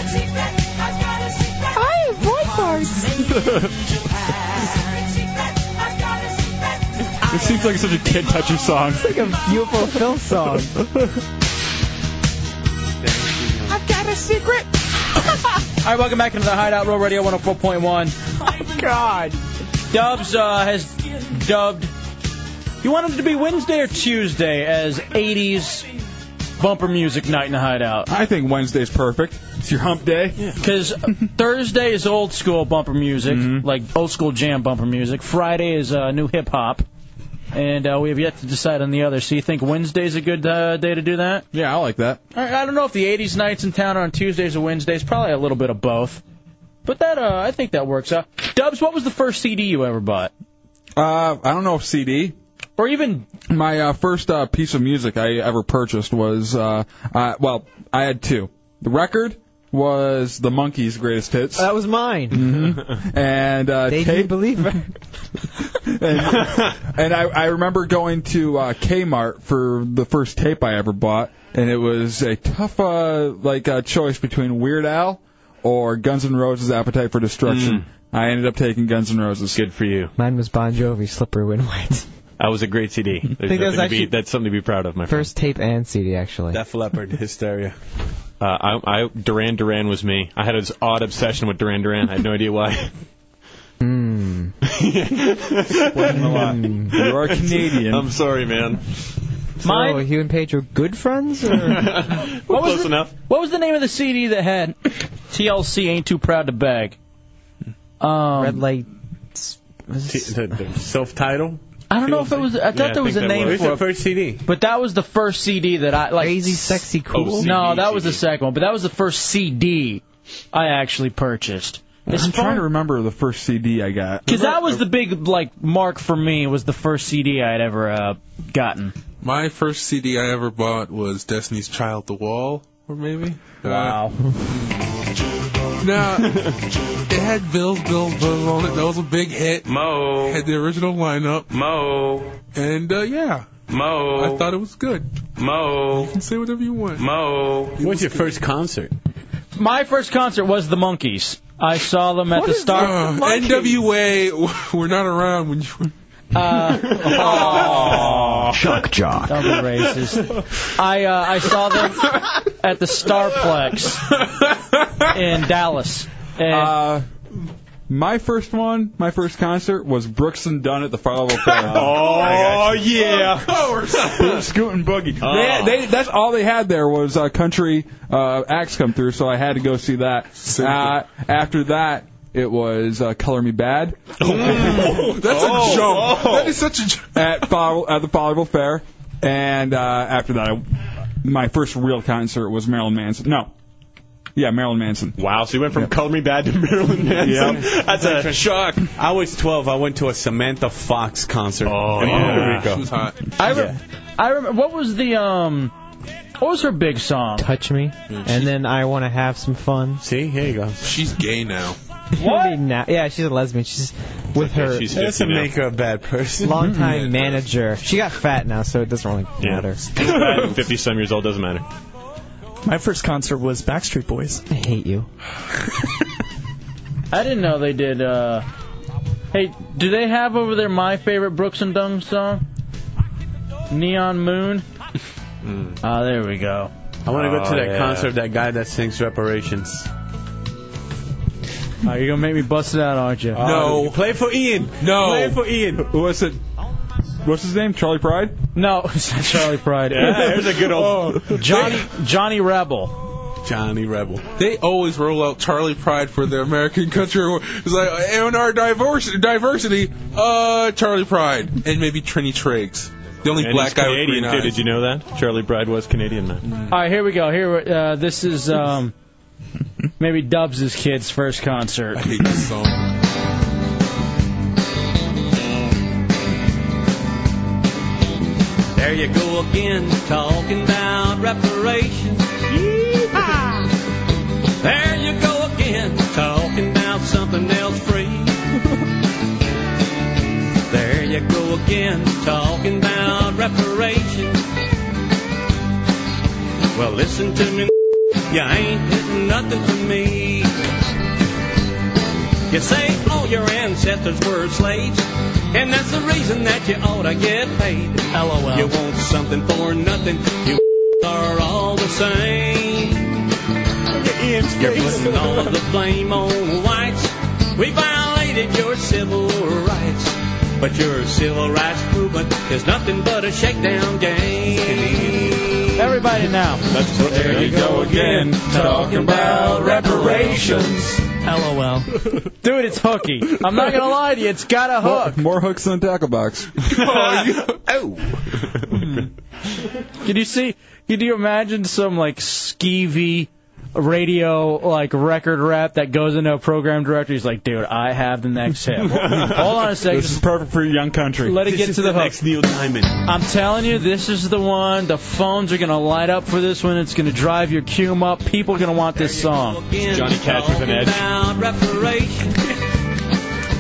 Speaker 14: I have voice
Speaker 4: It seems like such a kid touchy song. It's
Speaker 6: like a UFO Phil song.
Speaker 14: I've got a secret.
Speaker 3: All right, welcome back into the hideout, Real Radio 104.1.
Speaker 14: Oh, God.
Speaker 3: Dubs uh, has dubbed. You want it to be Wednesday or Tuesday as 80s bumper music night in the hideout?
Speaker 4: I think Wednesday's perfect. It's your hump day.
Speaker 3: Because Thursday is old school bumper music,
Speaker 4: Mm-hmm.
Speaker 3: like old school jam bumper music. Friday is uh, new hip hop. And uh, we have yet to decide on the other. So you think Wednesday's a good uh, day to do that?
Speaker 4: Yeah, I like that.
Speaker 3: I, I don't know if the 80s nights in town are on Tuesdays or Wednesdays. Probably a little bit of both. But that uh, I think that works out. Dubs, what was the first CD you ever bought?
Speaker 4: Uh, I don't know if CD.
Speaker 3: Or even
Speaker 4: my uh, first uh, piece of music I ever purchased was uh, uh, well, I had two. The record was the Monkeys' greatest hits. That
Speaker 6: was mine.
Speaker 4: Mm-hmm. And uh,
Speaker 6: They
Speaker 4: tape.
Speaker 6: didn't believe it.
Speaker 4: and I, I remember going to uh, Kmart for the first tape I ever bought, and it was a tough uh, like uh, choice between Weird Al or Guns N' Roses' Appetite for
Speaker 23: Mm.
Speaker 4: Destruction. I ended up taking Guns N' Roses.
Speaker 18: Good for you.
Speaker 6: Mine was Bon Jovi, Slippery When White.
Speaker 18: That was a great CD. There's
Speaker 6: think that
Speaker 18: nothing
Speaker 6: was
Speaker 18: to be-
Speaker 6: actually-
Speaker 18: that's something to be proud of, my friend.
Speaker 6: First tape and CD, actually.
Speaker 35: Def Leppard, Hysteria.
Speaker 18: Uh, I, I, Duran Duran was me. I had this odd obsession with Duran Duran. I had no idea why.
Speaker 6: Mm. Mm.
Speaker 4: You are Canadian.
Speaker 18: I'm sorry, man.
Speaker 6: So, Oh, you and Pedro good friends? Or?
Speaker 3: What was
Speaker 18: Close
Speaker 3: the,
Speaker 18: enough.
Speaker 3: What was the name of the CD that had TLC Ain't Too Proud to Beg? Um, Red
Speaker 6: Light.
Speaker 35: Self title?
Speaker 3: I don't know if it was. I thought there was a name
Speaker 35: It was
Speaker 3: for
Speaker 35: the first CD.
Speaker 3: But that was the first CD that I like. Oh,
Speaker 6: Crazy, sexy, cool.
Speaker 3: no, that was the second one. But that was the first CD I actually purchased. It's
Speaker 4: I'm trying
Speaker 3: fun
Speaker 4: to remember the first CD I got.
Speaker 3: because that was the big like mark for me was the first CD I'd ever uh, gotten.
Speaker 23: My first CD I ever bought was Destiny's Child, The Wall, or maybe.
Speaker 4: Uh,
Speaker 3: Wow.
Speaker 23: No, it had Bill's Bill Bill on it. That was a big hit. Mo had the original lineup. Mo and uh, yeah. Mo. I thought it was good. Mo. You can say whatever you want. Mo.
Speaker 35: What was your first concert?
Speaker 3: My first concert was the Monkees. I saw them at the Star.
Speaker 23: Uh, NWA were not around when you were.
Speaker 3: Uh, jaw.
Speaker 8: Shock jaw.
Speaker 3: Don't be racist. I uh, I saw them at the Starplex in Dallas.
Speaker 4: Uh, my first one, my first concert was Brooks and Dunn at the Fall of a
Speaker 12: Oh, yeah. Of course.
Speaker 4: Boot, scoot, and boogie.
Speaker 18: Oh.
Speaker 4: They,
Speaker 12: Oh.
Speaker 4: they, that's all they had there was uh, country uh, acts come through, so I had to go see that. Uh, after that, it was uh, Color Me Bad.
Speaker 12: Oh.
Speaker 23: That's a
Speaker 4: Oh,
Speaker 23: joke. That is such a joke.
Speaker 4: at Fol- at the Follicle Fair, and uh, after that, I, my first real concert was Marilyn Manson. No, yeah, Marilyn Manson.
Speaker 12: Wow, so you went from Color Me Bad to Marilyn Manson. That's a shock.
Speaker 18: I was 12. I went to a Samantha Fox concert in Puerto
Speaker 3: yeah.
Speaker 18: Rico.
Speaker 3: She was I re- I remember. What was the um? What was her big song?
Speaker 6: Touch me, and then I want to have some fun.
Speaker 18: Mm, See, here you go.
Speaker 23: She's gay now.
Speaker 6: What? yeah, she's a lesbian. She's with her.
Speaker 23: she's That doesn't 50 now. make
Speaker 18: her a bad person.
Speaker 6: Long
Speaker 18: Yeah,
Speaker 6: time manager. She got fat now, so it doesn't really matter.
Speaker 12: Fifty some years old doesn't matter.
Speaker 24: My first concert was Backstreet Boys.
Speaker 6: I hate you.
Speaker 3: I didn't know they did. uh Hey, do they have over there my favorite Brooks and Dunn song? Neon Moon.
Speaker 12: Mm.
Speaker 3: Ah, there we go.
Speaker 18: I want to go to
Speaker 3: Oh,
Speaker 18: that
Speaker 3: yeah.
Speaker 18: concert, that guy that sings reparations.
Speaker 3: Oh, you're gonna make me bust it out, aren't you?
Speaker 18: No. Play for Ian.
Speaker 4: No.
Speaker 18: Play for Ian.
Speaker 4: What's it? What's his name? Charlie Pride?
Speaker 3: No, it's not Charlie Pride.
Speaker 18: Yeah, there's a good
Speaker 4: Oh.
Speaker 18: old-
Speaker 3: Johnny Johnny Rebel.
Speaker 18: Johnny Rebel.
Speaker 23: They always roll out Charlie Pride for the American Country Award. It's like uh, in our diverse, diversity, uh, Charlie Pride and maybe Trini Triggs, the only
Speaker 12: And
Speaker 23: black
Speaker 12: he's
Speaker 23: guy with
Speaker 12: Canadian
Speaker 23: green
Speaker 12: too.
Speaker 23: eyes.
Speaker 12: Did you know that Charlie Bride was Canadian man?
Speaker 3: All right, here we go. Here, we- uh, this is um, maybe Dubs' kid's first concert. I
Speaker 23: hate this song.
Speaker 2: There you go again, talking about reparations. Yeehaw! There you go again, talking about something else free. there you go again, talking about reparations. Well, listen to me, you ain't hitting nothing to me. You say all your ancestors were slaves, and that's the reason that you ought to get paid.
Speaker 23: LOL.
Speaker 2: You want something for nothing. You are all the same. You're putting all the blame on whites. We violated your civil rights. But your civil rights movement is nothing but a shakedown game.
Speaker 3: Everybody now.
Speaker 2: That's what
Speaker 3: There you go again, talking about reparations. LOL. Dude, it's hooky. I'm not gonna lie to you. It's got a hook.
Speaker 4: More, more hooks than tackle box.
Speaker 3: Oh. Can you see? Can you imagine some like skeevy radio like record rep that goes into a program director? He's like, dude, I have the next hit. Hold on a second.
Speaker 4: This is perfect for young country.
Speaker 3: Let it get to the, hook.
Speaker 18: Next Neil Diamond.
Speaker 3: I'm telling you, this is the one. The phones are gonna light up for this one. It's gonna drive your cum up. People are gonna want this song.
Speaker 12: Johnny Cash with an edge.
Speaker 2: About reparations.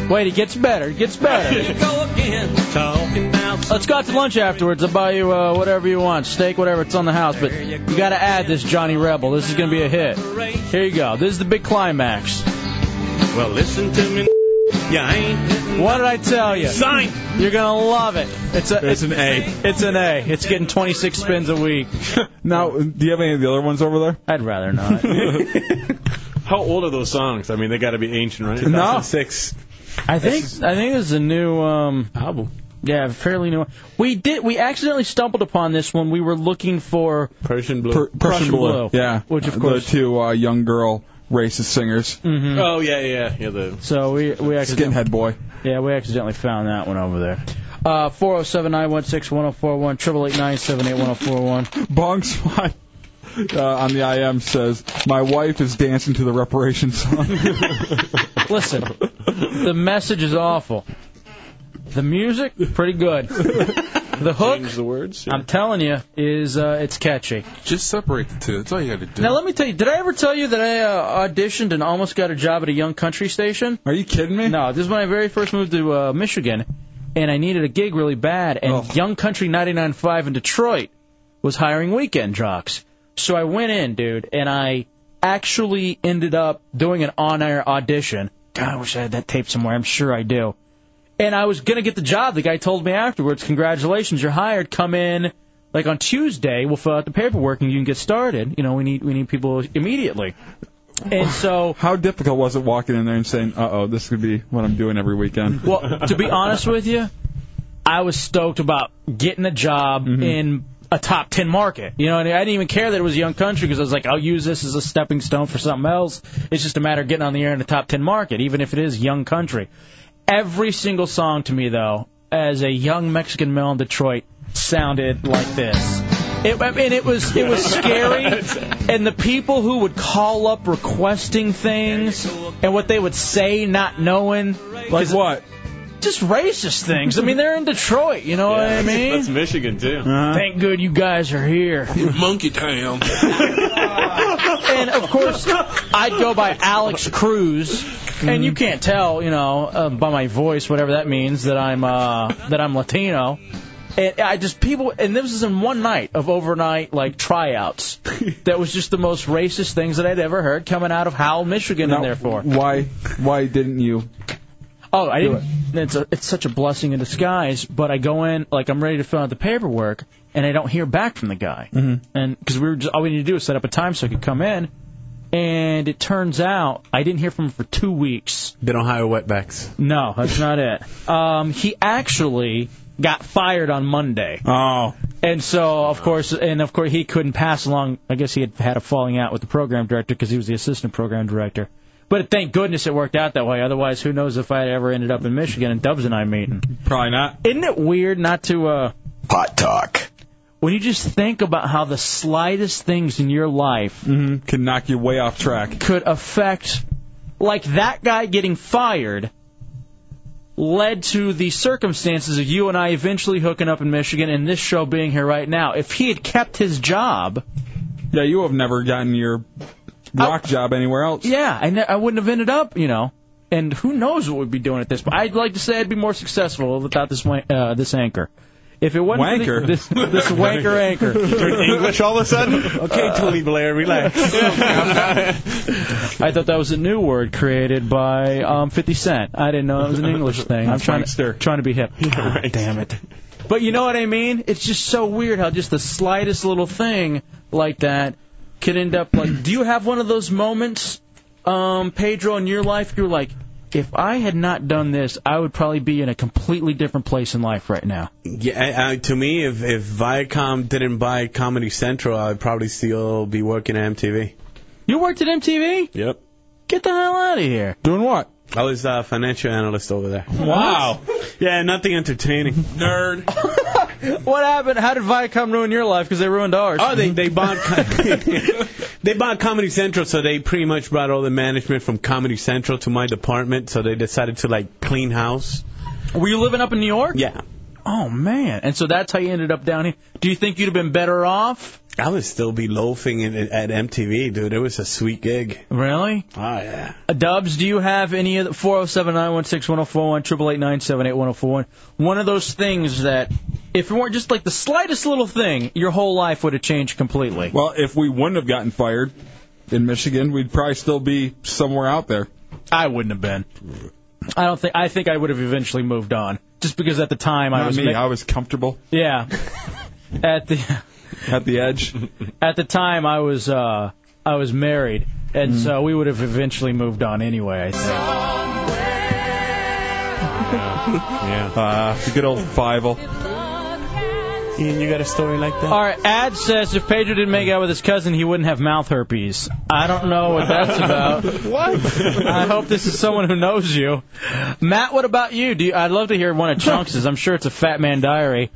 Speaker 3: Wait, it gets better. It gets
Speaker 2: There you
Speaker 3: better.
Speaker 2: go again, talking about
Speaker 3: Let's go out to lunch afterwards. I'll buy you uh, whatever you want, steak, whatever. It's on the house, but you got to add this Johnny Rebel. This is gonna be a hit. Here you go. This is the big climax.
Speaker 2: Well, listen to me. You ain't.
Speaker 3: What did I tell you?
Speaker 2: Sign.
Speaker 3: You're gonna love it. It's a.
Speaker 4: It's an A.
Speaker 3: It's an A. It's getting 26 spins a week.
Speaker 4: now, do you have any of the other ones over there?
Speaker 3: I'd rather not.
Speaker 12: How old are those songs? I mean, they got to be ancient, right?
Speaker 18: 2006.
Speaker 3: I think I think this is a new um, album. Yeah, fairly new. one. We did. We accidentally stumbled upon this when we were looking for
Speaker 18: Persian Blue.
Speaker 4: Per- Prussian Blue. Yeah.
Speaker 3: which of
Speaker 4: Uh,
Speaker 3: course.
Speaker 4: The two uh, young girl racist singers.
Speaker 3: Mhm.
Speaker 12: Oh yeah, yeah, yeah. The
Speaker 3: So we we accidentally
Speaker 4: Skinhead boy.
Speaker 3: yeah we accidentally found that one over there. Uh, four zero seven nine one six one zero four one triple eight nine seven eight one zero four one.
Speaker 4: Bong Swat uh, on the IM says, My wife is dancing to the reparations song.
Speaker 3: Listen, the message is awful. The music, pretty good. The hook,
Speaker 12: the words.
Speaker 3: I'm telling you, is uh, it's catchy.
Speaker 23: Just separate the two. That's all you got to do.
Speaker 3: Now let me tell you, did I ever tell you that I uh, auditioned and almost got a job at a young country station?
Speaker 4: Are you kidding me?
Speaker 3: No, this is when I very first moved to uh, Michigan, and I needed a gig really bad,
Speaker 4: Oh.
Speaker 3: and Young Country 99.5 in Detroit was hiring weekend jocks. So I went in, dude, and I actually ended up doing an on-air audition. God, I wish I had that tape somewhere. I'm sure I do. and I was gonna get the job. The guy told me afterwards, "Congratulations, you're hired. Come in like on Tuesday. We'll fill out the paperwork and you can get started. You know, we need we need people immediately." And so,
Speaker 4: how difficult was it walking in there and saying, "Uh oh, this could be what I'm doing every weekend"?
Speaker 3: Well, to be honest with you, I was stoked about getting a job in a top 10 market. You know, and I didn't even care that it was a young country because I was like, I'll use this as a stepping stone for something else. It's just a matter of getting on the air in the top 10 market, even if it is young country. Every single song to me, though, as a young Mexican male in Detroit, sounded like this. It, I mean, it was it was scary, and the people who would call up requesting things and what they would say, not knowing like
Speaker 4: what,
Speaker 3: just racist things. I mean, they're in Detroit. You know what I mean?
Speaker 12: That's Michigan too.
Speaker 18: Uh-huh.
Speaker 4: Uh-huh.
Speaker 3: Thank good you guys are here.
Speaker 23: Monkey Town.
Speaker 3: and of course, I'd go by Alex Cruz, and you can't tell, you know, uh, by my voice, whatever that means, that I'm uh, that I'm Latino. And I just people, and this was in one night of overnight like tryouts. That was just the most racist things that I'd ever heard coming out of Howell, Michigan,
Speaker 4: Now,
Speaker 3: and therefore.
Speaker 4: why why didn't you?
Speaker 3: Oh, I
Speaker 4: Do
Speaker 3: didn't. It's, a, it's such a blessing in disguise. But I go in like I'm ready to fill out the paperwork, and I don't hear back from the guy. Mm-hmm. And because we were just all we needed to do was set up a time so I could come in, and it turns out I didn't hear from him for two weeks.
Speaker 18: They don't hire wetbacks.
Speaker 3: No, that's not it. Um, he actually got fired on Monday.
Speaker 4: Oh.
Speaker 3: And so of course, and of course he couldn't pass along. I guess he had had a falling out with the program director because he was the assistant program director. But thank goodness it worked out that way. Otherwise, who knows if I'd ever ended up in Michigan and Dubs and I meeting.
Speaker 4: Probably not.
Speaker 3: Isn't it weird not to uh
Speaker 8: pot talk?
Speaker 3: When you just think about how the slightest things in your life
Speaker 4: can Mm-hmm. knock you way off track,
Speaker 3: could affect, like that guy getting fired, led to the circumstances of you and I eventually hooking up in Michigan and this show being here right now. If he had kept his job,
Speaker 4: yeah, you have never gotten your rock job anywhere else.
Speaker 3: Yeah, I, ne- I wouldn't have ended up, you know. And who knows what we'd be doing at this point. I'd like to say I'd be more successful without this wan- uh, this anchor. If it wasn't for the-
Speaker 12: Wanker?
Speaker 3: this, this wanker anchor.
Speaker 12: You turned English all of a sudden? Uh, Okay, Tony Blair, relax.
Speaker 3: I thought that was a new word created by um, 50 Cent. I didn't know it was an English thing. I'm trying to, trying to be hip. God damn it. But you know what I mean? It's just so weird how just the slightest little thing like that could end up like. Do you have one of those moments, um, Pedro, in your life? You're like, if I had not done this, I would probably be in a completely different place in life right now.
Speaker 18: Yeah, I, I, to me, if if Viacom didn't buy Comedy Central, I'd probably still be working at MTV.
Speaker 3: You worked at MTV?
Speaker 18: Yep.
Speaker 3: Get the hell out of here.
Speaker 4: Doing what?
Speaker 18: I was a financial analyst over there.
Speaker 3: Wow.
Speaker 18: yeah, nothing entertaining.
Speaker 23: Nerd.
Speaker 3: What happened? How did Viacom ruin your life? Because they ruined ours.
Speaker 18: Oh, they they bought they bought Comedy Central, so they pretty much brought all the management from Comedy Central to my department. So they decided to like clean house.
Speaker 3: Were you living up in New York?
Speaker 18: Yeah.
Speaker 3: Oh man! And so that's how you ended up down here. Do you think you'd have been better off?
Speaker 18: I would still be loafing at, at MTV, dude. It was a sweet gig.
Speaker 3: Really?
Speaker 18: Oh yeah.
Speaker 3: Uh, Dubs, do you have any of the 407-916-1041, 888-978-1041? One of those things that, if it weren't just like the slightest little thing, your whole life would have changed completely.
Speaker 4: Well, if we wouldn't have gotten fired in Michigan, we'd probably still be somewhere out there.
Speaker 3: I wouldn't have been. I don't think. I think I would have eventually moved on, just because at the time I
Speaker 4: Not
Speaker 3: was
Speaker 4: me.
Speaker 3: ma-
Speaker 4: I was comfortable
Speaker 3: yeah. at the
Speaker 4: at the edge.
Speaker 3: at the time I was uh I was married, and
Speaker 4: Mm.
Speaker 3: so we would have eventually moved on anyway. I think.
Speaker 4: yeah. Uh, the good old fival.
Speaker 18: Ian, you got a story like that?
Speaker 3: All right, Ad says if Pedro didn't make out with his cousin, he wouldn't have mouth herpes. I don't know what that's about. what? I hope this is someone who knows you. Matt, what about you? Do you, I'd love to hear one of Chunks'. I'm sure it's a Fat Man Diary.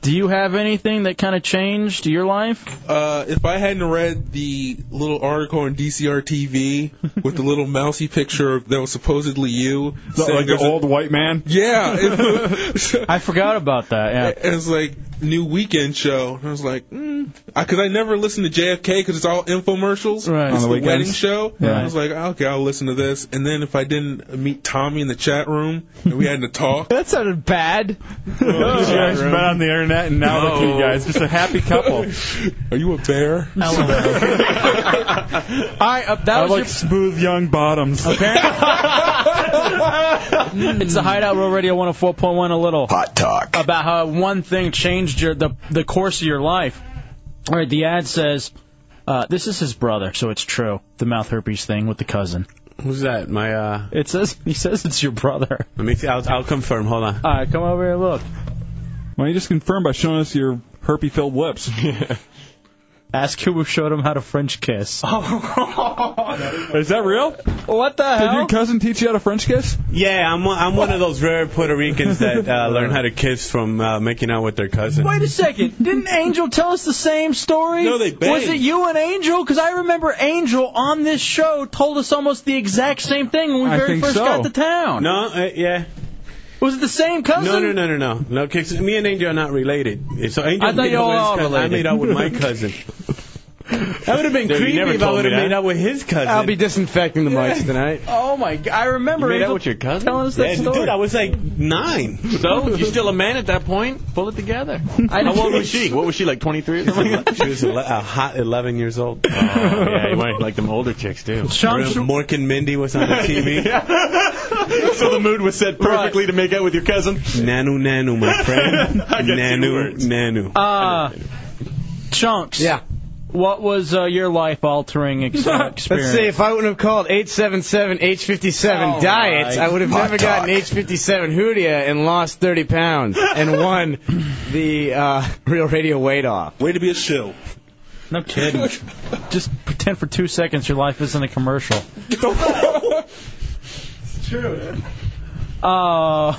Speaker 3: Do you have anything that kind of changed your life?
Speaker 23: Uh, if I hadn't read the little article on DCR TV with the little mousy picture that was supposedly you, saying
Speaker 4: Like the
Speaker 23: there's a-
Speaker 4: old white man.
Speaker 23: yeah, it
Speaker 3: I forgot about that. Yeah.
Speaker 23: it was like new weekend show. And I was like, mm. I, cause I never listened to JFK because it's all infomercials.
Speaker 4: Right.
Speaker 23: It's
Speaker 4: On the
Speaker 23: the,
Speaker 4: weekends.
Speaker 23: wedding show.
Speaker 4: Yeah.
Speaker 23: I was like, okay, I'll listen to this. And then if I didn't meet Tommy in the chat room and we had to talk,
Speaker 6: That sounded bad.
Speaker 4: You guys met on the internet, and now look at you guys, just a happy couple.
Speaker 23: are you a bear?
Speaker 3: All right, uh, that
Speaker 4: I uh,
Speaker 3: was
Speaker 4: like smooth young bottoms.
Speaker 3: your, apparently, it's the Hideout Row Radio 104.1 a little hot talk about how one thing changed your the the course of your life. All right, the ad says uh, this is his brother, so it's true. The mouth herpes thing with the cousin.
Speaker 18: Who's that? My. uh
Speaker 3: It says he says it's your brother.
Speaker 18: Let me. See, I'll, I'll confirm. Hold on.
Speaker 3: All right, come over here. Look.
Speaker 4: Why don't you just confirm by showing us your herpy filled lips?
Speaker 3: Ask who showed him how to French kiss.
Speaker 4: Is that real?
Speaker 3: What the
Speaker 4: Did your cousin teach you how to French kiss?
Speaker 18: Yeah, I'm one- I'm one of those rare Puerto Ricans that uh, learn how to kiss from uh, making out with their cousin.
Speaker 3: Wait a second. Didn't Angel tell us the same story?
Speaker 18: No, they banged.
Speaker 3: Was it you and Angel? Because I remember Angel on this show told us almost the exact same thing when we
Speaker 18: I
Speaker 3: very
Speaker 18: think
Speaker 3: first
Speaker 18: so.
Speaker 3: got to town.
Speaker 18: No, uh, yeah.
Speaker 3: Was it the same cousin?
Speaker 18: No, no, no, no, no. No, 'cause me and Angel are not related. So Angel
Speaker 3: I thought
Speaker 18: made
Speaker 3: you
Speaker 18: out
Speaker 3: all
Speaker 18: with his
Speaker 3: are
Speaker 18: cousin. I
Speaker 3: related.
Speaker 18: made out with my cousin. That would have been
Speaker 5: Dude, you
Speaker 18: creepy
Speaker 5: never
Speaker 18: if I
Speaker 5: told
Speaker 18: would have
Speaker 5: me that.
Speaker 18: made out with his cousin.
Speaker 5: I'll be disinfecting the mics tonight.
Speaker 3: Oh my god! I remember
Speaker 18: You made out
Speaker 3: Angel
Speaker 18: with your cousin?
Speaker 3: telling us that
Speaker 18: Yeah,
Speaker 3: story.
Speaker 18: dude, I was like nine.
Speaker 36: So you're still a man at that point. Pull it together.
Speaker 3: I-
Speaker 36: How old was she? What was she like? 23 or something?
Speaker 18: She was ele- a hot 11 years old.
Speaker 36: yeah, you might like them older chicks too.
Speaker 18: Remember Mork and Mindy was on the TV.
Speaker 36: so the mood was set perfectly to make out with your cousin.
Speaker 18: Nanu, nanu, my friend.
Speaker 36: I got two
Speaker 18: nanu,
Speaker 36: words.
Speaker 18: nanu.
Speaker 3: Uh, chunks. Yeah. What was uh, your life-altering ex- experience?
Speaker 5: Let's see. If I wouldn't have called 877 H57 diet,
Speaker 3: right.
Speaker 5: I would have
Speaker 3: Hot
Speaker 5: never gotten H57 Hoodia and lost 30 pounds and won the uh, Real Radio weight off.
Speaker 14: Way to be a shill.
Speaker 3: No kidding. Just pretend for two seconds your life isn't a commercial.
Speaker 1: It's true.
Speaker 3: Uh,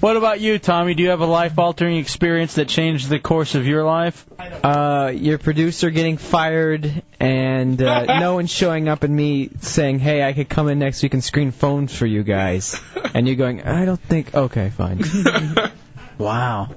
Speaker 3: what about you, Tommy? Do you have a life-altering experience that changed the course of your life?
Speaker 6: Uh, your producer getting fired and uh, no one showing up and me saying, hey, I could come in next week and screen phones for you guys. And you going, I don't think, okay, fine.
Speaker 3: wow.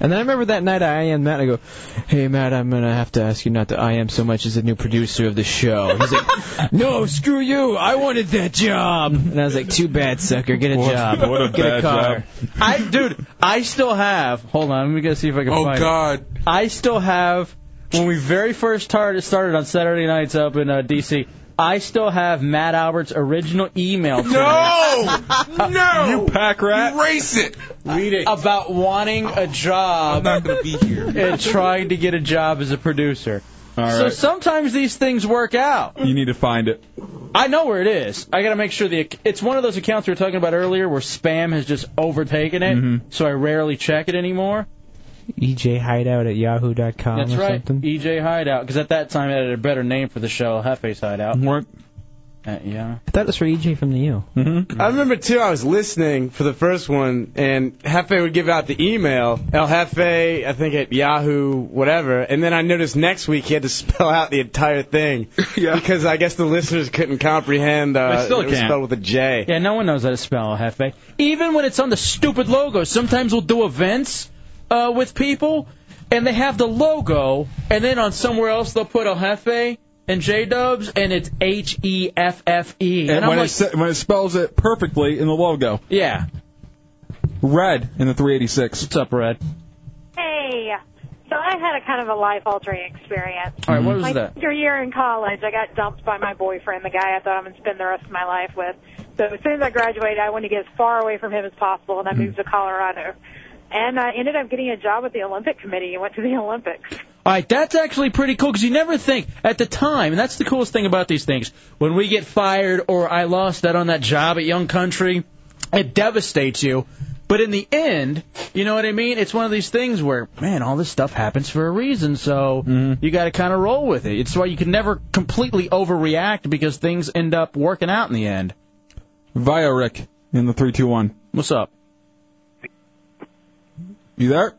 Speaker 6: And then I remember that night I am Matt and I go, hey, Matt, I'm going to have to ask you not to I am so much as the new producer of the show. He's like, no, screw you. I wanted that job. And I was like, too bad, sucker. Get a job.
Speaker 3: what a
Speaker 6: Get
Speaker 3: bad
Speaker 6: a car.
Speaker 3: job. I dude, I still have. Hold on, let me go see if I can
Speaker 6: Oh,
Speaker 3: find.
Speaker 6: God.
Speaker 3: it. I still have. When we very first started started on Saturday nights up in uh, D.C., I still have Matt Albert's original email. To
Speaker 1: No! no!
Speaker 3: me. you pack rat.
Speaker 14: Erase it.
Speaker 3: Read it about wanting a job. I'm not
Speaker 14: gonna be here.
Speaker 3: And trying to get a job as a producer.
Speaker 4: All
Speaker 3: so
Speaker 4: right.
Speaker 3: sometimes these things work out.
Speaker 4: You need to find it.
Speaker 3: I know where it is. I got to make sure the ac- it's one of those accounts we were talking about earlier where spam has just overtaken it,
Speaker 4: Mm-hmm.
Speaker 3: so I rarely check it anymore.
Speaker 6: EJ E Hideout at yahoo.com.
Speaker 3: That's
Speaker 6: or
Speaker 3: right,
Speaker 6: Something.
Speaker 3: EJ Hideout, because at that time it had a better name for the show, Hefe's Hideout.
Speaker 4: What?
Speaker 3: Uh, yeah.
Speaker 6: I thought it was for EJ from the U.
Speaker 3: Mm-hmm.
Speaker 5: I remember too. I was listening for the first one, and Hefe would give out the email El Hefe, I think at Yahoo, whatever. And then I noticed next week he had to spell out the entire thing because I guess the listeners couldn't comprehend. Uh,
Speaker 3: They still
Speaker 5: it was
Speaker 3: can't.
Speaker 5: spelled with a J.
Speaker 3: Yeah, no one knows how to spell Hefe. Even when it's on the stupid logo, sometimes we'll do events uh, with people, and they have the logo, and then on somewhere else they'll put a Hefe and J Dubs, and it's H E F F E.
Speaker 4: And
Speaker 3: And I'm
Speaker 4: when, it
Speaker 3: like,
Speaker 4: sa when it spells it perfectly in the logo.
Speaker 3: Yeah.
Speaker 4: Red in the 386. What's
Speaker 3: up, Red?
Speaker 26: Hey. So I had a kind of a life-altering experience.
Speaker 4: All right, what was
Speaker 26: my
Speaker 4: that?
Speaker 26: Your year in college, I got dumped by my boyfriend, the guy I thought I'm going to spend the rest of my life with. So as soon as I graduated, I wanted to get as far away from him as possible, and I moved to
Speaker 4: Hmm.
Speaker 26: Colorado. And I ended up getting a job at the Olympic Committee and went to the Olympics.
Speaker 3: All right, that's actually pretty cool because you never think at the time, and that's the coolest thing about these things. When we get fired or I lost that on that job at Young Country, it devastates you. But in the end, you know what I mean? It's one of these things where, man, all this stuff happens for a reason, so
Speaker 4: Mm-hmm.
Speaker 3: you got to kind of roll with it. It's why you can never completely overreact because things end up working out in the end.
Speaker 4: Vioric in the 321.
Speaker 3: What's up?
Speaker 4: You there?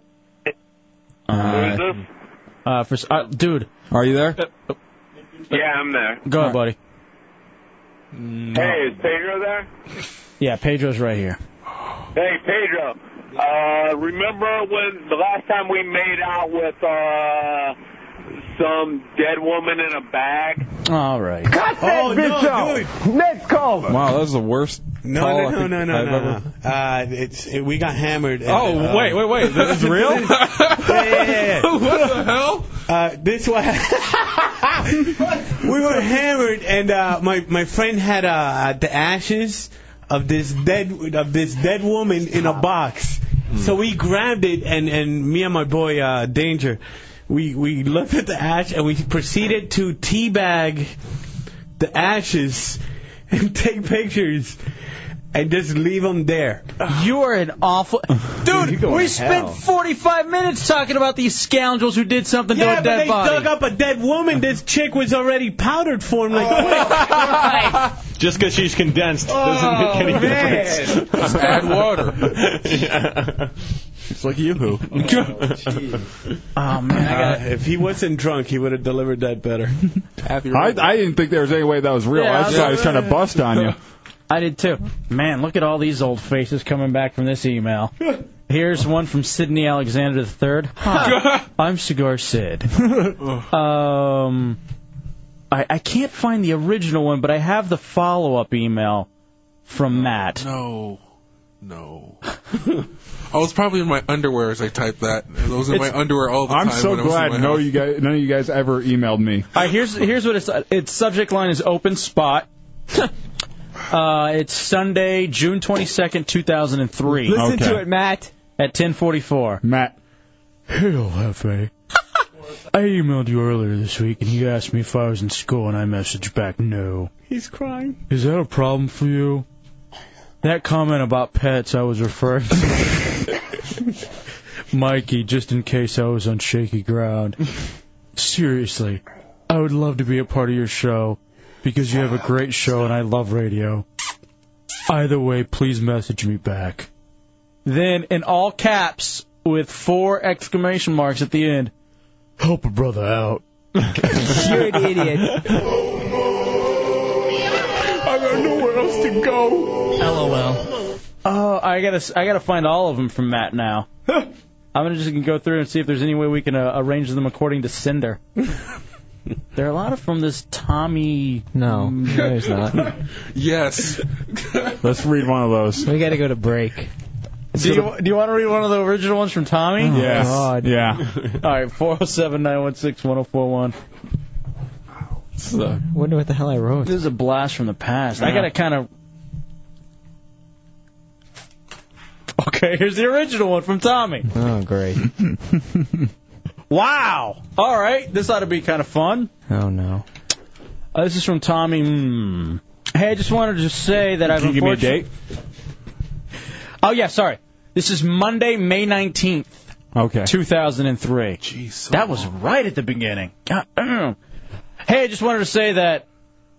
Speaker 4: Uh,
Speaker 3: Uh, for, s- uh, dude.
Speaker 4: Are you there?
Speaker 14: Yeah, I'm there.
Speaker 3: Go ahead, buddy.
Speaker 14: Hey, is Pedro there?
Speaker 3: Yeah, Pedro's right here.
Speaker 14: Hey, Pedro. Uh, remember when the last time we made out with uh, some dead woman in a bag?
Speaker 3: All right.
Speaker 14: Cut that
Speaker 18: Oh, bitch no, out.
Speaker 14: Next call.
Speaker 4: Wow, that was the worst. call
Speaker 18: No,
Speaker 4: I
Speaker 18: no,
Speaker 4: think
Speaker 18: no, no,
Speaker 4: I've
Speaker 18: no,
Speaker 4: ever-
Speaker 18: no. Uh, it's, it, we got hammered. at,
Speaker 4: Oh,
Speaker 18: uh,
Speaker 4: wait, wait, wait. This is real?
Speaker 18: yeah, yeah, yeah.
Speaker 4: What the hell?
Speaker 18: Uh, this one. we were hammered, and uh, my my friend had uh, the ashes of this dead of this dead woman in a box.
Speaker 4: Hmm.
Speaker 18: So we grabbed it, and and me and my boy uh, Danger, we we looked at the ash and we proceeded to teabag the ashes and take pictures. And just leave them there.
Speaker 3: You are an awful dude. We spent 45 minutes talking about these scoundrels who did something
Speaker 18: yeah,
Speaker 3: to a
Speaker 18: but
Speaker 3: dead
Speaker 18: they
Speaker 3: body.
Speaker 18: dug up a dead woman. This chick was already powdered for him. Like,
Speaker 12: Just because she's condensed doesn't
Speaker 18: Oh,
Speaker 12: make any
Speaker 18: man.
Speaker 12: difference.
Speaker 18: Just add water.
Speaker 12: yeah.
Speaker 18: It's like you who.
Speaker 3: oh man!
Speaker 18: Uh, if he wasn't drunk, he would have delivered that better.
Speaker 4: I, I didn't think there was any way that was real. That's why I was trying to bust on you.
Speaker 3: I did too. Man, look at all these old faces coming back from this email. Here's one from Sidney Alexander III. Hi, I'm Cigar Sid. Um, I, I can't find the original one, but I have the follow-up email from Matt.
Speaker 23: No. No. I was probably in my underwear as I typed that. I was in
Speaker 4: It's-
Speaker 23: my underwear all the
Speaker 4: I'm
Speaker 23: time.
Speaker 4: so
Speaker 23: when I was in my
Speaker 4: glad no
Speaker 23: house.
Speaker 4: you guys none of you guys ever emailed me.
Speaker 3: All right, here's here's what it's its subject line is open spot. uh, it's Sunday, June 22nd, 2003.
Speaker 6: Listen to Okay. it,
Speaker 3: Matt. At 10:44.
Speaker 4: Matt.
Speaker 3: Hey, Hefe. I emailed you earlier this week, and you asked me if I was in school, and I messaged back no.
Speaker 18: He's crying.
Speaker 3: Is that a problem for you? That comment about pets I was referring to. Mikey, just in case I was on shaky ground. Seriously, I would love to be a part of your show because you have a great show and I love radio. Either way, please message me back. Then, in all caps, with four exclamation marks at the end, help a brother out.
Speaker 9: You're an idiot.
Speaker 18: I got nowhere else to go.
Speaker 3: LOL. Oh, I gotta, I gotta find all of them from Matt now. I'm gonna just go through and see if there's any way we can uh, arrange them according to Cinder. there are a lot of from this Tommy.
Speaker 6: No, there's not.
Speaker 23: Yes.
Speaker 4: Let's read one of those.
Speaker 6: We got to go to break.
Speaker 3: Do you, do you want to read one of the original ones from Tommy?
Speaker 6: Oh, Yes. God.
Speaker 4: Yeah.
Speaker 3: All right, 407 916 1041.
Speaker 6: Wonder what the hell I wrote.
Speaker 3: This is a blast from the past. I gotta kind of. Okay, here's the original one from Tommy.
Speaker 6: Oh, great.
Speaker 3: Wow! All right, this ought to be kind of fun.
Speaker 6: Oh no.
Speaker 3: Uh, this is from Tommy. Mm. Hey, I just wanted to say that I've
Speaker 4: Can you give me a
Speaker 3: unfortunate- Oh yeah, sorry. This is Monday, May nineteenth.
Speaker 4: Okay.
Speaker 3: 2003. that was right at the beginning. God, mm. hey, I just wanted to say that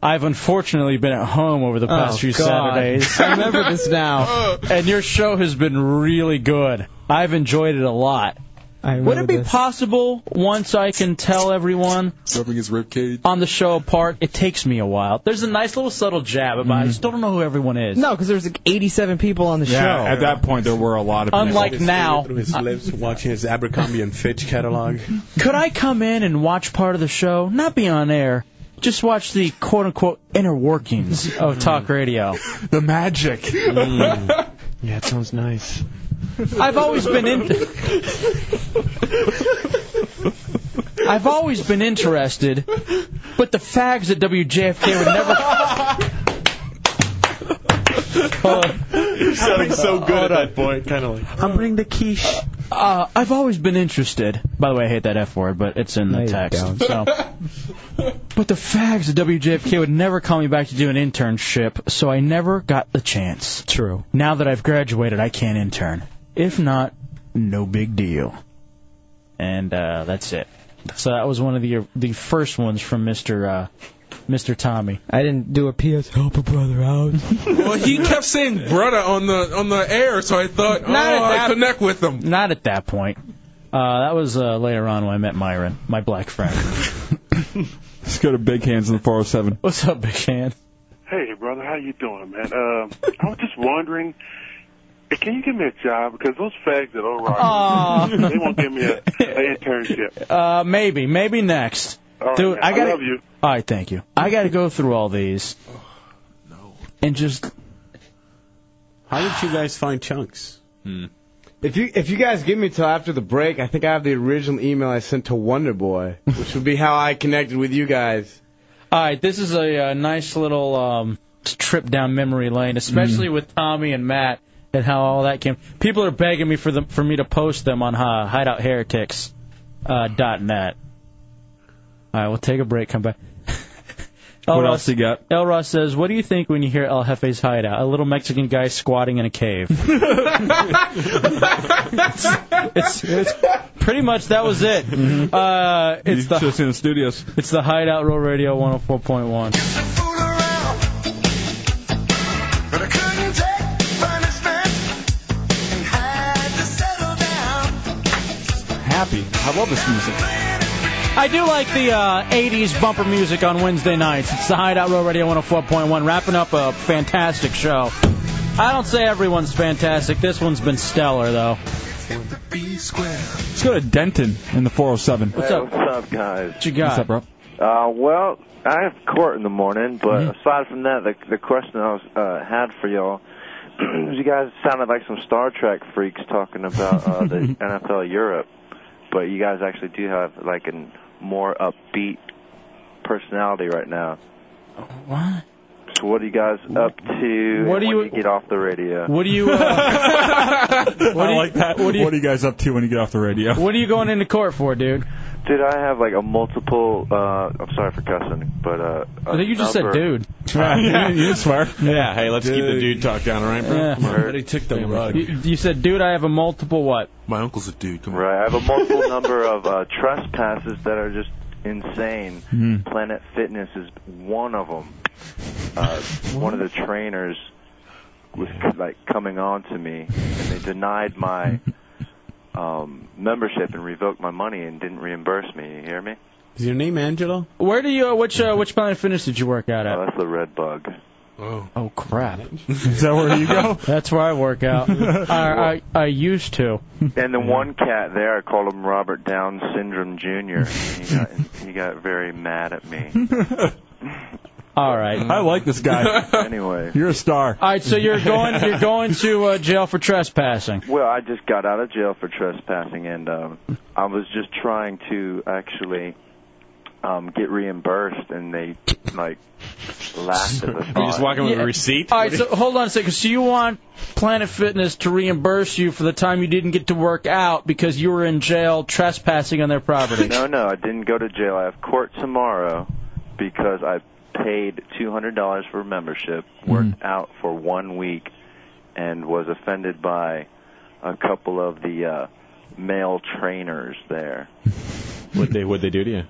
Speaker 3: I've unfortunately been at home over the past
Speaker 6: Oh,
Speaker 3: few
Speaker 6: God.
Speaker 3: Saturdays.
Speaker 6: I remember this now.
Speaker 3: and your show has been really good. I've enjoyed it a lot. Would it be possible once I can tell everyone
Speaker 23: Rubbing his ribcage.
Speaker 3: on the show apart? It takes me a while. There's a nice little subtle jab about.
Speaker 6: Mm-hmm.
Speaker 3: it. I just don't know who everyone is.
Speaker 6: No, because there was like 87 people on the
Speaker 4: Yeah,
Speaker 6: show.
Speaker 4: at that point there were a lot of
Speaker 3: Unlike
Speaker 4: people.
Speaker 3: now,
Speaker 18: Through his lips, watching his Abercrombie and Fitch catalog.
Speaker 3: Could I come in and watch part of the show, not be on air, just watch the quote unquote inner workings of talk radio?
Speaker 4: The magic.
Speaker 12: Mm.
Speaker 18: Yeah, it sounds nice.
Speaker 3: I've always been in. I've always been interested, but the fags at WJFK would never.
Speaker 12: You're sounding so good at that point, kind of like.
Speaker 3: I'm bringing the quiche. Uh, I've always been interested. By the way, I hate that F word, but it's in the text. So. But the fags at WJFK would never call me back to do an internship, so I never got the chance.
Speaker 6: True.
Speaker 3: Now that I've graduated, I can intern. If not, no big deal. And uh, that's it. So that was one of the uh, the first ones from Mr. Uh, Mr. Tommy.
Speaker 6: I didn't do a PS. Help a brother out.
Speaker 23: well, he kept saying "brother" on the on the air, so I thought, oh,
Speaker 3: Not at
Speaker 23: I
Speaker 3: that-
Speaker 23: connect with him.
Speaker 3: Not at that point. Uh, that was uh, later on when I met Myron, my black friend.
Speaker 4: Let's go to Big Hands in the 407.
Speaker 3: What's up, Big Hand?
Speaker 10: Hey, brother, how you doing, man? Uh, I was just wondering, eh, can you give me a job? Because those fags at O'Reilly,
Speaker 3: Aw.
Speaker 10: they won't give me a, an internship.
Speaker 3: Uh, maybe, maybe next.
Speaker 10: All
Speaker 14: Oh,
Speaker 10: right,
Speaker 3: Dude,
Speaker 10: man,
Speaker 3: I
Speaker 10: I
Speaker 3: gotta.
Speaker 10: love you.
Speaker 3: All right, thank you. I gotta go through all these. And just
Speaker 18: How did you guys find chunks?
Speaker 23: Hmm.
Speaker 19: If you if you guys give me till after the break, I think I have the original email I sent to Wonder Boy, which would be how I connected with you guys.
Speaker 3: All right, this is a, uh nice little um, trip down memory lane, especially with Tommy and Matt and how all that came. People are begging me for them for me to post them on uh, hideoutheretics uh, dot net. All right, we'll take a break. Come back.
Speaker 4: What else
Speaker 3: you got? El Ross says, "What do you think when you hear El Jefe's hideout? A little Mexican guy squatting in a cave." it's, it's pretty much that was it. Uh, it's the just in the studios. It's the Hideout Roll Radio 104.1.
Speaker 4: Happy. I love this music.
Speaker 3: I do like the uh, 80s bumper music on Wednesday nights. It's the Hideout Row Radio 104.1, wrapping up a fantastic show. I don't say everyone's fantastic. This one's been stellar, though.
Speaker 4: Let's go to Denton in the 407.
Speaker 3: What's
Speaker 15: Hey,
Speaker 3: up?
Speaker 15: What's up, guys? What
Speaker 3: you got?
Speaker 4: What's up, bro?
Speaker 15: Uh, well, I have court in the morning, but
Speaker 3: Mm-hmm.
Speaker 15: aside from that, the, the question I was, uh, had for y'all was you guys sounded like some Star Trek freaks talking about uh, the NFL Europe, but you guys actually do have like a more upbeat personality right now.
Speaker 3: What?
Speaker 15: So what are you guys up to?
Speaker 3: What
Speaker 15: and
Speaker 3: do
Speaker 15: when
Speaker 3: you-
Speaker 15: get off the radio?
Speaker 3: What do you? Uh, what do you,
Speaker 4: like that.
Speaker 3: What do you,
Speaker 4: what are you guys up to when you get off the radio?
Speaker 3: what are you going into court for, dude?
Speaker 15: Dude, I have like a multiple. Uh, I'm sorry for cussing, but uh,
Speaker 3: I think you just said dude.
Speaker 4: swear.
Speaker 12: Yeah, hey, let's keep the dude talk down, all right, bro?
Speaker 3: Yeah.
Speaker 12: Come on, everybody took the rug.
Speaker 3: You, you said, dude, I have a multiple what?
Speaker 15: My uncle's a dude. right. I have a multiple number of uh, trespasses that are just insane.
Speaker 14: Mm.
Speaker 15: Planet Fitness is one of them. Uh, one of the trainers was like coming on to me, and they denied my um, membership and revoked my money and didn't reimburse me. You hear me?
Speaker 3: Is your name Angelo? Where do you? Uh, which uh, which Planet Fitness did you work out at?
Speaker 15: Oh, that's the Red Bug.
Speaker 3: Oh, crap!
Speaker 4: Is that where you go?
Speaker 3: That's where I work out. I, I I used to.
Speaker 15: And the one cat there, I called him Robert Down Syndrome Jr. He got, he got very mad at me.
Speaker 3: All right.
Speaker 4: I like this guy.
Speaker 15: anyway.
Speaker 4: You're a star.
Speaker 3: All right, so you're going you're going to uh, jail for trespassing.
Speaker 15: Well, I just got out of jail for trespassing, and um, I was just trying to actually um, get reimbursed, and they like laughed at the thought.
Speaker 12: You just walk in with
Speaker 3: Yeah.
Speaker 12: a receipt?
Speaker 3: All right, so hold on a second. So you want Planet Fitness to reimburse you for the time you didn't get to work out because you were in jail trespassing on their property?
Speaker 15: No, no, I didn't go to jail. I have court tomorrow because I paid two hundred dollars for membership,
Speaker 2: Mm.
Speaker 15: worked out for one week, and was offended by a couple of the uh, male trainers there.
Speaker 12: What they what they do to you?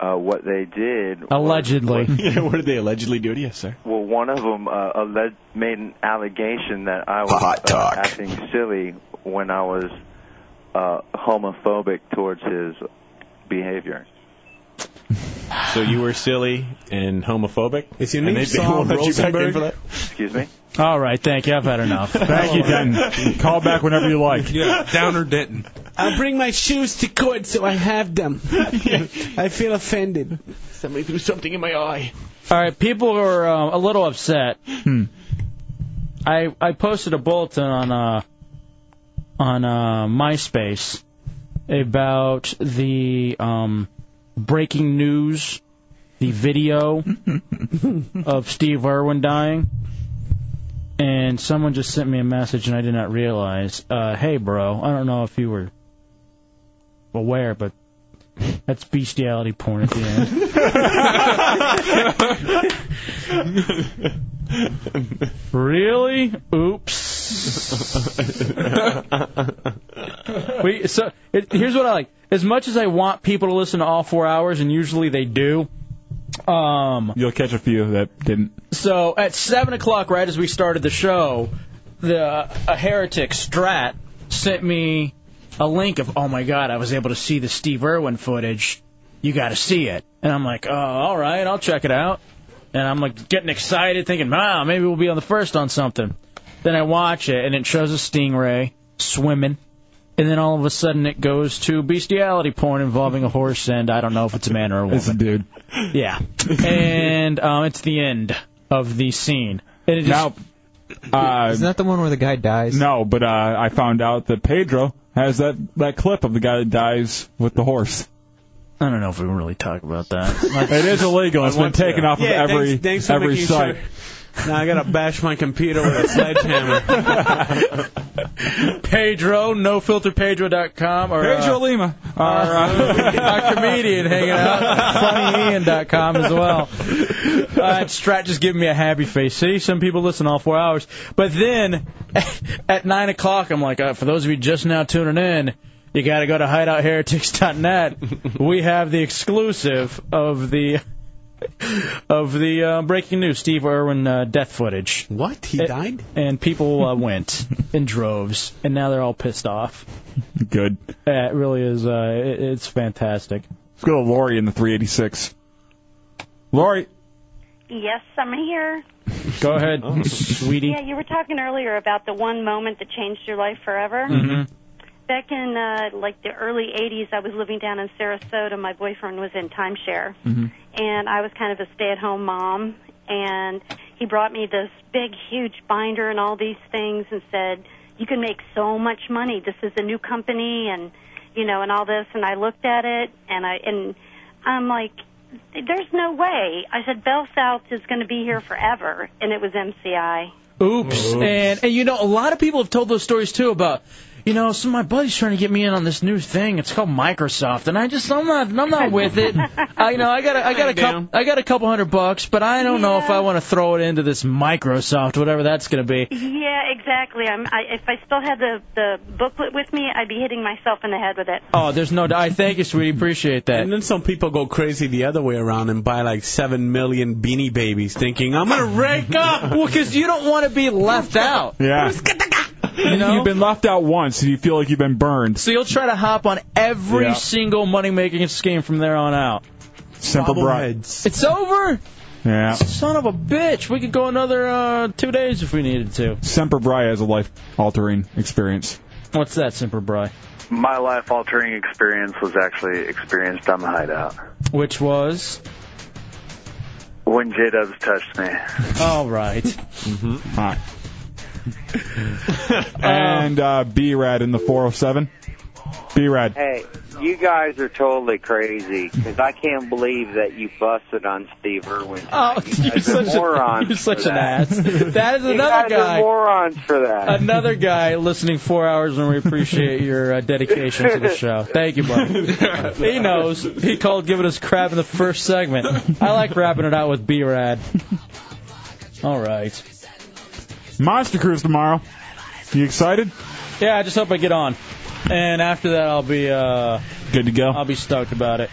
Speaker 15: Uh, what they did
Speaker 3: Allegedly.
Speaker 12: yeah, what did they allegedly do to you, sir?
Speaker 15: Well, one of them uh, alleged, made an allegation that I was uh, acting silly when I was uh, homophobic towards his behavior.
Speaker 12: So you were silly and homophobic. Is
Speaker 15: your
Speaker 12: and
Speaker 15: name
Speaker 12: they, they
Speaker 15: Saul
Speaker 12: won't let you back in
Speaker 15: Rosenberg?
Speaker 12: for that?
Speaker 15: Excuse me.
Speaker 3: All right, thank you. I've had enough.
Speaker 4: Thank you, Denton. Call back whenever you like.
Speaker 18: Yeah,
Speaker 4: Downer Denton.
Speaker 18: I'll bring my shoes to court so I have them. I feel offended. Somebody threw something in my eye.
Speaker 3: All right, people are uh, a little upset. I I posted a bulletin on uh on uh MySpace about the um breaking news, the video of Steve Irwin dying. And someone just sent me a message and I did not realize. Uh hey bro, I don't know if you were aware but that's bestiality porn at the end. Really? Oops. we, so it, here's what I like. As much as I want people to listen to all four hours, and usually they do. Um,
Speaker 4: You'll catch a few that didn't.
Speaker 3: so at seven o'clock, right as we started the show, the a heretic Strat sent me a link of, oh my god, I was able to see the Steve Irwin footage. You got to see it, and I'm like, oh, all right, I'll check it out. And I'm like getting excited, thinking, wow, maybe we'll be on the first on something. Then I watch it, and it shows a stingray swimming. And then all of a sudden, it goes to bestiality porn involving a horse, and I don't know if it's a man or a woman.
Speaker 4: It's a dude.
Speaker 3: Yeah. and um, it's the end of the scene. And it just,
Speaker 4: Now, uh, Isn't
Speaker 6: that the one where the guy dies?
Speaker 4: No, but uh, I found out that Pedro has that, that clip of the guy that dies with the horse.
Speaker 3: I don't know if we can really talk about that.
Speaker 4: It is illegal. It's
Speaker 3: I
Speaker 4: been
Speaker 3: want to.
Speaker 4: taken off of
Speaker 3: Yeah,
Speaker 4: every
Speaker 3: thanks- thanks for
Speaker 4: every
Speaker 3: making
Speaker 4: site.
Speaker 18: Now I gotta bash my computer with a sledgehammer.
Speaker 3: Pedro, nofilterpedro.com. Or, uh,
Speaker 4: Pedro Lima.
Speaker 3: Our, uh, our comedian hanging out. FunnyIan.com as well. Uh, and Strat just giving me a happy face. See, some people listen all four hours. But then at 9 o'clock, I'm like, uh, for those of you just now tuning in, you got to go to hideoutheretics.net. we have the exclusive of the. Of the uh, breaking news, Steve Irwin uh, death footage.
Speaker 18: What? He died?
Speaker 3: And people uh, went in droves, and now they're all pissed off.
Speaker 4: Good.
Speaker 3: Yeah, it really is. Uh, it, it's fantastic.
Speaker 4: Let's go to Lori in the 386. Lori,
Speaker 20: Yes, I'm here.
Speaker 3: go ahead, sweetie.
Speaker 20: Yeah, you were talking earlier about the one moment that changed your life forever.
Speaker 14: Mm-hmm.
Speaker 20: Back in uh, like the early '80s, I was living down in Sarasota. My boyfriend was in timeshare,
Speaker 14: Mm-hmm.
Speaker 20: and I was kind of a stay-at-home mom. And he brought me this big, huge binder and all these things, and said, "You can make so much money. This is a new company, and you know, and all this." And I looked at it, and I and I'm like, "There's no way." I said, "Bell South is going to be here forever," and it was MCI.
Speaker 3: Oops. And and you know, a lot of people have told those stories too about you know, some of my buddies trying to get me in on this new thing. It's called Microsoft, and I just I'm not I'm not with it. I you know I got a, I got a couple I got a couple hundred bucks, but I don't know if I want to throw it into this Microsoft, whatever that's going to be.
Speaker 20: Yeah, exactly. I'm, I, if I still had the the booklet with me, I'd be hitting myself in the head with it.
Speaker 3: Oh, there's no. I thank you, sweetie. Appreciate that.
Speaker 18: And then some people go crazy the other way around and buy like seven million beanie babies, thinking I'm gonna rake up.
Speaker 3: Well, because you don't want to be left out.
Speaker 4: Yeah.
Speaker 3: You
Speaker 4: have been left out once, and you feel like you've been burned.
Speaker 3: So you'll try to hop on every
Speaker 4: Yeah.
Speaker 3: single money making scheme from there on out.
Speaker 4: Simple bride.
Speaker 3: It's over.
Speaker 4: Yeah.
Speaker 3: Son of a bitch. We could go another uh, two days if we needed to.
Speaker 4: Semper Bri has a life-altering experience.
Speaker 3: What's that, Semper Bri?
Speaker 7: My life altering experience was actually experienced on the hideout
Speaker 3: Which was?
Speaker 7: when J Dubs touched me.
Speaker 3: All right.
Speaker 4: Hot. Mm-hmm. and uh, B-Rad in the 407. B-Rad.
Speaker 14: Hey, you guys are totally crazy because I can't believe that you busted on Steve Irwin.
Speaker 3: Oh, you're
Speaker 14: guys are
Speaker 3: such, a,
Speaker 14: morons
Speaker 3: you're such
Speaker 14: for
Speaker 3: an
Speaker 14: that.
Speaker 3: ass. That is
Speaker 14: You
Speaker 3: another
Speaker 14: guys
Speaker 3: guy.
Speaker 14: are morons for that.
Speaker 3: Another guy listening four hours, and we appreciate your uh, dedication to the show. Thank you, buddy. he knows. He called giving us crap in the first segment. I like wrapping it out with B-Rad. All right.
Speaker 4: Monster Cruise tomorrow. You excited?
Speaker 3: Yeah, I just hope I get on. And after that, I'll be uh,
Speaker 4: good to go.
Speaker 3: I'll be stoked about it.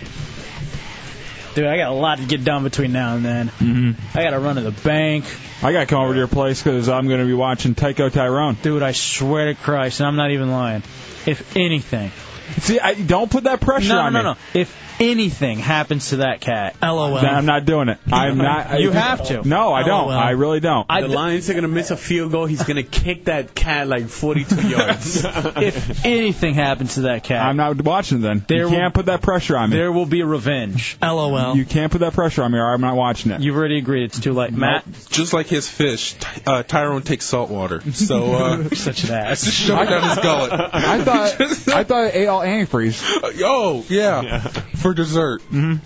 Speaker 3: Dude, I got a lot to get done between now and then. Mm-hmm. I got to run to the bank.
Speaker 4: I got to come over to your place because I'm going to be watching Tycho Tyrone.
Speaker 3: Dude, I swear to Christ, and I'm not even lying. If anything,
Speaker 4: see, I, don't put that pressure
Speaker 3: no,
Speaker 4: on
Speaker 3: no,
Speaker 4: me.
Speaker 3: no, no. If anything happens to that cat, lol.
Speaker 4: Then I'm not doing it. I'm not.
Speaker 3: You have to.
Speaker 4: No, I don't.
Speaker 3: LOL.
Speaker 4: I really don't.
Speaker 3: I-
Speaker 18: Oh, the Lions are gonna miss a field goal. He's gonna kick that cat like 42 yards.
Speaker 3: if anything happens to that cat,
Speaker 4: I'm not watching then.
Speaker 3: There
Speaker 4: you
Speaker 3: will-
Speaker 4: can't put that pressure on me.
Speaker 3: there will be revenge. LOL.
Speaker 4: You can't put that pressure on me, or I'm not watching it.
Speaker 3: You've already agreed. It's too late, Matt.
Speaker 23: Just like his fish, Ty- uh, Tyrone takes salt water. So uh,
Speaker 3: such an ass.
Speaker 23: Just shove it down his gullet.
Speaker 4: I thought I thought it ate all antifreeze.
Speaker 23: Oh yeah, for dessert. Mm-hmm.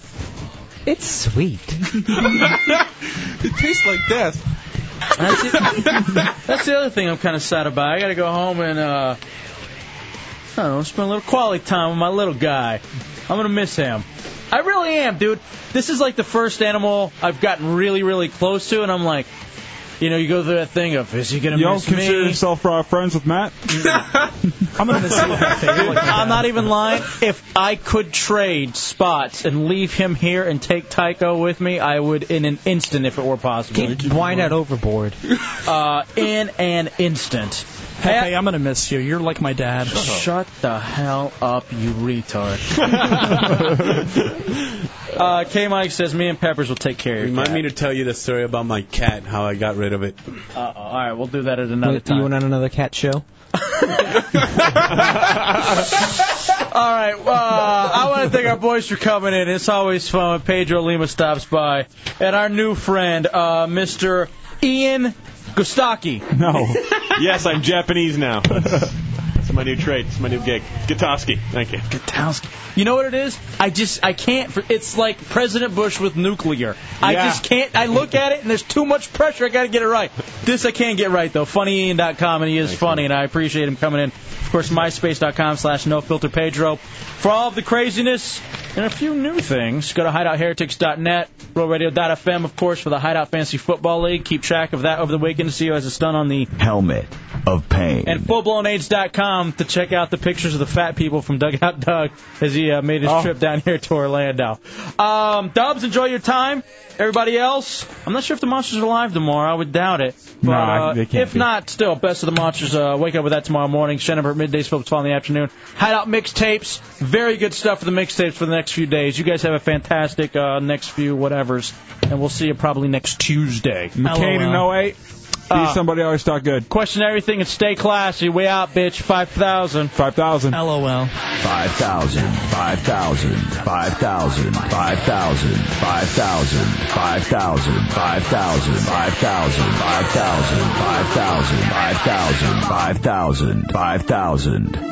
Speaker 6: It's sweet.
Speaker 23: it tastes like death.
Speaker 3: That's, it. That's the other thing I'm kind of sad about. I got to go home and uh, I don't know, spend a little quality time with my little guy. I'm gonna miss him. I really am, dude. This is like the first animal I've gotten really, really close to, and I'm like, you know, you go through that thing of is he gonna
Speaker 4: you don't
Speaker 3: miss me?
Speaker 4: consider yourself uh, friends with Matt?
Speaker 3: I'm gonna see that thing. I'm not even lying. If I could trade spots and leave him here and take Tycho with me, I would in an instant if it were possible.
Speaker 6: Why not overboard?
Speaker 3: Uh, in an instant.
Speaker 24: Pepe, I'm gonna miss you. You're like my dad.
Speaker 3: Shut the hell up, you retard. uh, K Mike says me and Peppers will take care of you.
Speaker 18: Remind me to tell you the story about my cat, how I got rid of it.
Speaker 3: Uh, all right, we'll do that at
Speaker 6: Do
Speaker 3: another
Speaker 6: you
Speaker 3: time.
Speaker 6: want on another cat show?
Speaker 3: All right, uh, I want to thank our boys for coming in. It's always fun when Pedro Lima stops by. And our new friend, uh, Mr. Ian Gustaki.
Speaker 4: No.
Speaker 12: yes, I'm Japanese now.
Speaker 37: It's my new trade. It's my new gig. Gutowski. Thank you.
Speaker 3: Gutowski. You know what it is? I just I can't. For, it's like President Bush with nuclear. I
Speaker 37: Yeah.
Speaker 3: just can't. I look at it and there's too much pressure. I got to get it right. This I can't get right though. E FunnyIan.com and he is funny and I appreciate him coming in. Of course, MySpace.com/slash No Filter Pedro for all of the craziness and a few new things. Go to HideoutHeretics.net, RealRadio.fm, of course, for the Hideout Fantasy Football League. Keep track of that over the weekend. See you as it's done on the
Speaker 24: Helmet of pain.
Speaker 3: and fullblownaids.com to check out the pictures of the fat people from Dugout Doug as he uh, made
Speaker 18: Oh.
Speaker 3: his trip down here to Orlando. Um, Dubs, enjoy your time. Everybody else, I'm not sure if the monsters are live tomorrow. I would doubt it. But,
Speaker 18: No,
Speaker 3: uh,
Speaker 18: they can't
Speaker 3: if not, still best of the monsters. Uh, wake up with that tomorrow morning. Shannon Burt middays, Phillips Fall in the afternoon. Hideout mixtapes. Very good stuff for the mixtapes for the next few days. You guys have a fantastic uh, next few whatevers, and we'll see you probably next Tuesday.
Speaker 18: McCain in
Speaker 3: LOL.
Speaker 18: 08.
Speaker 3: Uh,
Speaker 18: He's somebody I always thought good.
Speaker 3: Question everything and stay classy. Way out, bitch. 5,000.
Speaker 18: 5,000.
Speaker 3: LOL.
Speaker 24: 5,000, 5,000, 5,000, 5,000, 5,000, 5,000, 5,000, 5,000, 5,000, 5,000, 5,000, 5,000, 5,000.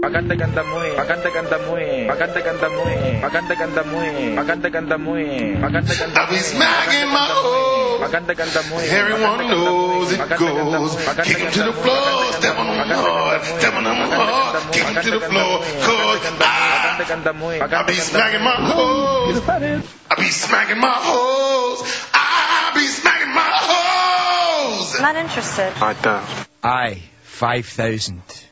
Speaker 5: Maganda ganda mo eh. Maganda ganda mo eh. Maganda ganda mo eh. Maganda ganda mo eh. Maganda ganda mo eh. Maganda ganda mo eh. I be smacking my hoes. Maganda ganda mo eh. Everyone knows it goes. Kick 'em to the floor. Step on 'em hard. Step on 'em hard. Kick 'em to the floor. Cause I, I be smacking my hoes. I be smacking my hoes. I be smacking my hoes.
Speaker 14: Not interested.
Speaker 5: I don't.
Speaker 38: I, 5,000.